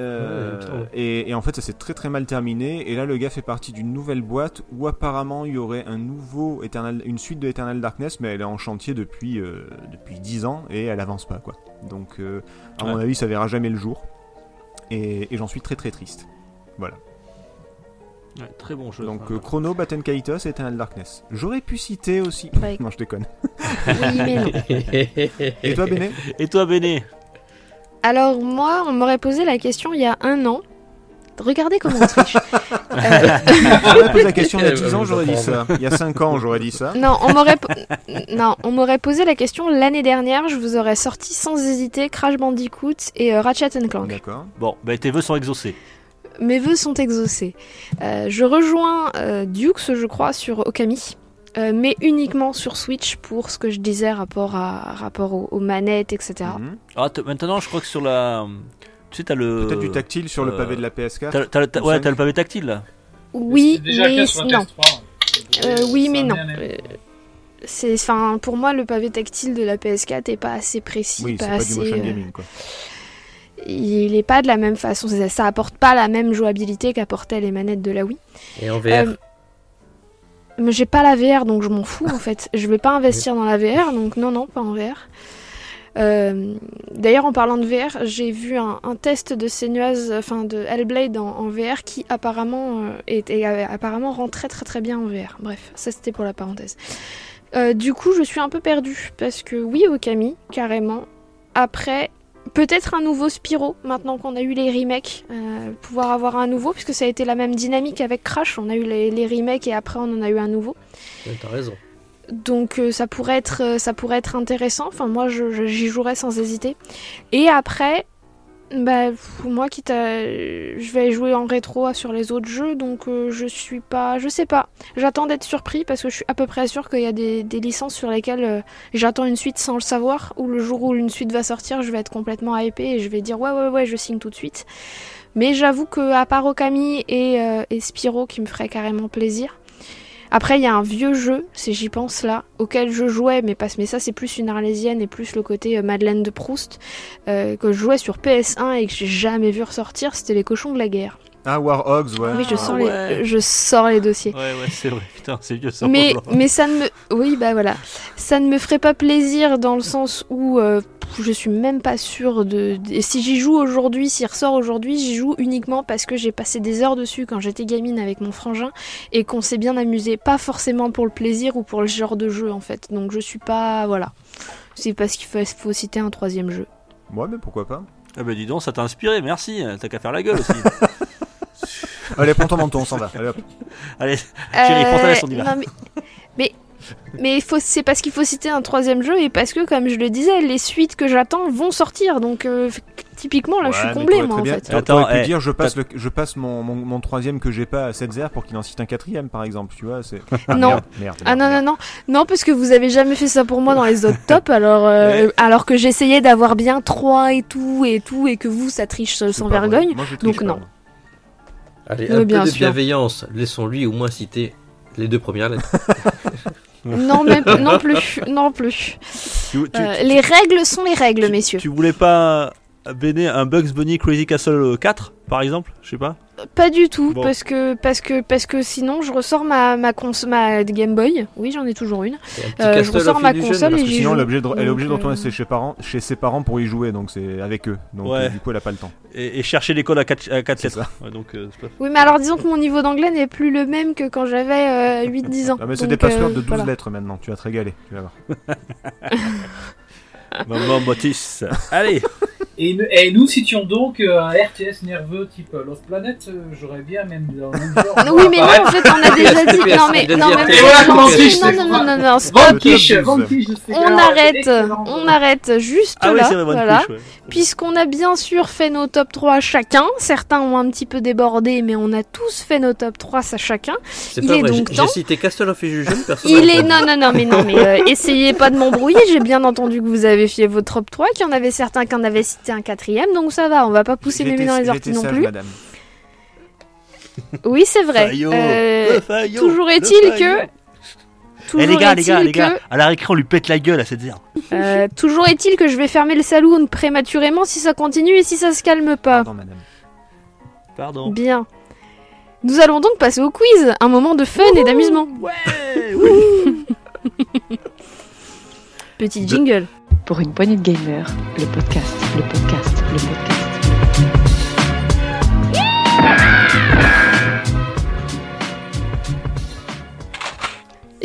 Speaker 2: Euh,
Speaker 4: Ouais, putain, ouais.
Speaker 2: et, et en fait, ça s'est très très mal terminé. Et là, le gars fait partie d'une nouvelle boîte où apparemment il y aurait un nouveau Eternal, une suite de Eternal Darkness, mais elle est en chantier depuis euh, depuis 10 ans et elle avance pas quoi. Donc, euh, à mon
Speaker 5: Ouais.
Speaker 2: avis, ça verra jamais le jour. Et, et j'en suis très très triste.
Speaker 5: Ouais, très bon jeu.
Speaker 2: Donc,
Speaker 5: Ouais.
Speaker 2: euh, Chrono, Batten Kaitos, Eternal Darkness. J'aurais pu citer aussi.
Speaker 3: Ouais.
Speaker 2: Non, je déconne. Ah,
Speaker 3: Oui, mais non.
Speaker 2: Et toi, Béné
Speaker 5: Et toi, Béné
Speaker 3: Alors moi, on m'aurait posé la question il y a un an. Regardez comment on triche. Euh,
Speaker 2: On m'a posé la question il y a
Speaker 4: Eh,
Speaker 2: 10
Speaker 4: bah,
Speaker 2: ans,
Speaker 4: je
Speaker 2: j'aurais dit ça.
Speaker 4: comprends.
Speaker 2: Il y a 5 ans, j'aurais dit ça.
Speaker 3: non, on m'aurait po- non, on m'aurait posé la question l'année dernière. Je vous aurais sorti sans hésiter Crash Bandicoot et euh, Ratchet and Clank.
Speaker 2: D'accord.
Speaker 5: Bon, bah, tes vœux sont exaucés.
Speaker 3: Mes vœux sont exaucés. Euh, je rejoins euh, Dukes, je crois, sur Okami. euh, mais uniquement sur Switch pour ce que je disais rapport à rapport aux, aux manettes etc.
Speaker 2: Mhm.
Speaker 5: Ah, t- maintenant, je crois que sur la. Tu sais, t'as le.
Speaker 2: Peut-être du tactile sur le
Speaker 5: euh,
Speaker 2: pavé de la PS4.
Speaker 5: T'as, t'as- t'as-
Speaker 2: Ou
Speaker 5: ouais,
Speaker 2: cinq.
Speaker 5: t'as le pavé tactile là.
Speaker 3: Oui,
Speaker 6: C'est déjà le
Speaker 3: mais
Speaker 6: cas sur la
Speaker 3: non.
Speaker 6: PS3.
Speaker 3: Euh,
Speaker 6: C'est-
Speaker 3: oui,
Speaker 6: c'est
Speaker 3: mais
Speaker 6: un
Speaker 3: non.
Speaker 6: bien aimé.
Speaker 3: Euh, C'est, enfin, pour moi, le pavé tactile de la PS4 est pas assez précis,
Speaker 2: Oui, c'est
Speaker 3: pas
Speaker 2: pas du
Speaker 3: assez.
Speaker 2: motion
Speaker 3: euh,
Speaker 2: gaming quoi.
Speaker 3: il est pas de la même façon. Ça, ça apporte pas la même jouabilité qu'apportaient les manettes de la Wii.
Speaker 4: Et en VR.
Speaker 3: Euh, mais j'ai pas la VR, donc je m'en fous en fait. Je vais pas investir dans la VR, donc non, non, pas en VR. Euh, D'ailleurs, en parlant de VR, j'ai vu un, un test de Senua's, enfin de Hellblade en, en VR qui apparemment euh, est, est- euh, apparemment rend très très très bien en VR. Bref, ça c'était pour la parenthèse. Euh, du coup, je suis un peu perdue parce que oui, Okami, carrément. Après, peut-être un nouveau Spyro maintenant qu'on a eu les remakes, euh, pouvoir avoir un nouveau puisque ça a été la même dynamique avec Crash. On a eu les, les remakes et après on en a eu un nouveau.
Speaker 4: Ouais, T'as raison.
Speaker 3: Donc euh, ça pourrait être euh, ça pourrait être intéressant. Enfin moi je- je- j'y jouerais sans hésiter. Et après bah pff, moi quitte à euh, je vais jouer en rétro sur les autres jeux donc euh, je suis pas je sais pas. J'attends d'être surpris parce que je suis à peu près sûre qu'il y a des, des licences sur lesquelles euh, j'attends une suite sans le savoir ou le jour où une suite va sortir, je vais être complètement hypée et je vais dire ouais ouais ouais, je signe tout de suite. Mais j'avoue que à part Okami et, euh, et Spyro qui me ferait carrément plaisir après, il y a un vieux jeu, c'est J'y pense là, auquel je jouais, mais, pas, mais ça c'est plus une arlésienne et plus le côté euh, Madeleine de Proust, euh, que je jouais sur PS1 et que j'ai jamais vu ressortir, c'était Les Cochons de la Guerre.
Speaker 2: Ah, War Hogs, ouais.
Speaker 3: oui, je
Speaker 5: Ah
Speaker 3: sors,
Speaker 5: ouais.
Speaker 3: les, je sors les dossiers.
Speaker 5: Ouais, ouais, c'est vrai. Putain, c'est vieux ça.
Speaker 3: Mais, mais ça ne me... Oui, bah voilà. Ça ne me ferait pas plaisir dans le sens où euh, je suis même pas sûre de... de- Si j'y joue aujourd'hui, s'il ressort aujourd'hui, j'y joue uniquement parce que j'ai passé des heures dessus quand j'étais gamine avec mon frangin et qu'on s'est bien amusé. Pas forcément pour le plaisir ou pour le genre de jeu en fait. Donc je suis pas... Voilà. C'est parce qu'il faut, faut citer un troisième jeu.
Speaker 2: Ouais, mais pourquoi pas.
Speaker 5: Ah bah dis donc, ça t'a inspiré, merci. T'as qu'à faire la gueule aussi.
Speaker 2: Allez, prends ton menton, on s'en va. Allez, hop.
Speaker 3: Oh
Speaker 5: Allez, Thierry Fontanes, on y va.
Speaker 3: Euh, non, mais mais, mais faut- c'est parce qu'il faut citer un troisième jeu et parce que, comme je le disais, les suites que j'attends vont sortir. Donc, euh, f- typiquement, là, je
Speaker 2: Ouais,
Speaker 3: suis
Speaker 2: mais
Speaker 3: comblée,
Speaker 2: t'aurais
Speaker 3: moi,
Speaker 2: très
Speaker 3: en
Speaker 2: bien-
Speaker 3: fait.
Speaker 2: t'a-
Speaker 5: Attends,
Speaker 2: T'aurais pu
Speaker 5: eh,
Speaker 2: dire, je passe, le- je passe mon, mon, mon troisième que j'ai pas à 7 pour qu'il en cite un quatrième, par exemple. Tu vois, c'est. Ah,
Speaker 3: Non.
Speaker 2: Merde, merde,
Speaker 3: Ah non,
Speaker 2: merde.
Speaker 3: non, non. Non, parce que vous avez jamais fait ça pour moi dans les autres tops, alors, euh, alors que j'essayais d'avoir bien 3 et tout, et tout, et que vous, ça triche euh,
Speaker 2: C'est
Speaker 3: sans
Speaker 2: pas vrai.
Speaker 3: vergogne.
Speaker 2: Moi, je triche
Speaker 3: donc
Speaker 2: pas,
Speaker 3: non.
Speaker 2: moi.
Speaker 4: Allez,
Speaker 3: Mais
Speaker 4: un
Speaker 3: bien
Speaker 4: peu de
Speaker 3: sûr.
Speaker 4: bienveillance. Laissons-lui au moins citer les deux premières lettres.
Speaker 3: Non, mais, non plus, non plus.
Speaker 5: tu, tu-
Speaker 3: Euh, les règles sont les règles,
Speaker 5: tu-
Speaker 3: messieurs.
Speaker 5: Tu voulais pas béné un Bugs Bunny Crazy Castle 4 par exemple Je sais pas.
Speaker 3: Pas du tout,
Speaker 5: Bon.
Speaker 3: parce, que, parce, que, parce que sinon, je ressors ma, ma, cons ma Game Boy. Oui, j'en ai toujours une.
Speaker 4: Et un petit
Speaker 3: Euh, je
Speaker 4: Castle
Speaker 3: ressors
Speaker 4: of
Speaker 3: ma
Speaker 4: Illusion.
Speaker 3: console
Speaker 2: Parce
Speaker 3: et
Speaker 2: que
Speaker 3: j'y
Speaker 2: sinon,
Speaker 3: joue.
Speaker 2: elle est obligée de, elle est
Speaker 3: Donc,
Speaker 2: obligée de retourner
Speaker 3: euh,
Speaker 2: chez, ses parents, chez ses parents pour y jouer, donc c'est avec eux. Donc,
Speaker 5: Ouais.
Speaker 2: euh, du coup, elle a pas le temps.
Speaker 5: Et, et chercher l'école à 4 à quatre
Speaker 2: C'est
Speaker 5: lettres. Ouais, donc, euh, c'est pas-
Speaker 3: Oui, mais alors disons que mon niveau d'anglais n'est plus le même que quand j'avais euh, 8-10 ans.
Speaker 2: Ah, mais c'est
Speaker 3: Donc,
Speaker 2: des passwords
Speaker 3: euh,
Speaker 2: de 12
Speaker 3: voilà.
Speaker 2: lettres maintenant, tu vas te régaler. Tu vas voir.
Speaker 5: Maman Motis. Allez,
Speaker 6: Et, nous- et nous citions donc euh, un RTS nerveux type euh, Lost Planet, euh, j'aurais bien même dans le même genre,
Speaker 3: Non, Ah, Oui, mais non,
Speaker 6: apparaître.
Speaker 3: en fait, on a déjà dit. Non, mais
Speaker 4: Il a dit
Speaker 3: non, mais-
Speaker 4: après.
Speaker 6: Et voilà comment
Speaker 3: non,
Speaker 6: on triche,
Speaker 3: non,
Speaker 6: c'est-
Speaker 3: non, non, non, non, stop.
Speaker 6: Vanquish,
Speaker 2: Top 12.
Speaker 6: Vanquish de Sega,
Speaker 3: On arrête,
Speaker 6: excellent.
Speaker 3: on arrête juste
Speaker 5: ah oui,
Speaker 3: là,
Speaker 5: c'est vrai, bonne
Speaker 3: voilà.
Speaker 5: couche, ouais.
Speaker 3: Puisqu'on a bien sûr fait nos top 3 chacun, certains ont un petit peu débordé, mais on a tous fait nos top 3 ça chacun.
Speaker 4: C'est
Speaker 3: Il
Speaker 4: pas
Speaker 3: est
Speaker 4: vrai.
Speaker 3: donc
Speaker 4: J'ai
Speaker 3: temps.
Speaker 4: j'ai cité Castle of Illusion, personne.
Speaker 3: Il
Speaker 4: n'a
Speaker 3: est...
Speaker 4: répondu.
Speaker 3: Non, non, non, mais non, mais euh, essayez pas de m'embrouiller, j'ai bien entendu que vous avez fait vos top 3, qu'il y en avait certains qui en avaient cité un quatrième, donc ça va, on va pas pousser
Speaker 2: J'étais-
Speaker 3: Mémé dans les
Speaker 2: j'étais
Speaker 3: orties non
Speaker 2: sage,
Speaker 3: plus.
Speaker 2: madame.
Speaker 3: Oui, c'est vrai.
Speaker 5: Faillot,
Speaker 3: Euh,
Speaker 5: le faillot,
Speaker 3: toujours
Speaker 5: le
Speaker 3: est-il
Speaker 5: faillot.
Speaker 3: que- toujours
Speaker 5: Eh les gars, les
Speaker 3: est-il
Speaker 5: gars, les
Speaker 3: que-
Speaker 5: gars, à la récré on lui pète la gueule à cette zère.
Speaker 3: euh, toujours est-il que je vais fermer le saloon prématurément si ça continue et si ça se calme pas.
Speaker 2: Pardon, madame.
Speaker 5: Pardon.
Speaker 3: Bien. Nous allons donc passer au quiz, un moment de fun et d'amusement.
Speaker 5: Ouais
Speaker 3: Petit
Speaker 4: De-
Speaker 3: jingle.
Speaker 1: Pour une poignée de gamers, le podcast, le podcast, le podcast.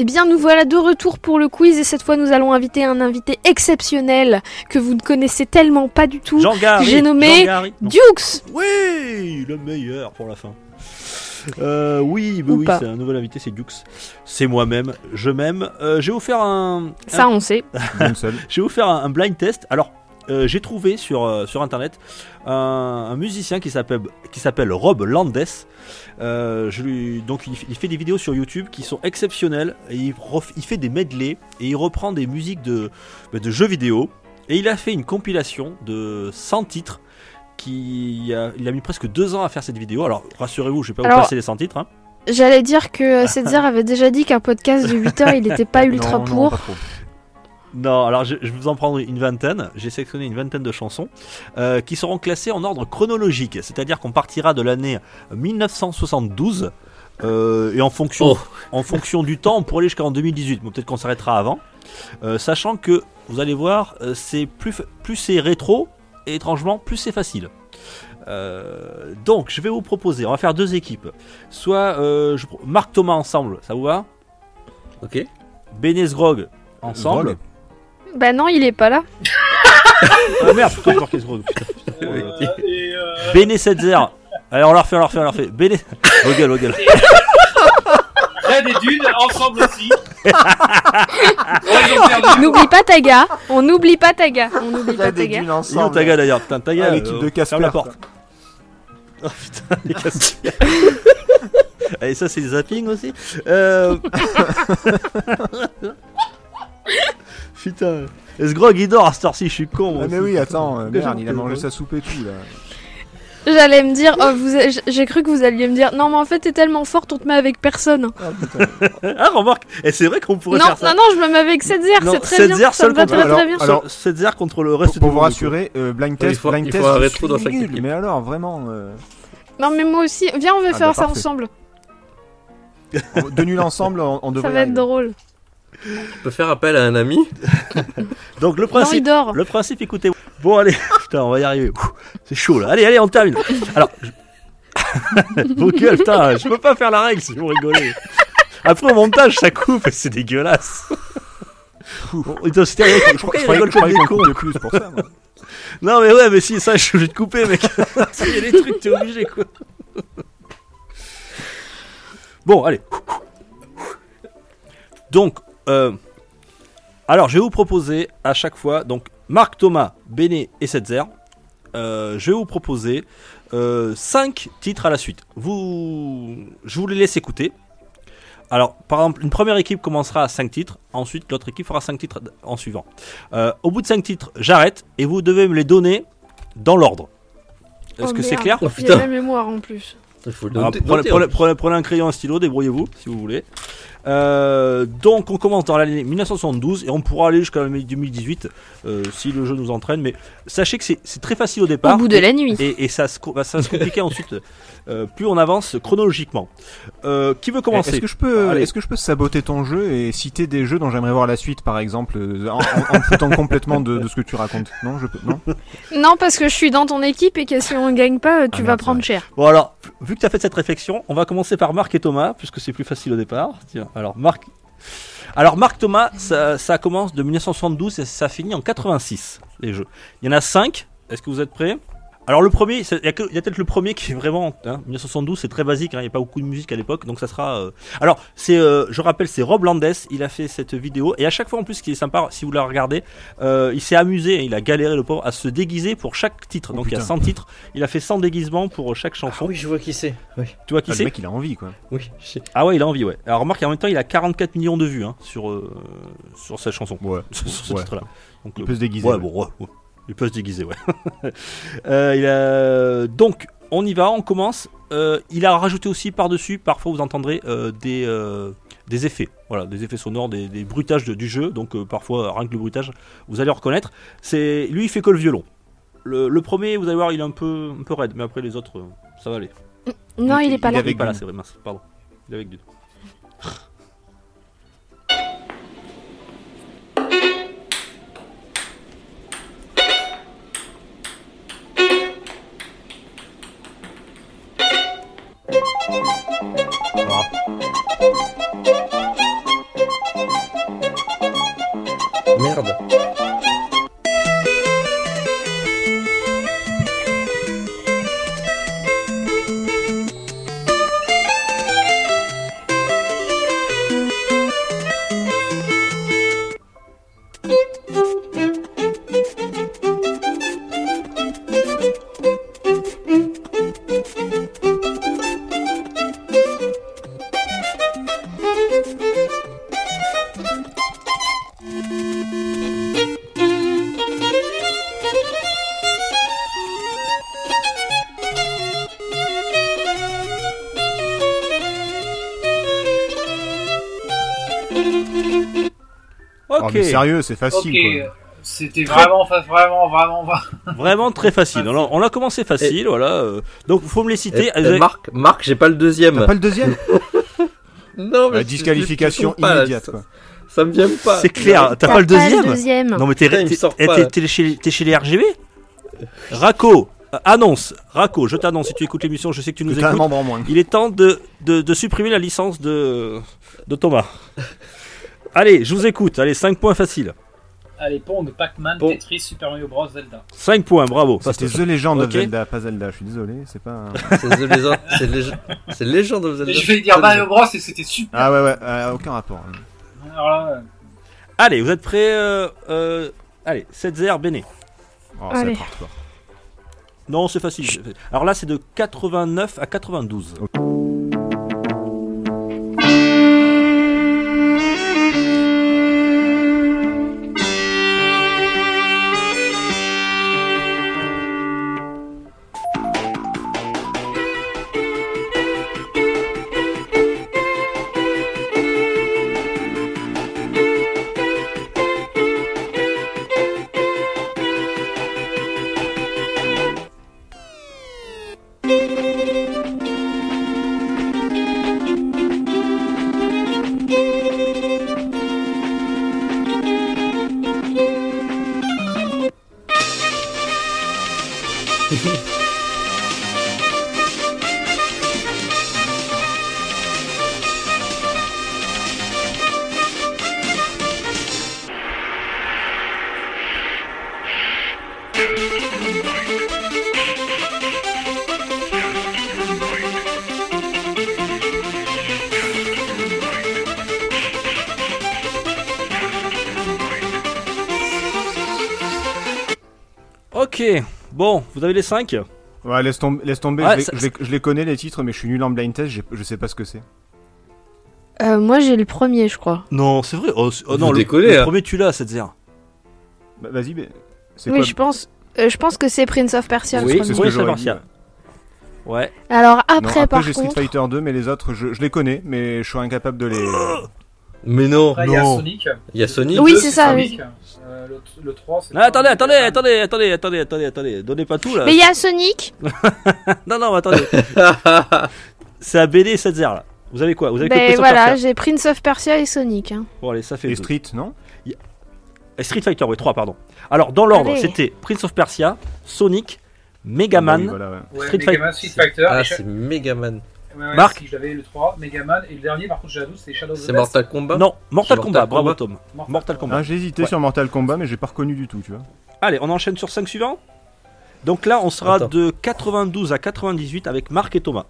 Speaker 3: Eh bien, nous voilà de retour pour le quiz et cette fois, nous allons inviter un invité exceptionnel que vous ne connaissez tellement pas du tout.
Speaker 5: Jean Gary
Speaker 3: J'ai nommé
Speaker 5: Jean Gary. Non.
Speaker 3: Dukes
Speaker 5: Oui, le meilleur pour la fin. Euh, oui, bah
Speaker 3: Ou
Speaker 5: oui,
Speaker 3: pas.
Speaker 5: c'est un nouvel invité, c'est Dux. C'est moi-même, je m'aime. Euh, j'ai offert un,
Speaker 3: Ça, on sait.
Speaker 2: Une seule.
Speaker 5: j'ai offert un, un blind test. Alors, euh, j'ai trouvé sur, euh, sur internet un, un musicien qui s'appelle qui s'appelle Rob Landes. Euh, je lui, donc, il, f- il fait des vidéos sur YouTube qui sont exceptionnelles. Et il, ref- il fait des medley et il reprend des musiques de, bah, de jeux vidéo. Et il a fait une compilation de 100 titres. Qui a, il a mis presque deux ans à faire cette vidéo. Alors, rassurez-vous, je vais pas
Speaker 3: Alors-
Speaker 5: vous passer les 100 titres. hein.
Speaker 3: J'allais dire que Setzer avait déjà dit qu'un podcast de 8 heures, il n'était pas ultra
Speaker 2: Non, non,
Speaker 3: pour.
Speaker 2: pas trop.
Speaker 5: Non, alors je, je vais vous en prendre une vingtaine. J'ai sélectionné une vingtaine de chansons euh, qui seront classées en ordre chronologique, c'est-à-dire qu'on partira de l'année 1972 euh, et en fonction,
Speaker 4: Oh.
Speaker 5: en fonction du temps, on pourrait aller jusqu'en 2018. mais peut-être qu'on s'arrêtera avant, Euh, sachant que vous allez voir, euh, c'est plus fa- plus c'est rétro et étrangement plus c'est facile. Euh, donc, je vais vous proposer, on va faire deux équipes. Soit euh, je pro- Marc Thomas ensemble, ça vous va
Speaker 4: Ok.
Speaker 5: Bénès Grog ensemble.
Speaker 2: Drôle.
Speaker 3: Bah non, il est pas là.
Speaker 5: Ah merde, putain, encore qu'est-ce qu'on- putain, putain,
Speaker 4: Oui.
Speaker 5: euh,
Speaker 6: et, euh,
Speaker 5: Bene Setzer. Allez, on la refait, on la refait, on la refait. Bene. Oh gueule, oh gueule.
Speaker 2: Ah,
Speaker 6: Red et Dune, ensemble aussi. Ouais, ils ont perdu.
Speaker 3: N'oublie pas Taga. On n'oublie pas Taga. On n'oublie pas
Speaker 2: T'as des
Speaker 3: Taga.
Speaker 2: dunes
Speaker 5: Ils ont
Speaker 2: ensemble.
Speaker 5: Taga d'ailleurs, putain, Taga.
Speaker 2: Ah, l'équipe de
Speaker 5: Ferme la
Speaker 2: Casper,
Speaker 5: porte. Oh putain, les Casper. Allez, ça, c'est des zappings aussi. Euh... putain. Est-ce Grog il dort à cette heure-ci, je suis con. moi
Speaker 2: Ah, mais
Speaker 5: aussi.
Speaker 2: oui, attends, euh,
Speaker 5: Pourquoi
Speaker 2: merde,
Speaker 5: j'ai-
Speaker 2: il a mangé sa soupe et tout là.
Speaker 3: J'allais me dire, oh, vous- j- j'ai cru que vous alliez me dire, non mais en fait t'es tellement forte, on te met avec personne.
Speaker 2: Ah, putain.
Speaker 5: Ah, remarque, et c'est vrai qu'on
Speaker 3: Non,
Speaker 5: pourrait
Speaker 3: non,
Speaker 5: faire ça.
Speaker 3: non, je me mets avec Setzer,
Speaker 5: Non,
Speaker 3: c'est très
Speaker 5: Setzer
Speaker 3: bien, ça
Speaker 5: seul
Speaker 3: me va très
Speaker 2: contre-
Speaker 3: très bien.
Speaker 2: Alors- alors,
Speaker 5: Setzer contre le
Speaker 2: Pour,
Speaker 5: reste
Speaker 2: pour
Speaker 5: du
Speaker 2: vous
Speaker 5: monde,
Speaker 2: rassurer, euh, blind test,
Speaker 4: Il faut-
Speaker 2: blind
Speaker 4: il faut
Speaker 2: test,
Speaker 4: un
Speaker 2: je
Speaker 4: rétro
Speaker 2: suis
Speaker 4: dans chaque
Speaker 2: nul,
Speaker 4: équipe.
Speaker 2: Mais alors, vraiment, euh,
Speaker 3: Non mais moi aussi, viens on va
Speaker 2: Ah,
Speaker 3: faire
Speaker 2: bah,
Speaker 3: ça
Speaker 2: parfait.
Speaker 3: ensemble,
Speaker 2: de nuls ensemble, on, on
Speaker 3: ça
Speaker 2: devrait.
Speaker 3: va être
Speaker 2: arriver.
Speaker 3: drôle.
Speaker 4: Je peux faire appel à un ami.
Speaker 5: quoi. Donc, le
Speaker 3: Non
Speaker 5: principe.
Speaker 3: il dort.
Speaker 5: Le principe, écoutez. Bon, allez, putain, on va y arriver. Ouh, C'est chaud là. Allez, allez, on termine. Alors, je... vos gueules, putain, je peux pas faire la règle si vous rigolez. Après, au montage, ça coupe et c'est dégueulasse. Bon, putain, c'était rigolo.
Speaker 2: Je, crois-
Speaker 5: Pourquoi
Speaker 2: je croyais,
Speaker 5: il rigole
Speaker 2: je
Speaker 5: comme
Speaker 2: croyais
Speaker 5: des
Speaker 2: qu'on
Speaker 5: cons
Speaker 2: coupait plus pour ça. moi.
Speaker 5: Non, mais ouais, mais si, ça, je suis obligé de couper, mec. Il y a des trucs, t'es obligé, quoi. Bon, allez. Donc, euh, alors, je vais vous proposer à chaque fois, donc, Marc, Thomas, Béné et Setzer, euh, je vais vous proposer 5 titres à la suite. Vous, je vous les laisse écouter. Alors, par exemple, une première équipe commencera à 5 titres, ensuite l'autre équipe fera 5 titres en suivant. Euh, au bout de 5 titres, j'arrête et vous devez me les donner dans l'ordre. Est-ce
Speaker 3: Oh,
Speaker 5: que c'est
Speaker 3: merde.
Speaker 5: clair
Speaker 4: Oh
Speaker 3: Il y a
Speaker 4: putain.
Speaker 3: la mémoire en plus.
Speaker 4: Il faut le
Speaker 5: alors,
Speaker 4: noter-
Speaker 5: Ah, prenez,
Speaker 4: noter,
Speaker 5: prenez-
Speaker 4: hein.
Speaker 5: prenez- prenez un crayon, un stylo, débrouillez-vous si vous voulez. Euh, donc on commence dans l'année 1972 et on pourra aller jusqu'à l'année 2018 euh, si le jeu nous entraîne. Mais sachez que c'est c'est très facile au départ.
Speaker 3: Au bout de
Speaker 5: et-
Speaker 3: la nuit.
Speaker 5: Et, et ça, se, co- bah, ça va se compliquer ensuite euh, plus on avance chronologiquement. Euh, qui veut commencer
Speaker 2: Est-ce que je peux,
Speaker 5: Allez.
Speaker 2: est-ce que je peux saboter ton jeu et citer des jeux dont j'aimerais voir la suite, par exemple, euh, en, en- en me foutant complètement de, de ce que tu racontes Non, je peux. Non.
Speaker 3: Non parce que je suis dans ton équipe et que si on gagne pas, euh, tu
Speaker 2: Ah,
Speaker 3: vas
Speaker 2: merde,
Speaker 3: prendre cher.
Speaker 5: Bon alors, vu que tu as fait cette réflexion, on va commencer par Marc et Thomas, puisque c'est plus facile au départ. Tiens, alors Marc... Alors Marc Thomas, ça, ça commence de 1972 et ça finit en 86, les jeux. Il y en a 5, est-ce que vous êtes prêts alors le premier, c'est- il y a, que- il y a peut-être le premier qui est vraiment... hein, 1972, c'est très basique, hein, il n'y a pas beaucoup de musique à l'époque, donc ça sera... euh, Alors, c'est, euh, je rappelle, c'est Rob Landes, il a fait cette vidéo, et à chaque fois en plus, ce qui est sympa, si vous la regardez, euh, il s'est amusé, il a galéré le pauvre, à se déguiser pour chaque titre.
Speaker 2: Oh,
Speaker 5: donc il y a
Speaker 2: putain.
Speaker 5: 100 titres, il a fait 100 déguisements pour chaque chanson.
Speaker 4: Ah oui, je vois qui c'est. Oui,
Speaker 5: Tu vois qui
Speaker 2: Ah, le
Speaker 5: c'est
Speaker 2: mec, il a envie, quoi.
Speaker 4: oui, je sais.
Speaker 5: Ah ouais, il a envie, ouais. Alors remarque, en même temps, il a 44 millions de vues hein, sur, euh, sur sa chanson,
Speaker 2: Ouais.
Speaker 5: sur ce
Speaker 2: Ouais.
Speaker 5: titre-là. Donc,
Speaker 2: Il
Speaker 5: euh,
Speaker 2: peut se déguiser.
Speaker 5: ouais,
Speaker 2: ouais.
Speaker 5: bon, ouais, ouais. il peut se déguiser, ouais. Euh, il a... Donc, on y va, on commence. Euh, il a rajouté aussi par-dessus, parfois vous entendrez euh, des, euh, des effets, voilà, des effets sonores, des, des bruitages de- du jeu. Donc, euh, parfois, rien que le bruitage, vous allez le reconnaître. C'est lui, il fait que le violon. Le, le premier, vous allez voir, il est un peu, un peu raide, mais après les autres, euh, ça va aller.
Speaker 3: Non, il est pas là.
Speaker 2: avait-
Speaker 5: Il est pas là, c'est vrai, mince, pardon. Il est avec Dune.
Speaker 4: Merde.
Speaker 5: Ok,
Speaker 2: Oh, mais sérieux, c'est facile.
Speaker 6: Ok,
Speaker 2: quoi.
Speaker 6: c'était vraiment, fa- vraiment, vraiment, vraiment.
Speaker 5: vraiment très facile. Alors, on a commencé facile, voilà. euh, Donc, faut me les
Speaker 4: Eh,
Speaker 5: citer.
Speaker 4: eh, Marc, Marc, j'ai pas le deuxième.
Speaker 2: T'as pas le deuxième
Speaker 4: Non,
Speaker 2: La
Speaker 4: je-
Speaker 2: disqualification
Speaker 4: je trouve pas, là,
Speaker 2: immédiate.
Speaker 4: ça-
Speaker 2: Quoi.
Speaker 4: Ça me vient pas.
Speaker 5: C'est clair, t'as pas le deuxième Non mais t'es
Speaker 4: Putain, il me
Speaker 5: t'es-
Speaker 4: sort
Speaker 5: t'es-
Speaker 4: pas,
Speaker 5: t'es-
Speaker 4: là.
Speaker 5: t'es chez, t'es chez les RGB Raco, euh, annonce, Raco, je t'annonce, si tu écoutes l'émission, je sais que tu nous
Speaker 2: T'as un
Speaker 5: écoutes.
Speaker 2: membre en moins.
Speaker 5: Il est temps de, de, de supprimer la licence de, de Thomas. Allez, je vous écoute, allez, 5 points faciles.
Speaker 6: Allez, Pong, Pac-Man,
Speaker 4: Bon.
Speaker 6: Tetris, Super Mario Bros, Zelda.
Speaker 5: 5 points, bravo.
Speaker 2: Ça, C'était The Legend
Speaker 5: Ok.
Speaker 2: of Zelda, pas Zelda, je suis désolé, c'est pas. un-
Speaker 4: C'est The Legend- c'est Legend- c'est Legend of Zelda.
Speaker 6: Mais je vais dire Mario Bros et c'était super.
Speaker 2: Ah ouais, ouais, euh, aucun rapport.
Speaker 6: Alors là, euh,
Speaker 5: Allez, vous êtes prêts euh, euh, Allez, 7-0, Béné.
Speaker 2: Oh, ça va
Speaker 3: Allez.
Speaker 2: être hardcore.
Speaker 5: Non, c'est facile. Alors là, c'est de 89 à 92. Ok, bon, vous avez les 5
Speaker 2: Ouais, laisse, tomber- laisse tomber,
Speaker 5: Ouais,
Speaker 2: je, vais-
Speaker 5: ça-
Speaker 2: je vais- je les connais les titres, mais je suis nul en blind test, j'ai- je sais pas ce que c'est.
Speaker 3: Euh, moi, j'ai le premier, je crois.
Speaker 5: Non, c'est vrai. Oh, c'est- oh
Speaker 4: Vous
Speaker 5: non, le,
Speaker 4: décollez,
Speaker 5: le
Speaker 4: hein.
Speaker 5: premier, tu l'as, 7-0.
Speaker 2: Bah, Vas-y, mais c'est
Speaker 3: Oui,
Speaker 2: quoi
Speaker 3: je pense. euh, je pense que c'est Prince of Persia. le
Speaker 4: Oui,
Speaker 3: premier.
Speaker 2: c'est ce
Speaker 5: Oui,
Speaker 2: que
Speaker 5: c'est
Speaker 2: j'aurais dit.
Speaker 5: partiel. Ouais.
Speaker 3: Alors
Speaker 2: Non,
Speaker 3: après, par
Speaker 2: j'ai Street
Speaker 3: contre,
Speaker 2: Fighter 2, mais les autres, je, je les connais, mais je suis incapable de les.
Speaker 4: Mais non,
Speaker 6: après, il y a
Speaker 5: Non.
Speaker 6: Sonic.
Speaker 4: il y a Sonic.
Speaker 6: Le
Speaker 3: Oui,
Speaker 6: deux,
Speaker 3: c'est ça, oui.
Speaker 6: Sonic. Euh, le, le 3, c'est. euh,
Speaker 5: Ah, attendez, attendez, attendez, attendez, attendez, attendez, attendez. Donnez pas tout là.
Speaker 3: mais il y a Sonic.
Speaker 5: Non, non, mais attendez. c'est à BD 7 0 là. Vous avez quoi Vous avez que
Speaker 3: Ben
Speaker 5: Prince of
Speaker 3: voilà,
Speaker 5: Persia.
Speaker 3: j'ai Prince of Persia et Sonic. hein.
Speaker 5: Bon, allez, ça fait
Speaker 2: les
Speaker 5: deux.
Speaker 2: Street, non
Speaker 5: Et Street Fighter, oui, 3, pardon. Alors, dans l'ordre,
Speaker 3: Allez.
Speaker 5: c'était Prince of Persia, Sonic, Mega Man.
Speaker 2: Ah bah oui, voilà, ouais.
Speaker 5: Street
Speaker 6: Street, Fighter. Street Fighter.
Speaker 4: Ah,
Speaker 6: et cha-
Speaker 4: c'est Megaman.
Speaker 6: ouais, ouais,
Speaker 5: Marc.
Speaker 6: si, J'avais le 3, Megaman. Et le dernier, par contre, j'avoue, c'est Shadow of the
Speaker 4: C'est
Speaker 6: Death.
Speaker 4: Mortal Kombat.
Speaker 5: Non, Mortal
Speaker 4: C'est
Speaker 5: Kombat,
Speaker 4: Mortal
Speaker 5: bravo
Speaker 4: Kombat.
Speaker 5: Tom.
Speaker 6: Mortal,
Speaker 5: Mortal Kombat.
Speaker 2: Ah, j'ai hésité
Speaker 5: Ouais.
Speaker 2: sur Mortal Kombat, mais j'ai pas reconnu du tout, tu vois.
Speaker 5: Allez, on enchaîne sur 5 suivants. Donc là, on sera
Speaker 4: Attends.
Speaker 5: de 92 à 98 avec Marc et Thomas.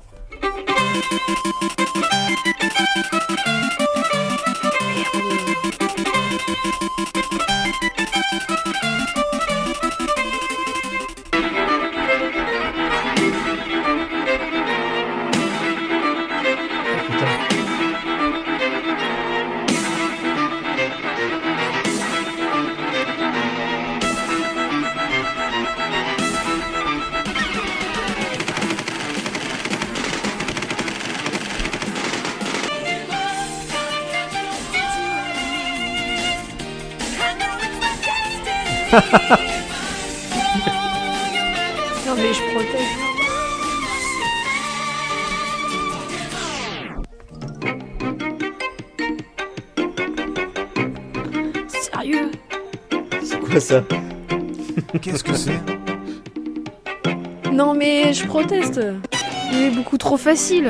Speaker 3: Non mais je protège.
Speaker 4: quoi ça
Speaker 2: Qu'est-ce que c'est
Speaker 3: Non mais je proteste. Il est beaucoup trop facile.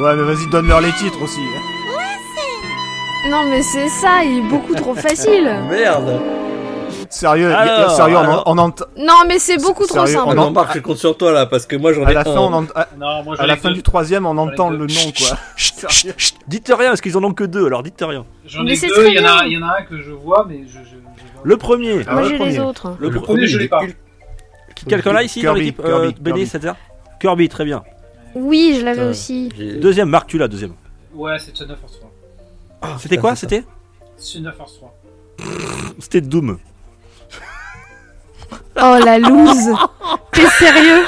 Speaker 2: Ouais, mais vas-y, donne-leur les titres aussi. hein.
Speaker 3: Non mais c'est ça, il est beaucoup trop facile.
Speaker 4: Merde
Speaker 2: Sérieux, y-
Speaker 5: Alors,
Speaker 2: sérieux, on en-
Speaker 5: alors.
Speaker 2: on, entend.
Speaker 3: Non mais c'est beaucoup trop
Speaker 2: Sérieux,
Speaker 3: simple.
Speaker 2: on
Speaker 4: Non,
Speaker 2: en-
Speaker 4: Marc, je compte sur toi là, parce que moi j'en
Speaker 2: À
Speaker 4: ai
Speaker 2: la
Speaker 4: un.
Speaker 2: fin, on en- à,
Speaker 6: Non, moi
Speaker 2: à la fin du troisième, on entend
Speaker 6: ai
Speaker 2: le
Speaker 6: deux.
Speaker 2: nom, quoi.
Speaker 5: Chut, chut, chut. Dites rien, parce qu'ils en ont que deux, alors dites rien.
Speaker 6: J'en
Speaker 3: Mais
Speaker 6: ai
Speaker 3: c'est
Speaker 6: deux,
Speaker 3: très
Speaker 6: il y, en a,
Speaker 3: bien.
Speaker 6: il y en a un que je vois, mais je. je, je vois.
Speaker 5: Le premier,
Speaker 2: Ah,
Speaker 3: Moi
Speaker 2: le
Speaker 3: j'ai les
Speaker 2: premier.
Speaker 3: autres.
Speaker 5: le
Speaker 4: Le
Speaker 5: pre-
Speaker 6: premier,
Speaker 4: premier,
Speaker 6: je l'ai
Speaker 4: il est
Speaker 6: pas.
Speaker 4: culte.
Speaker 5: quelqu'un là ici dans
Speaker 2: Kirby,
Speaker 5: l'équipe euh,
Speaker 2: Kirby,
Speaker 5: Benny,
Speaker 2: Kirby.
Speaker 5: c'est-à-dire Kirby, très bien.
Speaker 3: Oui, je l'avais
Speaker 4: Euh,
Speaker 3: aussi.
Speaker 4: J'ai-
Speaker 5: Deuxième, Marc, tu l'as, deuxième.
Speaker 6: Ouais, c'est Son of Force 3.
Speaker 5: C'était
Speaker 4: putain,
Speaker 5: quoi
Speaker 4: Ah, c'est
Speaker 5: C'était
Speaker 6: Son of Force 3.
Speaker 5: C'était Doom.
Speaker 3: Oh la loose. T'es sérieux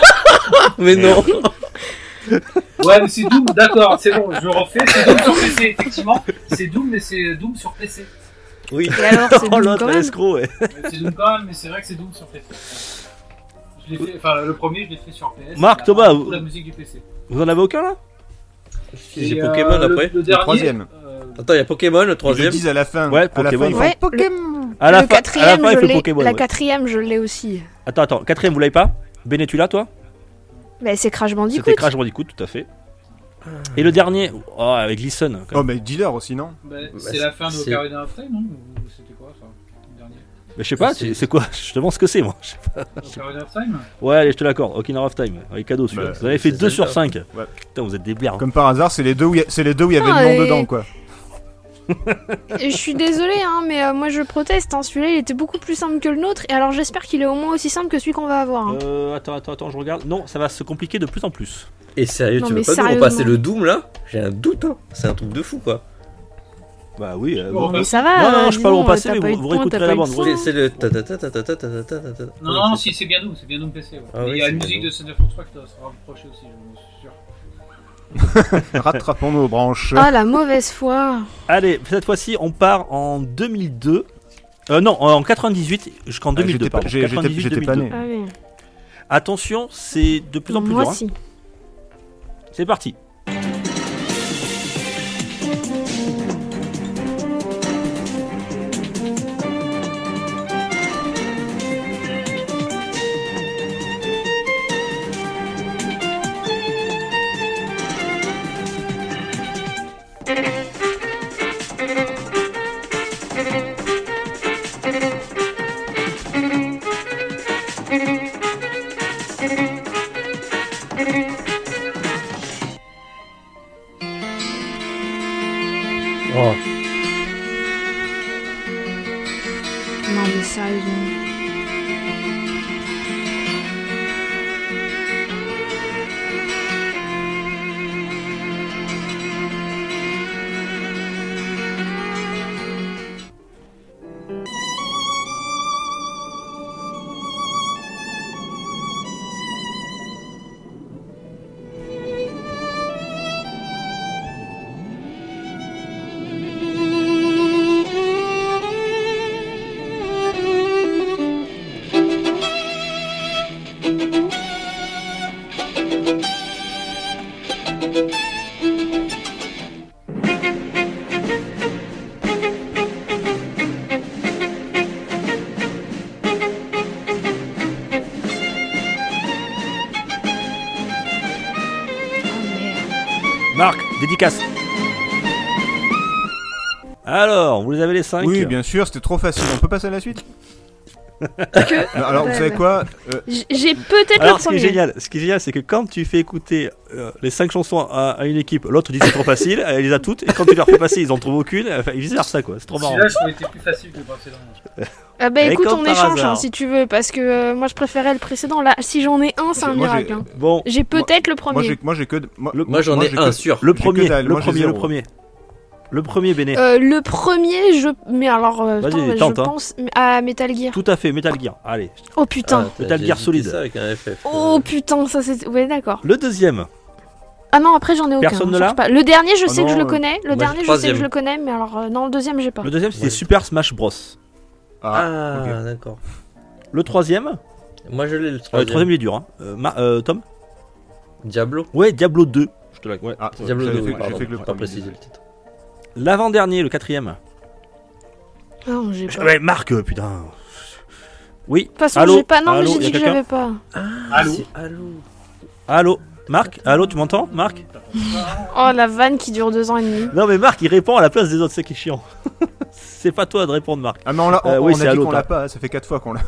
Speaker 4: Mais non
Speaker 6: Ouais, mais c'est Doom, d'accord, c'est bon, je refais. C'est Doom sur PC, effectivement. C'est Doom, mais c'est Doom sur PC.
Speaker 4: Oui,
Speaker 3: Et alors Ah, c'est
Speaker 5: Oh
Speaker 3: Doom
Speaker 5: l'autre,
Speaker 3: quand même
Speaker 5: l'escroc, ouais.
Speaker 6: C'est Doom quand même, mais c'est vrai que c'est Doom sur PC. Je l'ai fait, enfin, le premier, je l'ai fait sur PS.
Speaker 5: Marc,
Speaker 6: et
Speaker 5: Thomas,
Speaker 6: après,
Speaker 5: vous-
Speaker 6: la musique du PC.
Speaker 5: Vous en avez aucun là
Speaker 6: Et,
Speaker 4: j'ai
Speaker 6: euh,
Speaker 4: Pokémon
Speaker 6: le-
Speaker 4: après.
Speaker 6: Le, dernier.
Speaker 2: troisième.
Speaker 6: euh,
Speaker 4: Attends, il y a Pokémon, le
Speaker 2: Ils le
Speaker 4: troisième.
Speaker 2: disent à la fin.
Speaker 5: Ouais,
Speaker 2: à la
Speaker 5: Pokémon.
Speaker 2: fin, ils font-
Speaker 3: Ouais, le,
Speaker 5: À la
Speaker 3: le
Speaker 5: fin, à la
Speaker 3: quatrième,
Speaker 5: fin, il
Speaker 3: je
Speaker 5: fait
Speaker 3: l'ai-
Speaker 5: Pokémon.
Speaker 3: la
Speaker 5: ouais.
Speaker 3: quatrième, je l'ai aussi.
Speaker 5: Attends, attends, quatrième, vous l'avez pas Béné, tu l'as, toi
Speaker 3: Bah, Mais c'est Crash Bandicoot.
Speaker 5: C'était Crash Bandicoot, tout à fait. Et le dernier, oh, avec Gleason. quand
Speaker 2: Oh,
Speaker 5: même.
Speaker 2: mais dealer aussi, non
Speaker 6: bah,
Speaker 4: c'est-
Speaker 6: c'est la fin de
Speaker 4: c'est-
Speaker 6: Ocarina of Time, non Ou C'était quoi ça le dernier
Speaker 4: Oh.
Speaker 5: Mais je sais pas,
Speaker 4: c'est-
Speaker 5: c'est c'est quoi Je te demande ce que c'est, moi. Je sais pas.
Speaker 4: Ah,
Speaker 6: Ocarina of Time
Speaker 5: Ouais, allez, je te l'accorde. Okinawa of Time, avec cadeau celui-là.
Speaker 2: Bah,
Speaker 5: vous en avez fait
Speaker 4: c'est
Speaker 5: 2 sur
Speaker 4: Zelda.
Speaker 5: 5.
Speaker 2: Ouais.
Speaker 5: Putain, vous êtes des blards.
Speaker 2: Comme par hasard, c'est les deux où il y a- c'est les deux où il y avait
Speaker 3: Ah,
Speaker 2: le nom
Speaker 3: et-
Speaker 2: dedans, quoi.
Speaker 3: Et Je suis désolée, hein, mais euh, moi je proteste. hein, Celui-là, il était beaucoup plus simple que le nôtre. Et alors j'espère qu'il est au moins aussi simple que celui qu'on va avoir. hein.
Speaker 5: Euh, attends, attends, attends, je regarde. Non, ça va se compliquer de plus en plus.
Speaker 4: Et sérieux,
Speaker 3: Non,
Speaker 4: tu veux
Speaker 3: mais
Speaker 4: pas nous
Speaker 3: sérieusement.
Speaker 4: repasser le Doom là J'ai un doute, hein. C'est un truc de fou quoi.
Speaker 5: Bah oui, euh,
Speaker 6: Bon,
Speaker 5: bon.
Speaker 3: Mais ça va.
Speaker 5: Non, non,
Speaker 3: euh,
Speaker 5: je
Speaker 3: dis
Speaker 5: parle au
Speaker 3: donc,
Speaker 5: passé,
Speaker 3: t'as
Speaker 5: mais
Speaker 3: pas
Speaker 5: vous-
Speaker 3: eu de
Speaker 5: vous
Speaker 3: points,
Speaker 5: réécouterez
Speaker 3: t'as
Speaker 5: la
Speaker 3: pas eu de
Speaker 5: bande.
Speaker 3: points.
Speaker 4: C'est c'est le ta ta ta ta ta ta ta ta ta ta.
Speaker 6: Non, non, non, si, c'est bien Doom, c'est bien Doom PC. Ouais.
Speaker 4: Ah
Speaker 6: Mais
Speaker 4: oui,
Speaker 6: il y a
Speaker 4: c'est
Speaker 6: la
Speaker 4: bien
Speaker 6: musique
Speaker 4: Doom.
Speaker 6: de Son of Force 3 qui doit se rapprocher aussi, je suis sûr.
Speaker 2: Rattrapons nos branches.
Speaker 3: Ah la mauvaise foi.
Speaker 5: Allez, cette fois-ci, on part en 2002. Euh, non, en 98 jusqu'en
Speaker 2: Ah, j'étais
Speaker 5: 2002.
Speaker 2: pas-
Speaker 5: pardon.
Speaker 2: j'ai- j'étais-
Speaker 5: 98,
Speaker 2: j'étais pas né.
Speaker 5: 2002.
Speaker 3: Ah oui.
Speaker 5: Attention, c'est de plus en plus
Speaker 3: Moi
Speaker 5: dur. hein.
Speaker 3: si.
Speaker 5: C'est parti.
Speaker 4: Oh,
Speaker 3: Non mais sérieusement. Oh, merde.
Speaker 5: Marc, dédicace. Alors, vous les avez les 5
Speaker 2: Oui, bien sûr, c'était trop facile. On peut passer à la suite Non, Alors, vous
Speaker 3: Ouais,
Speaker 2: savez
Speaker 3: ouais.
Speaker 2: quoi Euh,
Speaker 3: J- J'ai peut-être le
Speaker 5: Alors, ce qui est
Speaker 3: premier.
Speaker 5: génial, ce qui est génial, c'est que quand tu fais écouter euh, les cinq chansons à, à une équipe, l'autre dit c'est trop facile, elle les a toutes, et quand tu leur fais passer, ils en trouvent aucune, enfin, ils visent ça quoi, c'est trop marrant.
Speaker 6: Celui-là, je trouvais que c'était plus facile que le précédent.
Speaker 3: Ah bah
Speaker 5: Et
Speaker 3: écoute,
Speaker 5: comme
Speaker 3: on
Speaker 5: par
Speaker 3: échange
Speaker 5: hasard.
Speaker 3: hein, si tu veux, parce que euh, moi je préférais le précédent. Là, si j'en ai un, c'est un
Speaker 2: Moi, j'ai-
Speaker 3: miracle. hein.
Speaker 5: Bon,
Speaker 3: J'ai peut-être le premier.
Speaker 2: Moi, j'ai moi, j'ai que. de- Moi, le-
Speaker 4: moi j'en ai
Speaker 2: j'ai
Speaker 4: un
Speaker 2: que-
Speaker 4: sûr.
Speaker 5: le
Speaker 2: que
Speaker 5: premier,
Speaker 2: dalle,
Speaker 5: le
Speaker 2: moi, j'ai
Speaker 5: premier, le
Speaker 2: zéro.
Speaker 5: premier, le premier, Béné.
Speaker 3: Euh, le premier, je. Mais alors, euh,
Speaker 5: Vas-y,
Speaker 3: attends,
Speaker 5: tente,
Speaker 3: je
Speaker 5: hein.
Speaker 3: pense à Metal Gear.
Speaker 5: Tout à fait, Metal Gear. Allez,
Speaker 3: Oh putain.
Speaker 4: Ah,
Speaker 5: Metal
Speaker 4: j'ai
Speaker 5: Gear
Speaker 4: hésité
Speaker 5: Solid.
Speaker 4: ça avec un FF.
Speaker 3: Oh putain, ça c'est. Ouais, d'accord.
Speaker 5: le deuxième.
Speaker 3: Ah non, après j'en ai aucun.
Speaker 5: Personne
Speaker 3: hein,
Speaker 5: ne
Speaker 3: cherche
Speaker 5: l'a
Speaker 3: pas.
Speaker 5: Ah
Speaker 3: Le dernier, je
Speaker 2: Oh
Speaker 3: sais que
Speaker 2: non,
Speaker 3: je le
Speaker 2: euh,
Speaker 3: connais. Le
Speaker 4: moi,
Speaker 3: dernier,
Speaker 4: j'ai
Speaker 3: je sais que
Speaker 4: troisième.
Speaker 3: je le connais, mais alors euh, non, le deuxième, j'ai pas.
Speaker 5: Le deuxième, c'était
Speaker 4: Ouais.
Speaker 5: Super Smash Bros.
Speaker 2: Ah, Ah,
Speaker 4: Ah, d'accord.
Speaker 5: Le troisième, euh,
Speaker 4: Moi je l'ai le
Speaker 5: le troisième
Speaker 4: troisième.
Speaker 5: il est dur. Hein. Euh, Ma- euh, Tom,
Speaker 4: Diablo
Speaker 5: Ouais, Diablo 2. Je te la... ouais.
Speaker 2: Ah, ouais,
Speaker 4: Diablo
Speaker 2: j'avais
Speaker 4: 2,
Speaker 2: fait-
Speaker 4: oui,
Speaker 2: j'ai
Speaker 4: pardon,
Speaker 2: fait que le
Speaker 4: on va
Speaker 2: premier.
Speaker 4: préciser le titre.
Speaker 5: L'avant-dernier, le quatrième.
Speaker 3: Non, j'ai pas.
Speaker 5: Ouais, Marc, euh, putain. Oui.
Speaker 3: De toute façon,
Speaker 5: Allô
Speaker 3: j'ai pas. Non,
Speaker 5: Allô,
Speaker 3: mais j'ai
Speaker 5: y a
Speaker 3: dit que
Speaker 5: quelqu'un
Speaker 3: j'avais pas.
Speaker 6: Allô
Speaker 4: C'est Allô
Speaker 5: Allô Marc Allô, tu m'entends Marc
Speaker 3: Oh, la vanne qui dure deux ans et demi.
Speaker 5: Non, mais Marc, il répond à la place des autres, c'est qui est chiant. c'est pas toi de répondre, Marc.
Speaker 2: Ah, mais on, l'a, on,
Speaker 5: Euh, oui,
Speaker 2: on
Speaker 5: c'est
Speaker 2: a
Speaker 5: à
Speaker 2: dit qu'on
Speaker 5: l'autre,
Speaker 2: l'a
Speaker 5: hein.
Speaker 2: pas, hein, ça fait 4 fois qu'on l'a.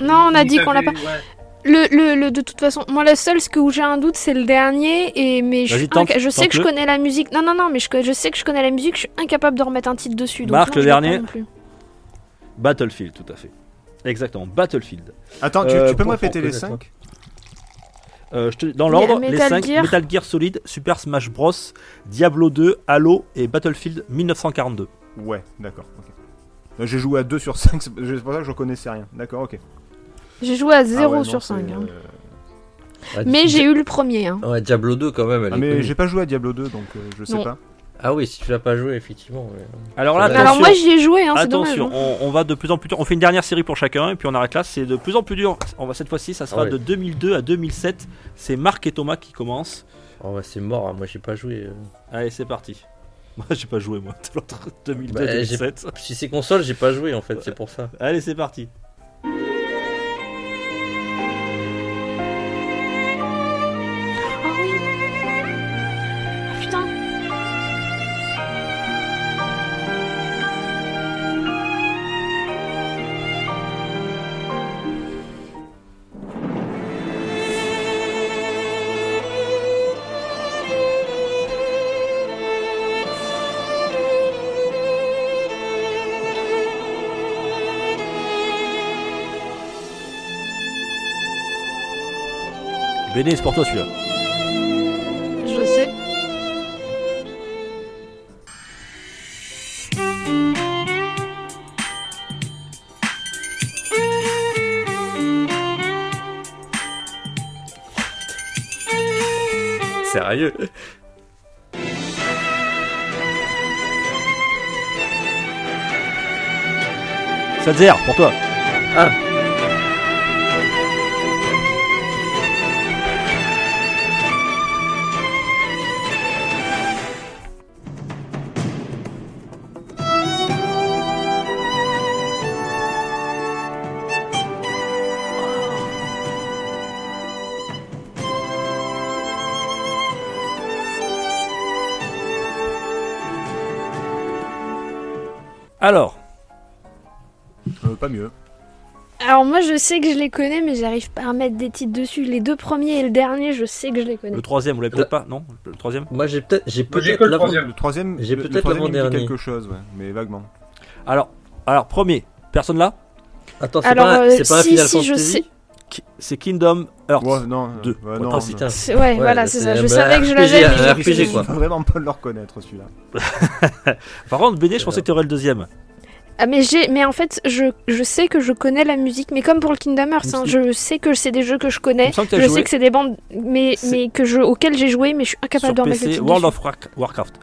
Speaker 3: Non, on a
Speaker 6: Il
Speaker 3: dit qu'on l'a pas.
Speaker 6: avait- ouais.
Speaker 3: Le, le, le- de toute façon, moi, le seul, ce que où j'ai un doute, c'est le dernier. Et mais je,
Speaker 5: Vas-y,
Speaker 3: suis
Speaker 5: tente-
Speaker 3: inca- je sais que je
Speaker 5: tente-le.
Speaker 3: connais la musique. Non, non, non, mais je, co- je sais que je connais la musique. Je suis incapable de remettre un titre dessus. Donc
Speaker 5: Marc,
Speaker 3: non,
Speaker 5: le
Speaker 3: je l'ai pas
Speaker 5: dernier.
Speaker 3: non plus.
Speaker 5: Battlefield, tout à fait. Exactement, Battlefield.
Speaker 2: Attends, tu,
Speaker 5: Euh,
Speaker 2: tu peux me
Speaker 5: pour-
Speaker 2: répéter
Speaker 4: pour
Speaker 2: les
Speaker 4: connaître,
Speaker 2: 5
Speaker 5: Euh, je te- dans
Speaker 3: Il y a
Speaker 5: l'ordre, les
Speaker 3: Metal
Speaker 5: 5
Speaker 3: Gear.
Speaker 5: Metal Gear Solid, Super Smash Bros, Diablo 2, Halo et Battlefield 1942.
Speaker 2: Ouais, d'accord. ok. Euh, J'ai joué à 2 sur 5, c'est c'est pour ça que je connaissais rien. D'accord, ok.
Speaker 3: J'ai joué à
Speaker 2: Ah
Speaker 3: 0
Speaker 2: ouais, non,
Speaker 3: sur
Speaker 2: c'est,
Speaker 3: 5. hein.
Speaker 2: euh,
Speaker 4: Ouais,
Speaker 3: Mais
Speaker 4: Di-
Speaker 3: j'ai eu le premier. hein.
Speaker 4: Ouais, Diablo 2 quand même, elle
Speaker 2: Ah,
Speaker 4: est
Speaker 2: mais
Speaker 4: connue.
Speaker 2: j'ai pas joué à Diablo 2, donc euh, je sais
Speaker 3: Non.
Speaker 2: pas.
Speaker 4: Ah oui, si tu l'as pas joué, effectivement. ouais.
Speaker 5: Alors là,
Speaker 4: Ça va.
Speaker 5: attention,
Speaker 3: Alors moi, j'y ai joué, hein, c'est dommage.
Speaker 5: attention
Speaker 3: hein.
Speaker 5: on, on va de plus en plus dur. On fait une dernière série pour chacun et puis on arrête là. C'est de plus en plus dur. On va cette fois-ci, ça sera
Speaker 4: Ah ouais.
Speaker 5: de 2002 à 2007. C'est Marc et Thomas qui commencent.
Speaker 4: Oh, bah, c'est mort, hein, moi j'ai pas joué. euh.
Speaker 5: Allez, c'est parti. Moi, j'ai pas joué moi. de l'autre, 2002
Speaker 4: Bah, j'ai-
Speaker 5: 2007.
Speaker 4: Si c'est console, j'ai pas joué en fait, c'est pour ça.
Speaker 5: Allez, c'est parti.
Speaker 3: Ah oui. Ah putain.
Speaker 5: Béné, c'est pour toi celui-là.
Speaker 3: Je sais.
Speaker 4: Sérieux
Speaker 5: Salzer, pour toi. Alors,
Speaker 2: Euh, pas mieux.
Speaker 3: Alors moi, je sais que je les connais, mais j'arrive pas à mettre des titres dessus. Les deux premiers et le dernier, je sais que je les connais.
Speaker 5: le troisième, vous l'avez peut-être pas Non Le troisième
Speaker 4: Moi j'ai peut-être. J'ai
Speaker 6: Moi, j'ai
Speaker 4: peut-être
Speaker 6: que le
Speaker 4: l'avant-
Speaker 6: troisième.
Speaker 2: Le troisième,
Speaker 4: J'ai
Speaker 2: le- Ah, le
Speaker 4: peut-être
Speaker 2: troisième, il me dit
Speaker 4: l'avant-dernier.
Speaker 2: quelque chose, ouais, mais vaguement.
Speaker 5: Alors, alors premier, personne là
Speaker 4: Attends, c'est
Speaker 3: Alors,
Speaker 4: pas,
Speaker 3: euh,
Speaker 4: c'est pas un
Speaker 3: si,
Speaker 4: Final
Speaker 3: si, je
Speaker 4: Fantasy
Speaker 3: sais.
Speaker 5: Qui- C'est Kingdom Hearts.
Speaker 2: Ouais, non,
Speaker 5: Deux.
Speaker 2: ouais, ah,
Speaker 5: Oh,
Speaker 2: non,
Speaker 4: Oh, putain.
Speaker 3: C'est- Ouais, voilà,
Speaker 4: bah,
Speaker 3: c'est ça.
Speaker 4: c'est
Speaker 3: Je
Speaker 4: un
Speaker 3: savais que je
Speaker 4: RPG,
Speaker 3: l'avais. mais
Speaker 4: un
Speaker 3: je les connais
Speaker 4: RPG,
Speaker 2: Il
Speaker 3: pas.
Speaker 4: quoi.
Speaker 2: faut vraiment pas le reconnaître celui-là.
Speaker 5: Par contre, Béné, je pensais que tu aurais le deuxième.
Speaker 3: Ah mais j'ai mais en fait je, je sais que je connais la musique mais comme pour le Kingdom Hearts hein, je sais que c'est des jeux que je
Speaker 5: Il
Speaker 3: connais
Speaker 5: me semble que tu
Speaker 3: je
Speaker 5: as joué
Speaker 3: sais que c'est des bandes mais
Speaker 5: C'est-
Speaker 3: mais que je auxquelles j'ai joué mais je suis incapable
Speaker 5: sur
Speaker 3: d'en mettre le
Speaker 5: PC
Speaker 3: titre
Speaker 5: World
Speaker 3: dessus.
Speaker 5: of Warc- Warcraft.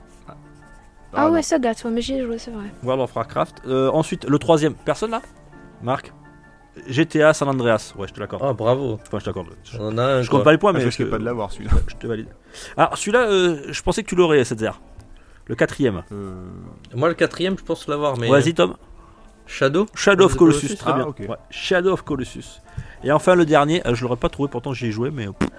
Speaker 3: ah
Speaker 2: non.
Speaker 3: ouais ça date ouais, mais j'y ai joué c'est vrai
Speaker 5: World of Warcraft. Euh, ensuite, le troisième, personne là Marc GTA San Andreas. Ouais, je te l'accorde.
Speaker 4: Ah, bravo.
Speaker 5: Enfin, je t'accorde. Je,
Speaker 4: On en a un.
Speaker 5: je compte
Speaker 4: quoi.
Speaker 5: pas les points,
Speaker 2: Ah,
Speaker 5: mais
Speaker 2: je risquais
Speaker 5: te-
Speaker 2: pas de l'avoir celui-là.
Speaker 5: ouais, je te valide. Alors, celui-là, euh, je pensais que tu l'aurais, cette Le quatrième.
Speaker 2: Euh,
Speaker 4: Moi le quatrième, je pense l'avoir, mais.
Speaker 5: Vas-y, Tom.
Speaker 4: Shadow
Speaker 5: Shadow of
Speaker 4: The
Speaker 5: Colossus,
Speaker 4: Colossus,
Speaker 5: très
Speaker 2: ah,
Speaker 5: bien.
Speaker 2: ok.
Speaker 5: Ouais, Shadow of Colossus. Et enfin le dernier, euh, je l'aurais pas trouvé, pourtant j'y ai joué, mais. euh, pff.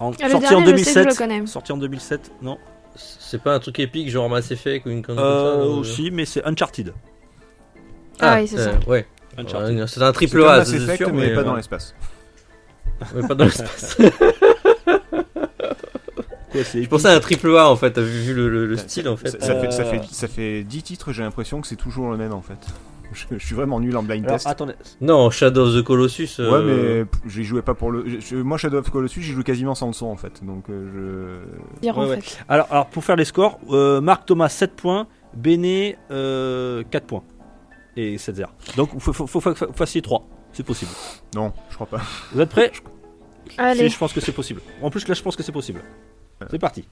Speaker 5: En-
Speaker 3: Ah, le
Speaker 5: sorti
Speaker 3: dernier,
Speaker 5: en
Speaker 3: je sais que je
Speaker 5: 2007.
Speaker 3: le connais
Speaker 5: Sorti en 2007, non
Speaker 4: C'est pas un truc épique, genre Mass Effect ou une connerie
Speaker 5: Euh,
Speaker 4: comme ça euh.
Speaker 5: aussi, mais c'est Uncharted.
Speaker 3: Ah oui, c'est
Speaker 4: euh, Ouais.
Speaker 5: Uncharted.
Speaker 4: Ouais, C'est un
Speaker 2: c'est
Speaker 4: triple
Speaker 2: comme
Speaker 4: A,
Speaker 2: Mass
Speaker 4: c'est
Speaker 2: Effect,
Speaker 4: sûr,
Speaker 2: mais, pas dans
Speaker 4: euh,
Speaker 2: l'espace.
Speaker 4: mais pas dans l'espace.
Speaker 5: Quoi, c'est
Speaker 4: Je pensais à un triple A en fait, vu, vu le, le- le style en fait.
Speaker 2: Ça, ça
Speaker 5: euh,
Speaker 2: fait, ça, fait, ça fait 10 titres, j'ai l'impression que c'est toujours le même en fait. Je, je suis vraiment nul en blind
Speaker 5: Alors,
Speaker 2: test.
Speaker 5: attendez.
Speaker 4: Non, Shadow of the Colossus.
Speaker 2: Ouais,
Speaker 4: euh,
Speaker 2: mais pff, j'y jouais pas pour le. je- moi, Shadow of Colossus, j'y joue quasiment sans le son en fait. Donc, euh,
Speaker 3: dire en
Speaker 5: Ouais, ouais.
Speaker 3: fait
Speaker 5: Alors, alors, pour faire les scores, euh, Marc Thomas 7 points, Béné euh, 4 points et 7-0. Donc il faut, faut, faut que vous fassiez 3, c'est possible.
Speaker 2: je. Non, je crois pas.
Speaker 5: Vous êtes prêts
Speaker 3: allez
Speaker 5: Si, je pense que c'est possible. En plus, là, je pense que c'est possible. C'est parti.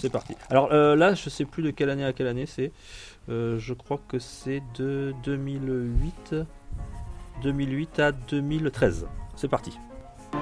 Speaker 5: C'est parti. Alors euh, là, je sais plus de quelle année à quelle année c'est. Euh, je crois que c'est de 2008, 2008 à 2013. C'est parti.
Speaker 4: Ah,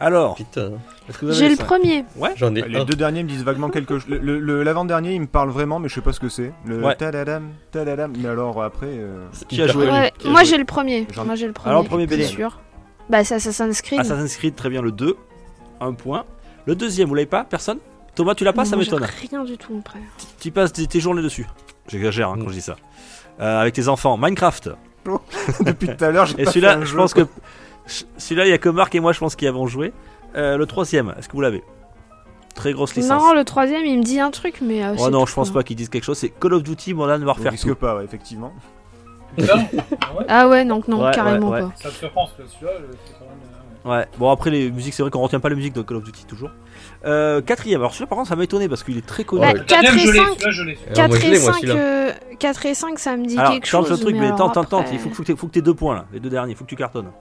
Speaker 5: Alors,
Speaker 4: Putain,
Speaker 5: est-ce que vous avez
Speaker 3: J'ai le
Speaker 5: ça
Speaker 3: premier.
Speaker 4: j'en ai
Speaker 2: Les
Speaker 4: un.
Speaker 2: deux derniers me disent vaguement quelque chose. Le- le- le- L'avant-dernier, il me parle vraiment, mais je sais pas ce que c'est. Le
Speaker 5: Ouais.
Speaker 2: tadadam, tadadam. Mais alors après. euh,
Speaker 5: Qui a joué
Speaker 4: Hyper
Speaker 5: Oui,
Speaker 3: Ouais,
Speaker 4: connu. Qui a
Speaker 3: moi
Speaker 4: joué
Speaker 3: j'ai le premier.
Speaker 2: J'en-
Speaker 3: Moi j'ai le premier.
Speaker 5: Alors, premier Ah,
Speaker 3: je suis
Speaker 5: BD.
Speaker 3: sûr. Bah c'est Assassin's Creed.
Speaker 5: Assassin's Creed, très bien, le 2. Un point. Le deuxième, vous l'avez pas Personne Thomas, tu l'as pas Ça
Speaker 3: Non, j'ai
Speaker 5: m'étonne.
Speaker 3: Rien du tout mon frère.
Speaker 5: Tu passes tes tes journées dessus. J'exagère hein,
Speaker 4: Mm.
Speaker 5: quand je dis ça. Euh, avec tes enfants. Minecraft.
Speaker 2: Depuis tout à l'heure, j'ai
Speaker 5: Et
Speaker 2: pas fait
Speaker 5: celui-là,
Speaker 2: un
Speaker 5: je
Speaker 2: jeu,
Speaker 5: pense
Speaker 2: quoi.
Speaker 5: que. ch- Celui-là, il y a que Marc et moi, je pense, qui avons joué. Euh, le troisième, est-ce que vous l'avez Très grosse licence.
Speaker 3: Non, le troisième il me dit un truc, mais. euh,
Speaker 5: oh
Speaker 3: c'est
Speaker 5: non,
Speaker 3: tout,
Speaker 5: je pense
Speaker 3: hein.
Speaker 5: pas qu'ils disent quelque chose. C'est Call of Duty Modern
Speaker 2: On
Speaker 5: Warfare 2.
Speaker 2: risque pas, ouais, effectivement.
Speaker 3: Ah ouais, donc non,
Speaker 5: Ouais,
Speaker 3: carrément
Speaker 5: ouais, ouais.
Speaker 3: pas.
Speaker 6: Ça me surprend parce que celui-là, le- c'est quand même. euh,
Speaker 5: Ouais, bon après les musiques, c'est vrai qu'on retient pas la musique de Call of Duty toujours. Euh, quatrième, alors celui-là par contre ça m'a étonné parce qu'il est très connu.
Speaker 4: Ouais.
Speaker 3: Bah, 4
Speaker 6: Le
Speaker 3: et 5.
Speaker 6: deuxième, je l'ai, celui-là, je l'ai.
Speaker 4: Ah, moi,
Speaker 3: 4
Speaker 4: je
Speaker 3: et
Speaker 4: l'ai, moi,
Speaker 3: 5,
Speaker 4: celui-là.
Speaker 3: euh, 4 et 5, ça me dit
Speaker 5: alors
Speaker 3: quelque
Speaker 5: tente
Speaker 3: chose.
Speaker 5: le truc, mais
Speaker 3: alors
Speaker 5: tente, tente,
Speaker 3: après-
Speaker 5: tente, il faut que, faut que t'aies- faut que t'aies deux points là, les deux derniers, faut que tu cartonnes.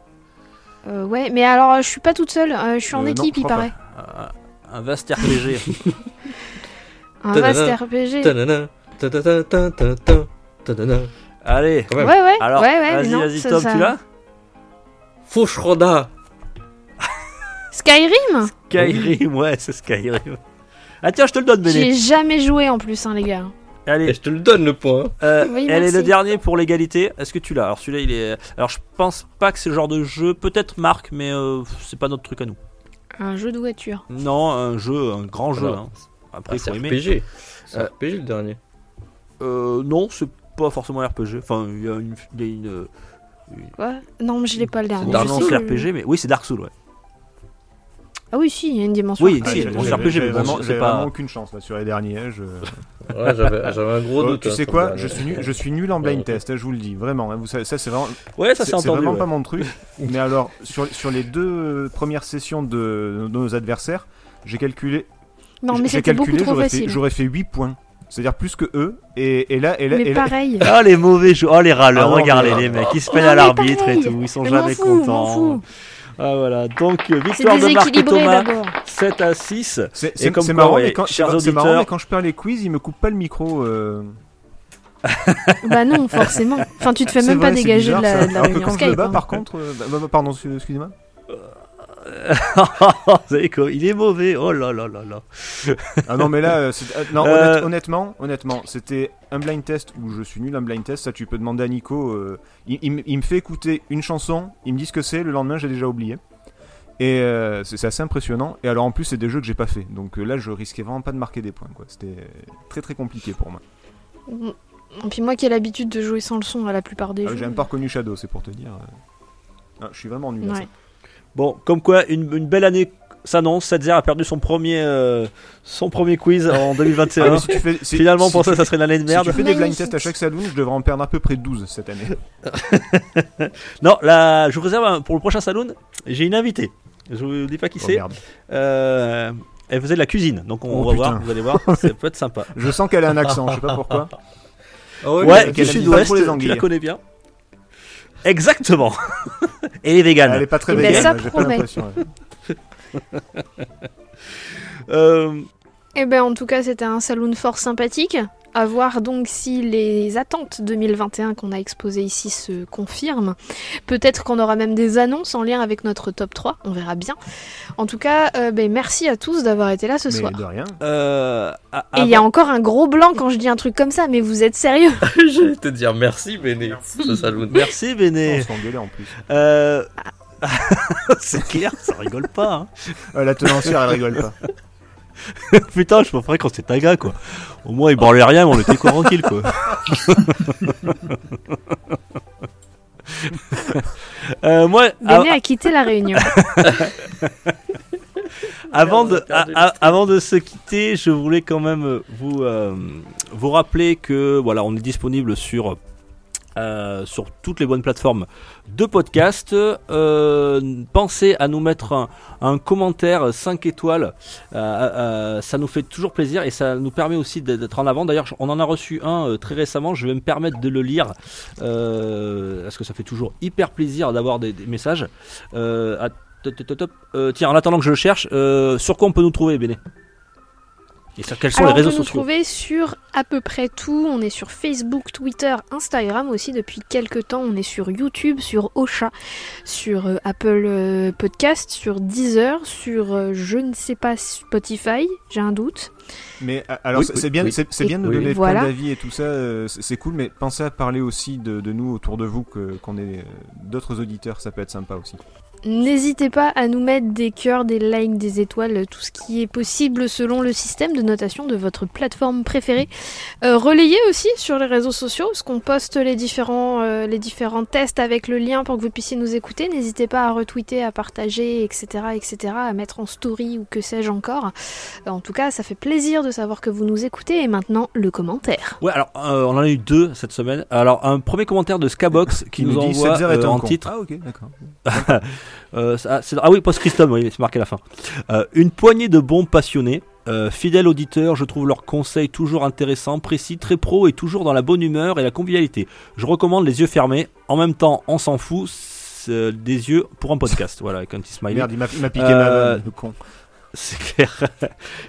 Speaker 3: Euh, ouais, mais alors euh, je suis pas toute seule, euh, je suis en
Speaker 2: Euh, non,
Speaker 3: équipe,
Speaker 2: je
Speaker 3: il
Speaker 2: crois
Speaker 3: paraît.
Speaker 5: Euh, un vaste RPG.
Speaker 3: Un
Speaker 4: Tadana.
Speaker 3: vaste RPG.
Speaker 4: Tadana, tadada, tadada, tadada.
Speaker 5: Allez,
Speaker 4: Quand
Speaker 3: Ouais,
Speaker 4: même.
Speaker 3: ouais,
Speaker 5: alors
Speaker 3: ouais, ouais,
Speaker 5: vas-y,
Speaker 3: non,
Speaker 5: vas-y
Speaker 3: ça-
Speaker 5: Tom,
Speaker 3: ça-
Speaker 5: tu l'as
Speaker 4: Fauchroda.
Speaker 3: Skyrim
Speaker 5: Skyrim, ouais, c'est Skyrim. Ah tiens, je te le donne, Béné.
Speaker 3: J'ai jamais joué en plus, hein, les gars.
Speaker 4: Et
Speaker 5: Allez,
Speaker 4: je te le donne le point. hein.
Speaker 5: euh,
Speaker 3: Oui,
Speaker 5: elle est
Speaker 3: merci.
Speaker 5: le dernier pour l'égalité. Est-ce que tu l'as Alors celui-là, il est. Alors je pense pas que c'est le genre de jeu, peut-être Marc, mais euh, c'est pas notre truc à nous.
Speaker 3: Un jeu de voiture.
Speaker 5: Non, un jeu, un grand jeu.
Speaker 4: Alors,
Speaker 5: hein. Après, il
Speaker 4: c'est
Speaker 5: faut aimer.
Speaker 4: RPG. C'est
Speaker 5: Euh,
Speaker 4: RPG le dernier.
Speaker 5: Euh, non, c'est pas forcément un RPG. Enfin, il y a une. il y a une-
Speaker 3: Quoi Non, mais je l'ai pas le dernier.
Speaker 4: Dark
Speaker 3: Je
Speaker 5: non,
Speaker 3: sais
Speaker 5: c'est
Speaker 3: le-
Speaker 5: RPG, mais oui, c'est Dark Souls, ouais.
Speaker 3: Ah oui, si, il y a une dimension.
Speaker 5: Oui,
Speaker 2: Ah,
Speaker 5: si,
Speaker 2: j'ai-
Speaker 5: bon,
Speaker 2: j'ai-
Speaker 5: c'est RPG,
Speaker 2: j'ai
Speaker 5: mais bon,
Speaker 2: vraiment,
Speaker 5: c'est
Speaker 2: j'ai
Speaker 5: pas-
Speaker 2: vraiment aucune chance là sur les derniers. Je...
Speaker 4: Ouais, j'avais j'avais un gros
Speaker 2: Oh,
Speaker 4: doute.
Speaker 2: tu
Speaker 4: hein,
Speaker 2: sais
Speaker 4: sur
Speaker 2: quoi
Speaker 4: le
Speaker 2: je
Speaker 4: dernier.
Speaker 2: suis, nul, je suis nul en blind test, hein, je vous le dis, vraiment. hein, vous savez, ça, c'est vraiment,
Speaker 5: Ouais, ça
Speaker 2: c'est-
Speaker 5: c'est
Speaker 2: c'est
Speaker 5: entendu.
Speaker 2: vraiment
Speaker 5: ouais.
Speaker 2: pas mon truc. Mais alors, sur, sur les deux premières sessions de, de nos adversaires, j'ai calculé,
Speaker 3: Non, mais
Speaker 2: j'ai
Speaker 3: c'était beaucoup
Speaker 2: calculé
Speaker 3: trop
Speaker 2: j'aurais, fait,
Speaker 3: facile.
Speaker 2: j'aurais fait 8 points. C'est-à-dire plus que eux. Et, et là, et là,
Speaker 3: Mais
Speaker 2: et là-
Speaker 3: pareil.
Speaker 5: Ah, les mauvais jeux, oh les râleurs,
Speaker 2: Ah non,
Speaker 5: regardez
Speaker 2: mais-
Speaker 5: les mecs, ils se
Speaker 3: Non,
Speaker 5: peignent à
Speaker 3: Ah, mais
Speaker 5: l'arbitre et
Speaker 3: pareil.
Speaker 5: tout, ils sont
Speaker 3: Je m'en
Speaker 5: jamais
Speaker 3: fous, je m'en
Speaker 5: contents.
Speaker 3: fous.
Speaker 5: Ah voilà, donc euh,
Speaker 3: C'est
Speaker 5: victoire de Marc et
Speaker 3: déséquilibré
Speaker 5: Thomas,
Speaker 3: d'abord.
Speaker 5: 7 à 6.
Speaker 2: c'est, c'est-
Speaker 5: comme
Speaker 2: c'est
Speaker 5: quoi,
Speaker 2: marrant,
Speaker 5: ouais,
Speaker 2: mais quand,
Speaker 5: chers
Speaker 2: c'est- c'est marrant,
Speaker 5: auditeurs-
Speaker 2: mais quand je perds les quiz, ils me coupent pas le micro. euh.
Speaker 3: Bah non, forcément. Enfin, tu te fais
Speaker 2: C'est
Speaker 3: même
Speaker 2: vrai,
Speaker 3: pas
Speaker 2: c'est
Speaker 3: dégager
Speaker 2: bizarre,
Speaker 3: de la,
Speaker 2: ça.
Speaker 3: de la
Speaker 2: Alors que
Speaker 3: réunion
Speaker 2: quand je le
Speaker 3: Skype.
Speaker 2: bats,
Speaker 3: hein.
Speaker 2: par contre. euh, bah, bah, pardon, excusez-moi.
Speaker 5: Vous savez quoi, il est mauvais, oh là là là là.
Speaker 2: Ah non, mais là, euh, c'est- euh, non,
Speaker 5: Euh,
Speaker 2: honnête- honnêtement, honnêtement, c'était un blind test où je suis nul, un blind test. Ça, tu peux demander à Nico. euh, il, il me- il me fait écouter une chanson, il me dit ce que c'est, le lendemain, j'ai déjà oublié. Et euh, c'est c'est assez impressionnant. Et alors, en plus, c'est des jeux que j'ai pas fait. Donc euh, là, je risquais vraiment pas de marquer des points. quoi. C'était euh, très très compliqué pour moi.
Speaker 3: Et Mm. puis moi qui ai l'habitude de jouer sans le son à la plupart des
Speaker 2: Ah,
Speaker 3: jeux.
Speaker 2: j'ai même pas reconnu Shadow, c'est pour te dire. euh. Ah, je suis vraiment nul. à ça.
Speaker 3: Ouais.
Speaker 5: Bon, comme quoi, une, une belle année s'annonce, Setzer a perdu son premier, euh, son premier quiz en
Speaker 2: Ah,
Speaker 5: 2021.
Speaker 2: mais si tu fais- si-
Speaker 5: Finalement,
Speaker 2: si
Speaker 5: pour
Speaker 2: tu-
Speaker 5: ça, ça serait une année de
Speaker 2: si
Speaker 5: merde.
Speaker 2: tu fais des blind
Speaker 3: Magnifique.
Speaker 2: tests à chaque saloon, je devrais en perdre à peu près 12 cette année. Oh,
Speaker 5: Non, là, je vous réserve un- pour le prochain salon, j'ai une invitée. Je vous dis pas qui
Speaker 2: Oh,
Speaker 5: c'est.
Speaker 2: merde.
Speaker 5: Euh, elle faisait de la cuisine, donc on
Speaker 2: Oh,
Speaker 5: va voir,
Speaker 2: putain.
Speaker 5: vous allez voir, ça peut être sympa.
Speaker 2: Je sens qu'elle a un accent, je sais pas pourquoi.
Speaker 4: Ah ouais,
Speaker 5: Ouais,
Speaker 4: mais-
Speaker 5: du
Speaker 2: qu'elle aime pas
Speaker 5: sud-ouest,
Speaker 2: trop les
Speaker 5: tu la
Speaker 2: anguilles.
Speaker 5: connais bien. Exactement. Et les
Speaker 2: Elle
Speaker 5: véganes.
Speaker 2: est pas très
Speaker 3: Eh ben,
Speaker 2: végane,
Speaker 3: ça
Speaker 2: j'ai pas
Speaker 3: promet.
Speaker 2: l'impression. ouais.
Speaker 5: Euh,
Speaker 3: Eh ben en tout cas, c'était un saloon fort sympathique. À voir donc si les attentes 2021 qu'on a exposées ici se confirment. Peut-être qu'on aura même des annonces en lien avec notre top 3, on verra bien. En tout cas, euh, ben, merci à tous d'avoir été là ce
Speaker 2: Mais
Speaker 3: soir.
Speaker 2: de rien.
Speaker 5: euh, à-
Speaker 3: Et il y a encore un gros blanc quand je dis un truc comme ça, mais vous êtes sérieux
Speaker 4: Je vais te dire merci, Béné, pour ce saloon.
Speaker 5: Merci Béné.
Speaker 2: Oh, On se fait engueuler en plus.
Speaker 5: Euh, C'est clair, ça rigole pas. hein.
Speaker 2: Euh, la tenancière, elle rigole pas.
Speaker 5: Putain, je préférais quand c'était un gars quoi. Au moins, il branlait rien, mais on était quoi, tranquille quoi. Euh, moi,
Speaker 2: Ah
Speaker 5: à-
Speaker 2: bah.
Speaker 3: Béné a quitté la réunion.
Speaker 5: Avant
Speaker 4: Merde, on
Speaker 5: de,
Speaker 4: a perdu
Speaker 5: a- a- avant de se quitter, je voulais quand même euh, vous, euh, vous rappeler que voilà, on est disponible sur, euh, sur toutes les bonnes plateformes de podcast. Euh, pensez à nous mettre un, un commentaire 5 étoiles. Euh, euh, ça nous fait toujours plaisir et ça nous permet aussi d'être d'être en avant. D'ailleurs, on en a reçu un euh, très récemment. Je vais me permettre de le lire euh, parce que ça fait toujours hyper plaisir d'avoir des, des messages. Euh, à- Top, top, top, top. Euh, tiens, en attendant que je le cherche, euh, sur quoi on peut nous trouver, Béné Et ça, quels sont
Speaker 3: Alors,
Speaker 5: les réseaux
Speaker 3: on peut nous
Speaker 5: sociaux
Speaker 3: trouver sur à peu près tout. On est sur Facebook, Twitter, Instagram aussi depuis quelques temps. On est sur YouTube, sur Ocha, sur euh, Apple euh, Podcast, sur Deezer, sur euh, je ne sais pas Spotify, j'ai un doute.
Speaker 2: Mais a- alors,
Speaker 4: Oui,
Speaker 2: c'est
Speaker 4: oui,
Speaker 2: c'est bien,
Speaker 4: oui.
Speaker 2: c'est c'est bien de nous
Speaker 4: Oui.
Speaker 2: donner
Speaker 3: Voilà.
Speaker 2: plein d'avis et tout ça, euh, c'est c'est cool, mais pensez à parler aussi de, de nous autour de vous, que- qu'on ait euh, d'autres auditeurs, ça peut être sympa aussi.
Speaker 3: N'hésitez pas à nous mettre des cœurs, des likes, des étoiles, tout ce qui est possible selon le système de notation de votre plateforme préférée. Euh, relayez aussi sur les réseaux sociaux, parce qu'on poste les différents, euh, les différents tests avec le lien pour que vous puissiez nous écouter. N'hésitez pas à retweeter, à partager, etc., etc., à mettre en story ou que sais-je encore. Euh, En tout cas, ça fait plaisir de savoir que vous nous écoutez. Et maintenant, le commentaire.
Speaker 5: Ouais, alors euh, on en a eu deux cette semaine. Alors un premier commentaire de Skabox qui nous,
Speaker 2: dit
Speaker 5: envoie
Speaker 2: Setzer est
Speaker 5: euh,
Speaker 2: un
Speaker 5: en
Speaker 2: con.
Speaker 5: titre.
Speaker 2: Ah, ok, d'accord.
Speaker 5: Euh, ça- c'est- ah oui, post-Christum, oui, c'est marqué à la fin. Euh, une poignée de bons passionnés. euh, fidèles auditeurs, je trouve leurs conseils toujours intéressants, précis, très pro et toujours dans la bonne humeur et la convivialité. Je recommande les yeux fermés. En même temps, on s'en fout. c'est euh, Des yeux pour un podcast. voilà, avec un petit smiley.
Speaker 2: Merde, il m'a il m'a piqué ma
Speaker 5: Euh,
Speaker 2: vanne, le con.
Speaker 5: C'est clair.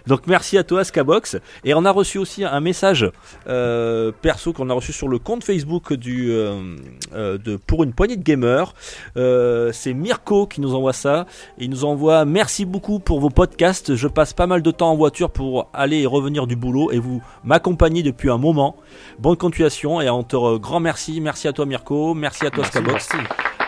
Speaker 5: Donc merci à toi Skabox. Et on a reçu aussi un message euh, perso qu'on a reçu sur le compte Facebook du, euh, euh, de pour une poignée de gamers. Euh, c'est Mirko qui nous envoie ça. Il nous envoie merci beaucoup pour vos podcasts. Je passe pas mal de temps en voiture pour aller et revenir du boulot et vous m'accompagnez depuis un moment. Bonne continuation et on te re- grand merci. Merci à toi Mirko. Merci à toi Skabox.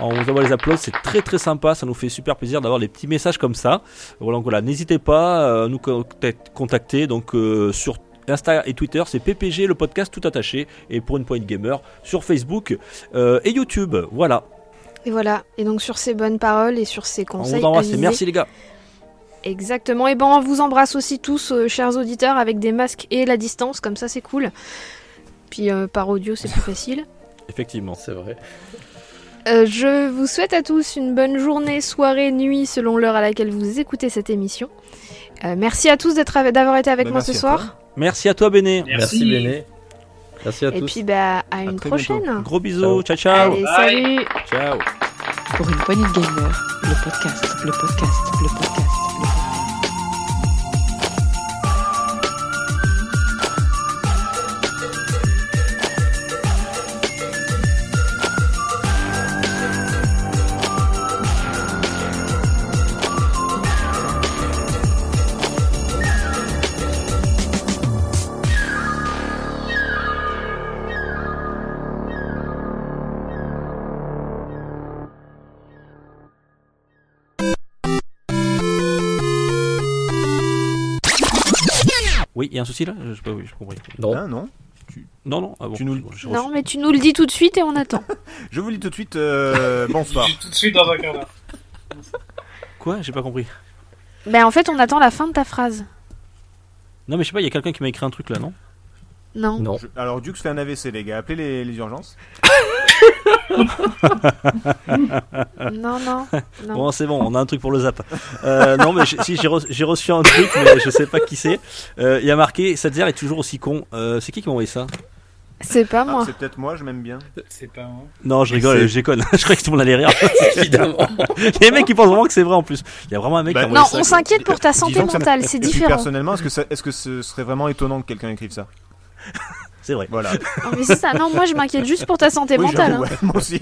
Speaker 5: On vous envoie les applaudissements, c'est très très sympa, ça nous fait super plaisir d'avoir des petits messages comme ça. Voilà, donc voilà, n'hésitez pas euh, à nous con- peut-être contacter donc euh, sur Insta et Twitter, c'est PPG le podcast tout attaché et pour une pointe gamer sur Facebook euh, et YouTube. Voilà,
Speaker 3: Et voilà. Et donc, sur ces bonnes paroles et sur ces
Speaker 5: on
Speaker 3: conseils.
Speaker 5: vous embrasse, et
Speaker 3: avisés,
Speaker 5: merci les gars.
Speaker 3: Exactement. Et ben on vous embrasse aussi tous, euh, chers auditeurs, avec des masques et la distance, comme ça c'est cool. Puis euh, par audio c'est plus facile.
Speaker 5: Effectivement.
Speaker 4: C'est vrai.
Speaker 3: Euh, je vous souhaite à tous une bonne journée, soirée, nuit, selon l'heure à laquelle vous écoutez cette émission. Euh, merci à tous d'être avec- d'avoir été avec
Speaker 2: Ben,
Speaker 3: moi
Speaker 2: merci
Speaker 3: ce
Speaker 2: à toi.
Speaker 3: soir.
Speaker 5: Merci à toi Béné.
Speaker 4: Merci, Béné. Merci à
Speaker 3: Et
Speaker 4: tous.
Speaker 3: puis bah, à une
Speaker 2: très
Speaker 3: prochaine.
Speaker 5: Gros bisous, ciao ciao.
Speaker 3: Allez,
Speaker 6: Bye.
Speaker 3: salut
Speaker 5: Ciao.
Speaker 1: Pour une poignée de gamers, le podcast, le podcast, le podcast, le podcast.
Speaker 5: Oui, il y a un souci là Je sais pas, oui, je comprends.
Speaker 4: Non.
Speaker 2: Hein, non
Speaker 5: Non, non, ah bon.
Speaker 2: Tu nous-
Speaker 5: Bon, j'ai reçu.
Speaker 3: Non mais tu nous le dis tout de suite et on attend.
Speaker 2: Je vous le dis tout de suite, euh, bonsoir.
Speaker 6: Tout de suite dans un quart d'heure.
Speaker 5: Quoi J'ai pas compris.
Speaker 3: ben en fait on attend la fin de ta phrase.
Speaker 5: Non mais je sais pas, il y a quelqu'un qui m'a écrit un truc là, non
Speaker 3: Non.
Speaker 4: Non.
Speaker 2: Je- alors, Dux fait un AVC, les gars, appelez les, les urgences.
Speaker 3: Non, non. non.
Speaker 5: Bon, c'est bon, on a un truc pour le zap. Euh, non, mais j'ai- si j'ai reçu, j'ai reçu un truc, mais je sais pas qui c'est. Euh, Il y a marqué Sadzer est toujours aussi con. Euh, c'est qui qui m'a envoyé ça
Speaker 3: C'est pas
Speaker 2: Ah,
Speaker 3: moi.
Speaker 2: c'est peut-être moi, je m'aime bien.
Speaker 6: C'est pas moi.
Speaker 5: Non, je rigole,
Speaker 4: C'est-
Speaker 5: je déconne. je croyais que tout le monde allait rire.
Speaker 4: Évidemment.
Speaker 5: Les mecs, ils pensent vraiment que c'est vrai en plus. Il y a vraiment un mec
Speaker 2: Bah,
Speaker 5: qui a
Speaker 3: Non,
Speaker 5: envoyé ça.
Speaker 3: on s'inquiète pour ta santé
Speaker 2: Disons que ça m'a-
Speaker 3: mentale, c'est
Speaker 2: Et puis,
Speaker 3: différent.
Speaker 2: personnellement, est-ce que, ça- est-ce que ce serait vraiment étonnant que quelqu'un écrive ça
Speaker 5: C'est vrai.
Speaker 2: Voilà.
Speaker 3: Non, mais c'est ça. Non, moi je m'inquiète juste pour ta santé
Speaker 2: Oui,
Speaker 3: mentale.
Speaker 2: j'avoue,
Speaker 3: hein.
Speaker 2: ouais, moi aussi.